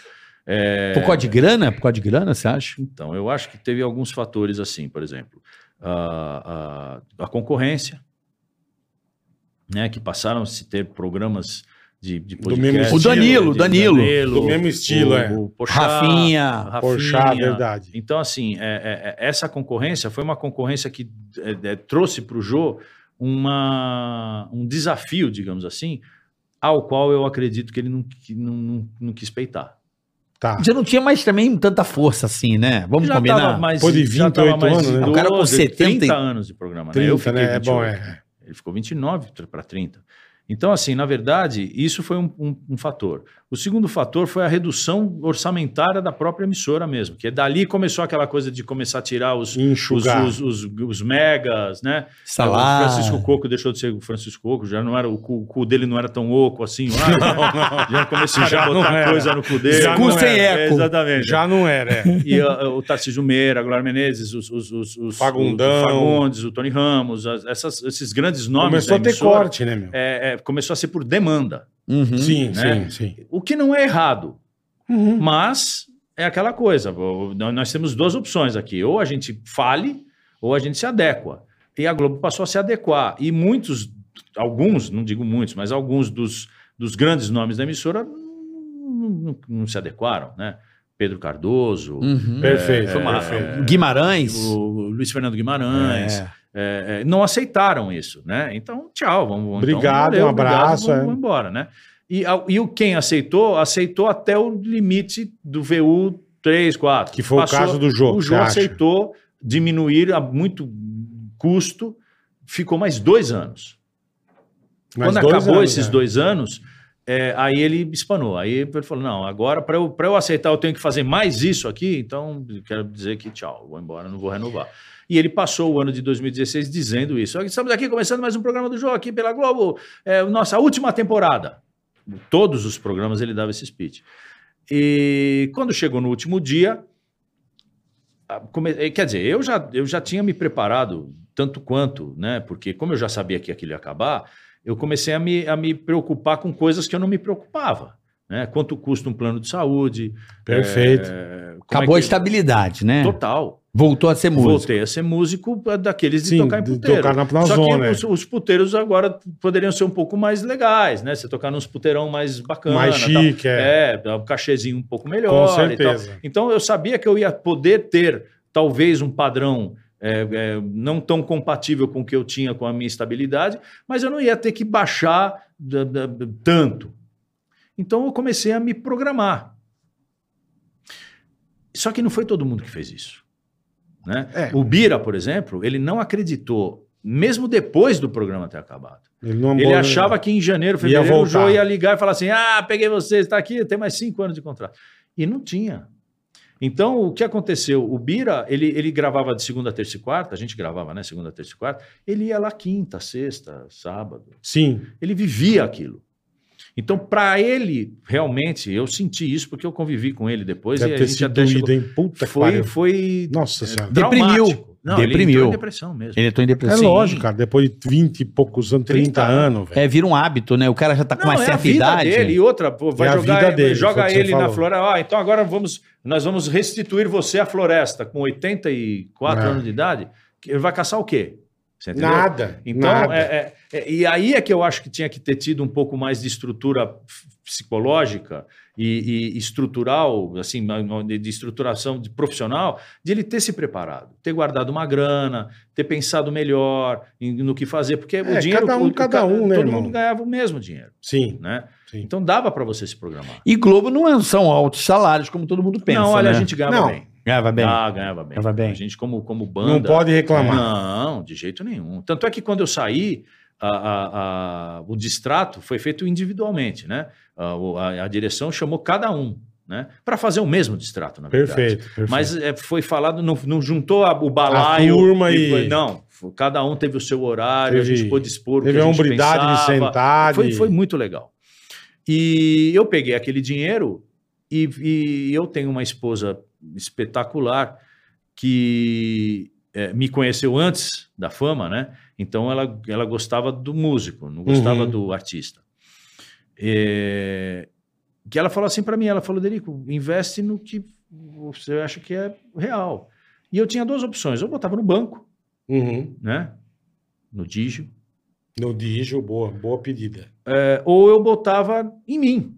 Speaker 5: é,
Speaker 4: Por causa de grana? Por causa de grana, você acha?
Speaker 5: Então, eu acho que teve alguns fatores assim, por exemplo, a, a- a concorrência, né, que passaram a se ter programas de, de
Speaker 3: mesmo
Speaker 5: podcast.
Speaker 3: estilo. O
Speaker 4: Danilo,
Speaker 5: de
Speaker 4: Danilo.
Speaker 3: Do mesmo estilo,
Speaker 5: o,
Speaker 3: é.
Speaker 5: O Porchat,
Speaker 4: Rafinha.
Speaker 5: Rafinha.
Speaker 3: Porchat, verdade.
Speaker 5: Então, assim, é- é- é- essa concorrência foi uma concorrência que é, é, trouxe para o Jô uma, um desafio, digamos assim, ao qual eu acredito que ele não, que não- não- não quis peitar.
Speaker 3: Tá.
Speaker 4: Já não tinha mais também tanta força assim, né? Vamos
Speaker 5: já
Speaker 4: combinar.
Speaker 5: Tava mais,
Speaker 3: Pô, de
Speaker 5: já tava
Speaker 3: 28
Speaker 5: mais
Speaker 3: anos, né?
Speaker 4: O cara com
Speaker 5: 12,
Speaker 4: 70
Speaker 5: 30 anos de programa, né?
Speaker 3: 30,
Speaker 5: Eu fiquei
Speaker 3: né? É bom,
Speaker 5: 28.
Speaker 3: é.
Speaker 5: Ele ficou 29 para 30. Então, assim, na verdade, isso foi um, um- um fator. O segundo fator foi a redução orçamentária da própria emissora mesmo, que dali começou aquela coisa de começar a tirar os, os,
Speaker 3: Enxugar.
Speaker 5: os- os- os megas, né?
Speaker 4: Salário.
Speaker 5: O Francisco Coco deixou de ser o Francisco Coco, já não era, o cu, o cu dele não era tão oco assim lá. né? Já comecei já a
Speaker 3: não
Speaker 5: botar
Speaker 3: era.
Speaker 5: coisa no cu dele.
Speaker 3: Já Cu não sem
Speaker 4: era. eco.
Speaker 5: Exatamente
Speaker 3: Já não era, é.
Speaker 5: e ah, o Tarcísio Meira, a Glória Menezes, os, os, os, os-
Speaker 3: Fagundão.
Speaker 5: o Fagundes, o Tony Ramos, as- essas- esses grandes nomes
Speaker 3: Começou a
Speaker 5: da
Speaker 3: ter
Speaker 5: emissora,
Speaker 3: corte, né, meu?
Speaker 5: é, é, começou a ser por demanda,
Speaker 4: Uhum.
Speaker 3: Sim,
Speaker 5: né?
Speaker 3: sim, sim.
Speaker 5: o que não é errado,
Speaker 3: Uhum.
Speaker 5: mas é aquela coisa. o- nó- Nós temos duas opções aqui: ou a gente fale, ou a gente se adequa. E a Globo passou a se adequar. E muitos, alguns, não digo muitos, mas alguns dos, dos grandes nomes da emissora não, não- não se adequaram, né? Pedro Cardoso,
Speaker 4: Uhum.
Speaker 5: É.
Speaker 3: Perfeito.
Speaker 5: foi uma-
Speaker 3: perfeito.
Speaker 4: Guimarães.
Speaker 5: o Luiz Fernando Guimarães,
Speaker 4: É.
Speaker 5: é, é, não aceitaram isso, né? Então, tchau, vamos. então,
Speaker 3: Obrigado, um abraço,
Speaker 5: Vamos,
Speaker 3: é.
Speaker 5: vamos embora, né? E, a- e o quem aceitou, aceitou até o limite do VU 3, 4.
Speaker 3: Que foi o caso do Jô,
Speaker 5: O
Speaker 3: você
Speaker 5: Jô
Speaker 3: acha?
Speaker 5: aceitou diminuir a muito custo, ficou mais dois anos.
Speaker 3: Mas
Speaker 5: Quando
Speaker 3: dois
Speaker 5: acabou
Speaker 3: anos,
Speaker 5: esses
Speaker 3: né?
Speaker 5: dois anos, é, aí ele espanou. Aí ele falou: não, agora para eu, pra eu aceitar eu tenho que fazer mais isso aqui, então quero dizer que tchau, vou embora, não vou renovar. E ele passou o ano de 2016 dizendo isso. Olha, Estamos aqui começando mais um programa do Jogo aqui pela Globo, é, nossa última temporada. Todos os programas ele dava esse speech. E quando chegou no último dia, a- come- eh, quer dizer, eu já, eu já tinha me preparado tanto quanto, né? Porque como eu já sabia que aquilo ia acabar, eu comecei a me, a me preocupar com coisas que eu não me preocupava. Né? Quanto custa um plano de saúde?
Speaker 3: Perfeito.
Speaker 5: eh, como
Speaker 4: Acabou
Speaker 5: é
Speaker 4: a estabilidade, né?
Speaker 5: Total.
Speaker 4: Voltou a ser músico.
Speaker 5: Voltei a ser músico eh, daqueles de
Speaker 3: Sim,
Speaker 5: tocar em
Speaker 3: de
Speaker 5: puteiro.
Speaker 3: tocar na- na
Speaker 5: Só
Speaker 3: zona, é.
Speaker 5: que os, os puteiros agora poderiam ser um pouco mais legais, né? Você tocar nos puteirão mais bacana.
Speaker 3: Mais
Speaker 5: tal.
Speaker 3: chique, é.
Speaker 5: É, dá um cachezinho um pouco melhor.
Speaker 3: Com
Speaker 5: e tal.
Speaker 3: certeza.
Speaker 5: Então eu sabia que eu ia poder ter talvez um padrão é, é, não tão compatível com o que eu tinha com a minha estabilidade, mas eu não ia ter que baixar da- da- da- tanto. Então eu comecei a me programar. Só que não foi todo mundo que fez isso. né?
Speaker 3: É.
Speaker 5: O Bira, por exemplo, ele não acreditou, mesmo depois do programa ter acabado.
Speaker 3: Ele, não é um
Speaker 5: Ele achava que em janeiro,
Speaker 3: Ia
Speaker 5: fevereiro, o
Speaker 3: voltar.
Speaker 5: João ia ligar e falar assim: ah, peguei vocês, está aqui, tem mais cinco anos de contrato. E não tinha. Então, o que aconteceu? O Bira, ele, ele gravava de segunda, terça e quarta, a gente gravava, né? Segunda, terça e quarta. Ele ia lá quinta, sexta, sábado.
Speaker 3: Sim.
Speaker 5: Ele vivia aquilo. Então, para ele, realmente, eu senti isso porque eu convivi com ele depois
Speaker 3: Deve
Speaker 5: e a
Speaker 3: ter
Speaker 5: gente
Speaker 3: sido
Speaker 5: até chegou...
Speaker 3: doído, hein? Puta que
Speaker 5: Foi,
Speaker 3: pariu.
Speaker 5: foi
Speaker 3: Nossa senhora.
Speaker 4: Deprimiu.
Speaker 5: traumático. Não, ele
Speaker 4: Deprimiu.
Speaker 5: entrou em depressão mesmo.
Speaker 4: Ele entrou em
Speaker 3: É
Speaker 4: depressão.
Speaker 3: lógico, cara. Depois de 20 e poucos anos, 30,
Speaker 5: 30
Speaker 3: anos, velho.
Speaker 4: É, vira um hábito, né? O cara já tá com
Speaker 5: Não,
Speaker 4: uma
Speaker 5: é a
Speaker 4: certa
Speaker 5: vida
Speaker 4: idade.
Speaker 5: dele. E outra, pô, vai
Speaker 3: É a
Speaker 5: jogar
Speaker 3: vida
Speaker 5: ele,
Speaker 3: dele, foi o
Speaker 5: joga
Speaker 3: que você
Speaker 5: ele na
Speaker 3: falou.
Speaker 5: floresta. Ah, então agora vamos, nós vamos restituir você à floresta com 84
Speaker 3: É.
Speaker 5: anos de idade. que Ele vai caçar o quê? Você entendeu?
Speaker 3: Nada.
Speaker 5: Então,
Speaker 3: nada.
Speaker 5: é- é- é- e aí é que eu acho que tinha que ter tido um pouco mais de estrutura f- psicológica e, e estrutural, assim, ma- ma- de de estruturação de profissional, de ele ter se preparado, ter guardado uma grana, ter pensado melhor em- no que fazer, porque
Speaker 3: É,
Speaker 5: o dinheiro.
Speaker 3: cada um,
Speaker 5: o- o
Speaker 3: cada
Speaker 5: ca-
Speaker 3: um, né,
Speaker 5: Todo
Speaker 3: irmão?
Speaker 5: mundo ganhava o mesmo dinheiro,
Speaker 3: Sim.
Speaker 5: né?
Speaker 3: Sim.
Speaker 5: Então dava para você se programar.
Speaker 4: E Globo não é- são altos salários, como todo mundo pensa.
Speaker 5: não, olha,
Speaker 4: né?
Speaker 5: a gente ganhava
Speaker 3: Não,
Speaker 5: bem.
Speaker 4: Ganhava bem.
Speaker 5: Ah, ganhava bem.
Speaker 6: Ganhava bem.
Speaker 5: A gente, como, como banda.
Speaker 3: Não pode reclamar.
Speaker 5: Não, de jeito nenhum. Tanto é que quando eu saí, a- a- a- o distrato foi feito individualmente, né? A, o- a- a direção chamou cada um, né? Para fazer o mesmo distrato, na verdade.
Speaker 3: Perfeito, perfeito.
Speaker 5: Mas é, foi falado, não, não juntou a- o balaio.
Speaker 3: A turma e-
Speaker 5: foi- Não, foi- cada um teve o seu horário, a
Speaker 3: Teve-
Speaker 5: gente pôde expor o que
Speaker 3: Teve
Speaker 5: a
Speaker 3: a
Speaker 5: gente
Speaker 3: hombridade de
Speaker 5: pensava.
Speaker 3: sentar.
Speaker 5: Foi,
Speaker 3: de-
Speaker 5: foi muito legal. E eu peguei aquele dinheiro e, e eu tenho uma esposa espetacular que eh, me conheceu antes da fama, né? Então ela, ela gostava do músico, não gostava
Speaker 3: Uhum.
Speaker 5: do artista. Eh, que ela falou assim para mim, ela falou, Derico, investe no que você acha que é real. E eu tinha duas opções, eu botava no banco,
Speaker 3: Uhum.
Speaker 5: né? No Digio,
Speaker 3: No Dijo, boa, boa pedida.
Speaker 5: É, ou eu botava em mim.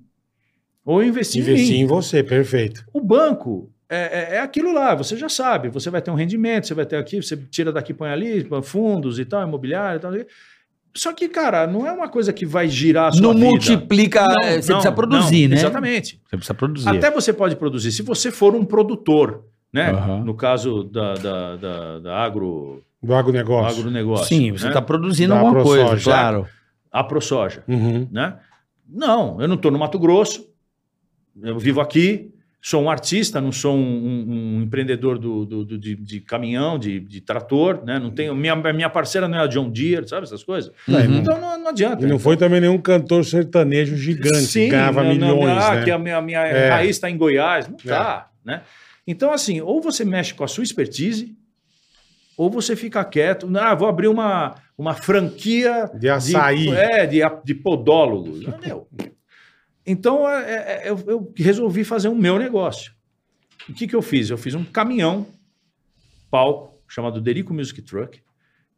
Speaker 5: Ou eu investia
Speaker 3: Investir
Speaker 5: em mim.
Speaker 3: em você, perfeito.
Speaker 5: O banco é, é- é aquilo lá, você já sabe. Você vai ter um rendimento, você vai ter aqui, você tira daqui, põe ali, põe fundos e tal, imobiliário e tal. Só que, cara, não é uma coisa que vai girar a sua
Speaker 4: não
Speaker 5: vida.
Speaker 4: multiplica.
Speaker 5: Não,
Speaker 4: é, você
Speaker 5: não,
Speaker 4: precisa produzir,
Speaker 5: não,
Speaker 4: né?
Speaker 5: Exatamente.
Speaker 4: Você precisa produzir.
Speaker 5: Até você pode produzir, se você for um produtor, né?
Speaker 4: Aham.
Speaker 5: No caso da, da, da, da agro,
Speaker 3: Do agronegócio.
Speaker 5: agronegócio.
Speaker 4: Sim, você tá-
Speaker 5: né?
Speaker 4: está produzindo
Speaker 3: Dá
Speaker 4: alguma
Speaker 3: pro
Speaker 4: coisa,
Speaker 3: soja.
Speaker 4: claro.
Speaker 5: A ProSoja.
Speaker 3: Uhum.
Speaker 5: né? Não, eu não estou no Mato Grosso, eu vivo aqui, sou um artista, não sou um, um- um empreendedor do, do- do- de, de caminhão, de, de trator, né? Não tenho, minha, minha parceira não é a John Deere, sabe essas coisas?
Speaker 3: Uhum.
Speaker 5: Então não, não adianta.
Speaker 3: E não foi também nenhum cantor sertanejo gigante, que ganhava
Speaker 5: não- não-
Speaker 3: milhões,
Speaker 5: ah,
Speaker 3: né?
Speaker 5: que a minha, minha
Speaker 3: É.
Speaker 5: raiz está em Goiás, não
Speaker 3: É.
Speaker 5: tá, né? Então assim, ou você mexe com a sua expertise, ou você fica quieto, ah, vou abrir uma, uma franquia
Speaker 3: De açaí.
Speaker 5: de, é, de, a- de podólogo. Não, meu. Então, é- é- eu, eu resolvi fazer o meu negócio. O que, que eu fiz? Eu fiz um caminhão, palco, chamado Derico Music Truck,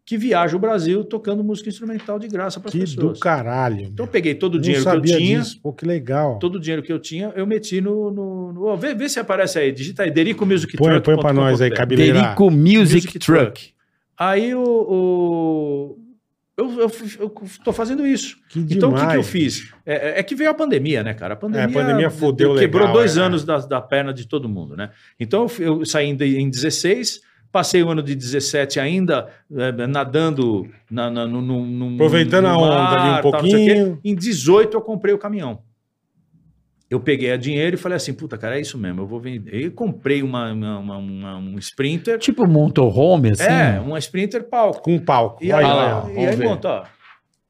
Speaker 5: que viaja o Brasil tocando música instrumental de graça para as
Speaker 3: que
Speaker 5: pessoas.
Speaker 3: do caralho.
Speaker 5: Então, eu
Speaker 3: meu.
Speaker 5: peguei todo o
Speaker 3: Não
Speaker 5: dinheiro que eu
Speaker 3: sabia
Speaker 5: tinha,
Speaker 3: disso. Pô, que legal.
Speaker 5: todo o dinheiro que eu tinha, eu meti no... no, no- ó, vê, vê se aparece aí, digita aí, Derico Music
Speaker 3: Põe,
Speaker 5: Truck.
Speaker 3: põe pra nós aí, cabeleireira.
Speaker 4: Derico Music,
Speaker 5: Music
Speaker 4: Truck.
Speaker 5: Aí o... o- eu, eu, eu tô fazendo isso.
Speaker 3: Que
Speaker 5: Então, o que, que eu
Speaker 3: demais.
Speaker 5: fiz? É, é- é que veio a pandemia, né, cara? A pandemia,
Speaker 3: É, a pandemia fudeu legal,
Speaker 5: Quebrou dois
Speaker 3: é.
Speaker 5: anos da, da perna de todo mundo, né? Então, eu fui- eu, saí em, de- em 16, passei o ano de 17 ainda eh, nadando na, na- no, no- no-
Speaker 3: Aproveitando a
Speaker 5: no
Speaker 3: onda ali um
Speaker 5: tal, não sei o quê.
Speaker 3: pouquinho.
Speaker 5: Em 18, eu comprei o caminhão. Eu peguei a dinheiro e falei assim, puta, cara, é isso mesmo, eu vou vender. E comprei uma, uma- uma- uma- um Sprinter.
Speaker 4: Tipo motorhome, assim.
Speaker 5: É, uma Sprinter palco.
Speaker 3: Com um palco.
Speaker 5: E aí,
Speaker 3: Olha
Speaker 4: Ah,
Speaker 3: lá.
Speaker 4: lá.
Speaker 5: e aí
Speaker 4: vamos ver.
Speaker 5: monta, ó.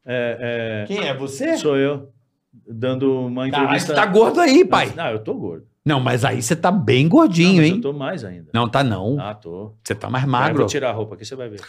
Speaker 5: É, é,
Speaker 4: Quem é você?
Speaker 5: Sou eu. Dando uma
Speaker 4: Caralho,
Speaker 5: entrevista.
Speaker 4: tá gordo aí, pai.
Speaker 5: Não, eu tô gordo.
Speaker 4: Não, mas aí você tá bem gordinho,
Speaker 5: mas
Speaker 4: hein?
Speaker 5: Eu tô mais ainda.
Speaker 4: Não, tá não.
Speaker 5: Ah, tô.
Speaker 4: Você tá mais
Speaker 5: Peraí,
Speaker 4: magro.
Speaker 5: vou tirar a roupa aqui, você vai ver.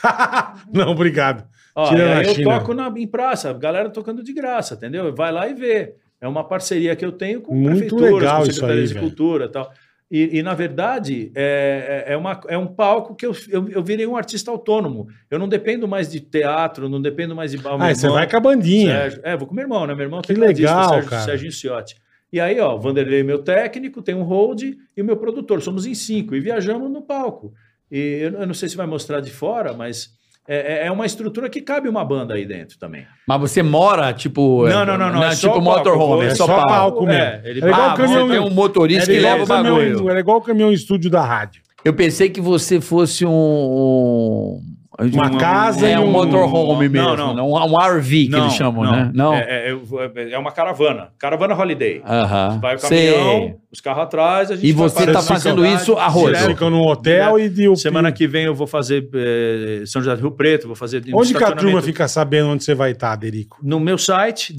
Speaker 3: Não, obrigado.
Speaker 5: Ó,
Speaker 3: Tira
Speaker 5: e aí
Speaker 3: na
Speaker 5: eu
Speaker 3: China.
Speaker 5: toco na, em praça, a galera tocando de graça, entendeu? Vai lá e vê. É uma parceria que eu tenho com
Speaker 3: Muito
Speaker 5: prefeituras,
Speaker 3: legal
Speaker 5: com
Speaker 3: isso
Speaker 5: secretarias
Speaker 3: aí,
Speaker 5: de
Speaker 3: velho.
Speaker 5: cultura e tal. E, e, na verdade, é, é- é, uma, é um palco que eu, eu, eu virei um artista autônomo. Eu não dependo mais de teatro, não dependo mais de... Ah,
Speaker 3: Ah,
Speaker 5: meu
Speaker 3: e você
Speaker 5: irmão-
Speaker 3: vai com a bandinha.
Speaker 5: Sérgio. É, vou com meu irmão, né? Meu irmão é
Speaker 3: Que
Speaker 5: tecladista,
Speaker 3: legal,
Speaker 5: Sérgio,
Speaker 3: cara.
Speaker 5: Serginho Ciotti. E aí, ó, o Vanderlei é meu técnico, tem um hold e o meu produtor. Somos em cinco e viajamos no palco. E eu, eu não sei se vai mostrar de fora, mas é, é- é uma estrutura que cabe uma banda aí dentro também.
Speaker 4: Mas você mora, tipo.
Speaker 5: Não, não, não, não, é só
Speaker 4: tipo
Speaker 5: o palco,
Speaker 4: motorhome, é
Speaker 5: é
Speaker 4: só
Speaker 5: só
Speaker 4: pau.
Speaker 3: palco mesmo.
Speaker 5: É, ele-
Speaker 3: É igual
Speaker 4: Ah,
Speaker 3: o caminhão,
Speaker 4: você tem um motorista
Speaker 5: É
Speaker 4: que
Speaker 3: igual o
Speaker 4: leva o
Speaker 3: caminhão,
Speaker 4: bagulho.
Speaker 3: era igual o caminhão estúdio da rádio.
Speaker 4: Eu pensei que você fosse um.
Speaker 3: Uma
Speaker 4: um-
Speaker 3: casa
Speaker 4: É
Speaker 3: e
Speaker 4: um
Speaker 3: um-
Speaker 4: motorhome mesmo.
Speaker 5: Não,
Speaker 4: Não, Um RV que
Speaker 5: Ah, Não,
Speaker 4: eles chamam, né? Não.
Speaker 5: É, é- é- é uma caravana. Caravana Holiday.
Speaker 4: Aham. é.
Speaker 5: Vai o caminhão,
Speaker 4: Sei.
Speaker 5: os carros atrás, a gente
Speaker 4: E você
Speaker 5: parando
Speaker 4: tá
Speaker 5: na
Speaker 4: fazendo
Speaker 5: cidade,
Speaker 4: isso a rodo.
Speaker 3: Eles
Speaker 5: direto.
Speaker 3: ficam num hotel e de
Speaker 5: é. Semana que vem eu vou fazer eh, São José do Rio Preto, vou fazer um
Speaker 3: Onde que a turma
Speaker 5: estacionamento
Speaker 3: fica sabendo onde você vai estar, Derico?
Speaker 5: no meu site,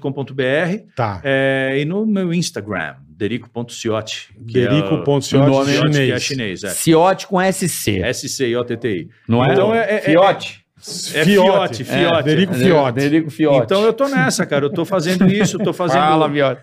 Speaker 5: derico.com.br,
Speaker 3: Tá.
Speaker 5: é, e no meu Instagram, derico.ciotti. que é o-
Speaker 3: Derico.ciotti,
Speaker 5: o nome
Speaker 3: chinês.
Speaker 5: Que é chinês, é.
Speaker 4: Ciote com SC.
Speaker 5: S-C-I-O-T-T-I.
Speaker 4: Não é?
Speaker 5: Então é- é- é-
Speaker 4: Fiote.
Speaker 5: É Fiote, Fiote.
Speaker 3: Derico Fiote.
Speaker 4: Fiote. Fiote.
Speaker 5: Então eu tô nessa, cara. Eu tô fazendo isso, tô fazendo,
Speaker 4: Fala, Fiote.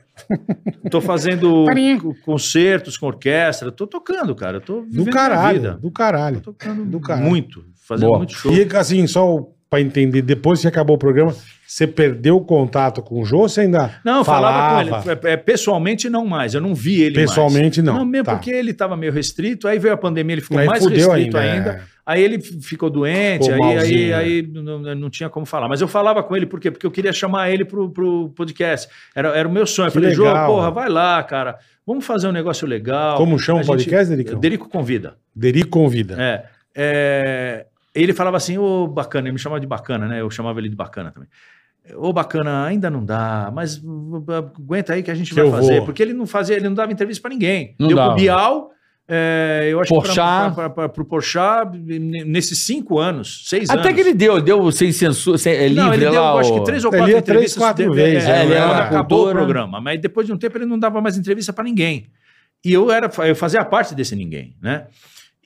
Speaker 5: tô fazendo co- concertos com orquestra, tô tocando, cara. eu Tô vivendo
Speaker 3: Do
Speaker 5: minha
Speaker 3: caralho,
Speaker 5: vida.
Speaker 3: do caralho.
Speaker 5: Tô tocando
Speaker 3: Do caralho.
Speaker 5: muito, fazendo
Speaker 4: Boa.
Speaker 5: muito show.
Speaker 3: E assim, só pra entender, depois que acabou o programa, você perdeu o contato com o Jô, você ainda
Speaker 5: Não, eu falava,
Speaker 3: falava?
Speaker 5: com ele. É, é, Pessoalmente, não mais. Eu não vi ele mais.
Speaker 3: Pessoalmente, não.
Speaker 5: Não, mesmo
Speaker 3: Tá.
Speaker 5: porque ele estava meio restrito. Aí veio a pandemia, ele ficou
Speaker 3: Aí
Speaker 5: mais
Speaker 3: fudeu
Speaker 5: restrito
Speaker 3: ainda,
Speaker 5: ainda.
Speaker 3: é.
Speaker 5: Aí ele f- ficou doente,
Speaker 3: Ficou
Speaker 5: aí, aí,
Speaker 3: malzinho, é.
Speaker 5: aí não, não tinha como falar. Mas eu falava com ele, por quê? Porque eu queria chamar ele pro, pro podcast. Era, era o meu sonho. Eu
Speaker 3: Que
Speaker 5: falei, Jô,
Speaker 3: legal,
Speaker 5: porra,
Speaker 3: mano.
Speaker 5: vai lá, cara. Vamos fazer um negócio legal.
Speaker 3: Como chama
Speaker 5: A
Speaker 3: o podcast, Dericão?
Speaker 5: Derico Convida.
Speaker 3: Derico convida.
Speaker 5: É, é, ele falava assim, ô bacana, ele me chamava de bacana, né? Eu chamava ele de bacana também. Ô bacana, ainda não dá, mas uh, uh, aguenta aí que a gente
Speaker 3: Que
Speaker 5: vai
Speaker 3: eu
Speaker 5: fazer.
Speaker 3: vou.
Speaker 5: Porque ele não fazia, ele não dava entrevista pra ninguém.
Speaker 4: Não
Speaker 5: Deu
Speaker 4: dava.
Speaker 5: pro Bial, é, eu acho
Speaker 4: Porchat.
Speaker 5: que pra- pra- pra- pro Porchat, n- nesses cinco anos, seis anos.
Speaker 4: Até que ele deu, deu sem censura, sem, é livre
Speaker 5: não, ele deu,
Speaker 4: lá.
Speaker 5: eu acho
Speaker 4: o-
Speaker 5: que três ou
Speaker 3: Ele
Speaker 5: quatro
Speaker 3: ia três,
Speaker 5: entrevistas.
Speaker 3: quatro
Speaker 5: de-
Speaker 3: vezes,
Speaker 5: é,
Speaker 4: né?
Speaker 5: ele
Speaker 4: Era
Speaker 5: era quando
Speaker 4: uma
Speaker 5: acabou o
Speaker 4: cultura.
Speaker 5: programa. Mas depois de um tempo ele não dava mais entrevista pra ninguém. E eu era, eu fazia parte desse ninguém, né?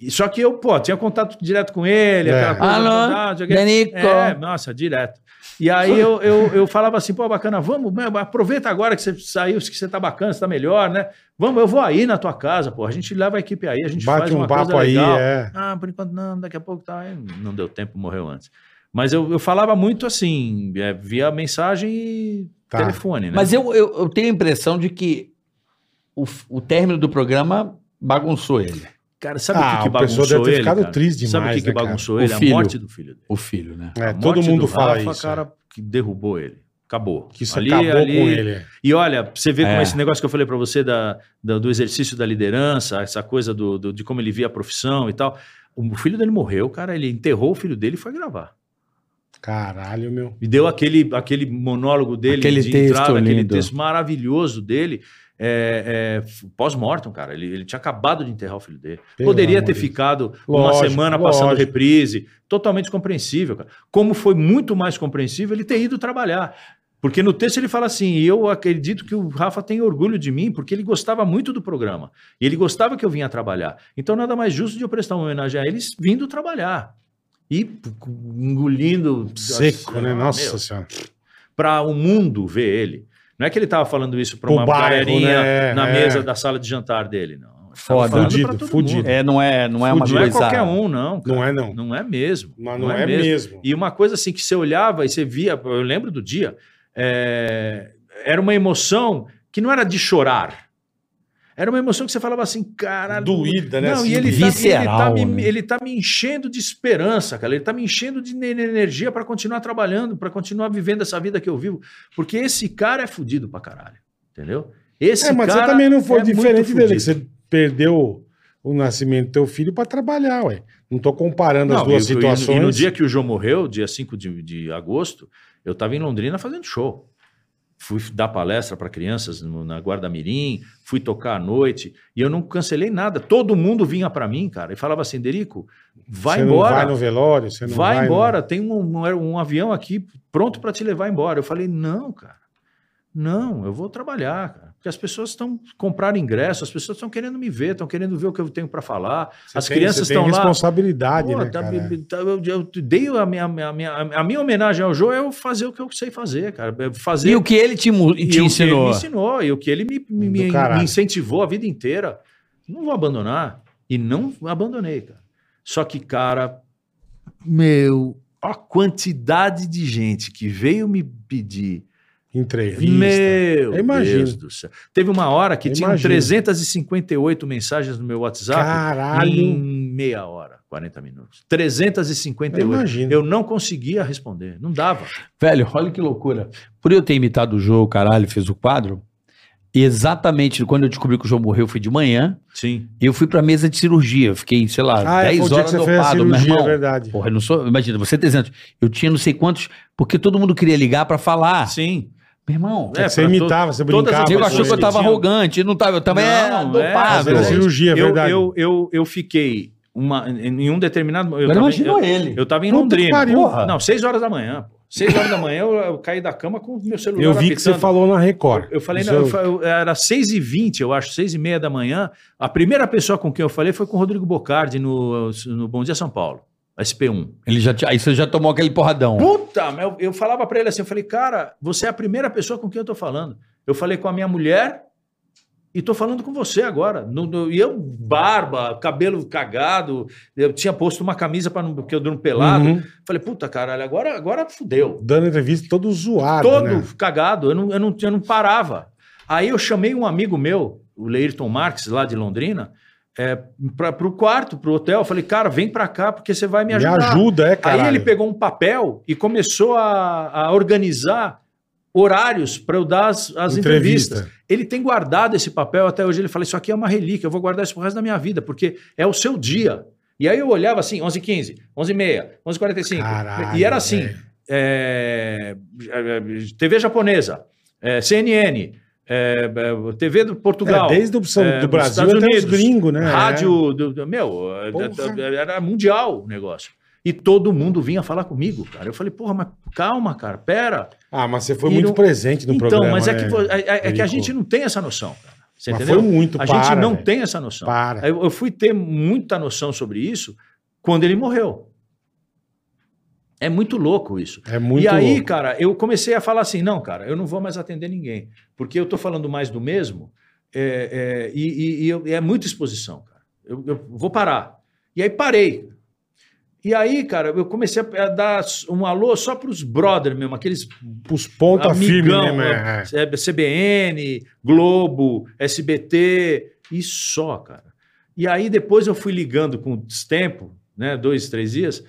Speaker 5: E só que eu, pô, tinha contato direto com ele,
Speaker 3: É.
Speaker 5: aquela coisa,
Speaker 4: Alô,
Speaker 5: não sei o quê.
Speaker 4: Danico.
Speaker 5: É, nossa, direto. E aí eu, eu, eu falava assim, pô, bacana, vamos, meu, aproveita agora que você saiu, que você tá bacana, você tá melhor, né? Vamos, eu vou aí na tua casa, pô, a gente leva a equipe aí, a gente faz
Speaker 3: Bate
Speaker 5: uma
Speaker 3: um papo
Speaker 5: coisa
Speaker 3: aí,
Speaker 5: legal.
Speaker 3: é.
Speaker 5: Ah, por enquanto não, daqui a pouco tá. Aí Não deu tempo, morreu antes. Mas eu, eu falava muito assim, é, via mensagem e
Speaker 3: Tá.
Speaker 5: telefone, né?
Speaker 4: Mas eu, eu, eu tenho a impressão de que o, f- o término do programa bagunçou ele,
Speaker 5: cara, sabe
Speaker 3: Ah,
Speaker 5: o que, que
Speaker 3: a pessoa
Speaker 5: bagunçou
Speaker 3: deve ter
Speaker 5: ele?
Speaker 3: ficado
Speaker 5: cara?
Speaker 3: triste
Speaker 5: Sabe o
Speaker 3: demais,
Speaker 5: que, que
Speaker 3: né, cara?
Speaker 5: bagunçou
Speaker 4: O
Speaker 5: ele?
Speaker 4: filho.
Speaker 5: A morte do filho dele.
Speaker 4: o filho, né?
Speaker 3: É,
Speaker 5: A
Speaker 3: todo
Speaker 5: morte
Speaker 3: mundo
Speaker 5: do
Speaker 3: fala
Speaker 5: Rafa,
Speaker 3: isso.
Speaker 5: cara, que derrubou ele. Acabou.
Speaker 3: Que isso acabou com ele.
Speaker 5: E olha, pra você vê como
Speaker 4: É.
Speaker 5: esse negócio que eu falei pra você da, da- do exercício da liderança, essa coisa do, do- de como ele via a profissão e tal. O filho dele morreu, cara, ele enterrou o filho dele e foi gravar.
Speaker 3: Caralho, meu.
Speaker 5: E deu aquele, aquele monólogo dele
Speaker 4: Aquele texto
Speaker 5: aquele
Speaker 4: lindo.
Speaker 5: texto maravilhoso dele, é, é, f- pós-mortem, cara. Ele, ele tinha acabado de enterrar o filho dele.
Speaker 3: Pelo
Speaker 5: Poderia
Speaker 3: amor
Speaker 5: ter
Speaker 3: de
Speaker 5: ficado
Speaker 3: Lógico,
Speaker 5: uma semana
Speaker 3: lógico.
Speaker 5: passando reprise. Totalmente compreensível, cara. Como foi muito mais compreensível ele ter ido trabalhar. Porque no texto ele fala assim: "E eu acredito que o Rafa tem orgulho de mim, porque ele gostava muito do programa. E ele gostava que eu vinha trabalhar. Então, nada mais justo de eu prestar uma homenagem a eles vindo trabalhar. E p- engolindo.
Speaker 3: Seco, né?
Speaker 5: Ah,
Speaker 3: Nossa
Speaker 5: meu,
Speaker 3: Senhora.
Speaker 5: para o mundo ver ele. Não é que ele estava falando isso para
Speaker 3: Pro
Speaker 5: uma
Speaker 3: bairro,
Speaker 5: galerinha
Speaker 3: né?
Speaker 5: na
Speaker 3: É.
Speaker 5: mesa da sala de jantar dele, não. Ele
Speaker 4: Foda.
Speaker 5: tava falando pra
Speaker 3: Fudido,
Speaker 5: todo
Speaker 3: fudido.
Speaker 5: mundo.
Speaker 4: É, não é, não é uma
Speaker 5: não é
Speaker 4: coisa.
Speaker 5: qualquer um, não. cara.
Speaker 3: Não é, não.
Speaker 5: Não é mesmo.
Speaker 3: Mas não, é, mesmo.
Speaker 5: E uma coisa assim que você olhava e você via, eu lembro do dia, é, era uma emoção que não era de chorar. Era uma emoção que você falava assim, caralho.
Speaker 3: Doída, né?
Speaker 5: Não,
Speaker 3: Assim,
Speaker 5: e ele, tá,
Speaker 4: visceral,
Speaker 5: ele, tá me,
Speaker 4: né?
Speaker 5: ele tá me enchendo de esperança, cara. Ele tá me enchendo de ne- energia para continuar trabalhando, para continuar vivendo essa vida que eu vivo. Porque esse cara é fudido pra caralho. Entendeu? Esse
Speaker 3: É, mas você
Speaker 5: cara
Speaker 3: também não foi
Speaker 5: é muito
Speaker 3: diferente dele, que
Speaker 5: fudido.
Speaker 3: você perdeu o nascimento do teu filho pra trabalhar, ué. Não tô comparando as
Speaker 5: Não,
Speaker 3: duas
Speaker 5: e- e-
Speaker 3: situações.
Speaker 5: E no dia que o João morreu, dia 5 de, de agosto, eu estava em Londrina fazendo show. Fui dar palestra para crianças no- na Guarda Mirim, fui tocar à noite e eu não cancelei nada. Todo mundo vinha para mim, cara, e falava assim: Derico, vai
Speaker 3: você
Speaker 5: embora.
Speaker 3: Não vai no velório, você não
Speaker 5: vai,
Speaker 3: vai. no-
Speaker 5: embora, tem um, um- um avião aqui pronto para te levar embora. Eu falei, não, cara, não, eu vou trabalhar, cara. Porque as pessoas estão comprando ingresso, as pessoas estão querendo me ver, estão querendo ver o que eu tenho para falar. as
Speaker 3: Você tem-
Speaker 5: crianças
Speaker 3: você tem
Speaker 5: estão lá.
Speaker 3: responsabilidade,
Speaker 5: Pô,
Speaker 3: né,
Speaker 5: tá-
Speaker 3: cara?
Speaker 5: tá- eu, eu dei a minha, minha- minha- a minha homenagem ao Jô é eu fazer o que eu sei fazer, cara. É Fazer
Speaker 4: E o que ele te, mu- te
Speaker 5: e o que ele
Speaker 4: ensinou?
Speaker 5: me ensinou, e o que ele me, me- me-
Speaker 3: Do caralho.
Speaker 5: me incentivou a vida inteira. Não vou abandonar. E não abandonei, cara. Só que, cara, meu, ó a quantidade de gente que veio me pedir.
Speaker 3: Entrevista.
Speaker 5: Meu
Speaker 3: É Eu imagino.
Speaker 5: Deus do céu. Teve uma hora que
Speaker 3: Eu
Speaker 5: tinham
Speaker 3: imagino.
Speaker 5: 358 mensagens no meu WhatsApp em
Speaker 3: Caralho.
Speaker 5: meia hora, 40 minutos.
Speaker 3: Eu
Speaker 5: 358.
Speaker 3: imagino.
Speaker 5: Eu não conseguia responder, não dava.
Speaker 4: Velho, olha que loucura. Por eu ter imitado o João, caralho, fez o quadro. Exatamente quando eu descobri que o João morreu foi de manhã.
Speaker 5: Sim.
Speaker 4: Eu fui pra mesa de cirurgia. Eu Fiquei, sei lá,
Speaker 3: Ah, é, foi
Speaker 4: 10
Speaker 3: o dia que
Speaker 4: horas
Speaker 3: você fez a
Speaker 4: dopado, meu
Speaker 3: cirurgia, é
Speaker 4: irmão.
Speaker 3: verdade.
Speaker 4: Porra, eu não sou. Imagina, você 300. Eu tinha não sei quantos, porque todo mundo queria ligar pra falar.
Speaker 5: Sim.
Speaker 4: Meu irmão.
Speaker 5: Ah. É,
Speaker 3: você
Speaker 5: pra to-
Speaker 3: imitava, você
Speaker 5: todas
Speaker 3: brincava.
Speaker 5: as-
Speaker 4: Eu
Speaker 5: mas
Speaker 4: achou que eu
Speaker 5: ele
Speaker 4: tava
Speaker 5: tinha-
Speaker 4: arrogante, não tava, eu tava é,
Speaker 5: Não, é,
Speaker 4: dopado.
Speaker 3: Fazer a
Speaker 5: Gente,
Speaker 3: cirurgia, é
Speaker 5: eu,
Speaker 3: verdade.
Speaker 5: eu, eu, eu fiquei uma, em um determinado momento. Eu,
Speaker 4: Agora
Speaker 5: tava-
Speaker 4: imagina
Speaker 5: eu,
Speaker 4: ele.
Speaker 5: eu tava em
Speaker 3: Puta que
Speaker 5: Londrina.
Speaker 3: pariu.
Speaker 5: Porra. Não, seis horas da manhã. pô. Seis horas da manhã eu, eu caí da cama com o meu celular.
Speaker 3: Eu vi que você
Speaker 5: apitando.
Speaker 3: falou na Record.
Speaker 5: Eu falei,
Speaker 3: Isso
Speaker 5: não, eu
Speaker 3: eu-
Speaker 5: fa- eu- era 6h20, eu acho, 6 e meia da manhã. A primeira pessoa com quem eu falei foi com o Rodrigo Bocardi no, no Bom Dia São Paulo, SP1.
Speaker 4: Ele já, tinha- aí você já tomou aquele porradão.
Speaker 5: Puta, meu, eu falava pra ele assim, eu falei, cara, você é a primeira pessoa com quem eu tô falando. Eu falei com a minha mulher e tô falando com você agora. No- no- e eu, barba, cabelo cagado, eu tinha posto uma camisa para não, porque eu durmo pelado.
Speaker 3: Uhum.
Speaker 5: Falei, puta caralho, agora, agora fudeu.
Speaker 3: Dando entrevista todo zoado,
Speaker 5: Todo
Speaker 3: né?
Speaker 5: cagado, eu não, eu, não, eu não parava. Aí eu chamei um amigo meu, o Leirton Marques, lá de Londrina, é, pra, pro quarto, pro hotel. Eu falei, cara, vem pra cá porque você vai me
Speaker 3: Me
Speaker 5: ajudar.
Speaker 3: ajuda, é, cara.
Speaker 5: Aí ele pegou um papel e começou a, a organizar horários para eu dar as, as
Speaker 3: Entrevista.
Speaker 5: entrevistas. Ele tem guardado esse papel até hoje. Ele fala: Isso aqui é uma relíquia, eu vou guardar isso pro resto da minha vida, porque é o seu dia. E aí eu olhava assim: 11h15, 11h30, 11h45.
Speaker 3: Caralho,
Speaker 5: e era assim:
Speaker 3: velho.
Speaker 5: é, é, TV japonesa, é, CNN, é, é, TV do
Speaker 3: É,
Speaker 5: Portugal.
Speaker 3: desde a opção
Speaker 5: é,
Speaker 3: do
Speaker 5: dos
Speaker 3: Brasil
Speaker 5: Estados
Speaker 3: até os
Speaker 5: Unidos,
Speaker 3: gringos, né?
Speaker 5: Rádio, do, do- meu, é,
Speaker 3: Porra.
Speaker 5: era mundial o negócio. E todo mundo vinha falar comigo, cara. Eu falei, porra, mas calma, cara, pera.
Speaker 3: É. Ah, mas você foi
Speaker 5: E
Speaker 3: muito
Speaker 5: não-
Speaker 3: presente no
Speaker 5: então,
Speaker 3: programa.
Speaker 5: mas é,
Speaker 3: né,
Speaker 5: que, vo- é- é- é que a
Speaker 3: Rico?
Speaker 5: gente não tem essa noção, cara. Você
Speaker 3: Mas
Speaker 5: entendeu?
Speaker 3: foi muito,
Speaker 5: a
Speaker 3: para,
Speaker 5: gente não
Speaker 3: velho.
Speaker 5: tem essa noção.
Speaker 3: Para.
Speaker 5: Eu, eu fui ter muita noção sobre isso quando ele morreu. É muito louco isso.
Speaker 3: É muito
Speaker 5: E aí,
Speaker 3: louco.
Speaker 5: cara, eu comecei a falar assim: não, cara, eu não vou mais atender ninguém, porque eu tô falando mais do mesmo é, é, e, e- e eu- e é muita exposição, cara. Eu, eu vou parar. E aí parei. E aí, cara, eu comecei a a dar um alô só pros brother mesmo, aqueles
Speaker 3: Os ponta firme, né,
Speaker 5: amigão,
Speaker 3: mano?
Speaker 5: né? É, CBN, Globo, SBT, e só, cara. E aí depois eu fui ligando com o tempo, né, dois, três dias,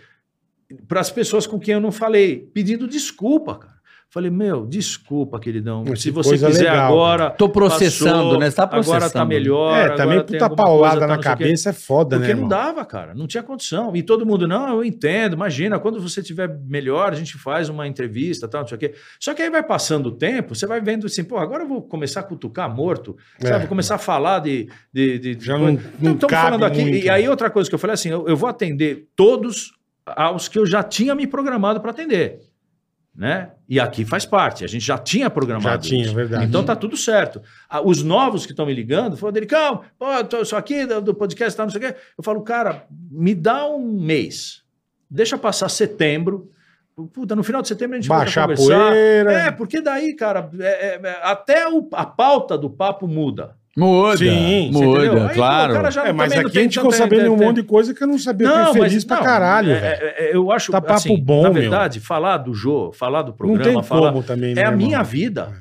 Speaker 5: para as pessoas com quem eu não falei, pedindo desculpa, cara. Falei, meu, desculpa, queridão.
Speaker 3: Mas
Speaker 5: Se
Speaker 3: que
Speaker 5: você
Speaker 3: coisa
Speaker 5: quiser
Speaker 3: legal,
Speaker 5: agora.
Speaker 4: Tô processando, né? Você tá
Speaker 5: Agora tá
Speaker 4: processando.
Speaker 5: melhor.
Speaker 3: É,
Speaker 5: agora
Speaker 3: também
Speaker 5: tem
Speaker 3: puta
Speaker 5: alguma coisa,
Speaker 3: paulada
Speaker 5: tá
Speaker 3: na
Speaker 5: não sei o quê.
Speaker 3: cabeça é foda,
Speaker 5: Porque
Speaker 3: né,
Speaker 5: não
Speaker 3: irmão?
Speaker 5: dava, cara. Não tinha condição. E todo mundo, não, eu entendo, imagina, quando você tiver melhor, a gente faz uma entrevista, tal, não sei o quê. Só que aí vai passando o tempo, você vai vendo assim, pô, agora eu vou começar a cutucar morto,
Speaker 3: É.
Speaker 5: sabe? Vou começar a falar de... de, de
Speaker 3: Já
Speaker 5: de
Speaker 3: não-
Speaker 5: coisa.
Speaker 3: não
Speaker 5: Então, tamo
Speaker 3: cabe
Speaker 5: falando aqui.
Speaker 3: muito,
Speaker 5: E aí
Speaker 3: né?
Speaker 5: outra coisa que eu falei assim, eu, eu vou atender todos aos que eu já tinha me programado para atender. Né? E aqui faz parte, a gente já tinha programado.
Speaker 3: Já tinha,
Speaker 5: isso.
Speaker 3: verdade.
Speaker 5: Então tá tudo certo. Ah, Os novos que estão me ligando falam dele, calma, pô, eu tô- sou aqui do, do podcast, tá, não sei o quê. Eu falo, cara, me dá um mês. Deixa passar setembro. Puta, no final de setembro a gente
Speaker 3: Baixar a
Speaker 5: volta a conversar.
Speaker 3: poeira.
Speaker 5: É, porque daí, cara, é- é- é, até o- a pauta do papo muda.
Speaker 4: Muda.
Speaker 3: Sim,
Speaker 5: você entendeu?
Speaker 4: muda,
Speaker 5: Aí, pô,
Speaker 4: claro.
Speaker 5: o cara já
Speaker 3: É, mas
Speaker 5: também não tá
Speaker 3: aqui a
Speaker 5: tem
Speaker 3: gente ficou
Speaker 5: tanta-
Speaker 3: sabendo um
Speaker 5: tem-
Speaker 3: monte de coisa que eu não sabia. Eu
Speaker 5: não,
Speaker 3: fiquei
Speaker 5: mas
Speaker 3: feliz pra
Speaker 5: não,
Speaker 3: caralho,
Speaker 5: é-
Speaker 3: velho.
Speaker 5: é- é- eu acho
Speaker 3: Tá papo
Speaker 5: assim,
Speaker 3: bom,
Speaker 5: na
Speaker 3: meu.
Speaker 5: verdade, falar do Jô, falar do
Speaker 3: Não
Speaker 5: programa,
Speaker 3: tem
Speaker 5: falar
Speaker 3: como também, né,
Speaker 5: é a
Speaker 3: irmão?
Speaker 5: minha vida.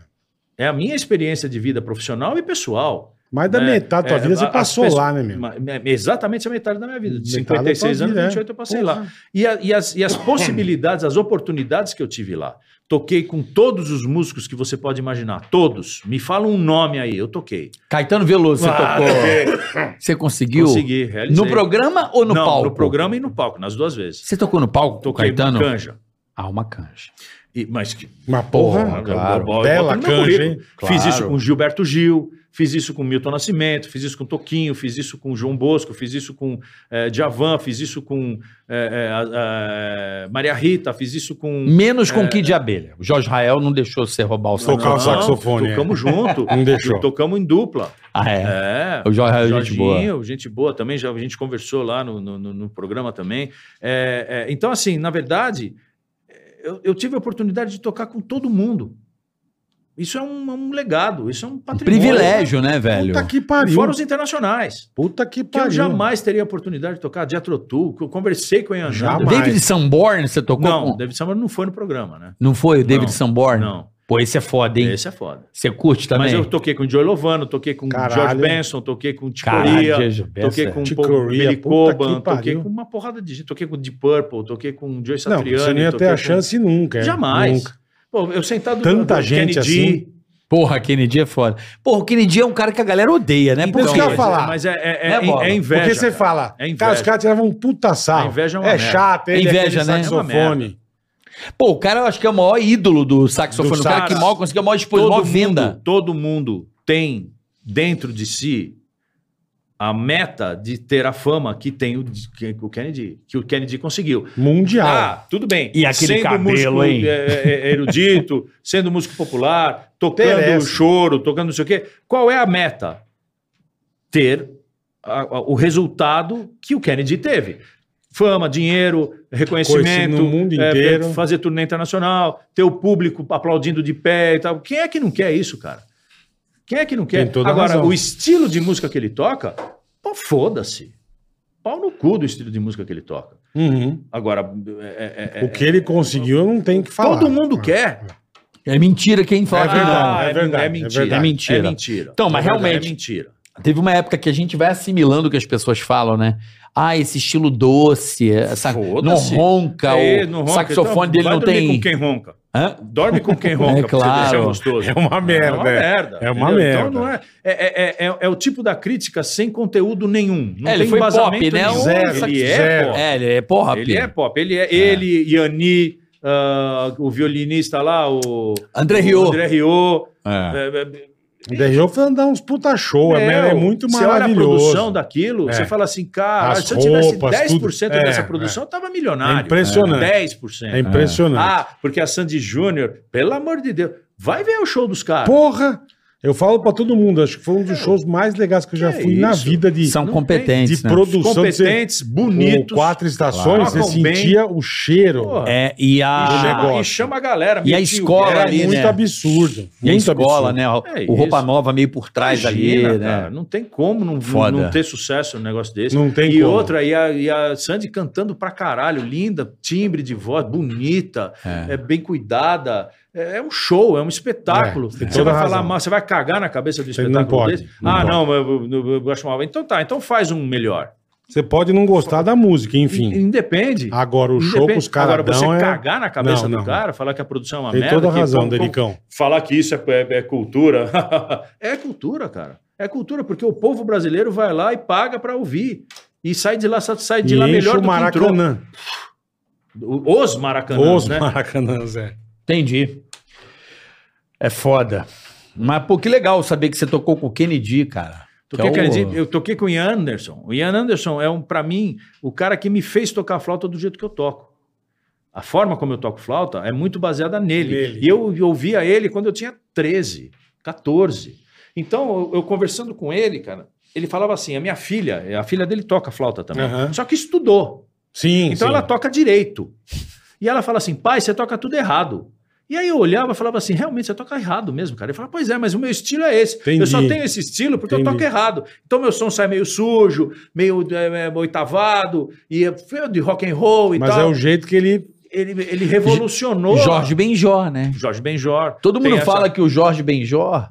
Speaker 5: É a minha experiência de vida profissional e pessoal.
Speaker 3: Mais da
Speaker 5: né?
Speaker 3: metade da tua
Speaker 5: É,
Speaker 3: vida você
Speaker 5: as
Speaker 3: passou
Speaker 5: pessoas-
Speaker 3: lá, né, meu?
Speaker 5: Ma- Exatamente a metade da minha vida. De
Speaker 3: Metade da tua
Speaker 5: 56 anos,
Speaker 3: vida, é.
Speaker 5: 28 eu passei lá. E, a- e as, e as possibilidades, as oportunidades que eu tive lá. Toquei com todos os músicos que você pode imaginar. Todos. Me fala um nome aí, eu toquei.
Speaker 4: Caetano Veloso, você
Speaker 5: Ah,
Speaker 4: tocou. Você conseguiu?
Speaker 5: Consegui, realizei.
Speaker 4: No programa ou no
Speaker 5: Não,
Speaker 4: palco?
Speaker 5: No programa e no palco, nas duas vezes.
Speaker 4: Você tocou no palco, com
Speaker 5: Toquei
Speaker 4: Caetano?
Speaker 5: canja.
Speaker 4: Ah, uma canja.
Speaker 5: E, mas que
Speaker 3: Uma porra.
Speaker 5: Porra,
Speaker 1: claro.
Speaker 5: eu boto
Speaker 3: Bela
Speaker 5: no meu
Speaker 3: canja,
Speaker 5: currículo.
Speaker 3: hein?
Speaker 5: Fiz
Speaker 1: Claro.
Speaker 5: isso com Gilberto Gil, fiz isso com Milton Nascimento, fiz isso com Toquinho, fiz isso com João Bosco, fiz isso com eh, Djavan, fiz isso com eh, eh, a- a- Maria Rita, fiz isso com...
Speaker 4: Menos com Kid de Abelha. O Jorge Rael não deixou você roubar o
Speaker 3: Tocar o
Speaker 4: saxofone.
Speaker 3: saxofone, é.
Speaker 5: Tocamos junto.
Speaker 3: Não deixou.
Speaker 5: Tocamos em dupla.
Speaker 4: Ah, é.
Speaker 5: É.
Speaker 4: O Jorge Rael é gente boa.
Speaker 5: Jorginho, gente boa também, já, a gente conversou lá no, no, no- no programa também. É, é, então, assim, na verdade, eu, eu tive a oportunidade de tocar com todo mundo. Isso é um, é um legado, isso é um patrimônio.
Speaker 4: Privilégio, né, velho?
Speaker 3: Puta que pariu.
Speaker 5: Fora os internacionais.
Speaker 3: Puta que
Speaker 5: Que
Speaker 3: pariu.
Speaker 5: eu jamais teria a oportunidade de tocar Diatrotu, que eu conversei com o Ian
Speaker 3: Jamais.
Speaker 5: Jander.
Speaker 4: David Sanborn, você tocou?
Speaker 5: Não,
Speaker 4: com-
Speaker 5: David Summer não foi no programa, né?
Speaker 4: Não foi o David
Speaker 5: Não,
Speaker 4: Sanborn?
Speaker 5: Não,
Speaker 4: Pô, esse é foda, hein?
Speaker 5: esse é foda.
Speaker 4: Você curte também?
Speaker 5: Mas eu toquei com o Joey Lovano, toquei com o
Speaker 3: Caralho.
Speaker 5: George Benson, toquei com o
Speaker 4: Caralho,
Speaker 5: Ticoria,
Speaker 4: Jeje,
Speaker 5: Toquei
Speaker 4: essa- é.
Speaker 5: com um
Speaker 3: Chick
Speaker 5: pouco com
Speaker 3: Corea,
Speaker 5: Billy
Speaker 3: puta que
Speaker 5: Coban, toquei
Speaker 3: pariu.
Speaker 5: com uma porrada de gente, toquei com Deep Purple, toquei com Joe
Speaker 3: Não,
Speaker 5: Satriani.
Speaker 3: você não ia ter
Speaker 5: toquei
Speaker 3: a
Speaker 5: com-
Speaker 3: chance nunca. é.
Speaker 5: Jamais.
Speaker 3: Nunca.
Speaker 5: Pô, eu sentado
Speaker 3: Tanta
Speaker 5: com o
Speaker 3: gente assim.
Speaker 5: Kennedy,
Speaker 4: Porra, Kennedy é foda. Porra, o Kennedy é um cara que a galera odeia, né?
Speaker 3: Então,
Speaker 4: Por
Speaker 3: isso
Speaker 4: quê?
Speaker 3: que eu ia falar.
Speaker 5: Mas é, é, é,
Speaker 4: Né, Bola?
Speaker 5: é inveja.
Speaker 3: Porque você
Speaker 5: cara.
Speaker 3: fala,
Speaker 5: É inveja.
Speaker 3: cara, os caras tiravam um puta sarro.
Speaker 5: A inveja é uma
Speaker 3: é
Speaker 5: merda.
Speaker 3: chato, ele
Speaker 4: É
Speaker 3: é
Speaker 4: inveja,
Speaker 3: aquele
Speaker 4: né?
Speaker 5: É uma
Speaker 3: saxofone.
Speaker 4: Pô, o cara eu acho que é o maior ídolo do saxofone.
Speaker 3: Do
Speaker 4: o cara
Speaker 5: sax.
Speaker 4: que mal conseguiu, a maior
Speaker 5: Todo,
Speaker 4: exposição, maior
Speaker 5: mundo,
Speaker 4: venda.
Speaker 5: todo mundo tem dentro de si a meta de ter a fama que tem o, que o Kennedy, que o Kennedy conseguiu.
Speaker 3: Mundial.
Speaker 5: Ah, tudo bem.
Speaker 6: E aquele cabelo, hein?
Speaker 5: é, é, erudito, sendo músico popular, tocando
Speaker 3: Interessa.
Speaker 5: choro, tocando não sei o quê. Qual é a meta? Ter a- a- o resultado que o Kennedy teve. Fama, dinheiro, reconhecimento.
Speaker 3: Conhecido no mundo
Speaker 5: é,
Speaker 3: inteiro.
Speaker 5: fazer turnê internacional, ter o público aplaudindo de pé e tal. Quem é que não quer isso, cara? Quem é que não quer?
Speaker 3: Tem toda a
Speaker 5: Agora,
Speaker 3: razão.
Speaker 5: o estilo de música que ele toca, pô, foda-se. Pau no cu do estilo de música que ele toca.
Speaker 3: Uhum.
Speaker 5: Agora, é- é- é-
Speaker 3: o que ele conseguiu, eu não tenho o que falar. Ah.
Speaker 5: todo mundo quer.
Speaker 4: É mentira quem fala.
Speaker 3: É
Speaker 4: que não.
Speaker 3: verdade.
Speaker 5: Ah,
Speaker 3: é verdade, é
Speaker 5: mentira.
Speaker 3: verdade.
Speaker 4: É mentira.
Speaker 5: mentira.
Speaker 4: Então, mas
Speaker 5: É verdade,
Speaker 4: realmente-
Speaker 5: É mentira.
Speaker 4: Teve uma época que a gente vai assimilando o que as pessoas falam, né? Ah, esse estilo doce, essa, não
Speaker 5: Foda-se.
Speaker 4: ronca,
Speaker 5: É,
Speaker 4: tá, o
Speaker 5: não ronca.
Speaker 4: saxofone
Speaker 5: Então,
Speaker 4: dele
Speaker 5: vai
Speaker 4: não
Speaker 5: dormir
Speaker 4: tem...
Speaker 5: com quem ronca.
Speaker 4: Hã?
Speaker 5: Dorme com quem ronca,
Speaker 4: É
Speaker 5: pra você deixar
Speaker 4: claro.
Speaker 5: gostoso.
Speaker 3: É uma
Speaker 5: É uma
Speaker 3: merda. É
Speaker 5: merda.
Speaker 3: É uma
Speaker 5: entendeu?
Speaker 3: merda.
Speaker 5: Então não é, é, é- é- é o tipo da crítica sem conteúdo nenhum. Não
Speaker 4: É, ele
Speaker 5: tem
Speaker 4: foi
Speaker 5: embasamento
Speaker 4: pop, né?
Speaker 5: nenhum.
Speaker 3: Zero,
Speaker 5: ele é
Speaker 3: zero.
Speaker 5: pop.
Speaker 4: É, ele é porra,
Speaker 5: Ele é
Speaker 4: Pedro.
Speaker 5: pop. Ele é, ele, Yanni, ah, o violinista lá, o
Speaker 4: André
Speaker 5: o
Speaker 4: Rieu.
Speaker 5: André Rio.
Speaker 4: É.
Speaker 3: Deixou foi dar uns puta show. É, é muito
Speaker 5: Você olha a
Speaker 3: maravilhoso.
Speaker 5: produção daquilo,
Speaker 3: É.
Speaker 5: você fala assim, cara,
Speaker 3: As
Speaker 5: se eu tivesse
Speaker 3: roupas,
Speaker 5: 10%
Speaker 3: tudo.
Speaker 5: dessa
Speaker 3: É,
Speaker 5: produção, eu tava
Speaker 3: É
Speaker 5: milionário. né?
Speaker 3: impressionante.
Speaker 5: 10%.
Speaker 3: É impressionante.
Speaker 5: Ah, porque a Sandy Júnior, pelo amor de Deus, vai ver o show dos caras.
Speaker 3: Ah. Porra! Eu falo pra todo mundo, acho que foi um dos shows mais legais que eu já
Speaker 5: É. Que é
Speaker 3: fui na
Speaker 5: isso?
Speaker 3: vida de,
Speaker 4: São
Speaker 5: não
Speaker 4: competentes,
Speaker 3: de
Speaker 4: né?
Speaker 3: produção. de
Speaker 5: competentes,
Speaker 3: você,
Speaker 5: bonitos.
Speaker 3: com quatro estações,
Speaker 5: Claro.
Speaker 3: você sentia o cheiro.
Speaker 5: Porra.
Speaker 4: É, e
Speaker 5: E
Speaker 3: Ah,
Speaker 4: a...
Speaker 3: chegou
Speaker 5: chama,
Speaker 3: negócio.
Speaker 5: e chama a galera.
Speaker 4: E a
Speaker 5: meu tio,
Speaker 4: escola
Speaker 5: era
Speaker 3: Era
Speaker 4: ali,
Speaker 5: muito-
Speaker 3: muito
Speaker 4: né?
Speaker 3: absurdo.
Speaker 4: E a
Speaker 3: muito
Speaker 4: escola,
Speaker 3: absurdo.
Speaker 4: né?
Speaker 5: É
Speaker 4: o Roupa
Speaker 5: isso.
Speaker 4: Nova meio por trás
Speaker 5: Imagina,
Speaker 4: ali,
Speaker 5: cara,
Speaker 4: né?
Speaker 5: Não tem como não,
Speaker 4: Foda.
Speaker 5: não ter sucesso num negócio desse.
Speaker 3: Não tem
Speaker 5: né? e
Speaker 3: como.
Speaker 5: outra, e a, e a Sandy cantando pra caralho, linda, timbre de voz, bonita, é, bem cuidada. É, é um show, é um espetáculo.
Speaker 3: É, tem
Speaker 5: Você
Speaker 3: toda
Speaker 5: vai falar
Speaker 3: razão.
Speaker 5: mal, você vai cagar na cabeça do
Speaker 3: Você
Speaker 5: espetáculo
Speaker 3: não pode,
Speaker 5: desse.
Speaker 3: não
Speaker 5: ah,
Speaker 3: pode.
Speaker 5: não, eu, eu, eu acho mal. Então tá, então faz um melhor.
Speaker 3: Você pode não gostar da música, enfim.
Speaker 5: Independe.
Speaker 3: Agora Ah, o show
Speaker 5: Independe-
Speaker 3: com os caras
Speaker 5: Agora, você
Speaker 3: dão é...
Speaker 5: cagar na cabeça
Speaker 3: Não,
Speaker 5: do
Speaker 3: não.
Speaker 5: cara, falar que a produção é uma
Speaker 3: Tem
Speaker 5: merda.
Speaker 3: toda a
Speaker 5: que
Speaker 3: razão,
Speaker 5: como- como-
Speaker 3: Delicão.
Speaker 5: Falar que isso é, é- é cultura. é cultura, cara. É cultura, porque o povo brasileiro vai lá e paga pra ouvir. E sai de lá, sai de
Speaker 3: E
Speaker 5: lá
Speaker 3: enche
Speaker 5: melhor
Speaker 3: o
Speaker 5: do que entrou.
Speaker 3: Maracanã.
Speaker 5: O- Os maracanãs,
Speaker 3: Os
Speaker 5: né?
Speaker 3: Maracanãs, é.
Speaker 4: Entendi. É foda. Mas, pô, que legal saber que você tocou com o Kennedy, cara.
Speaker 5: Toquei
Speaker 4: Que é
Speaker 5: com
Speaker 4: o-
Speaker 5: Kennedy, Eu toquei com o Ian Anderson. O Ian Anderson é, um, para mim, o cara que me fez tocar flauta do jeito que eu toco. A forma como eu toco flauta é muito baseada nele.
Speaker 3: Nele.
Speaker 5: E eu eu ouvia ele quando eu tinha 13, 14. Então, eu, eu conversando com ele, cara, ele falava assim: a minha filha, a filha dele toca flauta também.
Speaker 3: Aham.
Speaker 5: Só que estudou.
Speaker 3: Sim,
Speaker 5: Então
Speaker 3: sim.
Speaker 5: ela toca direito. E ela fala assim: pai, você toca tudo errado. E aí eu olhava e falava assim: realmente você toca errado mesmo, cara. Ele falava: pois é, mas o meu estilo é esse.
Speaker 3: Entendi.
Speaker 5: Eu só tenho esse estilo porque eu
Speaker 3: Entendi.
Speaker 5: toco errado. Então meu som sai meio sujo, meio é, é, oitavado, e é feio de rock and roll e
Speaker 3: Mas
Speaker 5: tal.
Speaker 3: é o jeito que ele...
Speaker 5: ele, ele revolucionou.
Speaker 4: Jorge Benjor, né?
Speaker 5: Jorge Benjor.
Speaker 4: Todo
Speaker 5: Tem
Speaker 4: mundo
Speaker 5: essa-
Speaker 4: fala que o Jorge Benjor.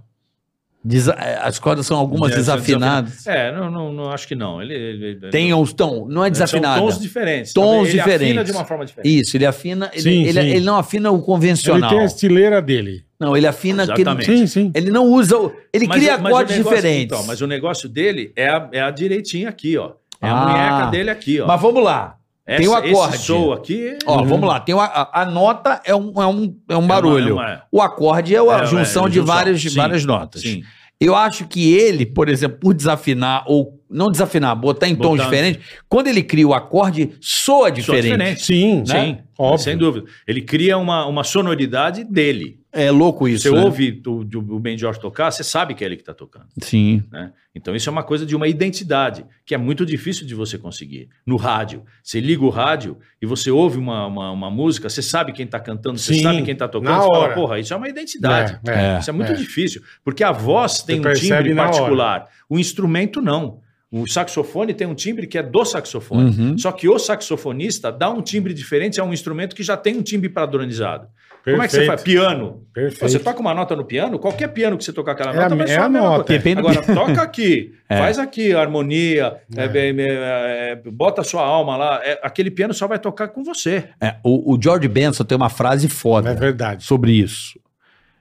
Speaker 4: desa- é, As cordas são algumas
Speaker 5: Dessa-
Speaker 4: desafinadas.
Speaker 5: É, não, não, não acho que não. Ele, ele-
Speaker 4: Tem os tom, não é desafinada.
Speaker 5: São tons diferentes.
Speaker 4: Tons
Speaker 5: ele afina
Speaker 4: diferentes.
Speaker 5: de uma forma diferente.
Speaker 4: Isso, ele afina. Ele,
Speaker 3: Sim,
Speaker 4: ele,
Speaker 3: sim.
Speaker 4: ele não afina o
Speaker 3: Ele
Speaker 4: convencional.
Speaker 3: tem a estileira dele.
Speaker 4: Não, ele afina. Que,
Speaker 5: Exatamente.
Speaker 3: Sim, sim.
Speaker 4: ele não usa. o- Ele
Speaker 5: Mas
Speaker 4: cria
Speaker 5: o- mas o
Speaker 4: acordes
Speaker 5: negócio-
Speaker 4: diferentes.
Speaker 5: então,
Speaker 4: mas,
Speaker 5: mas o negócio dele é a, é a direitinha aqui, ó. É a
Speaker 4: Ah.
Speaker 5: munheca dele aqui, ó.
Speaker 4: vamos lá.
Speaker 5: Essa,
Speaker 4: Tem o acorde.
Speaker 5: Esse som aqui. é-
Speaker 3: Uhum.
Speaker 4: Ó, vamos lá. Tem uma- a, a nota é um, é um, é um
Speaker 5: uma-
Speaker 4: barulho.
Speaker 5: é uma-
Speaker 4: O acorde é a
Speaker 5: é,
Speaker 4: junção
Speaker 5: é,
Speaker 4: de
Speaker 5: junção.
Speaker 4: várias,
Speaker 5: Sim,
Speaker 4: várias notas.
Speaker 5: uhum. Sim.
Speaker 4: Eu acho que ele, por exemplo, por desafinar ou não desafinar, botar em tons
Speaker 5: Botar-
Speaker 4: diferentes, quando ele cria o acorde, soa diferente.
Speaker 5: diferente.
Speaker 3: Sim,
Speaker 5: Sim,
Speaker 3: né? Óbvio.
Speaker 5: sem dúvida. Ele cria uma, uma sonoridade dele.
Speaker 4: É louco isso.
Speaker 5: você
Speaker 4: né?
Speaker 5: ouve o, o Ben Jorge tocar, você sabe que é ele que está tocando.
Speaker 4: Sim.
Speaker 5: né? Então isso é uma coisa de uma identidade que é muito difícil de você conseguir no rádio. Você liga o rádio e você ouve uma, uma, uma música, você sabe quem está cantando, você
Speaker 3: Sim,
Speaker 5: sabe quem está tocando,
Speaker 3: na
Speaker 5: você
Speaker 3: hora.
Speaker 5: fala, porra, isso é uma identidade.
Speaker 3: É, é,
Speaker 5: isso é muito
Speaker 3: é.
Speaker 5: difícil, porque a voz tem um
Speaker 3: percebe
Speaker 5: timbre
Speaker 3: na hora.
Speaker 5: particular, o instrumento não. O saxofone tem um timbre que é do saxofone.
Speaker 4: Uhum.
Speaker 5: Só que o saxofonista dá um timbre diferente a um instrumento que já tem um timbre padronizado. Como é que você
Speaker 3: Perfeito,
Speaker 5: faz? Piano.
Speaker 3: Perfeito.
Speaker 5: Você tá toca uma nota no piano, qualquer piano que você tocar aquela
Speaker 3: É
Speaker 5: nota,
Speaker 3: a-
Speaker 5: vai
Speaker 3: é
Speaker 5: soar
Speaker 3: a
Speaker 5: mesma
Speaker 3: nota.
Speaker 5: coisa.
Speaker 4: Depende-
Speaker 5: Agora, toca aqui, faz aqui a harmonia, é, bem- é, é, bota sua alma lá. é, aquele piano só vai tocar com você.
Speaker 4: É, o, o George Benson tem uma frase foda
Speaker 3: É verdade.
Speaker 4: sobre isso.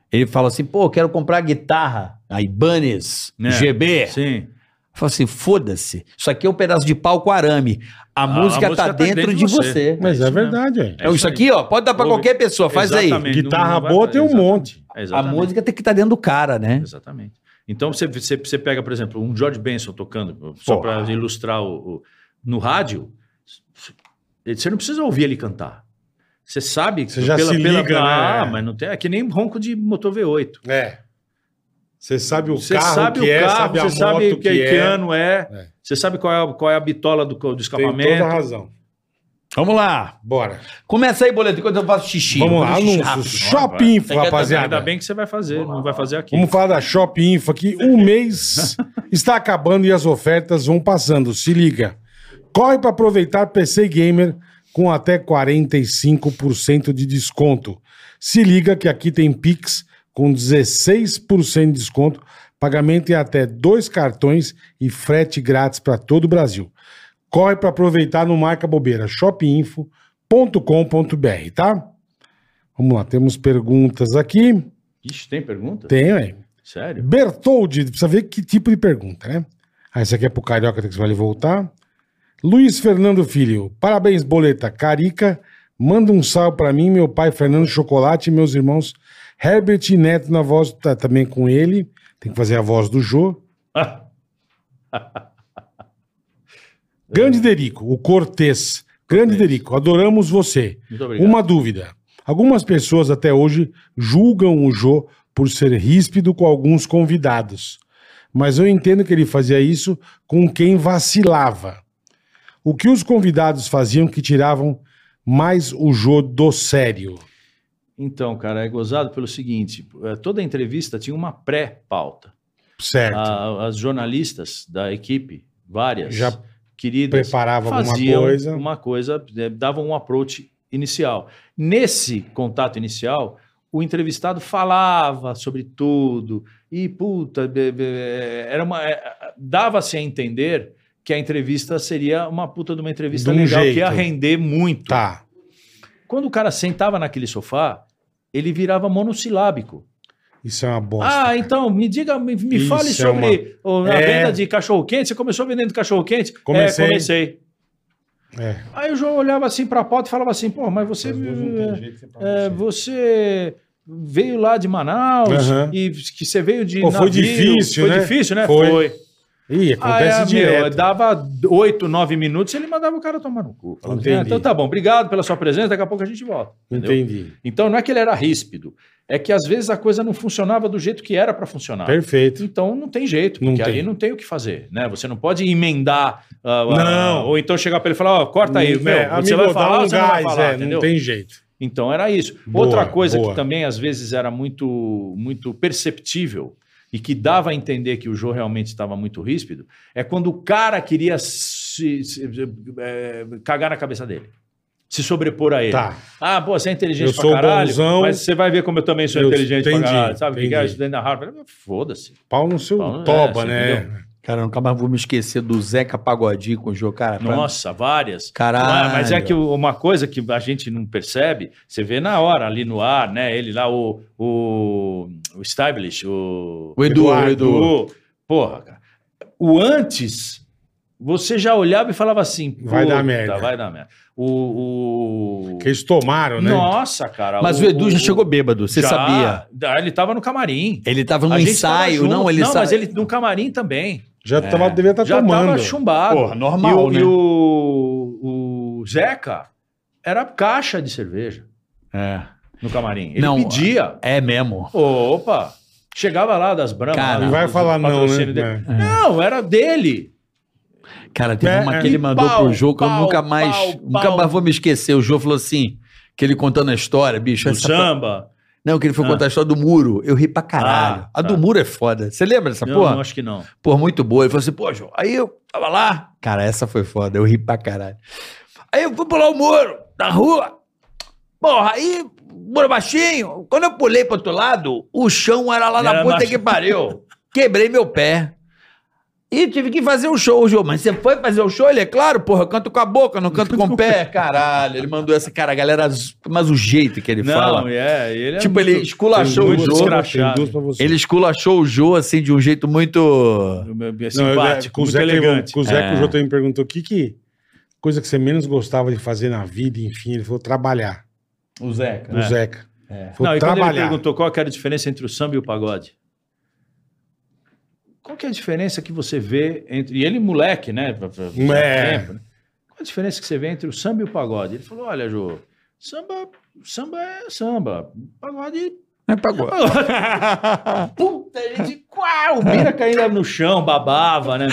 Speaker 4: Ele fala assim, pô, quero comprar guitarra, a Ibanez,
Speaker 5: É.
Speaker 4: GB.
Speaker 5: Sim.
Speaker 4: Fala assim, foda-se, isso aqui é um pedaço de pau com arame.
Speaker 5: Ah,
Speaker 4: A, música, tá, dentro de você.
Speaker 3: Mas é
Speaker 5: isso mesmo.
Speaker 3: verdade, ué.
Speaker 4: É isso aqui, ó, pode dar pra
Speaker 5: Ouve.
Speaker 4: qualquer pessoa, faz aí.
Speaker 3: Guitarra boa tem um monte.
Speaker 4: A música tem que estar dentro do cara, né?
Speaker 5: Exatamente. Então você, você, você pega, por exemplo, um George Benson tocando, só
Speaker 4: Porra.
Speaker 5: para ilustrar o, o- no rádio, ele- você não precisa ouvir ele cantar. Você sabe que
Speaker 3: Você já se liga,
Speaker 5: ah,
Speaker 3: né?
Speaker 5: mas não tem, é que nem ronco de motor V8.
Speaker 3: É. Você sabe o
Speaker 5: Você
Speaker 3: carro
Speaker 5: sabe
Speaker 3: que
Speaker 5: o
Speaker 3: é,
Speaker 5: carro,
Speaker 3: sabe a
Speaker 5: você
Speaker 3: moto
Speaker 5: sabe
Speaker 3: que,
Speaker 5: que,
Speaker 3: é.
Speaker 5: que ano é,
Speaker 3: É.
Speaker 5: você sabe qual é, qual é a bitola do, do
Speaker 3: Tem
Speaker 5: escapamento.
Speaker 3: toda a razão.
Speaker 4: Vamos lá.
Speaker 3: Bora.
Speaker 4: Começa aí, boleto, enquanto eu faço xixi.
Speaker 3: Vamos
Speaker 4: Eu
Speaker 3: lá,
Speaker 4: faço xixi
Speaker 3: anúncios.
Speaker 4: rápido.
Speaker 3: Shop
Speaker 5: vai.
Speaker 3: Info, rapaziada.
Speaker 5: Ainda bem que você vai fazer, não vai fazer aqui.
Speaker 3: Vamos falar da Shop Info aqui. O mês está acabando e as ofertas vão passando. Se liga. Corre para aproveitar PC Gamer com até 45% de desconto. Se liga que aqui tem Pix com 16% de desconto, pagamento em até dois cartões e frete grátis para todo o Brasil. Corre para aproveitar no Marca Bobeira, shopinfo.com.br, tá? Vamos lá, temos perguntas aqui.
Speaker 5: Ixi, tem pergunta?
Speaker 3: Tem, velho.
Speaker 5: Sério?
Speaker 3: Bertoldi, precisa ver que tipo de pergunta, né? Ah, esse aqui é pro Carioca, tem que vale voltar. Luiz Fernando Filho, parabéns, boleta. Carica, manda um salve pra mim, meu pai Fernando Chocolate e meus irmãos Herbert e Neto na voz, tá também com ele. Tem que fazer a voz do Jô. Grande Derico, o Cortez. Grande Derico, adoramos você.
Speaker 5: Muito obrigado.
Speaker 3: Uma dúvida. Algumas pessoas até hoje julgam o Jô por ser ríspido com alguns convidados. Mas eu entendo que ele fazia isso com quem vacilava. O que os convidados faziam que tiravam mais o Jô do sério?
Speaker 5: Então, cara, é gozado pelo seguinte: é, toda entrevista tinha uma pré-pauta.
Speaker 3: Certo.
Speaker 5: A- as jornalistas da equipe, várias,
Speaker 3: Já
Speaker 5: queridas,
Speaker 3: Preparava alguma
Speaker 5: faziam
Speaker 3: coisa.
Speaker 5: uma coisa, eh, davam um approach inicial. Nesse contato inicial, o entrevistado falava sobre tudo e puta, be- be- era uma eh, dava-se a entender que a entrevista seria uma puta de uma entrevista
Speaker 3: De um
Speaker 5: legal
Speaker 3: jeito.
Speaker 5: que ia render muito.
Speaker 3: Tá.
Speaker 5: Quando o cara sentava naquele sofá, ele virava monossilábico.
Speaker 3: Isso é uma bosta.
Speaker 5: Ah, então me diga, me, me
Speaker 3: Isso
Speaker 5: fale
Speaker 3: é
Speaker 5: sobre o- a
Speaker 3: É.
Speaker 5: venda de cachorro quente. Você começou vendendo cachorro quente?
Speaker 3: Comecei.
Speaker 5: É, comecei.
Speaker 3: É.
Speaker 5: Aí o João olhava assim para a pauta e falava assim: pô, mas você, é, você veio lá de Manaus
Speaker 3: Aham.
Speaker 5: e que você veio de.
Speaker 3: Pô, foi
Speaker 5: navio.
Speaker 3: difícil,
Speaker 5: foi
Speaker 3: né?
Speaker 5: difícil, né?
Speaker 3: Foi. Ih, acontece
Speaker 5: Aí,
Speaker 3: direto.
Speaker 5: Ah, é, meu, dava oito, nove minutos ele mandava o cara tomar no cu. Falava assim,
Speaker 3: Entendi.
Speaker 5: "Ah, então tá bom, obrigado pela sua presença, daqui a pouco a gente volta. Entendeu?
Speaker 3: Entendi.
Speaker 5: Então não é que ele era ríspido, é que às vezes a coisa não funcionava do jeito que era para funcionar.
Speaker 3: Perfeito.
Speaker 5: Então não tem jeito,
Speaker 3: Não
Speaker 5: porque
Speaker 3: tem.
Speaker 5: aí não tem o que fazer, né? Você não pode emendar, ah, ah,
Speaker 3: Não.
Speaker 5: ou então chegar para ele e falar, ó, corta aí, meu,
Speaker 3: É,
Speaker 5: você
Speaker 3: amigo,
Speaker 5: vai
Speaker 3: dá
Speaker 5: falar,
Speaker 3: um
Speaker 5: você não
Speaker 3: gás,
Speaker 5: vai falar,
Speaker 3: é,
Speaker 5: entendeu?
Speaker 3: não tem jeito.
Speaker 5: Então era isso.
Speaker 3: Boa,
Speaker 5: Outra coisa
Speaker 3: boa.
Speaker 5: que também às vezes era muito muito perceptível e que dava a entender que o Jô realmente estava muito ríspido, é quando o cara queria se- se- eh, cagar na cabeça dele. Se sobrepor a ele.
Speaker 3: Tá.
Speaker 5: Ah, pô, você é inteligente
Speaker 3: Eu
Speaker 5: pra
Speaker 3: sou
Speaker 5: caralho,
Speaker 3: bonzão.
Speaker 5: mas você vai ver como eu também sou
Speaker 3: Eu
Speaker 5: inteligente
Speaker 3: entendi,
Speaker 5: pra caralho. Sabe o que que é
Speaker 3: entendi.
Speaker 5: estudante da Harvard? Foda-se.
Speaker 3: Pau no seu
Speaker 5: Pau- é,
Speaker 3: toba,
Speaker 5: você
Speaker 3: né?
Speaker 5: entendeu?
Speaker 4: Cara, eu nunca mais vou me esquecer do Zeca Pagodinho com o Jô, cara. pra-
Speaker 5: Nossa, várias.
Speaker 4: Caralho.
Speaker 5: Ah, mas é que o- uma coisa que a gente não percebe, você vê na hora, ali no ar, né? Ele lá, o, o, o Stablish, o,
Speaker 4: O Edu, o
Speaker 3: Eduardo.
Speaker 4: Edu.
Speaker 5: o- Porra, cara. O antes Você já olhava e falava assim:
Speaker 3: Vai
Speaker 5: "Puta,
Speaker 3: dar merda."
Speaker 5: Vai dar merda. O. o-
Speaker 3: Que eles tomaram, né?
Speaker 5: Nossa, cara.
Speaker 4: Mas o Edu já chegou bêbado, você
Speaker 5: já.
Speaker 4: sabia?
Speaker 5: Ah, Ele tava no camarim.
Speaker 4: Ele tava
Speaker 5: A
Speaker 4: num
Speaker 5: gente tava
Speaker 4: Um ensaio,
Speaker 5: junto.
Speaker 4: não, ele
Speaker 5: Não,
Speaker 4: sa-
Speaker 5: mas ele no camarim também.
Speaker 3: Já tava, devia estar
Speaker 5: já
Speaker 3: Tá tomando.
Speaker 5: tava chumbado.
Speaker 1: Porra,
Speaker 5: e
Speaker 1: normal,
Speaker 5: o,
Speaker 1: né?
Speaker 5: e o, o Zeca era caixa de cerveja
Speaker 4: É.
Speaker 5: no camarim. Ele
Speaker 4: Não,
Speaker 5: pedia.
Speaker 4: É mesmo.
Speaker 5: Opa! Chegava lá das Brahma.
Speaker 4: Cara,
Speaker 5: lá
Speaker 4: não
Speaker 5: do-
Speaker 3: vai
Speaker 5: do
Speaker 3: falar não, né?
Speaker 5: patrocínio dele. Não, era dele.
Speaker 4: Cara, teve
Speaker 3: É,
Speaker 4: uma
Speaker 3: é.
Speaker 4: que ele
Speaker 5: E
Speaker 4: mandou
Speaker 5: pau,
Speaker 4: pro Jô que eu
Speaker 5: pau,
Speaker 4: nunca mais,
Speaker 5: pau,
Speaker 4: nunca
Speaker 5: pau.
Speaker 4: mais vou me esquecer. O Jô falou assim, que ele contando a história, bicho.
Speaker 5: Do
Speaker 4: essa-
Speaker 5: samba.
Speaker 4: Não, que ele foi
Speaker 5: Ah.
Speaker 4: contar a história do muro. Eu ri pra caralho.
Speaker 5: Ah,
Speaker 4: a do
Speaker 5: tá.
Speaker 4: muro é foda. Você lembra dessa
Speaker 5: Não,
Speaker 4: porra?
Speaker 5: não, acho que não.
Speaker 4: Pô, muito boa. Ele falou assim, pô, João, aí eu tava lá. Cara, essa foi foda, eu ri pra caralho. Aí eu fui pular o muro da rua. Porra, aí, muro baixinho. Quando eu pulei pro outro lado, o chão era lá na
Speaker 5: Era
Speaker 4: puta
Speaker 5: baixo.
Speaker 4: que pariu. Quebrei meu pé. E tive que fazer o show, João. Mas você foi fazer o show? Ele é claro, porra, eu canto com a boca, não canto com o pé. Caralho, ele mandou essa, cara, a galera. z- Mas o jeito que ele
Speaker 5: não,
Speaker 4: fala.
Speaker 5: é. Ele é
Speaker 4: tipo,
Speaker 5: muito-
Speaker 4: ele esculachou o
Speaker 5: muito
Speaker 4: Jô.
Speaker 5: escra-
Speaker 3: Tem duas pra você.
Speaker 4: Ele esculachou o Jô, assim, de um jeito muito.
Speaker 5: é
Speaker 3: Não, eu-
Speaker 5: simpático,
Speaker 3: com o
Speaker 5: muito
Speaker 3: Zeca-
Speaker 5: elegante.
Speaker 3: Com o Zeca,
Speaker 4: É.
Speaker 3: o Jô também me perguntou o que que... Coisa que você menos gostava de fazer na vida, enfim. Ele falou trabalhar.
Speaker 4: O Zeca.
Speaker 5: né?
Speaker 3: O Zeca. Falou
Speaker 5: É. Não, e quando ele
Speaker 3: trabalhar.
Speaker 5: perguntou qual que era a diferença entre o samba e o pagode? Qual que é a diferença que você vê entre... E ele moleque, né? pra- pra- pra
Speaker 3: É.
Speaker 5: tempo, né? Qual a diferença que você vê entre o samba e o pagode? Ele falou, olha, Jô, samba, samba é samba, pagode...
Speaker 4: É pagode.
Speaker 5: Puta, a gente... Uau, o Bira caía no chão, babava, né?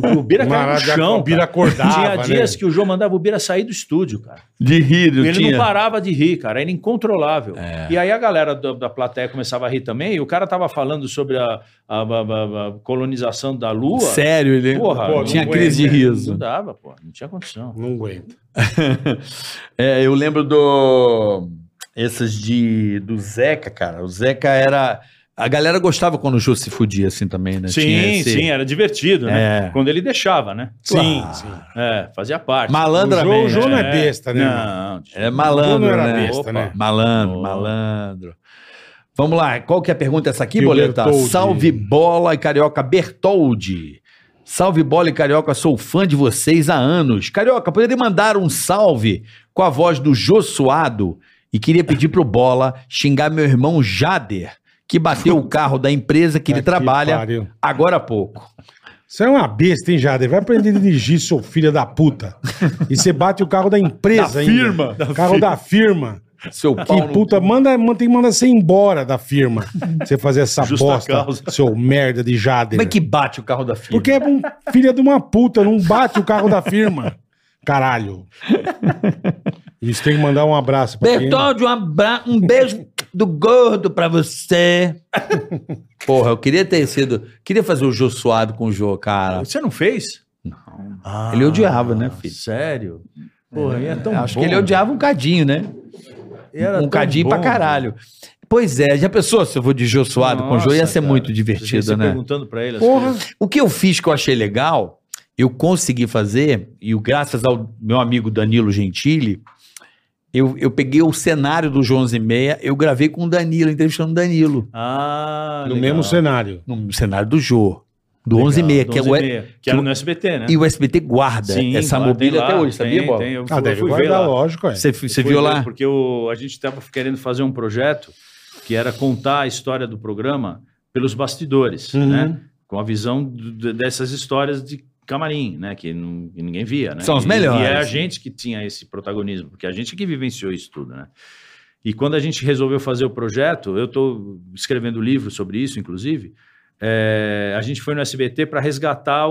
Speaker 5: meu? O Bira caía no
Speaker 3: Maravilha,
Speaker 5: chão,
Speaker 3: o Bira
Speaker 5: cara.
Speaker 3: acordava,
Speaker 5: Tinha
Speaker 3: né?
Speaker 5: dias que o João mandava o Bira sair do estúdio, cara.
Speaker 4: De rir, eu
Speaker 5: Ele
Speaker 4: tinha. É.
Speaker 5: não parava de rir, cara, era incontrolável. E aí a galera da, da plateia começava a rir também, e o cara tava falando sobre a, a- a- a- a colonização da Lua.
Speaker 4: Sério, ele
Speaker 5: Porra,
Speaker 4: Pô,
Speaker 5: não
Speaker 4: tinha
Speaker 3: aguenta,
Speaker 4: crise de
Speaker 3: né?
Speaker 5: Não
Speaker 4: riso.
Speaker 5: dava, pô, não tinha
Speaker 4: Né,
Speaker 5: condição.
Speaker 3: Não aguento.
Speaker 4: É, eu lembro do. Essas de. Do Zeca, cara. O Zeca era. A galera gostava quando o Jô se fudia assim também, né? Tinha esse-
Speaker 5: era divertido,
Speaker 4: É.
Speaker 5: Quando ele deixava, né?
Speaker 4: Claro.
Speaker 5: É, fazia parte.
Speaker 4: Malandra
Speaker 3: O Jô-
Speaker 4: mesmo.
Speaker 3: o Jô não é besta, né,
Speaker 5: Não,
Speaker 4: É
Speaker 3: O Jô não
Speaker 4: malandro,
Speaker 3: era
Speaker 4: né?
Speaker 3: besta, né?
Speaker 4: Malandro,
Speaker 5: Oh.
Speaker 4: malandro. Vamos lá, qual que é a pergunta essa aqui,
Speaker 3: E o
Speaker 4: Boleta?
Speaker 3: Bertoldi?
Speaker 4: Salve Bola e Carioca Bertoldi. Salve Bola e Carioca, sou fã de vocês há anos. Carioca, poderia mandar um salve com a voz do Jô Suado e queria pedir pro Bola xingar meu irmão Jader, que bateu o carro da empresa que ele
Speaker 3: Tá que
Speaker 4: trabalha
Speaker 3: pariu.
Speaker 4: agora há pouco.
Speaker 3: Você é uma besta, hein, Jader? Vai aprender a dirigir, seu filho da puta. E você bate o carro da empresa, hein?
Speaker 5: firma. Da
Speaker 3: carro da firma.
Speaker 4: Seu pau
Speaker 3: Que
Speaker 4: no-
Speaker 3: puta, manda, manda, tem que mandar você ir embora da firma. Você fazer essa
Speaker 5: Justa
Speaker 3: bosta,
Speaker 5: causa.
Speaker 3: seu merda de Jader.
Speaker 4: Como é que bate o carro da filha?
Speaker 3: Porque é um filho de uma puta, não bate o carro da firma. Caralho. Isso tem que mandar um abraço pra quem...
Speaker 4: Bertoldi, um, abra... um beijo do gordo pra você. Porra, eu queria ter sido. Queria fazer o Jô suado com o Jô, é cara.
Speaker 5: Você não fez? Não.
Speaker 4: Ele odiava, né, filho?
Speaker 5: Sério? Porra, e é tão
Speaker 4: Acho
Speaker 5: bom.
Speaker 4: que ele odiava um cadinho, né?
Speaker 5: E era
Speaker 4: um
Speaker 5: tão
Speaker 4: cadinho
Speaker 5: bom,
Speaker 4: pra caralho. Pois é, já pensou se eu vou de Jô suado com o Jô? Ia
Speaker 5: Nossa,
Speaker 4: ser
Speaker 5: cara.
Speaker 4: muito
Speaker 5: Você
Speaker 4: divertido,
Speaker 5: fica
Speaker 4: né?
Speaker 5: perguntando pra ele as
Speaker 3: Porra.
Speaker 4: O que eu fiz que eu achei legal, eu consegui fazer, e o- graças ao meu amigo Danilo Gentili, eu, eu peguei o cenário do João e Meia, eu gravei com o Danilo, entrevistando o Danilo.
Speaker 5: Ah,
Speaker 3: No
Speaker 5: legal.
Speaker 3: é mesmo cenário.
Speaker 4: no cenário do Jô, do
Speaker 5: Legal,
Speaker 4: 11 e meia,
Speaker 5: do
Speaker 4: que, é
Speaker 5: 11
Speaker 4: o,
Speaker 5: e meia, que era no SBT, né?
Speaker 4: e o SBT guarda
Speaker 5: Sim,
Speaker 4: essa
Speaker 5: claro, tem
Speaker 4: mobília
Speaker 5: lá,
Speaker 4: até hoje, sabia,
Speaker 5: tem,
Speaker 4: Bola?
Speaker 5: tem, eu fui-
Speaker 3: Ah, deve
Speaker 5: fui ver lá.
Speaker 3: guardar, lógico, é.
Speaker 4: Você, você
Speaker 5: Eu fui
Speaker 4: viu
Speaker 5: ver,
Speaker 4: lá?
Speaker 5: Porque o- a gente estava querendo fazer um projeto que era contar a história do programa pelos bastidores,
Speaker 3: Uhum.
Speaker 5: né? Com a visão do- de- dessas histórias de camarim, né? Que, não- que ninguém via, né?
Speaker 4: São os
Speaker 5: E-
Speaker 4: melhores.
Speaker 5: E é a gente que tinha esse protagonismo, porque é a gente que vivenciou isso tudo, né? E quando a gente resolveu fazer o projeto, eu estou escrevendo livro sobre isso, inclusive. é, a gente foi no SBT para resgatar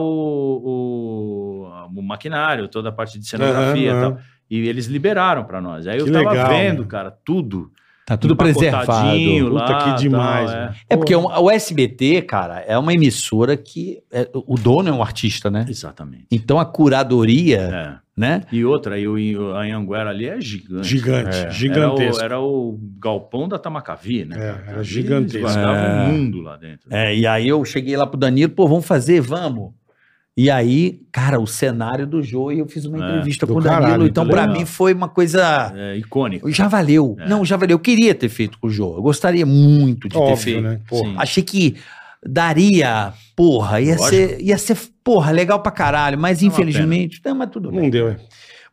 Speaker 5: o, o- o maquinário, toda a parte de cenografia
Speaker 3: Aham,
Speaker 5: e tal.
Speaker 3: aham.
Speaker 5: E eles liberaram para nós. Aí
Speaker 3: Que
Speaker 5: eu tava
Speaker 3: legal,
Speaker 5: vendo,
Speaker 3: né?
Speaker 5: cara, tudo.
Speaker 4: Tá tudo
Speaker 5: empacotadinho
Speaker 4: preservado.
Speaker 5: Lá,
Speaker 3: Puta, que demais,
Speaker 5: tal, é.
Speaker 3: mano.
Speaker 4: É porque um- o SBT, cara, é uma emissora que é- o dono é um artista, né?
Speaker 5: Exatamente.
Speaker 4: Então a curadoria,
Speaker 5: É.
Speaker 4: né?
Speaker 5: E outra, aí o a Anhanguera ali é gigante.
Speaker 3: Gigante,
Speaker 5: É.
Speaker 3: gigantesco.
Speaker 5: Era o, era o galpão da Tamacavi, né?
Speaker 3: É,
Speaker 5: cara?
Speaker 3: era
Speaker 5: Ali
Speaker 3: gigantesco.
Speaker 5: Eles guardavam
Speaker 4: É.
Speaker 5: o mundo lá dentro.
Speaker 4: É, e aí eu cheguei lá pro Danilo, pô, vamos fazer, vamos. E aí, cara, o cenário do Jô e eu fiz uma
Speaker 5: É,
Speaker 4: entrevista
Speaker 3: do
Speaker 4: com o Danilo,
Speaker 3: caralho,
Speaker 4: então
Speaker 5: muito
Speaker 4: pra
Speaker 5: legal.
Speaker 4: mim foi uma coisa
Speaker 5: É, icônico.
Speaker 4: já valeu.
Speaker 5: É.
Speaker 4: Não, já valeu. Eu queria ter feito com o Jô. Eu gostaria muito de ter
Speaker 3: Óbvio,
Speaker 4: feito.
Speaker 3: né? Porra.
Speaker 5: Sim.
Speaker 4: Achei que daria, porra, ia
Speaker 5: Lógico.
Speaker 4: ser, ia ser, porra, legal pra caralho, mas infelizmente, não, mas tudo bem.
Speaker 3: Não deu, é.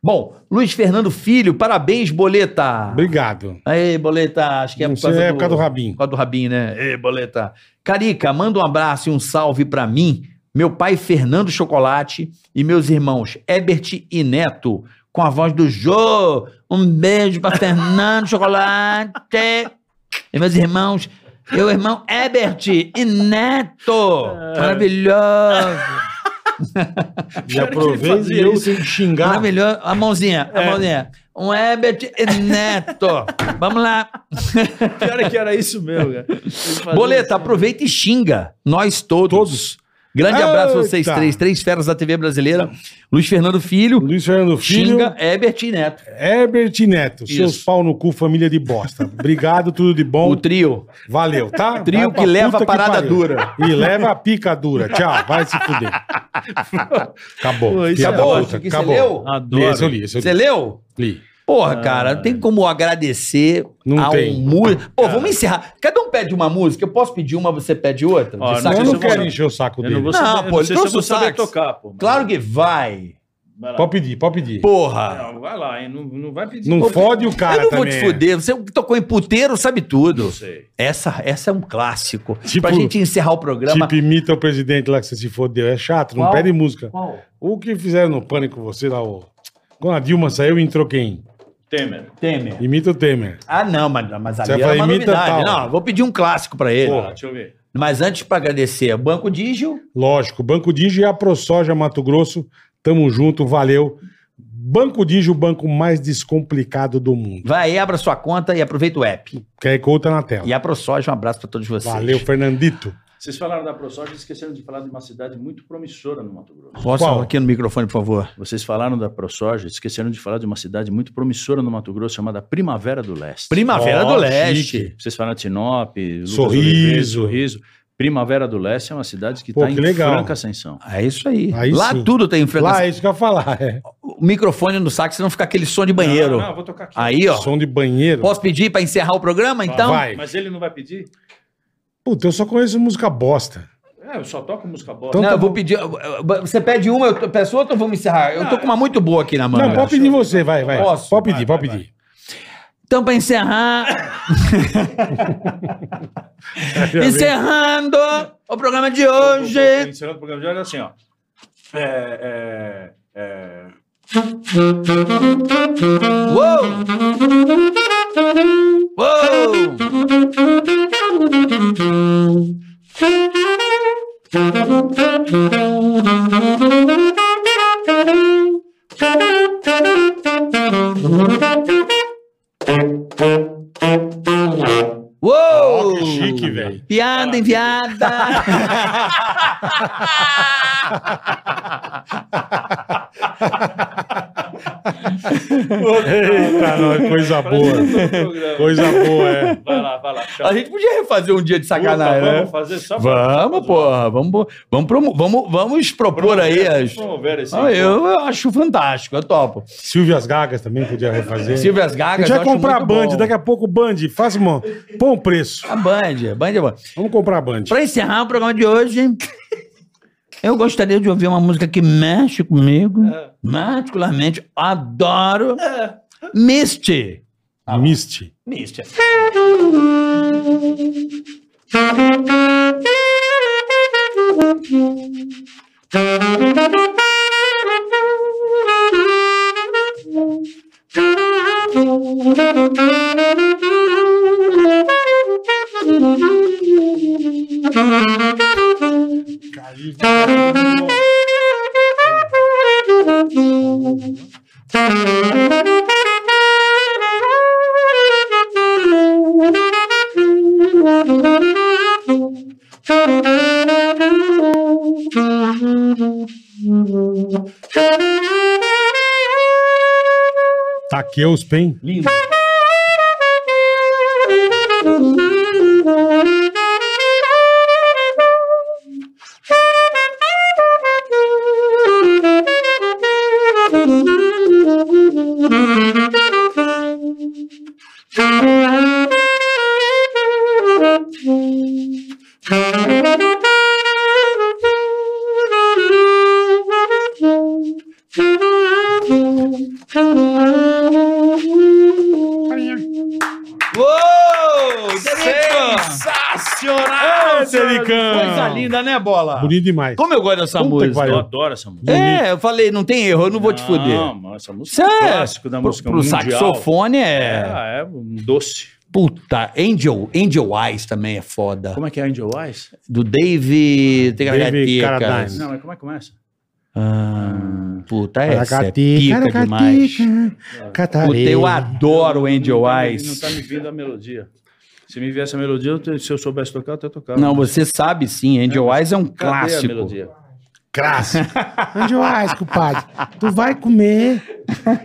Speaker 4: Bom, Luiz Fernando Filho, parabéns, Boleta.
Speaker 3: Obrigado.
Speaker 4: Aí, Boleta, acho que é
Speaker 3: Não sei, é por causa do Rabinho.
Speaker 4: Por causa do Rabinho, né? Ei, Boleta. Carica, manda um abraço e um salve pra mim, meu pai Fernando Chocolate e meus irmãos Ebert e Neto, com a voz do Jô. Um beijo pra Fernando Chocolate e meus irmãos, meu irmão Ebert e Neto. Maravilhoso.
Speaker 3: Já
Speaker 5: que ele
Speaker 3: provei e
Speaker 5: fazia
Speaker 3: eu
Speaker 5: isso.
Speaker 3: sem xingar.
Speaker 4: Maravilhoso. A mãozinha, a mãozinha. Um Ebert e Neto. Vamos lá.
Speaker 5: Pior é que era isso mesmo, cara. Ele fazia
Speaker 4: Boleta,
Speaker 5: assim.
Speaker 4: aproveita e xinga. Nós todos.
Speaker 3: Todos.
Speaker 4: Grande abraço
Speaker 3: Eita.
Speaker 4: a
Speaker 3: Tá.
Speaker 4: vocês três, três feras da TV brasileira. Luiz Fernando Filho,
Speaker 3: Luiz Fernando Filho,
Speaker 4: xinga Herbert e Neto.
Speaker 3: Herbert e Neto. Seus
Speaker 4: Isso.
Speaker 3: pau no cu, família de bosta. Obrigado, tudo de bom.
Speaker 4: O trio.
Speaker 3: Valeu, tá?
Speaker 4: Trio
Speaker 3: Vai pra
Speaker 4: que leva
Speaker 3: puta
Speaker 4: a parada
Speaker 3: pariu.
Speaker 4: dura.
Speaker 3: E leva a pica dura. Tchau, vai se fuder. Acabou. Ah,
Speaker 5: Pô, isso é
Speaker 3: Piada
Speaker 5: bom,
Speaker 3: outra,
Speaker 4: isso que você leu?
Speaker 3: Li,
Speaker 5: Adoro.
Speaker 3: esse eu li, esse eu
Speaker 4: Você
Speaker 3: li.
Speaker 4: leu?
Speaker 3: Li.
Speaker 5: Ah.
Speaker 4: Porra, cara, não tem como agradecer
Speaker 3: Não
Speaker 4: a
Speaker 3: tem.
Speaker 4: um músico. Pô, vamos encerrar. Cada um pede uma música. Eu posso pedir uma, você pede outra? Você
Speaker 5: Ó, não
Speaker 3: Mas
Speaker 4: saca
Speaker 3: eu não
Speaker 5: sei se
Speaker 4: isso?
Speaker 5: eu
Speaker 3: quero
Speaker 5: vou-
Speaker 3: encher o saco
Speaker 5: Eu não
Speaker 3: dele.
Speaker 5: vou
Speaker 4: Não,
Speaker 5: saber, eu
Speaker 4: pô,
Speaker 5: não sei se eu
Speaker 4: trouxe
Speaker 5: vou
Speaker 4: o
Speaker 5: saber
Speaker 4: sax.
Speaker 5: tocar, pô. mas-
Speaker 4: Claro que vai.
Speaker 5: Vai lá.
Speaker 3: Pode pedir, pode pedir.
Speaker 4: Porra.
Speaker 5: Não, é. vai lá, hein? Não, não vai pedir.
Speaker 3: Não
Speaker 5: Pô,
Speaker 3: fode o
Speaker 4: eu
Speaker 3: cara
Speaker 4: não vou
Speaker 3: também. é.
Speaker 4: te fuder. Você que tocou em puteiro sabe tudo.
Speaker 5: Não sei.
Speaker 4: Essa, essa é um clássico.
Speaker 3: Tipo-
Speaker 4: pra gente encerrar o programa.
Speaker 3: Tipo, imita o presidente lá que você se fodeu. É chato, não
Speaker 4: Qual?
Speaker 3: pede música.
Speaker 4: Qual?
Speaker 3: O que fizeram no pânico você lá, o... Quando a Dilma saiu, entrou quem?
Speaker 5: Temer.
Speaker 4: Temer.
Speaker 3: Imita o Temer.
Speaker 4: Ah, não, mas, mas ali
Speaker 3: Você
Speaker 4: era
Speaker 3: vai
Speaker 4: uma
Speaker 3: imita
Speaker 4: novidade.
Speaker 3: tal.
Speaker 4: Não, vou pedir um clássico pra ele.
Speaker 5: Ah, deixa eu ver.
Speaker 4: Mas antes, pra agradecer, Banco Digio,
Speaker 3: Lógico, Banco Digio e a ProSoja Mato Grosso. Tamo junto, valeu. Banco Digio, o banco mais descomplicado do mundo.
Speaker 4: vai aí, abra sua conta e aproveita o app.
Speaker 3: QR Code tá na tela.
Speaker 4: E a ProSoja, um abraço pra todos vocês.
Speaker 3: Valeu, Fernandito.
Speaker 5: Vocês falaram da ProSoja e esqueceram de falar de uma cidade muito promissora no Mato Grosso.
Speaker 4: Posso
Speaker 3: Qual?
Speaker 4: aqui no microfone, por favor?
Speaker 5: Vocês falaram da ProSoja e esqueceram de falar de uma cidade muito promissora no Mato Grosso chamada Primavera do Leste.
Speaker 4: Primavera
Speaker 3: Ó,
Speaker 4: do Leste.
Speaker 3: chique.
Speaker 5: Vocês falaram de Sinop, Lucas
Speaker 3: Sorriso.
Speaker 5: Oliveira, Sorriso. Primavera do Leste é uma cidade que
Speaker 3: Pô,
Speaker 5: está
Speaker 3: que
Speaker 5: em
Speaker 3: legal.
Speaker 5: franca ascensão.
Speaker 4: É isso aí.
Speaker 3: Aí
Speaker 4: Lá
Speaker 3: sim.
Speaker 4: tudo tem
Speaker 3: Lá
Speaker 4: enfrentamento.
Speaker 3: é isso que eu ia falar. é.
Speaker 4: O microfone no saco, senão fica aquele som de banheiro.
Speaker 5: Não, não, vou tocar aqui.
Speaker 4: Aí, ó.
Speaker 3: Som de banheiro.
Speaker 4: Posso pedir pra encerrar o programa, então?
Speaker 3: Vai.
Speaker 5: Mas ele não vai pedir?
Speaker 3: Puta, eu só conheço música bosta.
Speaker 5: É, eu só toco música boa.
Speaker 3: Então
Speaker 4: não,
Speaker 3: tá
Speaker 4: eu vou
Speaker 3: bom.
Speaker 4: pedir. eu- eu- Você pede uma, eu peço outra ou vamos encerrar? Eu tô com uma muito boa aqui na mão.
Speaker 3: Ah, não, pode pedir você, vai, vai.
Speaker 4: Posso?
Speaker 3: Pode pedir,
Speaker 5: Vai,
Speaker 3: pode
Speaker 5: vai,
Speaker 3: pedir.
Speaker 4: Então, pra encerrar.
Speaker 3: É
Speaker 4: Encerrando o programa de hoje.
Speaker 5: Encerrando o programa de hoje assim, ó. É, é, é...
Speaker 4: Uou! Uou!
Speaker 3: Ó,
Speaker 4: Uou!
Speaker 3: que chique, velho.
Speaker 4: Piada enviada.
Speaker 3: Eita, não, é coisa boa. Coisa boa, tá é.
Speaker 5: um Vai lá, vai lá. Tchau.
Speaker 4: A gente podia refazer um dia de sacanagem,
Speaker 5: Puta,
Speaker 4: né?
Speaker 5: Vamos fazer só
Speaker 4: Vamos, porra, vamos, bo- vamos, promo- vamos, vamos propor aí as.
Speaker 5: Promover esse
Speaker 4: Ah, eu eu acho fantástico, eu topo.
Speaker 3: Silvio As Gagas também podia refazer.
Speaker 4: Silvio As
Speaker 3: a
Speaker 4: Gagas.
Speaker 3: gente
Speaker 4: eu
Speaker 3: vai
Speaker 4: acho
Speaker 3: comprar a
Speaker 4: muito
Speaker 3: Band,
Speaker 4: bom.
Speaker 3: daqui a pouco Band, faz uma, põe um preço.
Speaker 4: A Band, a Band é bom.
Speaker 3: Vamos comprar a Band.
Speaker 4: Pra encerrar o programa de hoje, eu gostaria de ouvir uma música que mexe comigo. Particularmente, adoro. Misty.
Speaker 7: Ah.
Speaker 3: Mist.
Speaker 4: Misty.
Speaker 7: Tá é
Speaker 3: Taqueus, pen.
Speaker 4: Lindo.
Speaker 7: Thank you.
Speaker 4: coisa linda, né, Bola?
Speaker 7: Bonito demais.
Speaker 4: Como eu gosto dessa
Speaker 7: Puta que
Speaker 4: música.
Speaker 7: pariu.
Speaker 5: Eu adoro essa música.
Speaker 4: É, eu falei, não tem erro, eu não vou te fuder.
Speaker 5: Não, mano, essa
Speaker 4: Isso
Speaker 5: música é um
Speaker 4: é
Speaker 5: clássico da
Speaker 4: pro,
Speaker 5: música
Speaker 4: pro
Speaker 5: mundial.
Speaker 4: saxofone é...
Speaker 5: É, é um doce.
Speaker 4: Puta, Angel, Angel Eyes também é foda.
Speaker 5: Como é que é Angel Eyes?
Speaker 4: Do
Speaker 7: Dave
Speaker 4: Dave... Tegaratica.
Speaker 7: Carradine.
Speaker 5: Não, mas como é que começa?
Speaker 4: Ah, puta, essa é
Speaker 7: Caracatica,
Speaker 4: pica demais.
Speaker 7: caracatica,
Speaker 4: Puta,
Speaker 7: catarei.
Speaker 4: eu adoro
Speaker 5: Não
Speaker 4: Angel
Speaker 5: tá me- Não
Speaker 4: Eyes.
Speaker 5: tá me vindo a melodia. Se me viesse a melodia, eu te- se eu soubesse tocar, eu até tocava.
Speaker 4: Não, você sabe sim, Angel Eyes é um
Speaker 5: Cadê a
Speaker 4: clássico.
Speaker 5: melodia?
Speaker 7: Clássico. Angel Eyes, compadre. Tu vai comer.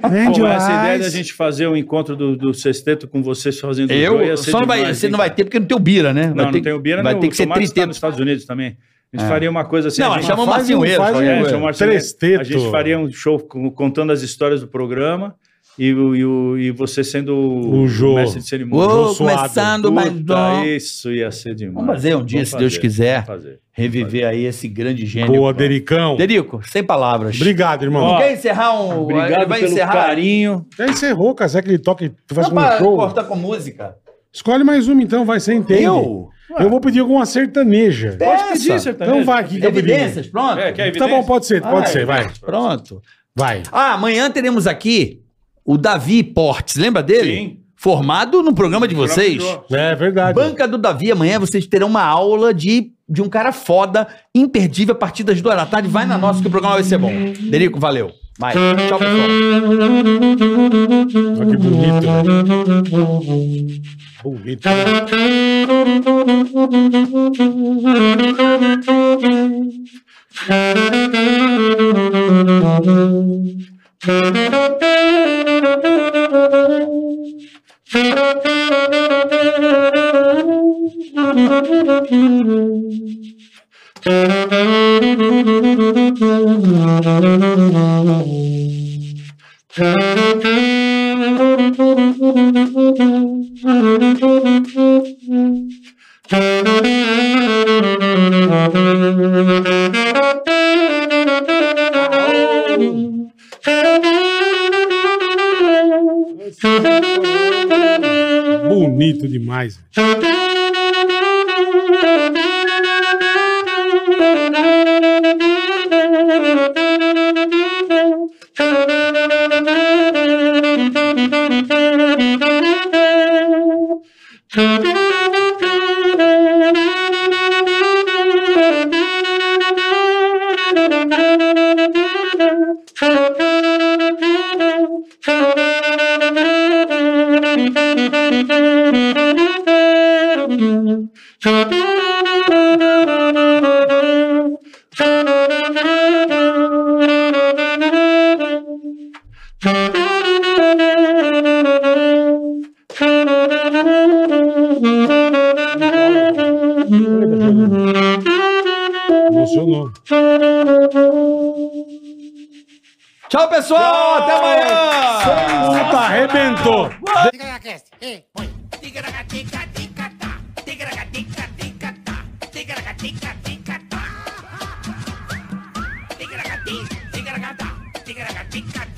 Speaker 7: né, Angel
Speaker 5: Bom, essa ideia
Speaker 4: é
Speaker 5: da
Speaker 7: Eyes.
Speaker 5: gente fazer um encontro do, do sexteto com vocês fazendo
Speaker 4: Eu? só não vai, você não vai ter porque não tem o Bira, né?
Speaker 5: Não,
Speaker 4: ter,
Speaker 5: não tem o Bira,
Speaker 4: Vai
Speaker 5: não,
Speaker 4: ter
Speaker 5: o
Speaker 4: que ser
Speaker 5: Tomás tá nos
Speaker 4: triteto.
Speaker 5: Estados Unidos também. A gente faria uma coisa assim.
Speaker 4: Não,
Speaker 5: a gente-
Speaker 4: chama o
Speaker 7: Faz
Speaker 4: Marcinho
Speaker 7: um-
Speaker 4: Eiro.
Speaker 7: faz um-
Speaker 5: É, seu Marcelo,
Speaker 7: Tresteto.
Speaker 5: A gente faria um show com- contando as histórias do programa e, o- e, o- e você sendo
Speaker 7: O Jô.
Speaker 5: mestre de cerimônia.
Speaker 4: Ô,
Speaker 7: João Suado.
Speaker 4: começando mais
Speaker 5: um- Puta,
Speaker 4: um.
Speaker 5: isso ia ser demais.
Speaker 4: Vamos fazer um dia,
Speaker 5: Vamos
Speaker 4: se Deus
Speaker 5: fazer,
Speaker 4: quiser.
Speaker 5: vamos fazer.
Speaker 4: Reviver aí esse grande gênio.
Speaker 7: Boa, Dericão.
Speaker 4: Derico, sem palavras.
Speaker 7: Obrigado, irmão.
Speaker 5: Ó,
Speaker 4: Quer encerrar um...
Speaker 5: Obrigado
Speaker 4: ele vai
Speaker 5: pelo
Speaker 4: encerrar...
Speaker 5: carinho.
Speaker 7: Já encerrou, cara. Será que ele toca e tu faz
Speaker 4: Não,
Speaker 7: um
Speaker 4: pra
Speaker 7: show?
Speaker 4: cortar com música.
Speaker 7: Escolhe mais uma, então. Vai, você entende.
Speaker 4: Eu?
Speaker 7: Eu vou pedir alguma sertaneja.
Speaker 4: Pode
Speaker 5: pedir, sertanejo.
Speaker 7: Então vai aqui que eu pedi.
Speaker 4: Evidências, pronto?
Speaker 5: É, quer
Speaker 7: Tá
Speaker 5: evidência?
Speaker 7: bom, pode ser, pode
Speaker 4: Ah,
Speaker 7: ser. Vai,
Speaker 4: Pronto.
Speaker 7: vai.
Speaker 4: Ah, amanhã teremos aqui o Davi Portes, lembra dele?
Speaker 5: Sim.
Speaker 4: Formado no programa de vocês.
Speaker 5: Jô.
Speaker 7: É verdade.
Speaker 4: Banca do Davi, amanhã vocês terão uma aula de, de um cara foda, imperdível, a partir das duas da tarde. Vai na nossa que o programa vai ser bom. Derico, valeu. Vai. Tchau, pessoal.
Speaker 7: Olha que bonito. velho. Bonito. Bonito demais. Emocionou.
Speaker 4: Tchau, pessoal. Até amanhã.
Speaker 7: Puta, arrebentou.
Speaker 2: Tica-tica-tica-tica-tica-tica-tica-tica-tica.